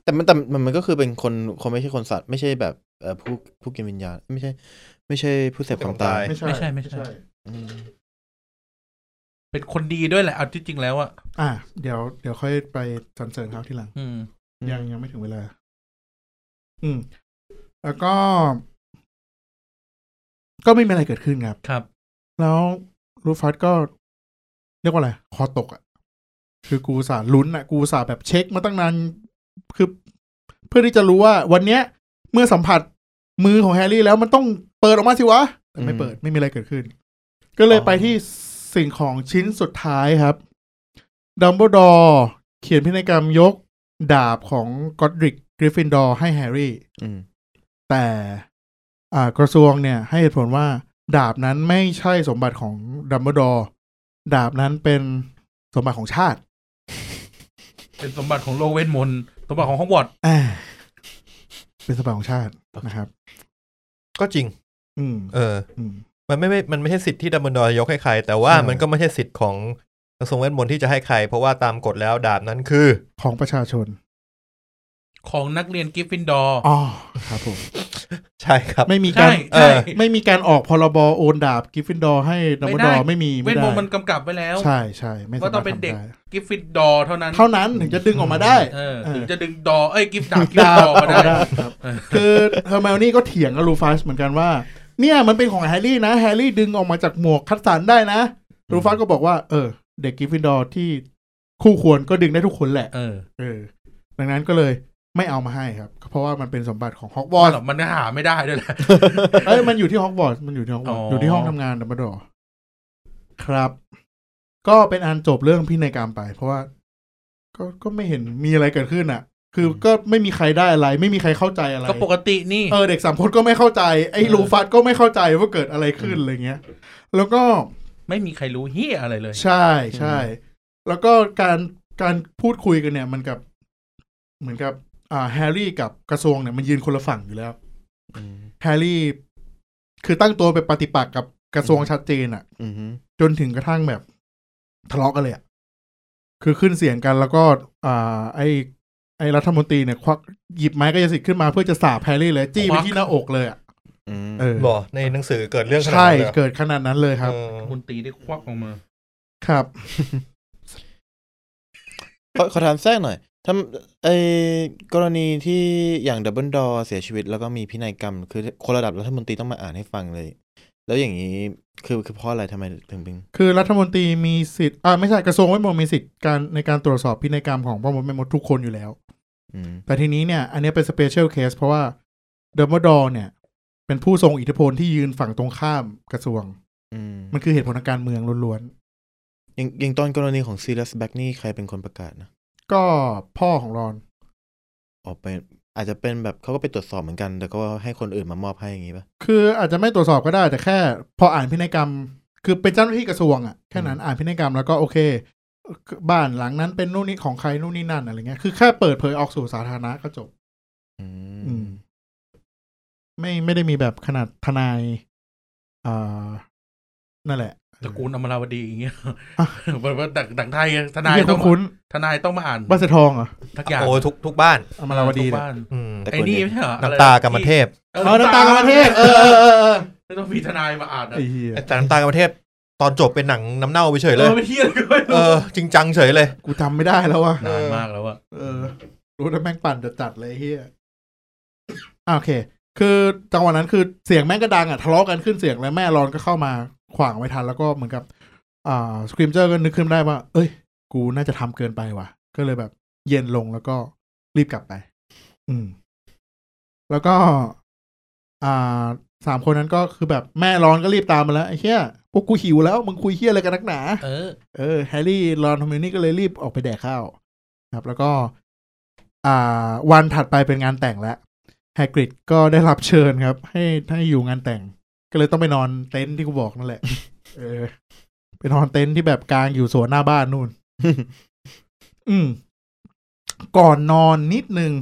Speaker 4: แต่มันแต่มันมันก็คือเป็นคนคนไม่ใช่คนสัตว์ไม่ใช่แบบเอ่อผู้ผู้กินวิญญาณไม่ใช่ ไม่ใช่ผู้เสพความตาย
Speaker 1: ไม่
Speaker 2: ไม่ใช่
Speaker 3: ไม่ใช่ไม่ใช่ เป็นคนดีด้วยแหละเอาที่จริงแล้วอะ
Speaker 2: อ่ะเดี๋ยวเดี๋ยวค่อยไปสรรเสริญเขาทีหลัง
Speaker 3: อืม
Speaker 4: อืม
Speaker 2: ยังยังไม่ถึงเวลา อืม แล้วก็ ก็ไม่มีอะไรเกิดขึ้นครับ
Speaker 3: ครับ
Speaker 2: แล้วรูฟัสก็ เรียกว่าอะไร คอตกอะ่ะ คือกูอุตสาห์ลุ้นอะ่ะ กูอุตสาห์แบบเช็คมาตั้งนานคือ เพื่อที่จะรู้ว่า วันเนี้ย เมื่อสัมผัสมือของแฮร์รี่แล้วมันต้องเปิดออกมาสิวะแต่ไม่เปิดไม่มีอะไรเกิดขึ้น ก็เลยไปที่สิ่งของชิ้นสุดท้ายครับดัมเบิลดอร์เขียนพินัยกรรมยกดาบของกอดริกกริฟฟินดอร์ให้แฮร์รี่
Speaker 4: อืม
Speaker 2: แต่อ่ากระทรวงเนี่ย ให้เหตุผลว่า ดาบนั้นไม่ใช่สมบัติของดัมเบิลดอร์ดาบนั้นเป็นสมบัติของชาติ
Speaker 3: เป็นสมบัติของโลกเวทมนต์สมบัติของฮอกวอตส์
Speaker 2: อ่าเป็นสมบัติของชาตินะครับ
Speaker 1: ก็จริง
Speaker 2: อืม
Speaker 1: เออ
Speaker 2: อืม
Speaker 1: มันไม่ไม่มันไม่ใช่สิทธิ์ที่ดัมเบิลดอร์ยกให้ใคร แต่ว่า
Speaker 2: ใช่
Speaker 1: มันก็ไม่ใช่สิทธิ์ของกระทรวงเวทมนต์ที่จะให้ใคร เพราะว่าตามกฎแล้วดาบนั้นคือ
Speaker 2: ของประชาชน
Speaker 3: ของนักเรียนกริฟฟินดอร์
Speaker 2: อ๋อครับผม
Speaker 1: ใช่ครับ
Speaker 2: ไม่มี
Speaker 3: ใช่
Speaker 2: การ
Speaker 3: ใช่
Speaker 2: เออไม่มีการออกพรบโอนดาบกริฟฟินดอร์ให้ดัมเบิลดอร์ไม่มี
Speaker 3: เว
Speaker 2: ไม่
Speaker 3: ทม
Speaker 2: ได้
Speaker 3: นต์มันกำกับไว้แล้ว
Speaker 2: ใช่ใช่ไม่สามารถ
Speaker 3: ว่าต้องเป็น
Speaker 2: ทำ
Speaker 3: เด็ก
Speaker 2: ได้
Speaker 3: กริฟฟินดอร์เท่านั้น
Speaker 2: เท่านั้นถึงจะดึงออกมาได้
Speaker 3: เออถึงจะดึงดอร์เอ้ยกริฟดาบกริฟ
Speaker 2: ดา
Speaker 3: ด
Speaker 2: บ
Speaker 3: อร์
Speaker 2: ออก
Speaker 3: มาได้
Speaker 2: มาได้ครับ
Speaker 3: เออ
Speaker 2: คือเฮอร์ o ม y นี่ก็เถียงกับลูฟัสเหมือนกันว่า เนี่ยมันเป็นของแฮร์รี่นะ แฮร์รี่ดึงออกมาจากหมวกคัดสรรได้นะ ลูฟัสก็บอกว่า เออ เด็กกริฟฟินดอร์ที่คู่ควรก็ดึงได้ทุกคนแหละ
Speaker 3: เออ
Speaker 2: เออ ดังนั้นก็เลยไม่เอามาให้ครับ เพราะว่ามันเป็นสมบัติของฮอกวอต
Speaker 3: ว่า
Speaker 2: ส์
Speaker 3: หรอมันหาไม่ได้ด้วยแหละ
Speaker 2: เอ้ยมันอยู่ที่ฮอกวอตส์มันอยู่ที่ฮอกวอต
Speaker 3: อ๋
Speaker 2: ส์
Speaker 3: อ
Speaker 2: อ
Speaker 3: อ
Speaker 2: ยู่ที่ห้องทำงานดัมเบิลดอร์ครับ ก็เป็นอันจบเรื่องพินัยกรรมไป เพราะว่า ก็ก็ไม่เห็นมีอะไรเกิดขึ้นอ่ะ คือก็ไม่มีใครได้อะไร ไม่มีใครเข้าใจอะไร
Speaker 3: ก็ปกตินี่
Speaker 2: เออเด็กสามคนก็ไม่เข้าใจ ไอ้
Speaker 3: เออ
Speaker 2: ลูฟัสก็ไม่เข้าใจว่าเกิดอะไรขึ้นอะไรเงี้ย แล้วก็
Speaker 3: ไม่มีใครรู้เฮียอะไรเลย
Speaker 2: ใช่ใช่ แล้วก็การการพูดคุยกันเนี่ย มันกับ เหมือนกับ อ่าแฮร์รี่กับกระทรวงเนี่ยมันยืนคนละฝั่งอยู่แล้ว
Speaker 4: อืม
Speaker 2: แฮร์รี่ คือตั้งตัวเป็นปฏิปักษ์กับกระทรวงชัดเจนอะ
Speaker 4: อืม
Speaker 2: จนถึงกระทั่งแบบทะเลาะกันเลยอะคือขึ้นเสียงกันแล้วก็ อ่า ไอไอรัฐมนตรีเนี่ยควักหยิบไม้กายสิทธิ์ขึ้นมาเพื่อจะสาบแฮร์รี่เลยจี้ไปที่หน้าอกเลยอะ
Speaker 4: อืม
Speaker 2: เออ
Speaker 1: หรอในหนังสือเกิดเรื่องขนาด
Speaker 2: ใช่
Speaker 1: นั้นเลยเหรอ
Speaker 2: เกิดขนาดนั้นเลยครับ
Speaker 1: เออ
Speaker 3: คุณตีได้ควักออกมา
Speaker 2: ครับ
Speaker 4: ขอขอถามแทรกหน่อยทำไอกรณีที่อย่างดับเบิลดอเสียชีวิตแล้วก็มีพินัยกรรม คือคนระดับรัฐมนตรีต้องมาอ่านให้ฟังเลย แล้วอย่างนี้คือคือเพราะอะไรทำไมถึงถึง
Speaker 2: คือรัฐมนตรีมีสิทธิ์อ่าไม่ใช่กระทรวงเวทมนตร์มีสิทธิ์การในการตรวจสอบพินัยกรรมของพ่อมดแม่มดทุกคนอยู่แล้ว
Speaker 4: อืม
Speaker 2: แต่ทีนี้เนี่ย อันเนี้ยเป็นสเปเชียลเคสเพราะว่าเดอร์มดอร์เนี่ย เป็นผู้ทรงอิทธิพลที่ยืนฝั่งตรงข้ามกระทรวง
Speaker 4: อืม
Speaker 2: มันคือเหตุผลทางการเมืองล้วน
Speaker 4: อย่างอย่างตอนกรณีของซีรัสแบ็กนี่ใครเป็นคนประกาศนะ
Speaker 2: ๆ ก็พ่อของรอน
Speaker 4: ออกไปอาจจะเป็นแบบเขาก็ไปตรวจสอบเหมือนกัน แต่ก็ให้คนอื่นมามอบให้อย่างนี้ป่ะ
Speaker 2: คืออาจจะไม่ตรวจสอบก็ได้แต่แค่ พออ่านพินัยกรรม คือเป็นเจ้าหน้าที่กระทรวงอะแค่นั้นอ่านพินัยกรรมแล้วก็โอเค บ้านหลังนั้นเป็นนู่นนี่ของใครนู่นนี่นั่นอะไรเงี้ยคือแค่เปิดเผยออกสู่สาธารณะก็จบ
Speaker 4: อื
Speaker 2: อื
Speaker 4: ม
Speaker 2: ม ไม่ไม่ได้มีแบบขนาดทนายอ่านั่นแหละ
Speaker 3: ตระกูลอมราวดีอย่างเงี้ย
Speaker 2: อ่ะ
Speaker 3: แบบว่าดักดักไทยไง
Speaker 2: นาน
Speaker 3: ทาย ย
Speaker 2: คุ
Speaker 3: ต้อง
Speaker 2: ณคุ้น
Speaker 3: ทนายต้องมาอ่าน
Speaker 2: ๆบ้านเสทองเหรอ
Speaker 3: ทักอย่าง
Speaker 1: โอ้ทุกทุกบ้าน
Speaker 2: อมราวดีเนี่
Speaker 3: ทุก
Speaker 2: ย
Speaker 3: บ้าน
Speaker 1: อืม
Speaker 4: แต่
Speaker 3: ไอ้นี่ไม่ใช่เหรออะไร
Speaker 1: น้ำตากรรมเทพ
Speaker 3: เอ
Speaker 2: อ๋
Speaker 3: อ
Speaker 2: อน้ำตาลประเทศเออเออเออเออ
Speaker 3: ไม่ต้องมีทนายมาอ่านอะ
Speaker 2: ไอ้เหี้ย
Speaker 1: แต่น้ำตากรรมเทพตอนจบเป็นหนังน้ำเน่าไปเฉย
Speaker 3: เอ
Speaker 1: เลย
Speaker 3: อไม่เที่ยเลยก็ไม่
Speaker 1: เอ
Speaker 3: รู้
Speaker 1: อ จริงจังเฉยเลย
Speaker 2: กูจำไม่ได้แล้วว่ะ
Speaker 3: นานมากแล้วอะ
Speaker 2: เออ รู้แต่แม่งปั่นจัดๆเลยไอ้เหี้ยอ่ะโอเค คือจังหวะนั้นคือเสียงแม่งก็ดังอ่ะทะเลาะกันขึ้นเสียงแล้วแม่รอนก็เข้ามาขวางไว้ทันแล้วก็เหมือนกับ อ่าสครีมเจอร์ก็นึกขึ้นได้ว่า เอ้ย กูน่าจะทำเกินไปว่ะ ก็เลยแบบ เย็นลงแล้วก็รีบกลับไป อืม แล้วก็ อ่าสามคนนั้นก็คือแบบแม่ร้อนก็รีบตามมาแล้วไอ้เหี้ยพวกกูหิวแล้วมึงคุยเหี้ยอะไรกันนักหนา
Speaker 3: เออ
Speaker 5: Uh,
Speaker 2: เออแฮร์รี่รอนทอมมินี่ก็เลยรีบออกไปแดกข้าวครับ แล้วก็ อ่า วันถัดไปเป็นงานแต่งแล้วแฮกริดก็ได้รับเชิญครับ ให้ให้อยู่งานแต่ง ก็เลยต้องไปนอนเต็นท์ที่กูบอกนั่นแหละ เออ ไปนอนเต็นท์ที่แบบกลางอยู่สวนหน้าบ้านนู่ น อืม ก่อนนอนนิดนึง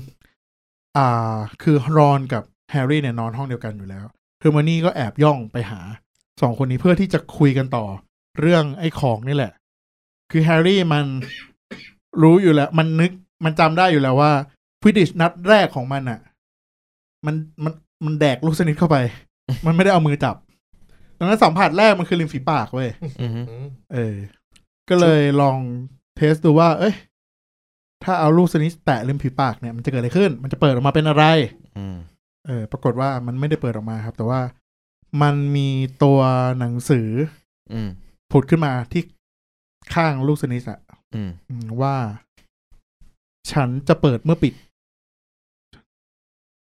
Speaker 2: อ่า คือรอนกับแฮร์รี่เนี่ยนอนห้องเดียวกันอยู่แล้วเฮอร์มานี่ก็แอบย่องไปหาสองคนนี้เพื่อที่จะคุยกันต่อ เรื่องไอ้ของนี่แหละ คือแฮร์รี่มัน รู้อยู่แล้ว มันนึกมันจำได้อยู่แล้วว่าฟิดิชนัดแรกของมันอ่ะ มันมันมันแดกลูกสนิทเข้าไป มันไม่ได้เอามือจับดังนั้นสัมผัสแรกมันคือริมฝีปากเว้ย
Speaker 4: อืมฮึ
Speaker 2: เออ ก็เลยลองเทสดูว่า เอ้ย ถ้าเอาลูกสนิทแตะริมฝีปากเนี่ย มันจะเกิดอะไรขึ้น มันจะเปิดออกมาเป็นอะไร
Speaker 4: อืม
Speaker 2: เออ ปรากฏว่ามันไม่ได้เปิดออกมาครับ แต่ว่า มันมีตัวหนังสือ
Speaker 4: อืม
Speaker 2: ผุดขึ้นมาที่ข้างลูกสนิทอะ
Speaker 4: อืม
Speaker 2: อืมว่า ฉันจะเปิดเมื่อปิด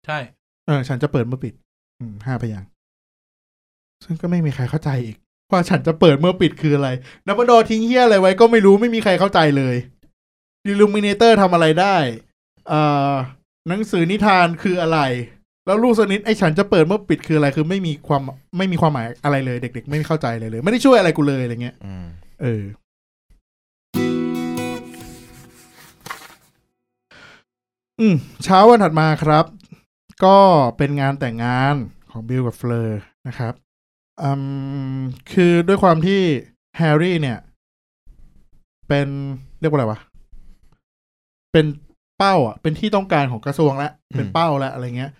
Speaker 3: ใช่
Speaker 2: เออ ฉันจะเปิดเมื่อปิด อืมห้าพยางค์ซึ่งก็ไม่มีใครเข้าใจอีก ว่าฉันจะเปิดเมื่อปิดคืออะไรนับดอทิ้งเฮี้ยอะไรไว้ก็ไม่รู้ไม่มีใครเข้าใจเลยดิลูมิเนเตอร์ทำอะไรได้เอ่อหนังสือนิทานคืออะไร แล้วลูกสนิทไอ้ฉันจะเปิดเมื่อปิดคืออะไร คือไม่มีความไม่มีความหมายอะไรเลย เด็ก ๆ ไม่เข้าใจเลยเลย ไม่ได้ช่วยอะไรกูเลยอะไรเงี้ย
Speaker 4: อืม
Speaker 2: เออ อืม เช้าวันถัดมาครับ ก็เป็นงานแต่งงานของบิลกับเฟลอร์นะครับ อืม คือด้วยความที่แฮร์รี่เนี่ย เป็นเรียกว่าอะไรวะ เป็นเป้าอ่ะ เป็นที่ต้องการของกระทรวงละเป็นเป้าละอะไรเงี้ย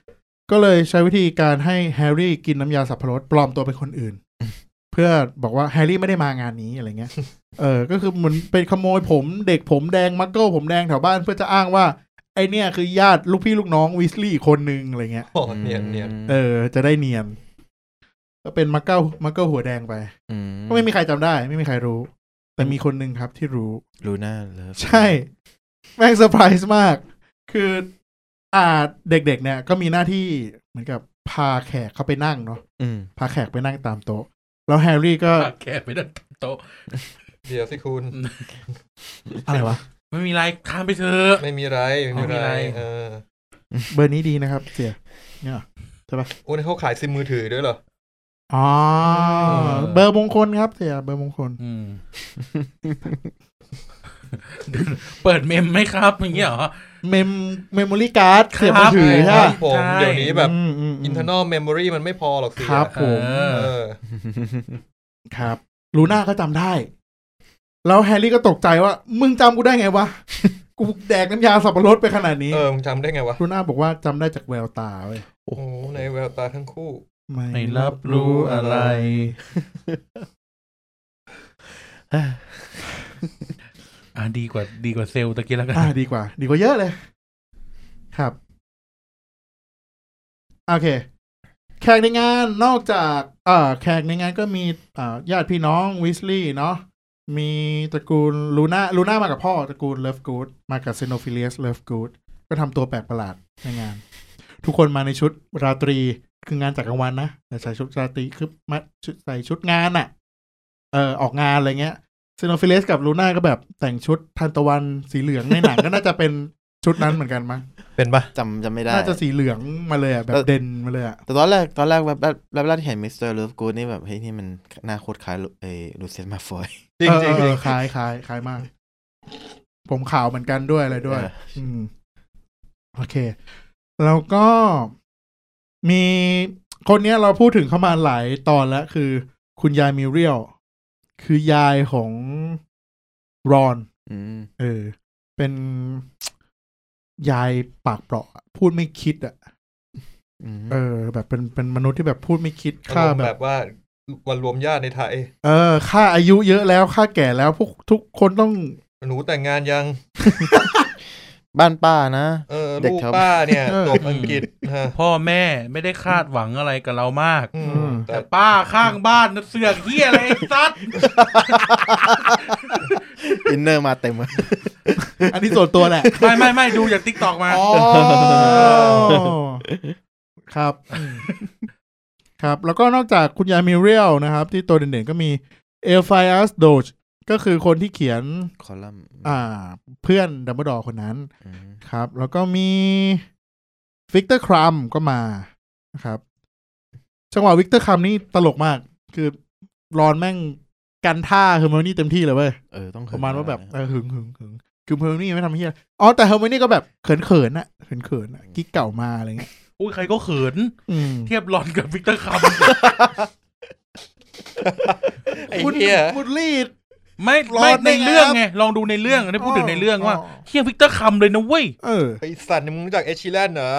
Speaker 2: ก็เลยใช้วิธีการให้แฮร์รี่กินน้ำยาสับปะรดปลอมตัวเป็นคนอื่น เพื่อบอกว่าแฮร์รี่ไม่ได้มางานนี้อะไรเงี้ย เออ ก็คือเหมันเป็นขโมยผมเด็กผมแดงมักเกิลผมแดงแถวบ้านเพื่อจะอ้างว่า ไอเนี่ยคือญาติลูกพี่ลูกน้องวิสลีย์อีกคนนึงอะไรเงี้ย
Speaker 1: โอ้เนียนเนียน
Speaker 2: เออ จะได้เนียน ก็เป็นมักเกิลมักเกิลหัวแดงไป ก็ไม่มีใครจำได้ ไม่มีใครรู้ แต่มีคนหนึ่งครับที่รู้
Speaker 4: ลูน่าเลิฟ
Speaker 2: ใช่ แม่งเซอร์ไพรส์มาก คืออ่าเด็กๆเนี่ย ก็มีหน้าที่เหมือนกับพาแขกเขาไปนั่งเนาะ
Speaker 4: อืม
Speaker 2: พาแขกไปนั่งตามโต๊ะ แล้วแฮร์รี่ก็
Speaker 3: ปากแขกไปดันโต๊ะ
Speaker 1: เดี๋ยวสิคุณ
Speaker 2: อะไรวะ
Speaker 3: ไม่มีไรข้ามไปเถอะ
Speaker 1: ไม่มีไร ไม่มีไรเออ
Speaker 2: เบอร์นี้ดีนะครับเสีย
Speaker 1: โอ้ยเขาขายซิมมือถือด้วยเหรอ
Speaker 2: อ๋อ
Speaker 1: เออ
Speaker 2: เบอร์มงคลครับเสียเบอร์มงคล
Speaker 3: อืมเปิดเมมไหมครับอย่างเงี้ยเหรอ
Speaker 2: เมมเมมโมรี่การ์ดเสียบมือถือ
Speaker 1: ค
Speaker 2: ใช่
Speaker 1: รับ
Speaker 2: ปะ
Speaker 1: ผม
Speaker 3: ใช่
Speaker 1: เดี๋ยวนี้แบบ
Speaker 2: อืมมม
Speaker 1: internal memory มันไม่พอหรอกสิ
Speaker 2: ครับผม
Speaker 3: เอ
Speaker 1: เอ
Speaker 3: อ
Speaker 1: อ
Speaker 2: ครับ ลูน่าก็จำได้ แล้วแฮร์รี่ก็ตกใจว่า มึงจำกูได้ไง วะ กูแดกน้ำยาสับปะรดไปขนาดนี้
Speaker 1: เออมึงจำได้ไงวะ
Speaker 2: ลูน่าบอกว่าจำได้จากแววตาเว้ย
Speaker 1: โอ้โหในแววตาทั้งคู่
Speaker 3: ไม่รับรู้อะไร อ่าดีกว่าดีกว่าเซลล์ตะกี้แล้วกัน
Speaker 2: อ่าดีกว่า ดีกว่าเยอะเลย ครับ โอเค แขกในงานนอกจากเอ่อแขกในงานก็มีเอ่อญาติพี่น้องวิสลีย์เนาะมีตระกูลลูน่าลูน่ามากับพ่อตระกูลเลิฟกูดมากับเซโนฟิเลียสเลิฟกูดก็ทำตัวแปลกประหลาดในงาน ทุกคนมาในชุดราตรีคืองานจากกลางวันนะแต่ใส่ชุดราตรีคือมาชุดใส่ชุดงานอะเออออกงานอะไรเงี้ย ซโนฟิเลสกับลูน่าก็แบบแต่งชุดทานตะวันสีเหลืองในหนังก็น่าจะเป็นชุดนั้นเหมือนกันมั้ง
Speaker 1: เป็นปะ
Speaker 4: จำจำไม่ได้
Speaker 2: น่าจะสีเหลืองมาเลยอ่ะ แบ
Speaker 4: เอบ อ
Speaker 2: เด่นมาเลยอ่ะ
Speaker 4: แต่ตอนแรกตอนแรกแบบแบบแบบแรกที่เห็นมิสเตอร์เลิฟกูดนี่แบบเฮ้ยนี่มันหน้าโคตรคล้ายเอลูเซนมาฟอย
Speaker 1: จริงจริ
Speaker 2: เออ
Speaker 1: งจ
Speaker 2: เอ
Speaker 1: ริ
Speaker 2: อง คล้ายคล้ายคล้ายมาก ผมขาวเหมือนกันด้วยอะไรด้วย อืม โอเค แล้วก็มีคนเนี้ยเราพูดถึงเข้ามาหลายตอนแล้ว คือ คุณยายมิเรียลคือยายของรอน
Speaker 4: อืม
Speaker 2: เออ เป็น ยายปากเปราะอะพูดไม่คิดอ่ะ
Speaker 4: อืม
Speaker 2: เออแบบเป็นเป็นมนุษย์ที่แบบพูดไม่คิด
Speaker 1: อาร
Speaker 2: ค่าม
Speaker 1: ณ์
Speaker 2: แบ
Speaker 1: แบบ บว่าวันรวมญาติในไทย
Speaker 2: เออ ค่าอายุเยอะแล้วค่าแก่แล้วพวกทุกคนต้อง
Speaker 1: หนูแต่งงานยัง
Speaker 4: บ้านป้านะ
Speaker 1: เออ
Speaker 4: เด็ก
Speaker 1: ลูก
Speaker 4: ครับ
Speaker 1: ป้าเนี่ย
Speaker 2: เออ
Speaker 1: จบอังกฤษฮะ
Speaker 3: พ่อแม่ไม่ได้คาดหวังอะไรกับเรามาก
Speaker 1: อื
Speaker 2: อื
Speaker 1: ม
Speaker 2: ม
Speaker 1: แต่
Speaker 3: แต่ป้าข้างบ้านน่ะเสือกเฮียอะไรไอ้สัตว์
Speaker 4: อินเนอร์มาเต็มเลย
Speaker 2: อันนี้ส่วนตัวแหละ
Speaker 3: ไม่ไม่ไม่ดูจากติ๊กตอกมา
Speaker 2: อ๋อ ครับ อืมครับ แล้วก็นอกจากคุณยายมิเรียลนะครับ ที่ตัวเด่นๆก็มีเอลไฟอัสโดจก็คือคนที่เขียน
Speaker 4: คอลัมน์
Speaker 2: อ่า เพื่อนดัมเบิลดอร์คนนั้น
Speaker 4: อืม
Speaker 2: ครับ แล้วก็มีวิกเตอร์ครัมก็มานะครับจังหวะวิกเตอร์ครัมนี่ตลกมาก คือรอนแม่งกันท่าเฮอร์โมนี่เต็มที่เลยเว้ย
Speaker 4: เออต้อง
Speaker 2: ประมาณว่าแบบเอ
Speaker 4: เออ
Speaker 2: อหึงหึงหึงคือเฮอร์โมนี่ไม่ทำเฮียอ๋อแต่เฮอร์โมนี่ก็แบบเขินเขินๆอะเขินเขินๆอะกิ๊กเก่ามาอะไรเงี้ย
Speaker 3: อุ้ยใครก็เขิน
Speaker 2: อืม
Speaker 3: เทียบหลอนกับวิกเตอร์คัม
Speaker 1: ไอ้
Speaker 2: คุณ
Speaker 1: เหี้ย
Speaker 2: คุณลีด
Speaker 3: ไม่
Speaker 2: หลอน
Speaker 3: ไม่ใน
Speaker 2: ได้ไง
Speaker 3: เรื่องไง ลองดูในเรื่องได้พูดถึงในเรื่องว่า
Speaker 2: อ๋อ
Speaker 3: เทียบวิกเตอร์คัมเลยนะเว้ย
Speaker 2: เออ
Speaker 1: ไอสัตว์เนี่ยมึงรู้จักเอชิแลนด์เหรอ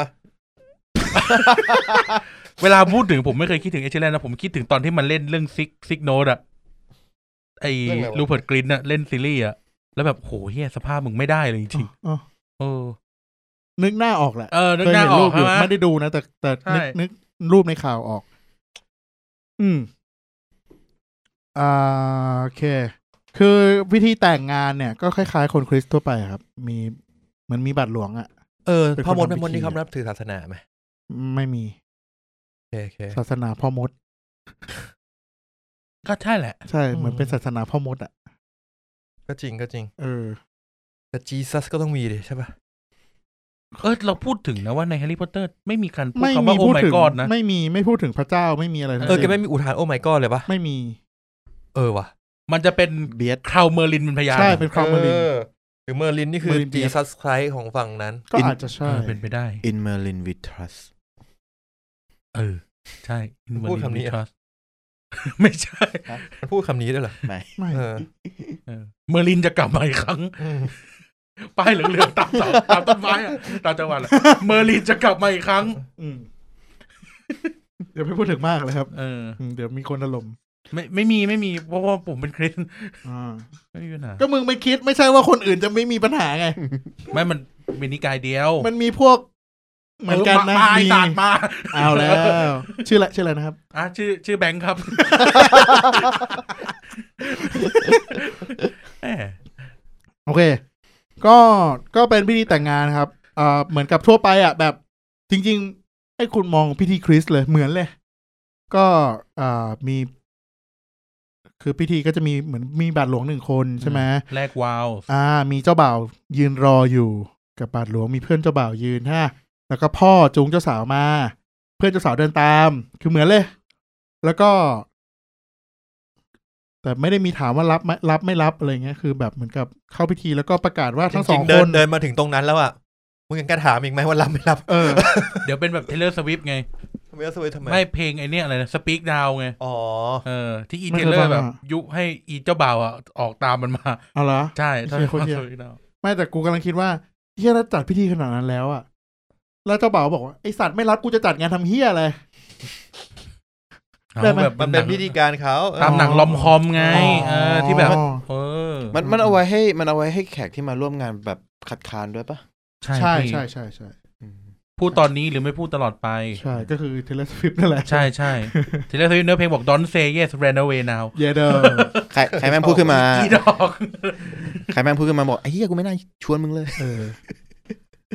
Speaker 3: เวลาพูดถึงผมไม่เคยคิดถึงเอเชเลนนะ ผมคิดถึงตอนที่มันเล่นเรื่องซิกซิกโนดอะไอ้ลูเพิร์ตกรินน่ะเล่นซีรีส์อะแล้วแบบโหเฮียสภาพมึงไม่ได้เลยจริง
Speaker 2: อ๋อ
Speaker 3: ๆเออ
Speaker 2: นึกหน้าออกแหละ
Speaker 3: เออนึก
Speaker 2: เคย
Speaker 3: หน้า
Speaker 2: เห็น
Speaker 3: ออ
Speaker 2: รู
Speaker 3: ก
Speaker 2: ปอยู่
Speaker 3: ใช่ไหม
Speaker 2: ไม่ได้ดูนะแต่แต่นึก
Speaker 3: ใช่
Speaker 2: นึกรูปในข่าวออก อืม อ่าโอเค คือวิธีแต่งงานเนี่ย ก็คล้ายๆ คนคริสต์ทั่วไปครับ มีเหมันมีบัตรหลวงอะ
Speaker 1: เออ
Speaker 2: เป็นคน
Speaker 1: พ่อมด
Speaker 2: ทำพิ
Speaker 1: แม่มด
Speaker 2: ธี
Speaker 1: นี่เขานับถือศาสนาไหม
Speaker 2: ไม่มี
Speaker 1: โอเคโอเค
Speaker 2: ศาสนาพ่อมด
Speaker 3: ก็ใช่แหละ
Speaker 2: ใช่ เหมือนเป็นศาสนาพ่อมดอะ
Speaker 1: ก็จริงก็จริง
Speaker 2: เออ
Speaker 1: แต่จีซัสก็ต้องมีดิใช่ป่ะ
Speaker 3: เออเราพูดถึงนะว่าในแฮร์รี่พอตเตอร์ไม่มีการพูด
Speaker 2: ไม่
Speaker 3: คำ
Speaker 2: มี
Speaker 3: ว่าโอ้
Speaker 2: พูด
Speaker 3: my
Speaker 2: ถึง
Speaker 3: god นะ
Speaker 2: ไม่มีไม่พูดถึงพระเจ้าไม่มีอะไรทั้ง
Speaker 1: เออ
Speaker 2: สิ้
Speaker 1: แก
Speaker 2: น
Speaker 1: ไม่มีอุทานโอ้ไม่ก็เลยป่ะ
Speaker 2: ไม่มี
Speaker 1: เออว่ะ
Speaker 3: มันจะเป็น
Speaker 4: เบียด
Speaker 3: คราวเมอร์ลินเป็นพยาน
Speaker 2: ใช่เป็นคอมเมลิน
Speaker 1: อหรือเมอร์ลินนี่คือ
Speaker 2: Merlin
Speaker 1: จี
Speaker 2: Beast
Speaker 1: ซัสไครของฝั่งนั้น
Speaker 2: ก็
Speaker 4: อิน
Speaker 2: อาจจะ
Speaker 3: เอ
Speaker 2: ใช่
Speaker 3: อเป็นไปได้
Speaker 4: in Merlin with trust
Speaker 3: เออ ใช่ In
Speaker 1: พูดคำนี้
Speaker 3: Merlin We Trust ไม่ใช่
Speaker 1: มันพูดคำนี้ด้วยเหรอ
Speaker 4: ไม่
Speaker 2: ไม่
Speaker 1: เออ
Speaker 3: เออเมอร์ลินจะกลับมาอีกครั้ง
Speaker 1: อืม
Speaker 3: ป้ายเหลืองๆตามเสาตามต้นไม้อะตามจังหวัดอะเมอร์ลินจะกลับมาอีกครั้ง
Speaker 2: ม เดี๋ยวไม่พูดถึงมากเลยครับ
Speaker 3: เออ
Speaker 2: อืมเดี๋ยวมีคนถล่ม
Speaker 3: ไม่ไม่มีไม่มีเพราะว่าผมเป็นคริสต์
Speaker 2: อ่า
Speaker 3: ไม่มีปัญหา
Speaker 2: ก็มึงไม่คิดไม่ใช่ว่าคนอื่นจะไม่มีปัญหาไง
Speaker 3: ไม่มันเป็นนิกายเดียว
Speaker 2: มันมีพวก เหมือนกันนะ
Speaker 3: เออมา
Speaker 2: มี
Speaker 3: ตาดมา
Speaker 2: เอาแล้ว ชื่ออะไรชื่ออะไรนะครับ
Speaker 3: อ่ะชื่อชื่อแบงค์ครับแหม
Speaker 2: โอเค ก็ก็เป็นพิธีแต่งงานครับเอ่อเหมือนกับทั่วไปอ่ะ แบบจริง ๆ ให้คุณมองพิธีคริสต์เลยเหมือนเลย ก็เอ่อมี คือพิธีก็จะมีเหมือนมีบาทหลวงหนึ่งคนใช่ไหม
Speaker 3: แลกวาว
Speaker 2: อ่า มีเจ้าบ่าวยืนรออยู่กับบาทหลวงมีเพื่อนเจ้าบ่าวยืนฮะแล้วก็พ่อจูงเจ้าสาวมา เพื่อนเจ้าสาวเดินตาม คือเหมือนเลย แล้วก็ แต่ไม่ได้มีถามว่ารับไหมรับไม่รับอะไรเงี้ยคือแบบเหมือนกับเข้าพิธีแล้วก็ประกาศว่าทั้งส
Speaker 1: จ
Speaker 2: อ
Speaker 1: ริ
Speaker 2: ง
Speaker 1: งๆเดิ
Speaker 2: คน น
Speaker 1: เดินมาถึงตรงนั้นแล้วอ่ะมึงยังกล้าถามอีกไหมว่ารับไม่รับ
Speaker 2: เออ
Speaker 3: เดี๋ยวเป็นแบบเทเลอร์สวิฟไง
Speaker 1: ทำไมต้องสวยทำไม
Speaker 3: ไม่เพลงไอเนี้ยอะไรนะสปีกดาวไง
Speaker 1: อ๋อ
Speaker 3: เออ ที่อี
Speaker 2: ไม่
Speaker 3: เท
Speaker 2: เคย
Speaker 3: เลอ
Speaker 2: ฟั
Speaker 3: ร์
Speaker 2: ง
Speaker 3: แบบ
Speaker 2: อะ
Speaker 3: ยุให้อีเจ้าบ่าวอ่ะ ออกตามมันมา
Speaker 2: เอาละ
Speaker 3: ใช่ถ้าเป็น
Speaker 2: โคตรเหี้ย
Speaker 3: สปีกดาว
Speaker 2: ไม่แต่กูกำลังคิดว่าเฮียแล้วจัดพิธีขนาดนั้นแล้วอะแล้วเจ้าบ่าวบอกว่าไอสัตว์ไม่รับกูจะจัดงานทำเฮียอะไร ได้ไหม
Speaker 3: อาแบบ
Speaker 1: มันเป็นพิธีการเขาเออ
Speaker 3: ตามหนังลอมคอมไง เออ ที่แบบ
Speaker 2: อ๋อ
Speaker 3: เออ
Speaker 4: มันมันเอาไว้ให้มันเอาไว้ให้แขกที่มาร่วมงานแบบคัดค้านด้วยปะ
Speaker 2: ใช่
Speaker 3: พี่
Speaker 2: ใช่ใช่ใช่
Speaker 4: อืม
Speaker 3: พูดตอนนี้หรือไม่พูดตลอดไป
Speaker 2: ใช่ก็คือเทเลสฟิปนั่นแหละ
Speaker 3: ใช่ใช่เทเลอร์สวิฟเนื้อเพลงบอก don't say yes ran away now
Speaker 2: เยเดอ
Speaker 4: ใครใครแม่งพูดขึ้นมา
Speaker 3: อีดอก
Speaker 4: ใครแม่งพูดขึ้นมาบอกไอ้เหี้ยกูไม่น่าชวนมึงเลย
Speaker 2: เออ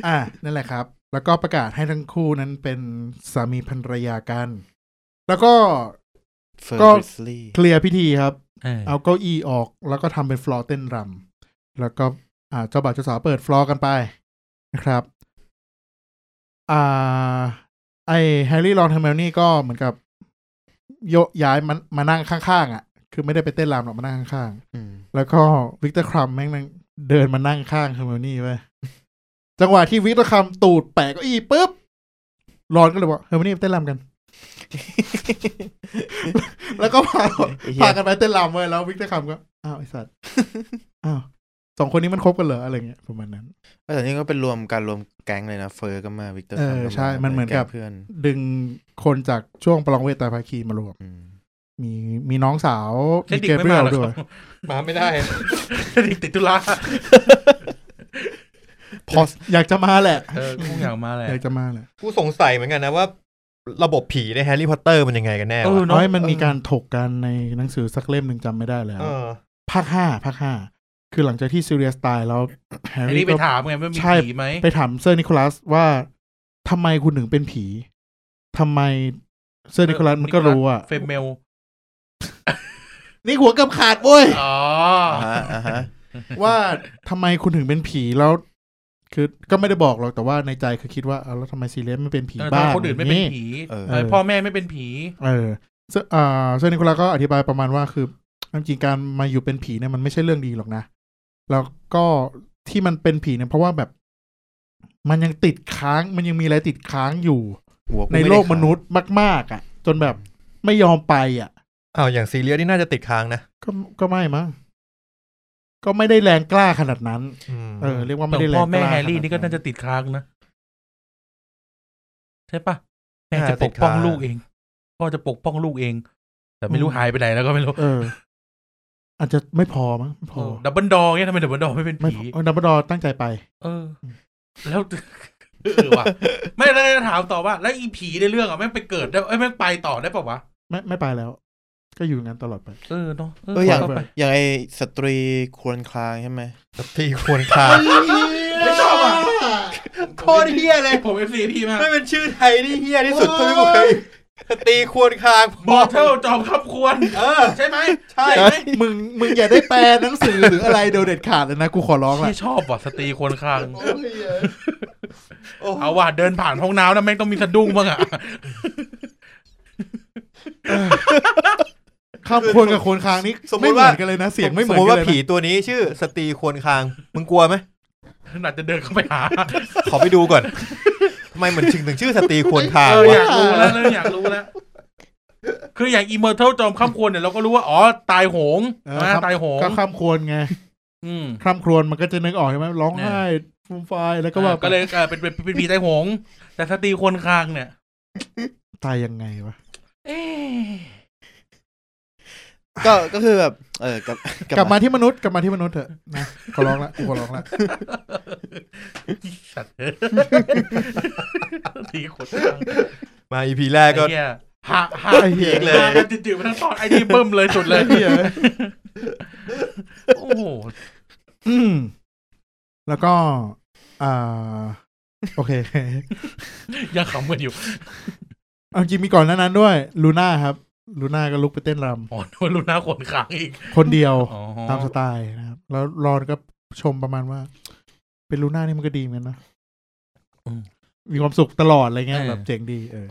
Speaker 2: อ่ะ นั่นแหละครับ แล้วก็ประกาศให้ทั้งคู่นั้นเป็นสามีภรรยากัน แล้วก็
Speaker 4: เฟิร์
Speaker 2: ก็
Speaker 4: นสลี
Speaker 2: เคลียร์พิธีครับ
Speaker 3: เออ
Speaker 2: เอาเก้าอี้ออก แล้วก็ทำเป็นฟลอร์เต้นรำ แล้วก็ อ่า เจ้าบ่าวเจ้าสาวเปิดฟลอร์กันไปนะครับ อ่า ไอแฮร์รี่รอนเฮอร์เมลนี่ก็เหมือนกับโยกย้ายมันมานั่งข้างๆอ่ะ คือไม่ได้ไปเต้นรำหรอกมานั่งข้างๆ แล้วก็วิกเตอร์ครัมแม่งนั่งเดินมานั่งข้างเฮอร์เมลนี่ไยจังหวะที่วิกเตอร์ครัมตูดแปะเก็อีปุ๊บรอนก็เลยบอกเฮอร์เมลนี่ไปเต้นรำกัน แล้วก็พาพากันไปเต้นรำเว้ยแล้ววิกเตอร์ครัมก็อ้าวไอสัตว์อ้าวสองคนนี้มันคบกันเหรออะไรเงี้ยประมาณนั้น
Speaker 4: แต่นี่ก็เป็นรวมการรวมแก๊งเลยนะ เฟิร์นก็มา วิกเตอร์
Speaker 2: เออ
Speaker 4: ก็า
Speaker 2: ใช่มันเหมือนกับ
Speaker 4: แงเพื่อน
Speaker 2: ดึงคนจากช่วงประลองเวทตาภาคีมารวม
Speaker 4: อืม
Speaker 2: มีมีน้องสาว
Speaker 3: เซนดิก
Speaker 2: เก
Speaker 3: ไม่
Speaker 2: เบรี
Speaker 3: มา
Speaker 2: ล
Speaker 3: หรอก
Speaker 2: ด้วย
Speaker 3: ครับ
Speaker 1: มาไม่ได้
Speaker 3: เซนดิกติดธุระ
Speaker 2: พอสอยากจะมาแหละ
Speaker 3: เออคงอยากมาแหละ
Speaker 2: อยากจะมาแหละ
Speaker 1: กูสงสัยเหมือนกันนะว่า ระบบผีในแฮร์รี่พอตเตอร์มันยังไงกันแน่
Speaker 3: เออ
Speaker 1: วะ
Speaker 3: เนาะ
Speaker 2: น้อยมันมีการถกกันในหนังสือสักเล่มหนึ่งจำไม่ได้แล้ว
Speaker 1: เออ
Speaker 2: ภาคห้าภาคห้าคือหลังจากที่ซิเรียสตาย แล้วแฮร์
Speaker 3: อัน
Speaker 2: รี่
Speaker 3: นี้ไป
Speaker 2: ก็
Speaker 3: ถามไงว่ามี
Speaker 2: ใช่
Speaker 3: ผีไหม
Speaker 2: ไปถามเซอร์นิโคลัสว่าทำไมคุณถึงเป็นผีทำไมเซอร์นิโคลัสมันก็รู้อ่ะ
Speaker 3: เฟมเมล
Speaker 2: นี่หัวกับขาดเว้ย
Speaker 3: อ๋อ
Speaker 4: อ่า
Speaker 3: อ
Speaker 4: ฮะอ่าฮะ
Speaker 2: ว่าทำไมคุณถึงเป็นผีแล้ว คือก็ไม่ได้บอกหรอกแต่ว่าในใจคือคิดว่าเอาแล้วทำไมซีเรียสไม่เป็นผี
Speaker 3: เออ
Speaker 2: บ้า
Speaker 3: ทำ
Speaker 2: ง
Speaker 3: ไมคนอื่นไม่เป็น
Speaker 2: ย่าง
Speaker 3: ผี
Speaker 4: เออ
Speaker 3: เออพ่อแม่ไม่เป็นผี
Speaker 2: เออเซอร์อ่าเซอร์นิโคลัสก็อธิบายประมาณว่าคือจริงๆการมาอยู่เป็นผีเนี่ยมันไม่ใช่เรื่องดีหรอกนะ แล้วก็ที่มันเป็นผีเนี่ยเพราะว่าแบบ มันยังติดค้างมันยังมีอะไรติดค้างอยู่
Speaker 4: หัว
Speaker 2: ใน
Speaker 4: ไได้
Speaker 2: โลก
Speaker 4: ขาม
Speaker 2: นุษย์มาก ๆ อ่ะ จนแบบไม่ยอมไปอ่ะ
Speaker 1: อ้าวอย่างซีเรียสนี่น่าจะติดค้างนะ
Speaker 2: ก็ก็ไม่มั้งก็ไม่ได้แรงกล้าขนาดนั้น
Speaker 1: ม
Speaker 2: เออ เรียกว่า
Speaker 3: ข
Speaker 2: ไม่
Speaker 3: อง
Speaker 2: ได้แรงก
Speaker 3: พ่อ
Speaker 2: ล้า
Speaker 3: แม่แฮร์รี่นี่ก็
Speaker 2: ขด
Speaker 3: น่าจะติดค้างนะ ใช่ปะแม่จะปกป้องลูกเองพ่อจะปกป้องลูกเอง แต่ไม่รู้
Speaker 2: อืม
Speaker 3: หายไปไหนแล้วก็ไม่รู้
Speaker 2: เออ อาจจะไม่พอมั้งไม่พอ
Speaker 3: ดับเบิลดอร์เนี่ยทำไมดับเบิลดอร์ไม่เป็น
Speaker 2: ไม่
Speaker 3: ผี
Speaker 2: พอดับเบิลดอร์ตั้งใจไป
Speaker 3: เออ แล้วเออว่ะ ไม่แล้วจะถามต่อว่า แล้วอีผีในเรื่องอ่ะแม่งไปเกิดได้เอ้ยแม่งไปต่อได้ป่าวะ
Speaker 2: ไม่ไม่ไปแล้ว ก็อยู่อย่างนั้นตลอดไป
Speaker 3: เออเนาะ
Speaker 4: เอออย่าง
Speaker 3: ขเข้ไป
Speaker 4: อย่างไอสตรีควรคลางใช่ไหม
Speaker 1: ตีควรคา
Speaker 3: ไม่ชอบอ่ะ
Speaker 1: โคตรเฮียเลย
Speaker 3: ผมเอฟซีพี่มาก
Speaker 1: ไม่เป็นชื่อไทยที่เฮียที่สุดเท่าที่ผมเคยตีควรคาง
Speaker 3: บอกเท่าจอมครับควร
Speaker 1: เออ
Speaker 3: ใช่ไหม
Speaker 1: ใช่
Speaker 4: ใช่
Speaker 1: ไหม
Speaker 2: มึงมึงอย่าได้แปลหนังสือหรืออะไรโดยเด็ดขาดเลยนะกูขอร้องละ
Speaker 3: พี่ชอบว่ะสตรีควรคลาง
Speaker 1: โอ้โห
Speaker 3: เอาว่ะเดินผ่านห้องน้ำนะแม่งต้องมีสะดุ้งบ้างอ่ะ
Speaker 2: ข้ามควรกับควรค้างนี่ไม่เหมือนกันเลยนะ เสียงไม่เหมือน
Speaker 1: สมมติ
Speaker 2: กัน
Speaker 1: ว่า
Speaker 2: เลย
Speaker 1: ผี
Speaker 2: นะ
Speaker 1: ตัวนี้ชื่อสตรีควรคางมึงกลัวไหม
Speaker 3: น่าจะเดินเข้าไปหา
Speaker 1: ขอไปดูก่อนทำไมเหมือนถึงถึงชื่อสตรีควรคาง
Speaker 3: เอออ
Speaker 1: วะ
Speaker 3: ยากรู้แล้วเอออยากรู้แล้ว คืออย่างอิมเมอร์เทลจอมข้ามควรเนี่ยเราก็รู้ว่า อ๋อ ตายโหง
Speaker 2: เออ
Speaker 3: นะครับ ตายโหง
Speaker 2: ก็ข้ามควรไง
Speaker 3: อืม
Speaker 2: ข้ามควรมันก็จะนึกออกใช่ไหมร้อง
Speaker 3: เนี่ย
Speaker 2: ไห้ฟูมฟายแล้วก็แบบ
Speaker 3: ก็เลยเออเป็นเป็นเป็นผีตายโหง แต่สตรีควรคางเนี่ย
Speaker 2: ตายยังไงวะ
Speaker 3: เอ๊ะ
Speaker 4: ก็ก็คือแบบเออกลับ
Speaker 2: กลับมาที่มนุษย์กลับมาที่มนุษย์เถอะนะขอร้องละกูขอร้องละ
Speaker 3: สัตว์เอ้ย สตรีควรคาง
Speaker 1: มาอีพีแรก
Speaker 3: ไอ้
Speaker 1: ก็
Speaker 3: เหี้ยหักหัก
Speaker 2: ไอ้เหี้ย
Speaker 1: เลย
Speaker 3: หากันจิ๋วๆไปทั้งตอนไอ้นี่เบิ่มเลยสุดเลย
Speaker 2: เหี้ย
Speaker 3: โอ้โห
Speaker 2: อืมแล้วก็อ่าโอเค
Speaker 3: ยังขำกันอยู่
Speaker 2: เอาจริงมีก่อนหน้านั้นด้วยลูน่าครับลูน่าก็ลุกไปเต้นร
Speaker 3: อ๋อโดนลูน่าขนคางอีก
Speaker 2: ำคนเดียว
Speaker 3: อ๋อ
Speaker 2: ตามสไตล์นะครับ แล้วรอนก็ชมประมาณว่า เป็นลูน่านี่มันก็ดีเหมือนกันนะมีความสุขตลอดอะไรเงี้ยแบบเจ๋งดีเออ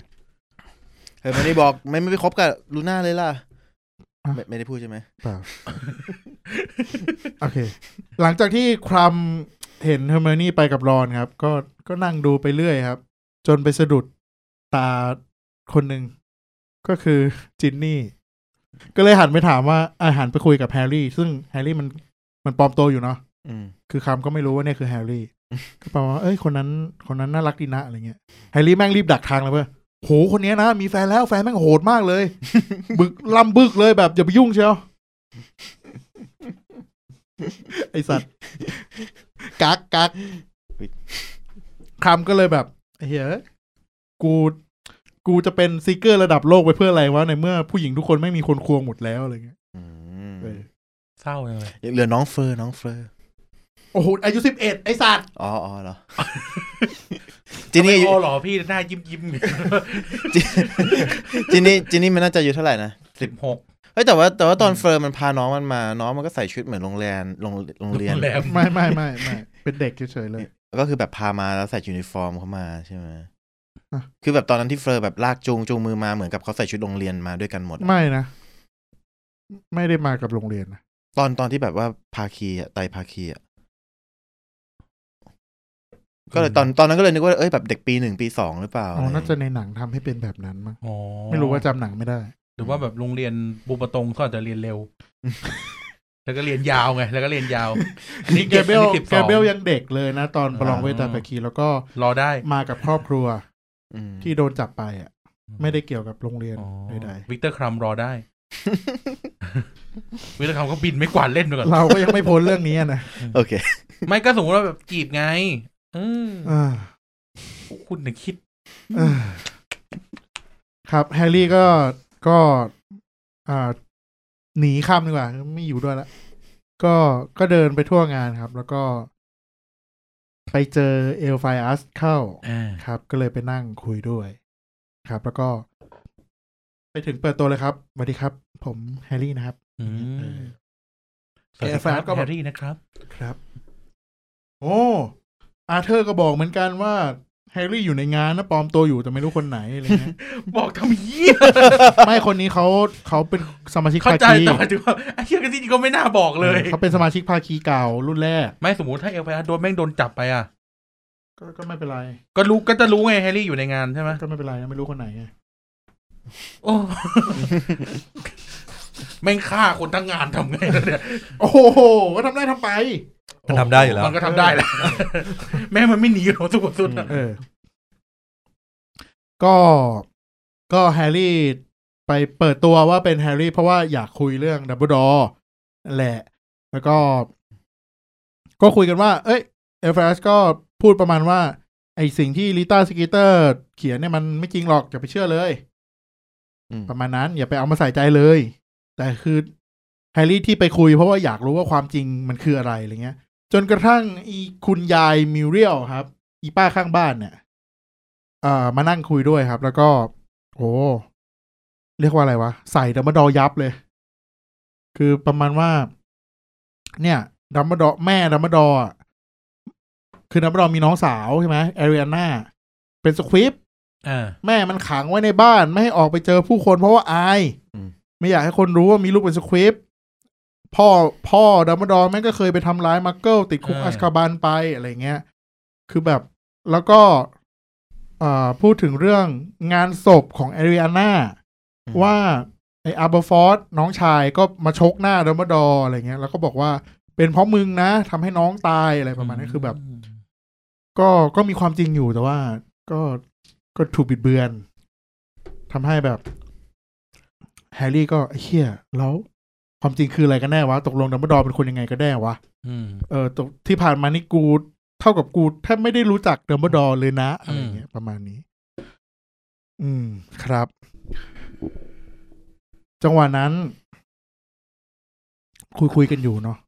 Speaker 4: เฮ้ยมันนี่บอกไม่ไม่ไปคบกับลูน่าเลยล่ะ
Speaker 2: อ่ะ
Speaker 4: ไม่ไม่ได้พูดใช่ไหม
Speaker 2: โอเค หลังจากที่ครัมเห็นเฮอร์เมนี่ไปกับรอนครับ ก็ก็นั่งดูไปเรื่อยครับ จนไปสะดุดตาคนหนึ่งก็คือจินนี่ ก็เลยหันไปถามว่าอาหันไปคุยกับแฮร์รี่ ซึ่งแฮร์รี่มันมันปลอมตัวอยู่เนาะ
Speaker 4: อืม
Speaker 2: คือคำก็ไม่รู้ว่าเนี่ยคือแฮร์รี่ ก็แปลว่าเอ้ยคนนั้นคนนั้นน่ารักดีนะอะไรเงี้ยแฮร์รี่แม่งรีบดักทางเลยเว้ยโหคนเนี้ยนะมีแฟนแล้วแฟนแม่งโหดมากเลย บึกลำบึกเลยแบบอย่าไปยุ่งเชียวไอสัตว์กักกัก
Speaker 4: อุ๊ย
Speaker 2: คำก็เลยแบบเฮ้ยกูกูจะเป็นซีเกอร์ระดับโลกไปเพื่ออะไรวะในเมื่อผู้หญิงทุกคนไม่มีคนควงหมดแล้วอะไรเงี้ย
Speaker 4: อืม
Speaker 2: เออ
Speaker 3: เศร้าจังเลย
Speaker 4: ยังเหลือน้องเฟอร์น้องเฟอร์
Speaker 2: โอ้โหอายุสิบเอ็ดไอสัตว์
Speaker 4: อ๋ออ๋อ เหรอ จินนี่
Speaker 3: ไม่
Speaker 4: อายุ
Speaker 3: โอเหรอพี่หน้ายิ้มยิ้ม
Speaker 4: จินนี่จินนี่มันน่าจะอายู่เท่าไหร่นะ
Speaker 3: สิบหก
Speaker 4: เฮ้ยแต่ว่าแต่ว่าตอนเฟอร์มันพาน้องมันมาน้องมันก็ใส่ชุดเหมือนโรงแรมโรงโรงเรียน
Speaker 3: โรงแรม
Speaker 2: ไม่ไม่ไม่ไม่เป็นเด็กเฉยๆเลย
Speaker 4: ก็คือแบบพามาแล้วใส่ยูนิฟอร์มเข้ามาใช่ไหม
Speaker 2: อ่ะ
Speaker 4: คือแบบตอนนั้นที่เฟอร์แบบลากจูงจูงมือมาเหมือนกับเขาใส่ชุดโรงเรียนมาด้วยกันหมดอะ
Speaker 2: ไม่นะ ไม่ได้มากับโรงเรียนนะ
Speaker 4: ตอนตอนที่แบบว่าภาคีอะไตรภาคีอะก็เลยตอนตอนนั้นก็เลยนึกว่าเอ้ยแบบเด็กปีหนึ่งปีสองหรือเปล่า
Speaker 2: อ๋อน่าจะในหนังทำให้เป็นแบบนั้นมั้ง
Speaker 3: อ๋อ
Speaker 2: ไม่รู้ว่าจำหนังไม่ได้
Speaker 3: หรือว่าแบบโรงเรียนบูปะตงเขาอาจจะเรียนเร็ ว แล้วก็เรียนยาวไง แล้วก็เรียนยาวอันนี่
Speaker 2: แกเบล
Speaker 3: สิบ
Speaker 2: แก
Speaker 3: สอง
Speaker 2: เบลยังเด็กเลยนะ ตอนประลอง
Speaker 3: อ่า
Speaker 2: เวทาภาคีแล้วก็
Speaker 3: รอได้
Speaker 2: มากับครอบครัว
Speaker 4: อืม
Speaker 2: ที่โดนจับไปอ่ะ ไม่ได้เกี่ยวกับโรงเรียน
Speaker 3: อ๋อ
Speaker 2: ใด
Speaker 3: วิกเตอร์ครัมรอ ได้ วิกเตอร์ครัมก็บินไม่กวาดเล่นไปก่อน
Speaker 2: ๆเราก็ยังไม่พ้นเรื่องนี้อะนะ
Speaker 4: โอเค
Speaker 3: ไม่ก็สมมติว่าแบบจีบไง เออ
Speaker 2: อ่า
Speaker 3: คุณน่ะคิด
Speaker 2: อ่าครับแฮร์รี่ก็ก็อ่าหนีข้ามดีกว่าไม่อยู่ด้วยละก็ก็เดินไปทั่วงานครับ แล้วก็ ไปเจอเอลไฟอัสเข้า
Speaker 3: อ่า
Speaker 2: ครับก็เลยไปนั่งคุยด้วย ครับ แล้วก็ ไปถึงเปิดตัวเลยครับสวัสดีครับ ผมแฮร์รี่นะครับ
Speaker 3: อื
Speaker 2: เออ
Speaker 3: มสวัสดี
Speaker 2: แกแฟ
Speaker 3: ครั
Speaker 2: น
Speaker 3: บ
Speaker 2: ก็แบบ
Speaker 3: แฮร์รี่นะครับ
Speaker 2: ครับ โอ้อาเธอร์ก็บอกเหมือนกันว่าแฮร์รี่อยู่ในงานนะปลอมตัวอยู่แต่ไม่รู้คนไหนอะไรเงี้ ย
Speaker 3: บอกทำเยี่ย
Speaker 2: ไม่คนนี้เขาเขาเป็นสมาชิก
Speaker 3: เข้า
Speaker 2: ภา
Speaker 3: ใจ
Speaker 2: คี
Speaker 3: แต่หมายถึงว่าไอ้เชี่ยกันที่จริงก็ไม่น่าบอกเลย
Speaker 2: เขาเป็นสมาชิกภาคีเก่ารุ่นแรก
Speaker 3: ไม่สมมติถ้าเอลไพอาร์โดนแม่งโดนจับไปอ่ะ
Speaker 2: ก็ก็ไม่เป็นไร
Speaker 3: ก็รู้ก็จะรู้ไงแฮร์รี่อยู่ในงานใช่ไหม
Speaker 2: ก็ไม่เป็นไรนะไม่รู้คนไหนไง
Speaker 3: โอ้ แม่งฆ่าคนทั้งงานทำไงล่ะเนี่ย
Speaker 2: โอ้โหก็ทำได้ทำไป
Speaker 1: มันทำได้อยู่แล้ว
Speaker 3: มันก็ทำได้แหละ แม่งมันไม่หนีหรอกสุดสุดๆอะ
Speaker 2: เออ ก็ก็แฮร์รี่ไปเปิดตัวว่าเป็นแฮร์รี่เพราะว่าอยากคุยเรื่องดับเบิลดอแหละ แล้วก็ ก็คุยกันว่า เอ้ยเอลฟสก็พูดประมาณว่า ไอสิ่งที่ลิต้าสกีเตอร์ เขียนเนี่ยมันไม่จริงหรอกอย่าไปเชื่อเลย
Speaker 4: อืม
Speaker 2: ประมาณนั้น อย่าไปเอามาใส่ใจเลย แต่คือแฮร์รี่ที่ไปคุยเพราะว่าอยากรู้ว่าความจริงมันคืออะไรอะไรเงี้ย จนกระทั่งอีคุณยายมิวเรียลครับ อีป้าข้างบ้านเนี่ยเอ่อมานั่งคุยด้วยครับ แล้วก็โอ้เรียกว่าอะไรวะ ใส่ดัมเบลดอร์ยับเลย คือประมาณว่า เนี่ยดัมเบลดอร์แม่ดัมเบลดอร์อะคือดัมเบลดอร์มีน้องสาวใช่ไหมแอริอาน่าเป็นสควิป
Speaker 3: อ่า
Speaker 2: แม่มันขังไว้ในบ้าน ไม่ให้ออกไปเจอผู้คนเพราะว่าอาย
Speaker 4: อืม
Speaker 2: ไม่อยากให้คนรู้ว่ามีลูกเป็นสควิปพ่อพ่อดัมเบลดอร์แม่งก็เคยไปทำร้ายมักเกิลติดคุก
Speaker 3: อ่า
Speaker 2: อัชคาบานไปอะไรเงี้ย คือแบบแล้วก็อ่าพูดถึงเรื่องงานศพของแอริอาน่า ว่าไออาร์เบอร์ฟอร์ดน้องชายก็มาชกหน้าดัมเบลดอร์อะไรเงี้ย แล้วก็บอกว่าเป็นเพราะมึงนะทำให้น้องตายอะไรประมาณนี้คือแบบ ก็ก็มีความจริงอยู่แต่ว่า ก็ก็ถูกบิดเบือนทำให้แบบ แฮร์รี่ก็ไอ้เฮียแล้ว ความจริงคืออะไรกันแน่วะ ตกลงดัมเบิลดอร์เป็นคนยังไงกันแน่วะ
Speaker 3: อืม
Speaker 2: เออตกที่ผ่านมานี่กู เท่ากับกูแทบไม่ได้รู้จักดัมเบิลดอร์เลยนะ อะไรอย่างเงี้ยประมาณนี้ อืมครับ จังหวะนั้น คุยคุยๆกันอยู่เนาะ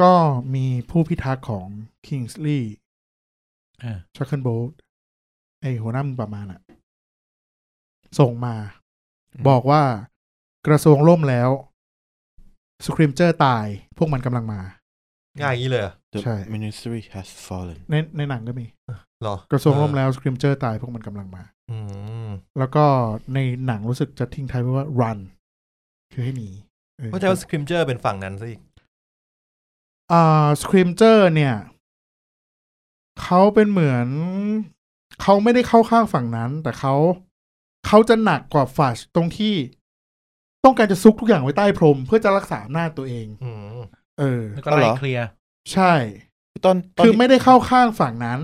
Speaker 2: ก็มีผู้พิทักษ์ของคิงส์ลี
Speaker 3: อ่า
Speaker 2: ชักเคิลโบลต์ไอหัวหน้ามือประมาณอะส่งมา บอกว่ากระทรวงล่มแล้ว สคริมเจอร์ตาย พวกมันกำลังมา
Speaker 1: ง่ายอย่างนี้เลยเหรอ
Speaker 4: The
Speaker 2: ใช่
Speaker 4: Ministry has fallen
Speaker 2: ในในหนังก็มี
Speaker 1: เหรอก
Speaker 2: ระทรวงล่มแล้วสคริมเจอร์ตาย พวกมันกำลังมา
Speaker 1: อืม
Speaker 2: แล้วก็ในหนังรู้สึกจะทิ้งท้ายไว้ว่า run คือให้หนีเออ
Speaker 1: เข้าใจว่าสคริมเจอร์เป็นฝั่งนั้นซะอีก
Speaker 2: อ่าสคริมเจอร์เนี่ย เขาเป็นเหมือน เขาไม่ได้เข้าข้างฝั่งนั้น แต่เขาเขาจะหนักกว่าฟัชตรงที่ ต้องการจะซุกทุกอย่างไว้ใต้พรม เพื่อจะรักษาหน้าจตัวเอง
Speaker 1: อืม
Speaker 2: เออ
Speaker 3: แล้วก็
Speaker 4: อ๋อเหร
Speaker 3: ไล่
Speaker 4: อ
Speaker 3: เคลียร์
Speaker 2: ใช่
Speaker 4: ตอนตน
Speaker 2: คือ
Speaker 4: ที่
Speaker 2: ไม่ได้เข้าข้างฝั่งนั้น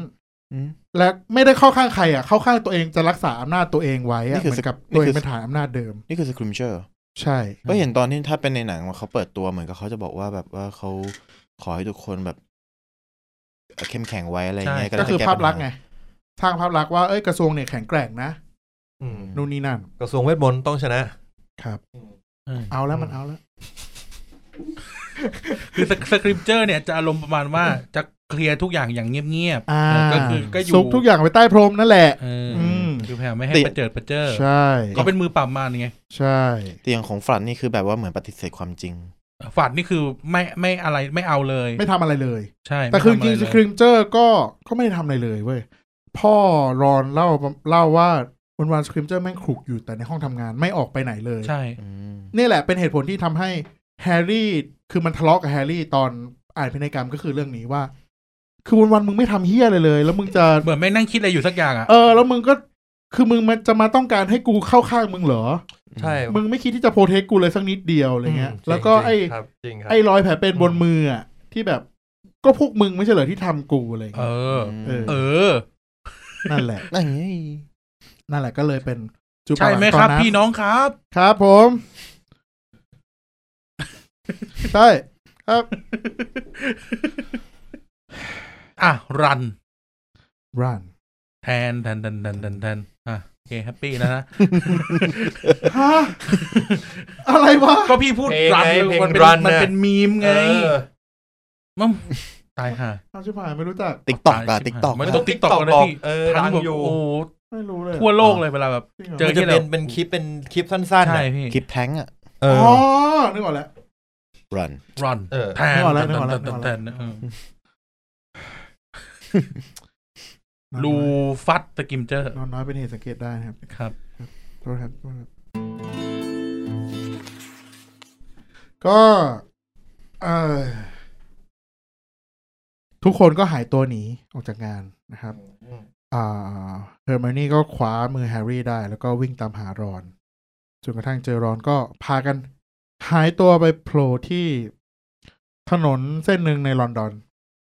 Speaker 4: อืม
Speaker 2: และไม่ได้เข้าข้างใครอ่ะ เข้าข้างตัวเองจะรักษาอำนาจตัวเองไว้
Speaker 4: นี่
Speaker 2: อะ
Speaker 4: คือ
Speaker 2: เหมือนกับ
Speaker 4: นี่
Speaker 2: ตัวเอ
Speaker 4: คื
Speaker 2: ง
Speaker 4: อ
Speaker 2: เป็นฐานอำนาจเดิม
Speaker 4: นี่คือสคริมเชอร์
Speaker 2: ใช่
Speaker 4: ก็เห็นตอนที่ถ้าเป็นในหนังว่าเขาเปิดตัวเหมือนกับเขาจะบอกว่าแบบว่าเขาขอให้ทุกคนแบบเข้มแข็งไว้อะไรอย่างเงี้
Speaker 3: ใช่
Speaker 4: ยำ
Speaker 2: ก็
Speaker 4: ลัง
Speaker 2: คือ
Speaker 4: จะแ
Speaker 2: ภาพลักษณ์
Speaker 4: ปัญห
Speaker 2: ไงสร้างภาพลักษณ์ว่าเอ้ยกระทรวงเนี่ยแข็งแกร่งนะ
Speaker 1: อืม
Speaker 2: นู่นนี่นั่น
Speaker 1: กระทรวงเวทมนต์ต้องชนะ
Speaker 3: อืม
Speaker 2: เอาแล้วมันเอาแล้ว
Speaker 3: คือสสคริปเจอร์เนี่ยจะอารมณ์ประมาณว่าจะเคลียร์ทุกอย่างอย่างเงียบๆ
Speaker 2: อ่า
Speaker 3: เออก็คือก็อยู่
Speaker 2: ซุกทุกอย่างไว้ใต้พรมนั่นแหละ
Speaker 3: เอออ
Speaker 2: อืม
Speaker 3: คือแผ่ไม่ให้ประเจิดประเจอ
Speaker 2: ใช่
Speaker 3: เขาเป็นมือปราบมารไง
Speaker 2: ใช่
Speaker 4: แต่อย่างของฝรั่งนี่คือแบบว่าเหมือนปฏิเสธความจริง
Speaker 3: ฝาดนี่คือไม่ไม่อะไรไม่เอาเลย
Speaker 2: ไม่ทำอะไรเลย
Speaker 3: ใช่
Speaker 2: แต่คือจริง
Speaker 3: ไม่
Speaker 2: ส
Speaker 3: ทำะไเลย
Speaker 2: คริมเจอร์ก็ก็ไม่ได้ทำอะไรเลยเว้ยพ่อรอนเล่าเล่าว่าวันวันสคริมเจอร์แม่งขลุกอยู่แต่ในห้องทำงานไม่ออกไปไหนเลย
Speaker 3: ใช่
Speaker 4: อืม
Speaker 2: นี่แหละเป็นเหตุผลที่ทำให้แฮร์รี่คือมันทะเลาะกับแฮร์รี่ตอนอ่านพินัยกรรมก็คือเรื่องนี้ว่า คือวันวันๆมึงไม่ทำเฮี้ยอะไรเลย แล้วมึงจะ
Speaker 3: เหมือนไม่นั่งคิดอะไรอยู่สักอย่างอ่ะ
Speaker 2: เออ แล้วมึงก็คือมึงมันจะมาต้องการให้กูเข้าข้างมึงเหรอ
Speaker 1: ใช่
Speaker 2: มึงไม่คิดที่จะโปรเทคกูเลยสักนิดเดียวอะไรเงี้ย
Speaker 1: ม
Speaker 2: แล้วก็ไอ้
Speaker 1: จริงๆครับจริงครับ
Speaker 2: ไอ้รอยแผลเป็นบนมืออ่ะที่แบบ ก็พวกมึงไม่ใช่เหรอที่ทำกูอะไร
Speaker 3: เอ
Speaker 2: เงี้ย
Speaker 3: อ
Speaker 2: เออ
Speaker 3: เออ
Speaker 2: นั่นแหละ
Speaker 4: นั่นไง
Speaker 2: นั่นแหละก็เลยเป็นจุด
Speaker 3: ใช่ไหม
Speaker 2: ปะ
Speaker 3: ค
Speaker 2: ลั
Speaker 3: รั
Speaker 2: ก
Speaker 3: บ
Speaker 2: ตนนั้น
Speaker 3: พี่น้องครับ
Speaker 2: ครับ ผมใช่ครับ
Speaker 3: อ่ะ รัน
Speaker 2: รัน
Speaker 3: แทนแทนแทนแทนแทนแทนอ่ะโอเคแฮปปี้แล้วนะ
Speaker 2: ฮ ะอะไรวะ
Speaker 3: ก็พี่พูด
Speaker 1: เพลง
Speaker 3: รัน
Speaker 1: ไงเพลง
Speaker 3: มันเป็น
Speaker 1: Run
Speaker 3: มัน
Speaker 1: น่ะ
Speaker 3: เป็นมีมไง
Speaker 1: เออ
Speaker 3: มั่มตายห่า
Speaker 2: เอาชิบหายไม่รู้จัก
Speaker 4: ติ๊กตอก
Speaker 3: ตา
Speaker 4: อะ
Speaker 3: ย
Speaker 4: ติ๊กตอก
Speaker 3: ชิบหายมัน
Speaker 1: ต้
Speaker 3: ต้
Speaker 1: อ
Speaker 3: อง ง
Speaker 1: ติ๊ก
Speaker 3: TikTok
Speaker 1: ตอก
Speaker 3: นะพี่
Speaker 1: เออ
Speaker 3: ทั้ง
Speaker 1: ดัง
Speaker 3: แบบ
Speaker 1: อยู่
Speaker 3: โอ้โห
Speaker 2: ไม่รู้เลย
Speaker 3: ทั่วโลกเลยเวลาแบบ
Speaker 2: จริงหร
Speaker 3: เจอ
Speaker 1: มันจะเป็นเป็นคลิปเป็นคลิปสั้นๆ
Speaker 3: ใช่
Speaker 1: น่ะ
Speaker 3: พี่
Speaker 4: คลิปแท้งอะ
Speaker 1: เออ
Speaker 2: อ๋อนึกออกแล้ว
Speaker 4: รัน
Speaker 3: รัน
Speaker 1: เออ
Speaker 3: แทน
Speaker 2: นึกออกแล้วน
Speaker 3: แท
Speaker 2: นึกออก
Speaker 3: แท
Speaker 2: แล้ว
Speaker 3: น
Speaker 2: นึกออกแล้ว
Speaker 3: แทนเออลูฟัตตะกิมเจอร์
Speaker 2: นอนน้อยเป็นเหตุสังเกตได้นะครับ
Speaker 3: ครับ
Speaker 2: โทษครับโทษครับก็เออทุกคนก็หายตัวหนีออกจากงานนะครับ อ่าเฮอร์ไมนี่ก็คว้ามือแฮร์รี่ได้ แล้วก็วิ่งตามหารอน จนกระทั่งเจอรอนก็พากันหายตัวไปโผล่ที่ถนนเส้นหนึ่งในลอนดอน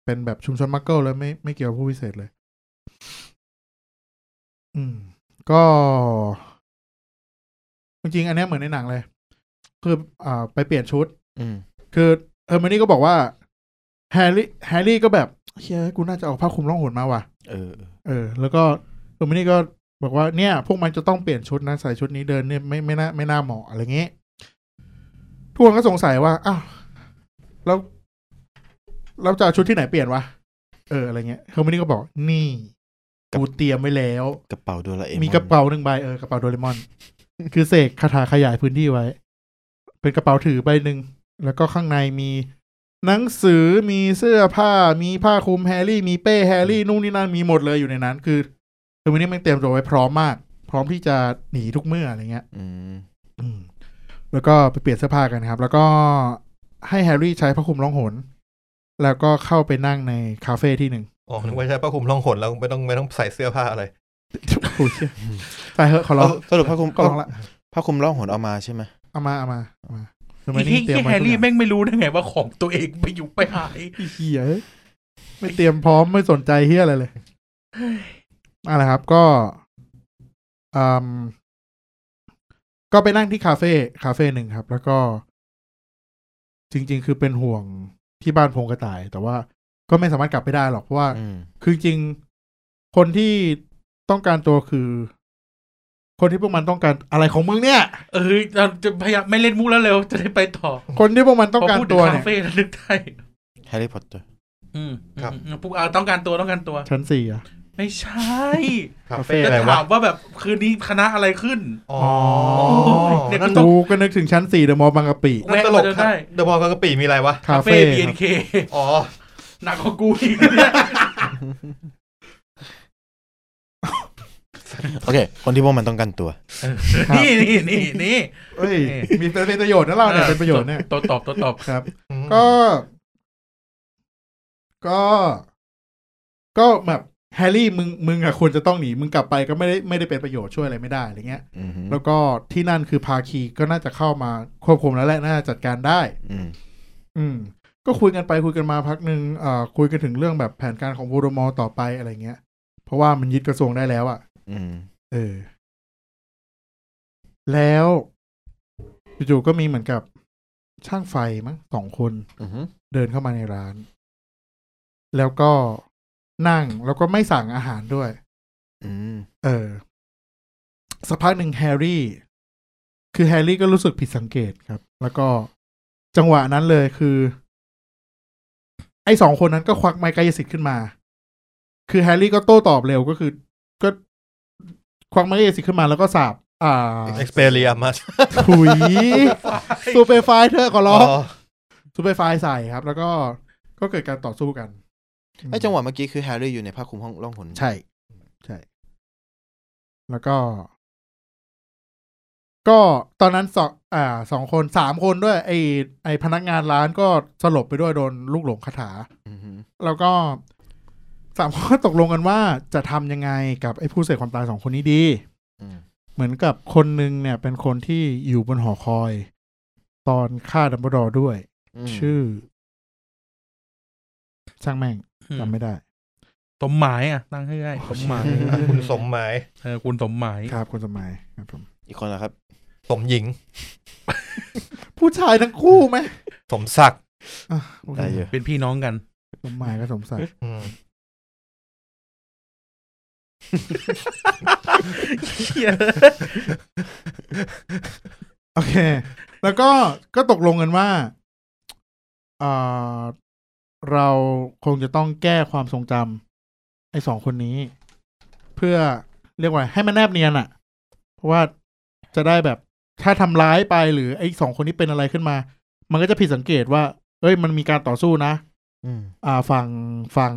Speaker 2: เป็นแบบชุมชนมักเกิลเลยไม่ไม่เกี่ยวกับผู้พิเศษเลย อืม ก็ จริงๆ อันเนี้ยเหมือนในหนังเลย คืออ่าไปเปลี่ยนชุด
Speaker 4: อืม
Speaker 2: คือเฮอร์ไมนี่ก็บอกว่าแฮร์รี่แฮร์รี่ก็แบบเฮ้ยกูน่าจะเอาผ้าคลุมล่องหนมาว่ะ
Speaker 4: เออ
Speaker 2: เออ แล้วก็เฮอร์ไมนี่ก็ บอกว่าเนี่ย พวกมันจะต้องเปลี่ยนชุดนะใส่ชุดนี้เดินเนี่ยไม่ไม่น่าไม่น่าเหมาะอะไรเงี้ยทุกคนก็สงสัยว่าอ้าวแล้วเราจะเอาชุดที่ไหนเปลี่ยนวะเอออะไรเงี้ยเฮอร์มินี่ก็บอกนี่กูเตรียมไว้แล้ว
Speaker 4: กระเป๋าโดราเอมอน
Speaker 2: มีกระเป๋าหนึ่งใบเออกระเป๋าโดเร มอน คือเสกคาถาขยายพื้นที่ไว้ เป็นกระเป๋าถือใบหนึ่ง แล้วก็ข้างในมี หนังสือมีเสื้อผ้า มีผ้าคลุมแฮร์รี่ มีเป้แฮร์รี่นู่นนี่นั่นมีหมดเลยอยู่ในนั้น คือเฮอร์มินี่มันเตรียมตัวไว้พร้อมมาก พร้อมที่จะหนีทุกเมื่ออะไรเงี้ย
Speaker 4: อืม
Speaker 2: อืมแล้วก็ไปเปลี่ยนเสื้อผ้ากันครับ แล้วก็ให้แฮร์รี่ใช้ผ้าคลุมล่องหน แล้วก็เข้าไปนั่งในคาเฟ่ที่หนึ่ง
Speaker 1: อ๋อนึกว่าใช้ผ้าคลุมล่องหนแล้วไม่ต้องไม่ต้องใส่เสื้อผ้าอะไร
Speaker 2: โอ้ยเชี่ยไปเหอะขอร้อง
Speaker 4: เอ้าสรุปผ้าคลุม
Speaker 2: ขอร้องละ
Speaker 4: ผ้าคลุมล่องหนเอามาใช่ไหม
Speaker 2: เอามาเอามาเอามาทำไม
Speaker 3: ไอ้
Speaker 2: นี่
Speaker 3: ที่
Speaker 2: เตรียม
Speaker 3: แฮ
Speaker 2: ไว้
Speaker 3: ร์
Speaker 2: ทุกอ
Speaker 3: รี่
Speaker 2: ย่าง
Speaker 3: แม่งไม่รู้ได้ไงว่าของตัวเองไปอยู่ไปหาย
Speaker 2: ไอ้เหี้ยไม่เตรียมพร้อมไม่สนใจเฮียอะไรเลยเอะไรครับ ก็อืมก็ไปนั่งที่คาเฟ่คาเฟ่หนึ่งครับ แล้วก็ จริง ๆ คือเป็นห่วงที่บ้านพงกระต่าย แต่ว่าก็ไม่สามารถกลับไปได้หรอกเพราะว่า
Speaker 4: อืม
Speaker 2: คือจริงๆคนที่ต้องการตัวคือ คนที่พวกมันต้องการอะไรของมึงเนี่ย
Speaker 3: เออเราจะพยายามไม่เล่นมุกแล้วเร็วจะได้ไปต่อ
Speaker 2: คนที่พวกมันต้องการ
Speaker 3: พพูดถึ
Speaker 2: ตัวเนี่
Speaker 3: คาย เฟ่แล้วนึกได้
Speaker 4: แฮร์รี่พอตเตอร์
Speaker 3: อืมอืมอืมพวกอ่าต้องการตัวต้องการตัว
Speaker 2: ชั้นสี่อะ
Speaker 3: ไม่ใช่
Speaker 1: คา
Speaker 2: คาเฟ่
Speaker 1: เฟ่
Speaker 3: จะ
Speaker 1: อะไรวะ
Speaker 3: ถามว่าแบบคืนนี้คณะอะไรขึ้น
Speaker 1: อ๋อ
Speaker 3: เด็ก
Speaker 1: นั่น
Speaker 3: ต้อ
Speaker 1: ต
Speaker 3: ง
Speaker 2: กูก็นึกถึงชั้นสี่เดอะมอลล์บางกะปิ
Speaker 1: นั่นตลก
Speaker 3: แวะมาจน
Speaker 1: ค
Speaker 3: ได้
Speaker 1: รับเดอะมอลล์บางกะปิมีอะไรวะ
Speaker 2: คาเฟ่
Speaker 3: บี
Speaker 2: ค
Speaker 3: เอ็
Speaker 2: รับ
Speaker 3: นเค
Speaker 1: อ๋อ
Speaker 3: หนักกว่ากูอีกเนี่ย
Speaker 4: โอเค คนที่พวกมันต้องการตัว
Speaker 3: นี่นี่นี่นี่
Speaker 2: เอ้ย
Speaker 3: เอ่อ
Speaker 2: มีเป็นประโยชน์นะเราเนี่ย เป็นประโยชน์เนี่ย
Speaker 3: ตัวตอบตัวตอบ
Speaker 2: ครับ
Speaker 1: อืม
Speaker 2: ก็ ก็ ก็แบบแฮร์รี่มึง มึงอะควรจะต้องหนี มึงกลับไปก็ไม่ได้ไม่ได้เป็นประโยชน์ช่วยอะไรไม่ได้อะไรเงี้ย
Speaker 4: อืม
Speaker 2: แล้วก็ที่นั่นคือภาคีก็น่าจะเข้ามาควบคุมแล้วแหละ น่าจะจัดการได้
Speaker 4: อืม
Speaker 2: อืม ก็คุยกันไปคุยกันมาพักหนึ่งเอ่อคุยกันถึงเรื่องแบบแผนการของโวลเดอมอร์ต่อไปอะไรเงี้ย เพราะว่ามันยึดกระทรวงได้แล้วอะ
Speaker 4: อืม
Speaker 2: เออ แล้วจู่ๆก็มีเหมือนกับช่างไฟมั้งสองคน
Speaker 4: อืม
Speaker 2: เดินเข้ามาในร้าน แล้วก็นั่งแล้วก็ไม่สั่งอาหารด้วย
Speaker 4: อืม
Speaker 2: เออสักพักหนึ่งแฮร์รี่ คือแฮร์รี่ก็รู้สึกผิดสังเกตครับ แล้วก็จังหวะนั้นเลยคือ ไอ้สองคนนั้นก็ควักไม้กายสิทธิ์ขึ้นมา คือแฮร์รี่ก็โต้ตอบเร็วก็คือ ก็ควักไม้กายสิทธิ์ขึ้นมาแล้วก็สาบอ่า
Speaker 1: เอ็กซ์เพรียมา
Speaker 2: ถุยซูเปอร์ไฟล์เธอขอร้
Speaker 1: อ๋
Speaker 2: อ
Speaker 1: อง
Speaker 2: ซูเปอร์ไฟล์ใส่ครับ แล้วก็ก็เกิดการต่อสู้กัน
Speaker 4: ไอจังหวะเมื่อกี้คือแฮร์รี่อยู่ในผ้าคลุมห้องล่องหน
Speaker 2: ใช่ ใช่ แล้วก็ ก็ตอนนั้นสองอ่าสองคนสามคนด้วย ไอไอพนักงานร้านก็สลบไปด้วยโดนลูกหลงคาถา
Speaker 4: อืม
Speaker 2: แล้วก็สามคนก็ตกลงกันว่าจะทำยังไงกับไอผู้เสพความตายสองคนนี้ดี
Speaker 4: อืม
Speaker 2: เหมือนกับคนหนึ่งเนี่ย เป็นคนที่อยู่บนหอคอย ตอนฆ่าดัมเบิลดอร์ด้วย
Speaker 4: ม
Speaker 2: ชื่อ ช่างแม่งจำไม่ได้
Speaker 3: สมหมายอ่ะตั้งให้ได้สมหมาย
Speaker 1: คุณสมหมาย
Speaker 3: เออคุณสมหมาย
Speaker 2: ครับคุณสมัยครับผม
Speaker 4: อีกคนละครับ
Speaker 1: สมหญิง
Speaker 2: ผู้ชายทั้งคู่ไหม
Speaker 1: สมศักดิ์
Speaker 2: อ่ะโอเค
Speaker 4: ได้อยู่
Speaker 3: เป็นพี่น้องกัน
Speaker 2: สมหมายกับสมศักดิ์
Speaker 1: อืม
Speaker 2: โอเค แล้วก็ก็ตกลงกันว่าเอ่อเราคงจะต้องแก้ความทรงจำไอ้สองคนนี้ เพื่อเรียกว่า ให้มันแนบเนียนอะเพราะว่าจะได้แบบถ้าทำร้ายไปหรือไอ้สองคนนี้เป็นอะไรขึ้นมา มันก็จะผิดสังเกตว่า เอ้ย มันมีการต่อสู้นะ
Speaker 4: อืม
Speaker 2: อ่าฝั่งฝั่ง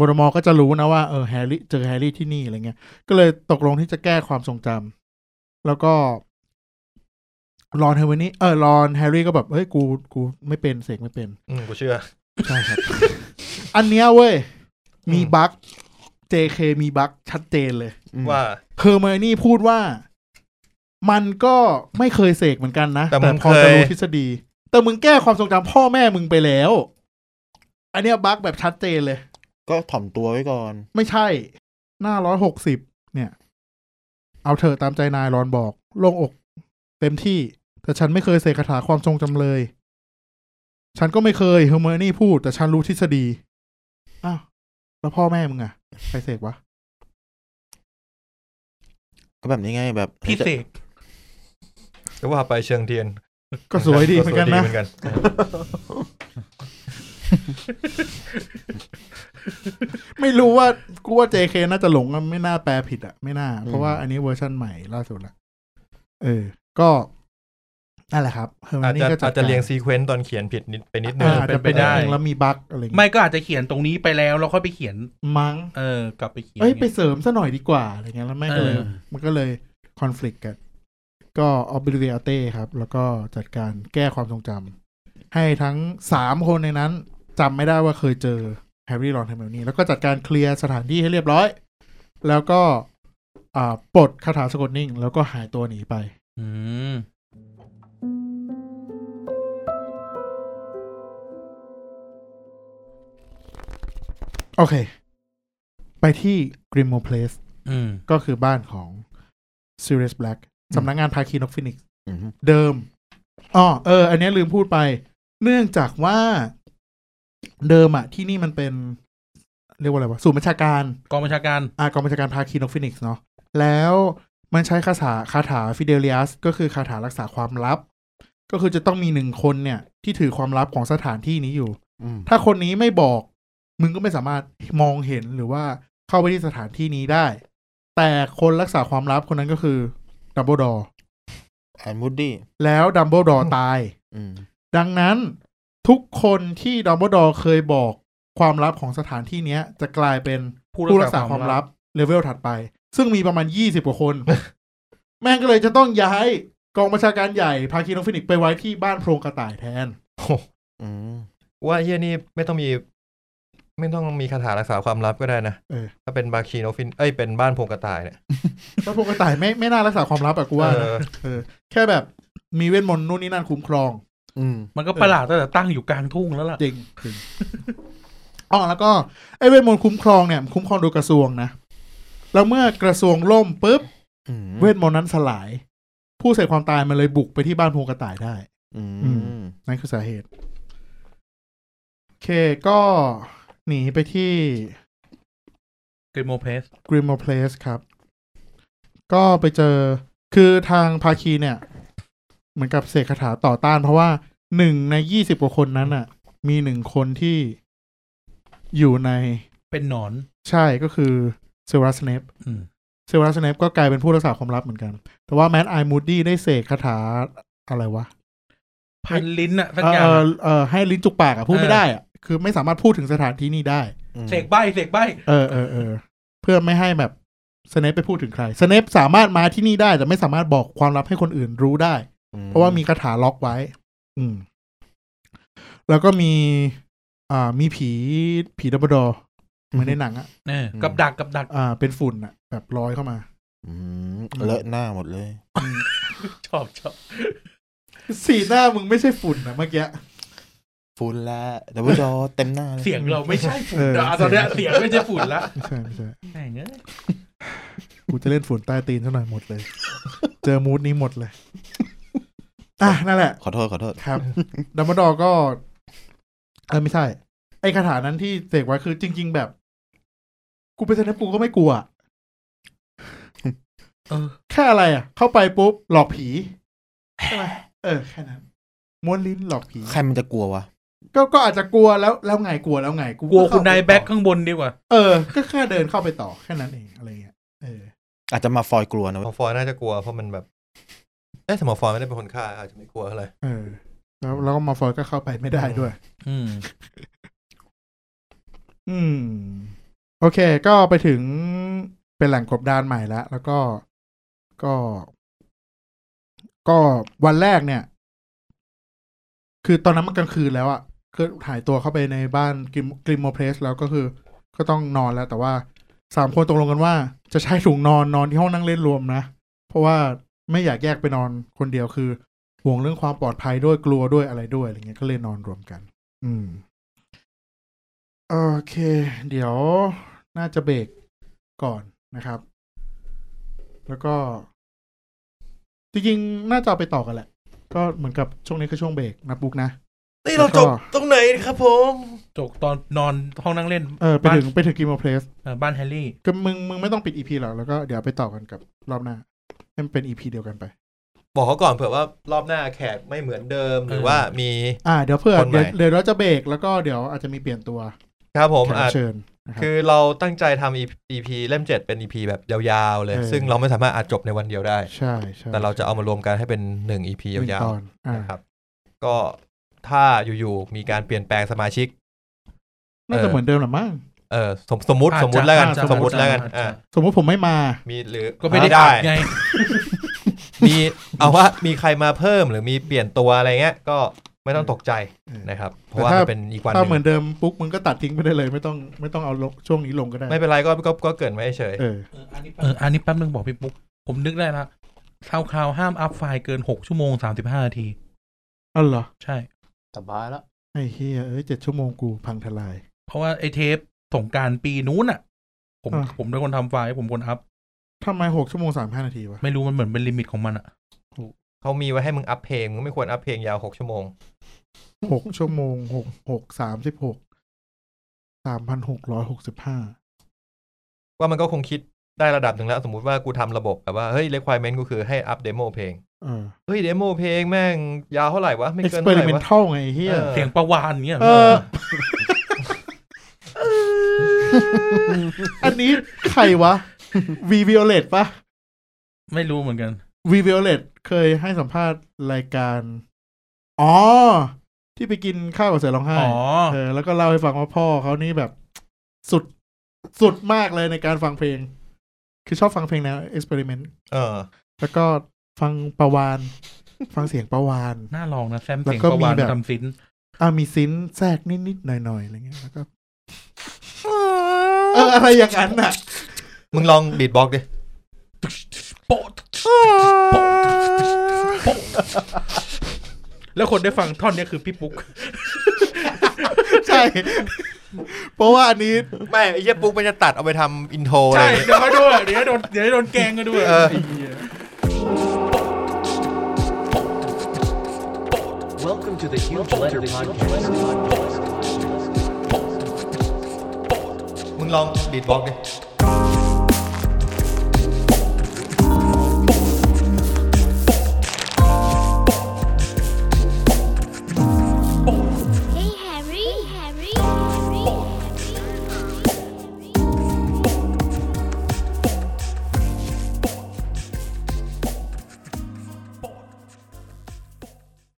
Speaker 2: วอร์มอร์ก็จะรู้นะว่าเออแฮร์รี่เจอแฮร์รี่ที่นี่อะไรเงี้ย ก็เลยตกลงที่จะแก้ความทรงจำแล้วก็รอนเฮอร์เมนี่เออรอนแฮร์รี่ก็แบบเฮ้ยกูกูไม่เป็นเสกไม่เป็น
Speaker 1: อืมกูเชื่อ
Speaker 2: ใช่ครับ อันเนี้ยเว้ย มี
Speaker 1: อืม
Speaker 2: บั๊ก JK มีบั๊กชัดเจนเลย
Speaker 1: อว่า
Speaker 2: เฮอร์เมนี่พูดว่า มันก็ไม่เคยเสกเหมือนกันนะ
Speaker 1: แต่มึง
Speaker 2: พอจะรู้
Speaker 1: เคย
Speaker 2: ทฤษฎี แต่มึงแก้ความทรงจำพ่อแม่มึงไปแล้ว อันเนี้ยบั๊กแบบชัดเจนเลย
Speaker 4: ก็ถ่อมตัวไว้ก่อน
Speaker 2: ไม่ใช่ หน้าร้อยหกสิบเนี่ย เอาเธอะตามใจนายรอนบอก โล่งอก เต็มที่ แต่ฉันไม่เคยเสกคาถาความทรงจำเลย ฉันก็ไม่เคยเฮอร์เมนี่พูด แต่ฉันรู้ทฤษฎี อ้าว แล้วพ่อแม่มึงอะใครเสกวะ
Speaker 4: ก็แบบนี้ไงแบบ
Speaker 3: พี่เสก
Speaker 1: ก็ว่าไปเชิงเทียน
Speaker 2: ก็สวยดีเหมือนกัน
Speaker 1: สวยดี
Speaker 2: นะ
Speaker 1: เหมือนกัน
Speaker 2: ไม่รู้ว่ากูว่า JK น่าจะหลงอะไม่น่าแปลผิดอ่ะ ไม่น่า เพราะว่าอันนี้เวอร์ชั่นใหม่ล่าสุดละเออ ก็นั่นแหละครับเฮอร์มา
Speaker 1: อาจ
Speaker 2: นี่
Speaker 1: จะ
Speaker 2: ก็จั
Speaker 1: อา
Speaker 2: ด
Speaker 1: จ
Speaker 2: ก
Speaker 1: จะเรียงซีเควนต์ตอนเขียนผิดนิดไปนิดนึง
Speaker 2: อ่าอาจจะเป็นได้แล้วมีบั๊กอะไรอย่างเงี้ย
Speaker 3: ไม่ก็อาจจะเขียนตรงนี้ไปแล้วแล้วค่อยไปเขียน
Speaker 2: มั้ง
Speaker 3: เออกลับไปเขียน
Speaker 2: เอ้ย ไปเสริมซะหน่อยดีกว่าอะไรเงี้ยแล้วแม่งก็เลย
Speaker 3: เออ
Speaker 2: มันก็เลยคอน FLICT กัน ก็ออ b บิเ i เตครับ แล้วก็จัดการแก้ความทรงจำให้ทั้งสามคนในนั้นจำไม่ได้ว่าเคยเจอแฮร์รี่รอนไฮเมลนี่แล้วก็จัดการเคลียร์สถานที่ให้เรียบร้อย แล้วก็อ่าปลดคาถาสะกดนิ่ง แล้วก็หายตัวหนีไป
Speaker 3: อืม
Speaker 2: โอเค ไปที่กริมโมเพลส
Speaker 3: อืม
Speaker 2: ก็คือบ้านของซ i เร u สแบล็กสำนักงานภาคีนกฟินิก
Speaker 4: อืม
Speaker 2: เดิมอ๋อเออ อันเนี้ยลืมพูดไป เนื่องจากว่าเดิมอะที่นี่มันเป็น เรียกว่าอะไรวะศูนย์บัญชาการ
Speaker 3: กองบัญชาการ
Speaker 2: อากองบัญชาการภาคีนกฟินิกส์เนาะแล้วมันใช้คาถาคาถาฟิเดลิอัสก็คือคาถารักษาความลับ ก็คือจะต้องมีหนึ่งคนเนี่ย ที่ถือความลับของสถานที่นี้อยู่
Speaker 4: อืม
Speaker 2: ถ้าคนนี้ไม่บอก มึงก็ไม่สามารถมองเห็นหรือว่าเข้าไปที่สถานที่นี้ได้ แต่คนรักษาความลับคนนั้นก็คือดัมเบิลดอร์
Speaker 4: แอนมูดดี้
Speaker 2: แล้วดัมเบิลดอร์ตาย
Speaker 4: อืม
Speaker 2: ดังนั้นทุกคนที่ดอมบดอร์เคยบอกความลับของสถานที่เนี้ย จะกลายเป็นผู้รักษาความลับเลเวลถัดไป ซึ่งมีประมาณยี่สิบกว่าคน แม่งก็เลยจะต้องย้ายกองประชาการใหญ่ ภาคีนกฟินิกส์ไปไว้ที่บ้านโพรงกระต่ายแทน
Speaker 1: โอ้โห
Speaker 4: อืม
Speaker 1: ว่าเฮียนี่ไม่ต้องมี ไม่ต้องมีคาถารักษาความลับก็ได้นะ
Speaker 2: เออ
Speaker 1: ถ้าเป็นบาคีโนฟินเอ้ยเป็นบ้านพงกระต่ายเนี่ย
Speaker 2: บ้านโพรงกระต่ายไม่ไม่น่ารักษาความลับอะกูว่า
Speaker 1: เอ
Speaker 2: นะ
Speaker 1: อ
Speaker 2: เออแค่แบบมีเวทมนต์นู่นนี่นั่นคุ้มครอง
Speaker 4: อืม
Speaker 3: มันก็ประหลาดตั้งแต่ตั้งอยู่กลางทุ่งแล้วล่ะ
Speaker 2: จริงจริงอ๋อแล้วก็ไอ้เวทมนต์คุ้มครองเนี่ยคุ้มครองโดยกระทรวงนะแล้วเมื่อกระทรวงล่มปุ๊บ
Speaker 4: อืม
Speaker 2: เวทมนต์นั้นสลาย ผู้เสพความตายมันเลยบุกไปที่บ้านพงกระต่ายได้
Speaker 4: อื
Speaker 2: อื
Speaker 4: ม
Speaker 2: นั่นคือสาเหตุโอเคก็หนีไปที่
Speaker 3: กริโมเพส
Speaker 2: g r i m m o Place ครับ ก็ไปเจอคือทางภาคีเนี่ย เหมือนกับเสกคาถาต่อต้าน เพราะว่าหนึ่งในยี่สิบกว่าคนนั้นอ่ะ มีหนึ่งคนที่อยู่ใน
Speaker 3: เป็นหนอน
Speaker 2: ใช่ก็คือเซว a สเนป
Speaker 3: อืม
Speaker 2: เซลวาสเนปก็กลายเป็นผู้รักษาความลับเหมือนกัน แต่ว่าแมดไอมูดดี้ได้เสกคาถาอะไรวะ
Speaker 3: พันลิ้นอะสัก
Speaker 2: เอ
Speaker 3: อย่าง
Speaker 2: อ
Speaker 3: อะ
Speaker 2: เออให้ลิ้นจุกปากอะพูด
Speaker 3: เออ
Speaker 2: ไม่ได้อะคือไม่สามารถพูดถึงสถานที่นี้ได้
Speaker 3: เสกใบเสกใบ
Speaker 2: เออเออเออเพื่อไม่ให้แบบสเนปไปพูดถึงใครสเนปสามารถมาที่นี่ได้ แต่ไม่สามารถบอกความลับให้คนอื่นรู้ได้
Speaker 4: อื
Speaker 2: เพราะว่ามีคาถาล็อกไว้ อืม แล้วก็มี อ่ามีผีผีดับเบิลดอร์เหมือนในหนังอะ
Speaker 3: เออกับดักกับดัก
Speaker 2: อ่า เป็นฝุ่นอะแบบลอยเข้ามา
Speaker 4: อืมเลอะหน้าหมดเลย
Speaker 3: ชอบชอบ
Speaker 2: สีหน้ามึงไม่ใช่ฝุ่นนะเมื่อกี้
Speaker 4: ฟูลละดับเบิลจอเต็มหน้าล
Speaker 3: เสียงเราไม่ใช่ฝุ่
Speaker 2: เอน อ
Speaker 3: อะตอนเนี้ยเสียงไม่ใช่ฝุ่นละ
Speaker 2: ไม่ใช่ไม่ใช่
Speaker 3: แม่งเอ้ย
Speaker 2: กูจะเล่นฝุ่นใต้ตีนซะหน่อยหมดเลย เจอมูดนี้หมดเลย อ่ะ นั่นแหละ
Speaker 4: ขอโทษขอโทษ
Speaker 2: ครับ ดัมเบิลดอร์ก็ เออไม่ใช่ ไอ้คาถานั้นที่เสกไว้คือจริง ๆ แบบ กูเป็นเซนเนปกูก็ไม่กลัว
Speaker 3: เออ
Speaker 2: แค่อะไรอ่ะ เข้าไปปุ๊บ หลอกผีใช่ไหมเออ แค่นั้นม้วนลิ้นหลอกผี
Speaker 4: ใครมันจะกลัววะ
Speaker 2: ก็ก็อาจจะกลัวแล้วแล้วไงกลัวแล้วไง
Speaker 3: กลัว
Speaker 2: เข้
Speaker 3: คุณนาย
Speaker 2: ไปต่อ
Speaker 3: แบ็คข้างบนดีกว่า
Speaker 2: เออ ก็แค่เดินเข้าไปต่อแค่นั้นเองอะไรเงี้ยเออ
Speaker 4: อาจจะมาฟอยกลัวนะ
Speaker 1: หม
Speaker 4: เว้
Speaker 1: อย ฟอยน่าจะกลัวเพราะมันแบบเอ้สมอฟอยไม่ได้เป็นคนฆ่าอาจจะไม่กลัวอะไร
Speaker 2: เออ แล้วแล้วก็มาฟอยก็เข้าไปไม่ได้ด้วย
Speaker 3: อืม
Speaker 2: อืม โอเค ก็ไปถึงเป็นแหล่งกบดานใหม่แล้ว แล้วก็ก็ ก็วันแรกเนี่ย คือตอนนั้นมันกลางคืนแล้วอะ่ะคือหายตัวเข้าไปในบ้านกริมกริมโมเพลสแล้วก็คือ ก็ต้องนอนแล้ว แต่ว่าสามคนตกลงกันว่า จะใช้ถุงนอนนอนที่ห้องนั่งเล่นรวมนะ เพราะว่าไม่อยากแยกไปนอนคนเดียวคือห่วงเรื่องความปลอดภัยด้วยกลัวด้วยอะไรด้วยอะไรเงี้ยก็เลยนอนรวมกัน อืม โอเค เดี๋ยวน่าจะเบรกก่อนนะครับ แล้วก็ จริงๆ น่าจะเอาไปต่อกันแหละ ก็เหมือนกับช่วงนี้คือช่วงเบรกนะบุ๊กนะ
Speaker 1: นี่เราจบตรงไหนครับผม
Speaker 3: จกตอนนอนห้องนั่งเล่น
Speaker 2: เออ ไปถึงไปถึงกิมโมเพลส
Speaker 3: เออบ้านแฮร์รี่
Speaker 2: ก็มึงมึงไม่ต้องปิดอีพีหรอกแล้วก็เดี๋ยวไปต่อกันกับรอบหน้า ให้มันเป็นอีพีเดียวกันไป
Speaker 1: บอกเขาก่อนเผื่อว่ารอบหน้าแขกไม่เหมือนเดิมหรือว่ามี
Speaker 2: อ่าเดี๋ยวเพื่อ
Speaker 1: คนใหม่
Speaker 2: เดี๋ยวเดี๋ยวเราจะเบรกแล้วก็เดี๋ยวอาจจะมีเปลี่ยนตัว
Speaker 1: ครับผม
Speaker 2: แขกรั
Speaker 1: อ่ะ
Speaker 2: บเชิญนะครับ
Speaker 1: คือเราตั้งใจทำ EP เล่ม 7 เป็น EP แบบยาวๆเลย
Speaker 2: เออ
Speaker 1: ซึ่งเราไม่สามารถอัดจบในวันเดียวได้
Speaker 2: ใช่ใช่
Speaker 1: แต่เราจะเอามารวมกันให้เป็น 1 EP
Speaker 2: ห
Speaker 1: ยา
Speaker 2: นึ่ง
Speaker 1: ว
Speaker 2: ตอน
Speaker 1: ๆ
Speaker 2: อ่า
Speaker 1: นะครับ ก็ถ้าอยู่ๆมีการเปลี่ยนแปลงสมาชิก
Speaker 2: น่าจะเหมือนเดิมหรือมั้ง
Speaker 1: เออสมสมมติ
Speaker 3: อา
Speaker 1: ส
Speaker 3: จจะ
Speaker 1: มมติแล้วกัน
Speaker 3: อาจจะ
Speaker 1: สมมติแล้วกัน
Speaker 3: อาจจะ
Speaker 1: อ่ะ
Speaker 2: สมมติผมไม่มา
Speaker 1: มีหรือ
Speaker 3: ก็ไม่ได้อัดไง
Speaker 1: มีเอาว่ามีใครมาเพิ่มหรือมีเปลี่ยนตัวอะไรเงี้ย ก็ไม่ต้องตกใจนะครับ เพราะว่า
Speaker 2: แต่
Speaker 1: มั
Speaker 2: ถ้า
Speaker 1: นเป็นอีกวันห
Speaker 2: ถ้า
Speaker 1: นึ่ง
Speaker 2: เหมือนเดิมปุ๊บมึงก็ตัดทิ้งไปได้เลย ไม่ต้องไม่ต้องเอาลงช่วงนี้ลงก็ได้
Speaker 1: ไม่เป็นไรก็ก็ก็เกิดไว้เฉย
Speaker 2: เออ
Speaker 3: เอออันนี้แป๊บนึงบอกพี่ปุ๊ก ผมนึกได้ละซาวคลาวห้ามอัพไฟล์เกินหกชั่วโมงสามสิบห้านาที
Speaker 2: เอ๋อเหรอ
Speaker 3: ใช่
Speaker 6: สบายแล้ว
Speaker 2: ไอ้เฮียเอ้ยเจ็ดชั่วโมงกูพังทลาย
Speaker 3: เพราะว่าไอเทปสงกรารปีนู้นอ่ะ ผม
Speaker 2: อ่า
Speaker 3: ผมเป็นคนทำไฟล์ผมคนอัพ
Speaker 2: ทำไมหกชั่วโมงสามห้านาทีวะ
Speaker 3: ไม่รู้มันเหมือนเป็นลิมิตของมันอ่ะ
Speaker 1: เขามีไว้ให้มึงอัพเพลงมึงไม่ควรอัพเพลงยาวหกชั่วโมง
Speaker 2: หกชั่วโมงหกหกสามสิบหกสามพันหกร้อยหกสิบห้า
Speaker 1: ว่ามันก็คงคิดได้ระดับหนึ่งแล้ว สมมุติว่ากูทำระบบแบบว่า เฮ้ย requirement กูคือให้อัพเดโมเพลง
Speaker 2: เออ
Speaker 1: เฮ้ย เดโมเพลงแม่งยาวเท่าไหร่วะ ไม่
Speaker 2: เอ็ก
Speaker 1: เกิน
Speaker 2: ซ์เพร์
Speaker 1: เท่าไห
Speaker 2: เม
Speaker 1: ร่วะ
Speaker 2: นทัลไงไอ้เฮีย
Speaker 1: เออ
Speaker 3: เสียงประวานเงี้ย
Speaker 2: เออ อันนี้ใครวะวีวิโอเลต ปะ
Speaker 3: ไม่รู้เหมือนกัน
Speaker 2: วีวิโอเลตเคยให้สัมภาษณ์รายการ อ๋อ ที่ไปกินข้าวกับเสือร้องไห้
Speaker 3: อ๋อ
Speaker 2: เออแล้วก็เล่าให้ฟังว่าพ่อเขานี่แบบสุดสุดมากเลยในการฟังเพลง คือชอบฟังเพลงแนวเอ็กซ์เพร์เมนต์
Speaker 1: เออ
Speaker 2: แล้วก็ฟังประวาน ฟังเสียงประวาน
Speaker 3: น่าลองนะแซม
Speaker 2: แล้ว
Speaker 3: เสียง
Speaker 2: ก็
Speaker 3: ประวาน
Speaker 2: มีแบบ
Speaker 3: ทำซิน
Speaker 2: อ่ะมีซินแทรกนิดๆหน่อยๆอะไรเงี้ยแล้วก็เอออะไรอย่างนั้นอ่ะ
Speaker 1: มึงลองบีดบ็อกดิ
Speaker 3: โปะโปะแล้วคนได้ฟังท่อนเนี้ยคือพี่ปุ๊ก
Speaker 2: ใช่ เพราะว่าอันนี้
Speaker 1: ไม่ไอ้เหี้ยปุ๊กมันจะตัดเอาไปทำอินโทรอะไร
Speaker 3: ใช่
Speaker 1: อย่างเงี้ย
Speaker 3: เดี๋ยวเขาด้วยเดี๋ยวโดนเดี๋ยวโดนแกงกันด้วย
Speaker 1: เออ
Speaker 5: Welcome to the Huge Letter Podcast.
Speaker 1: มึงลองบีดบ็อกดิ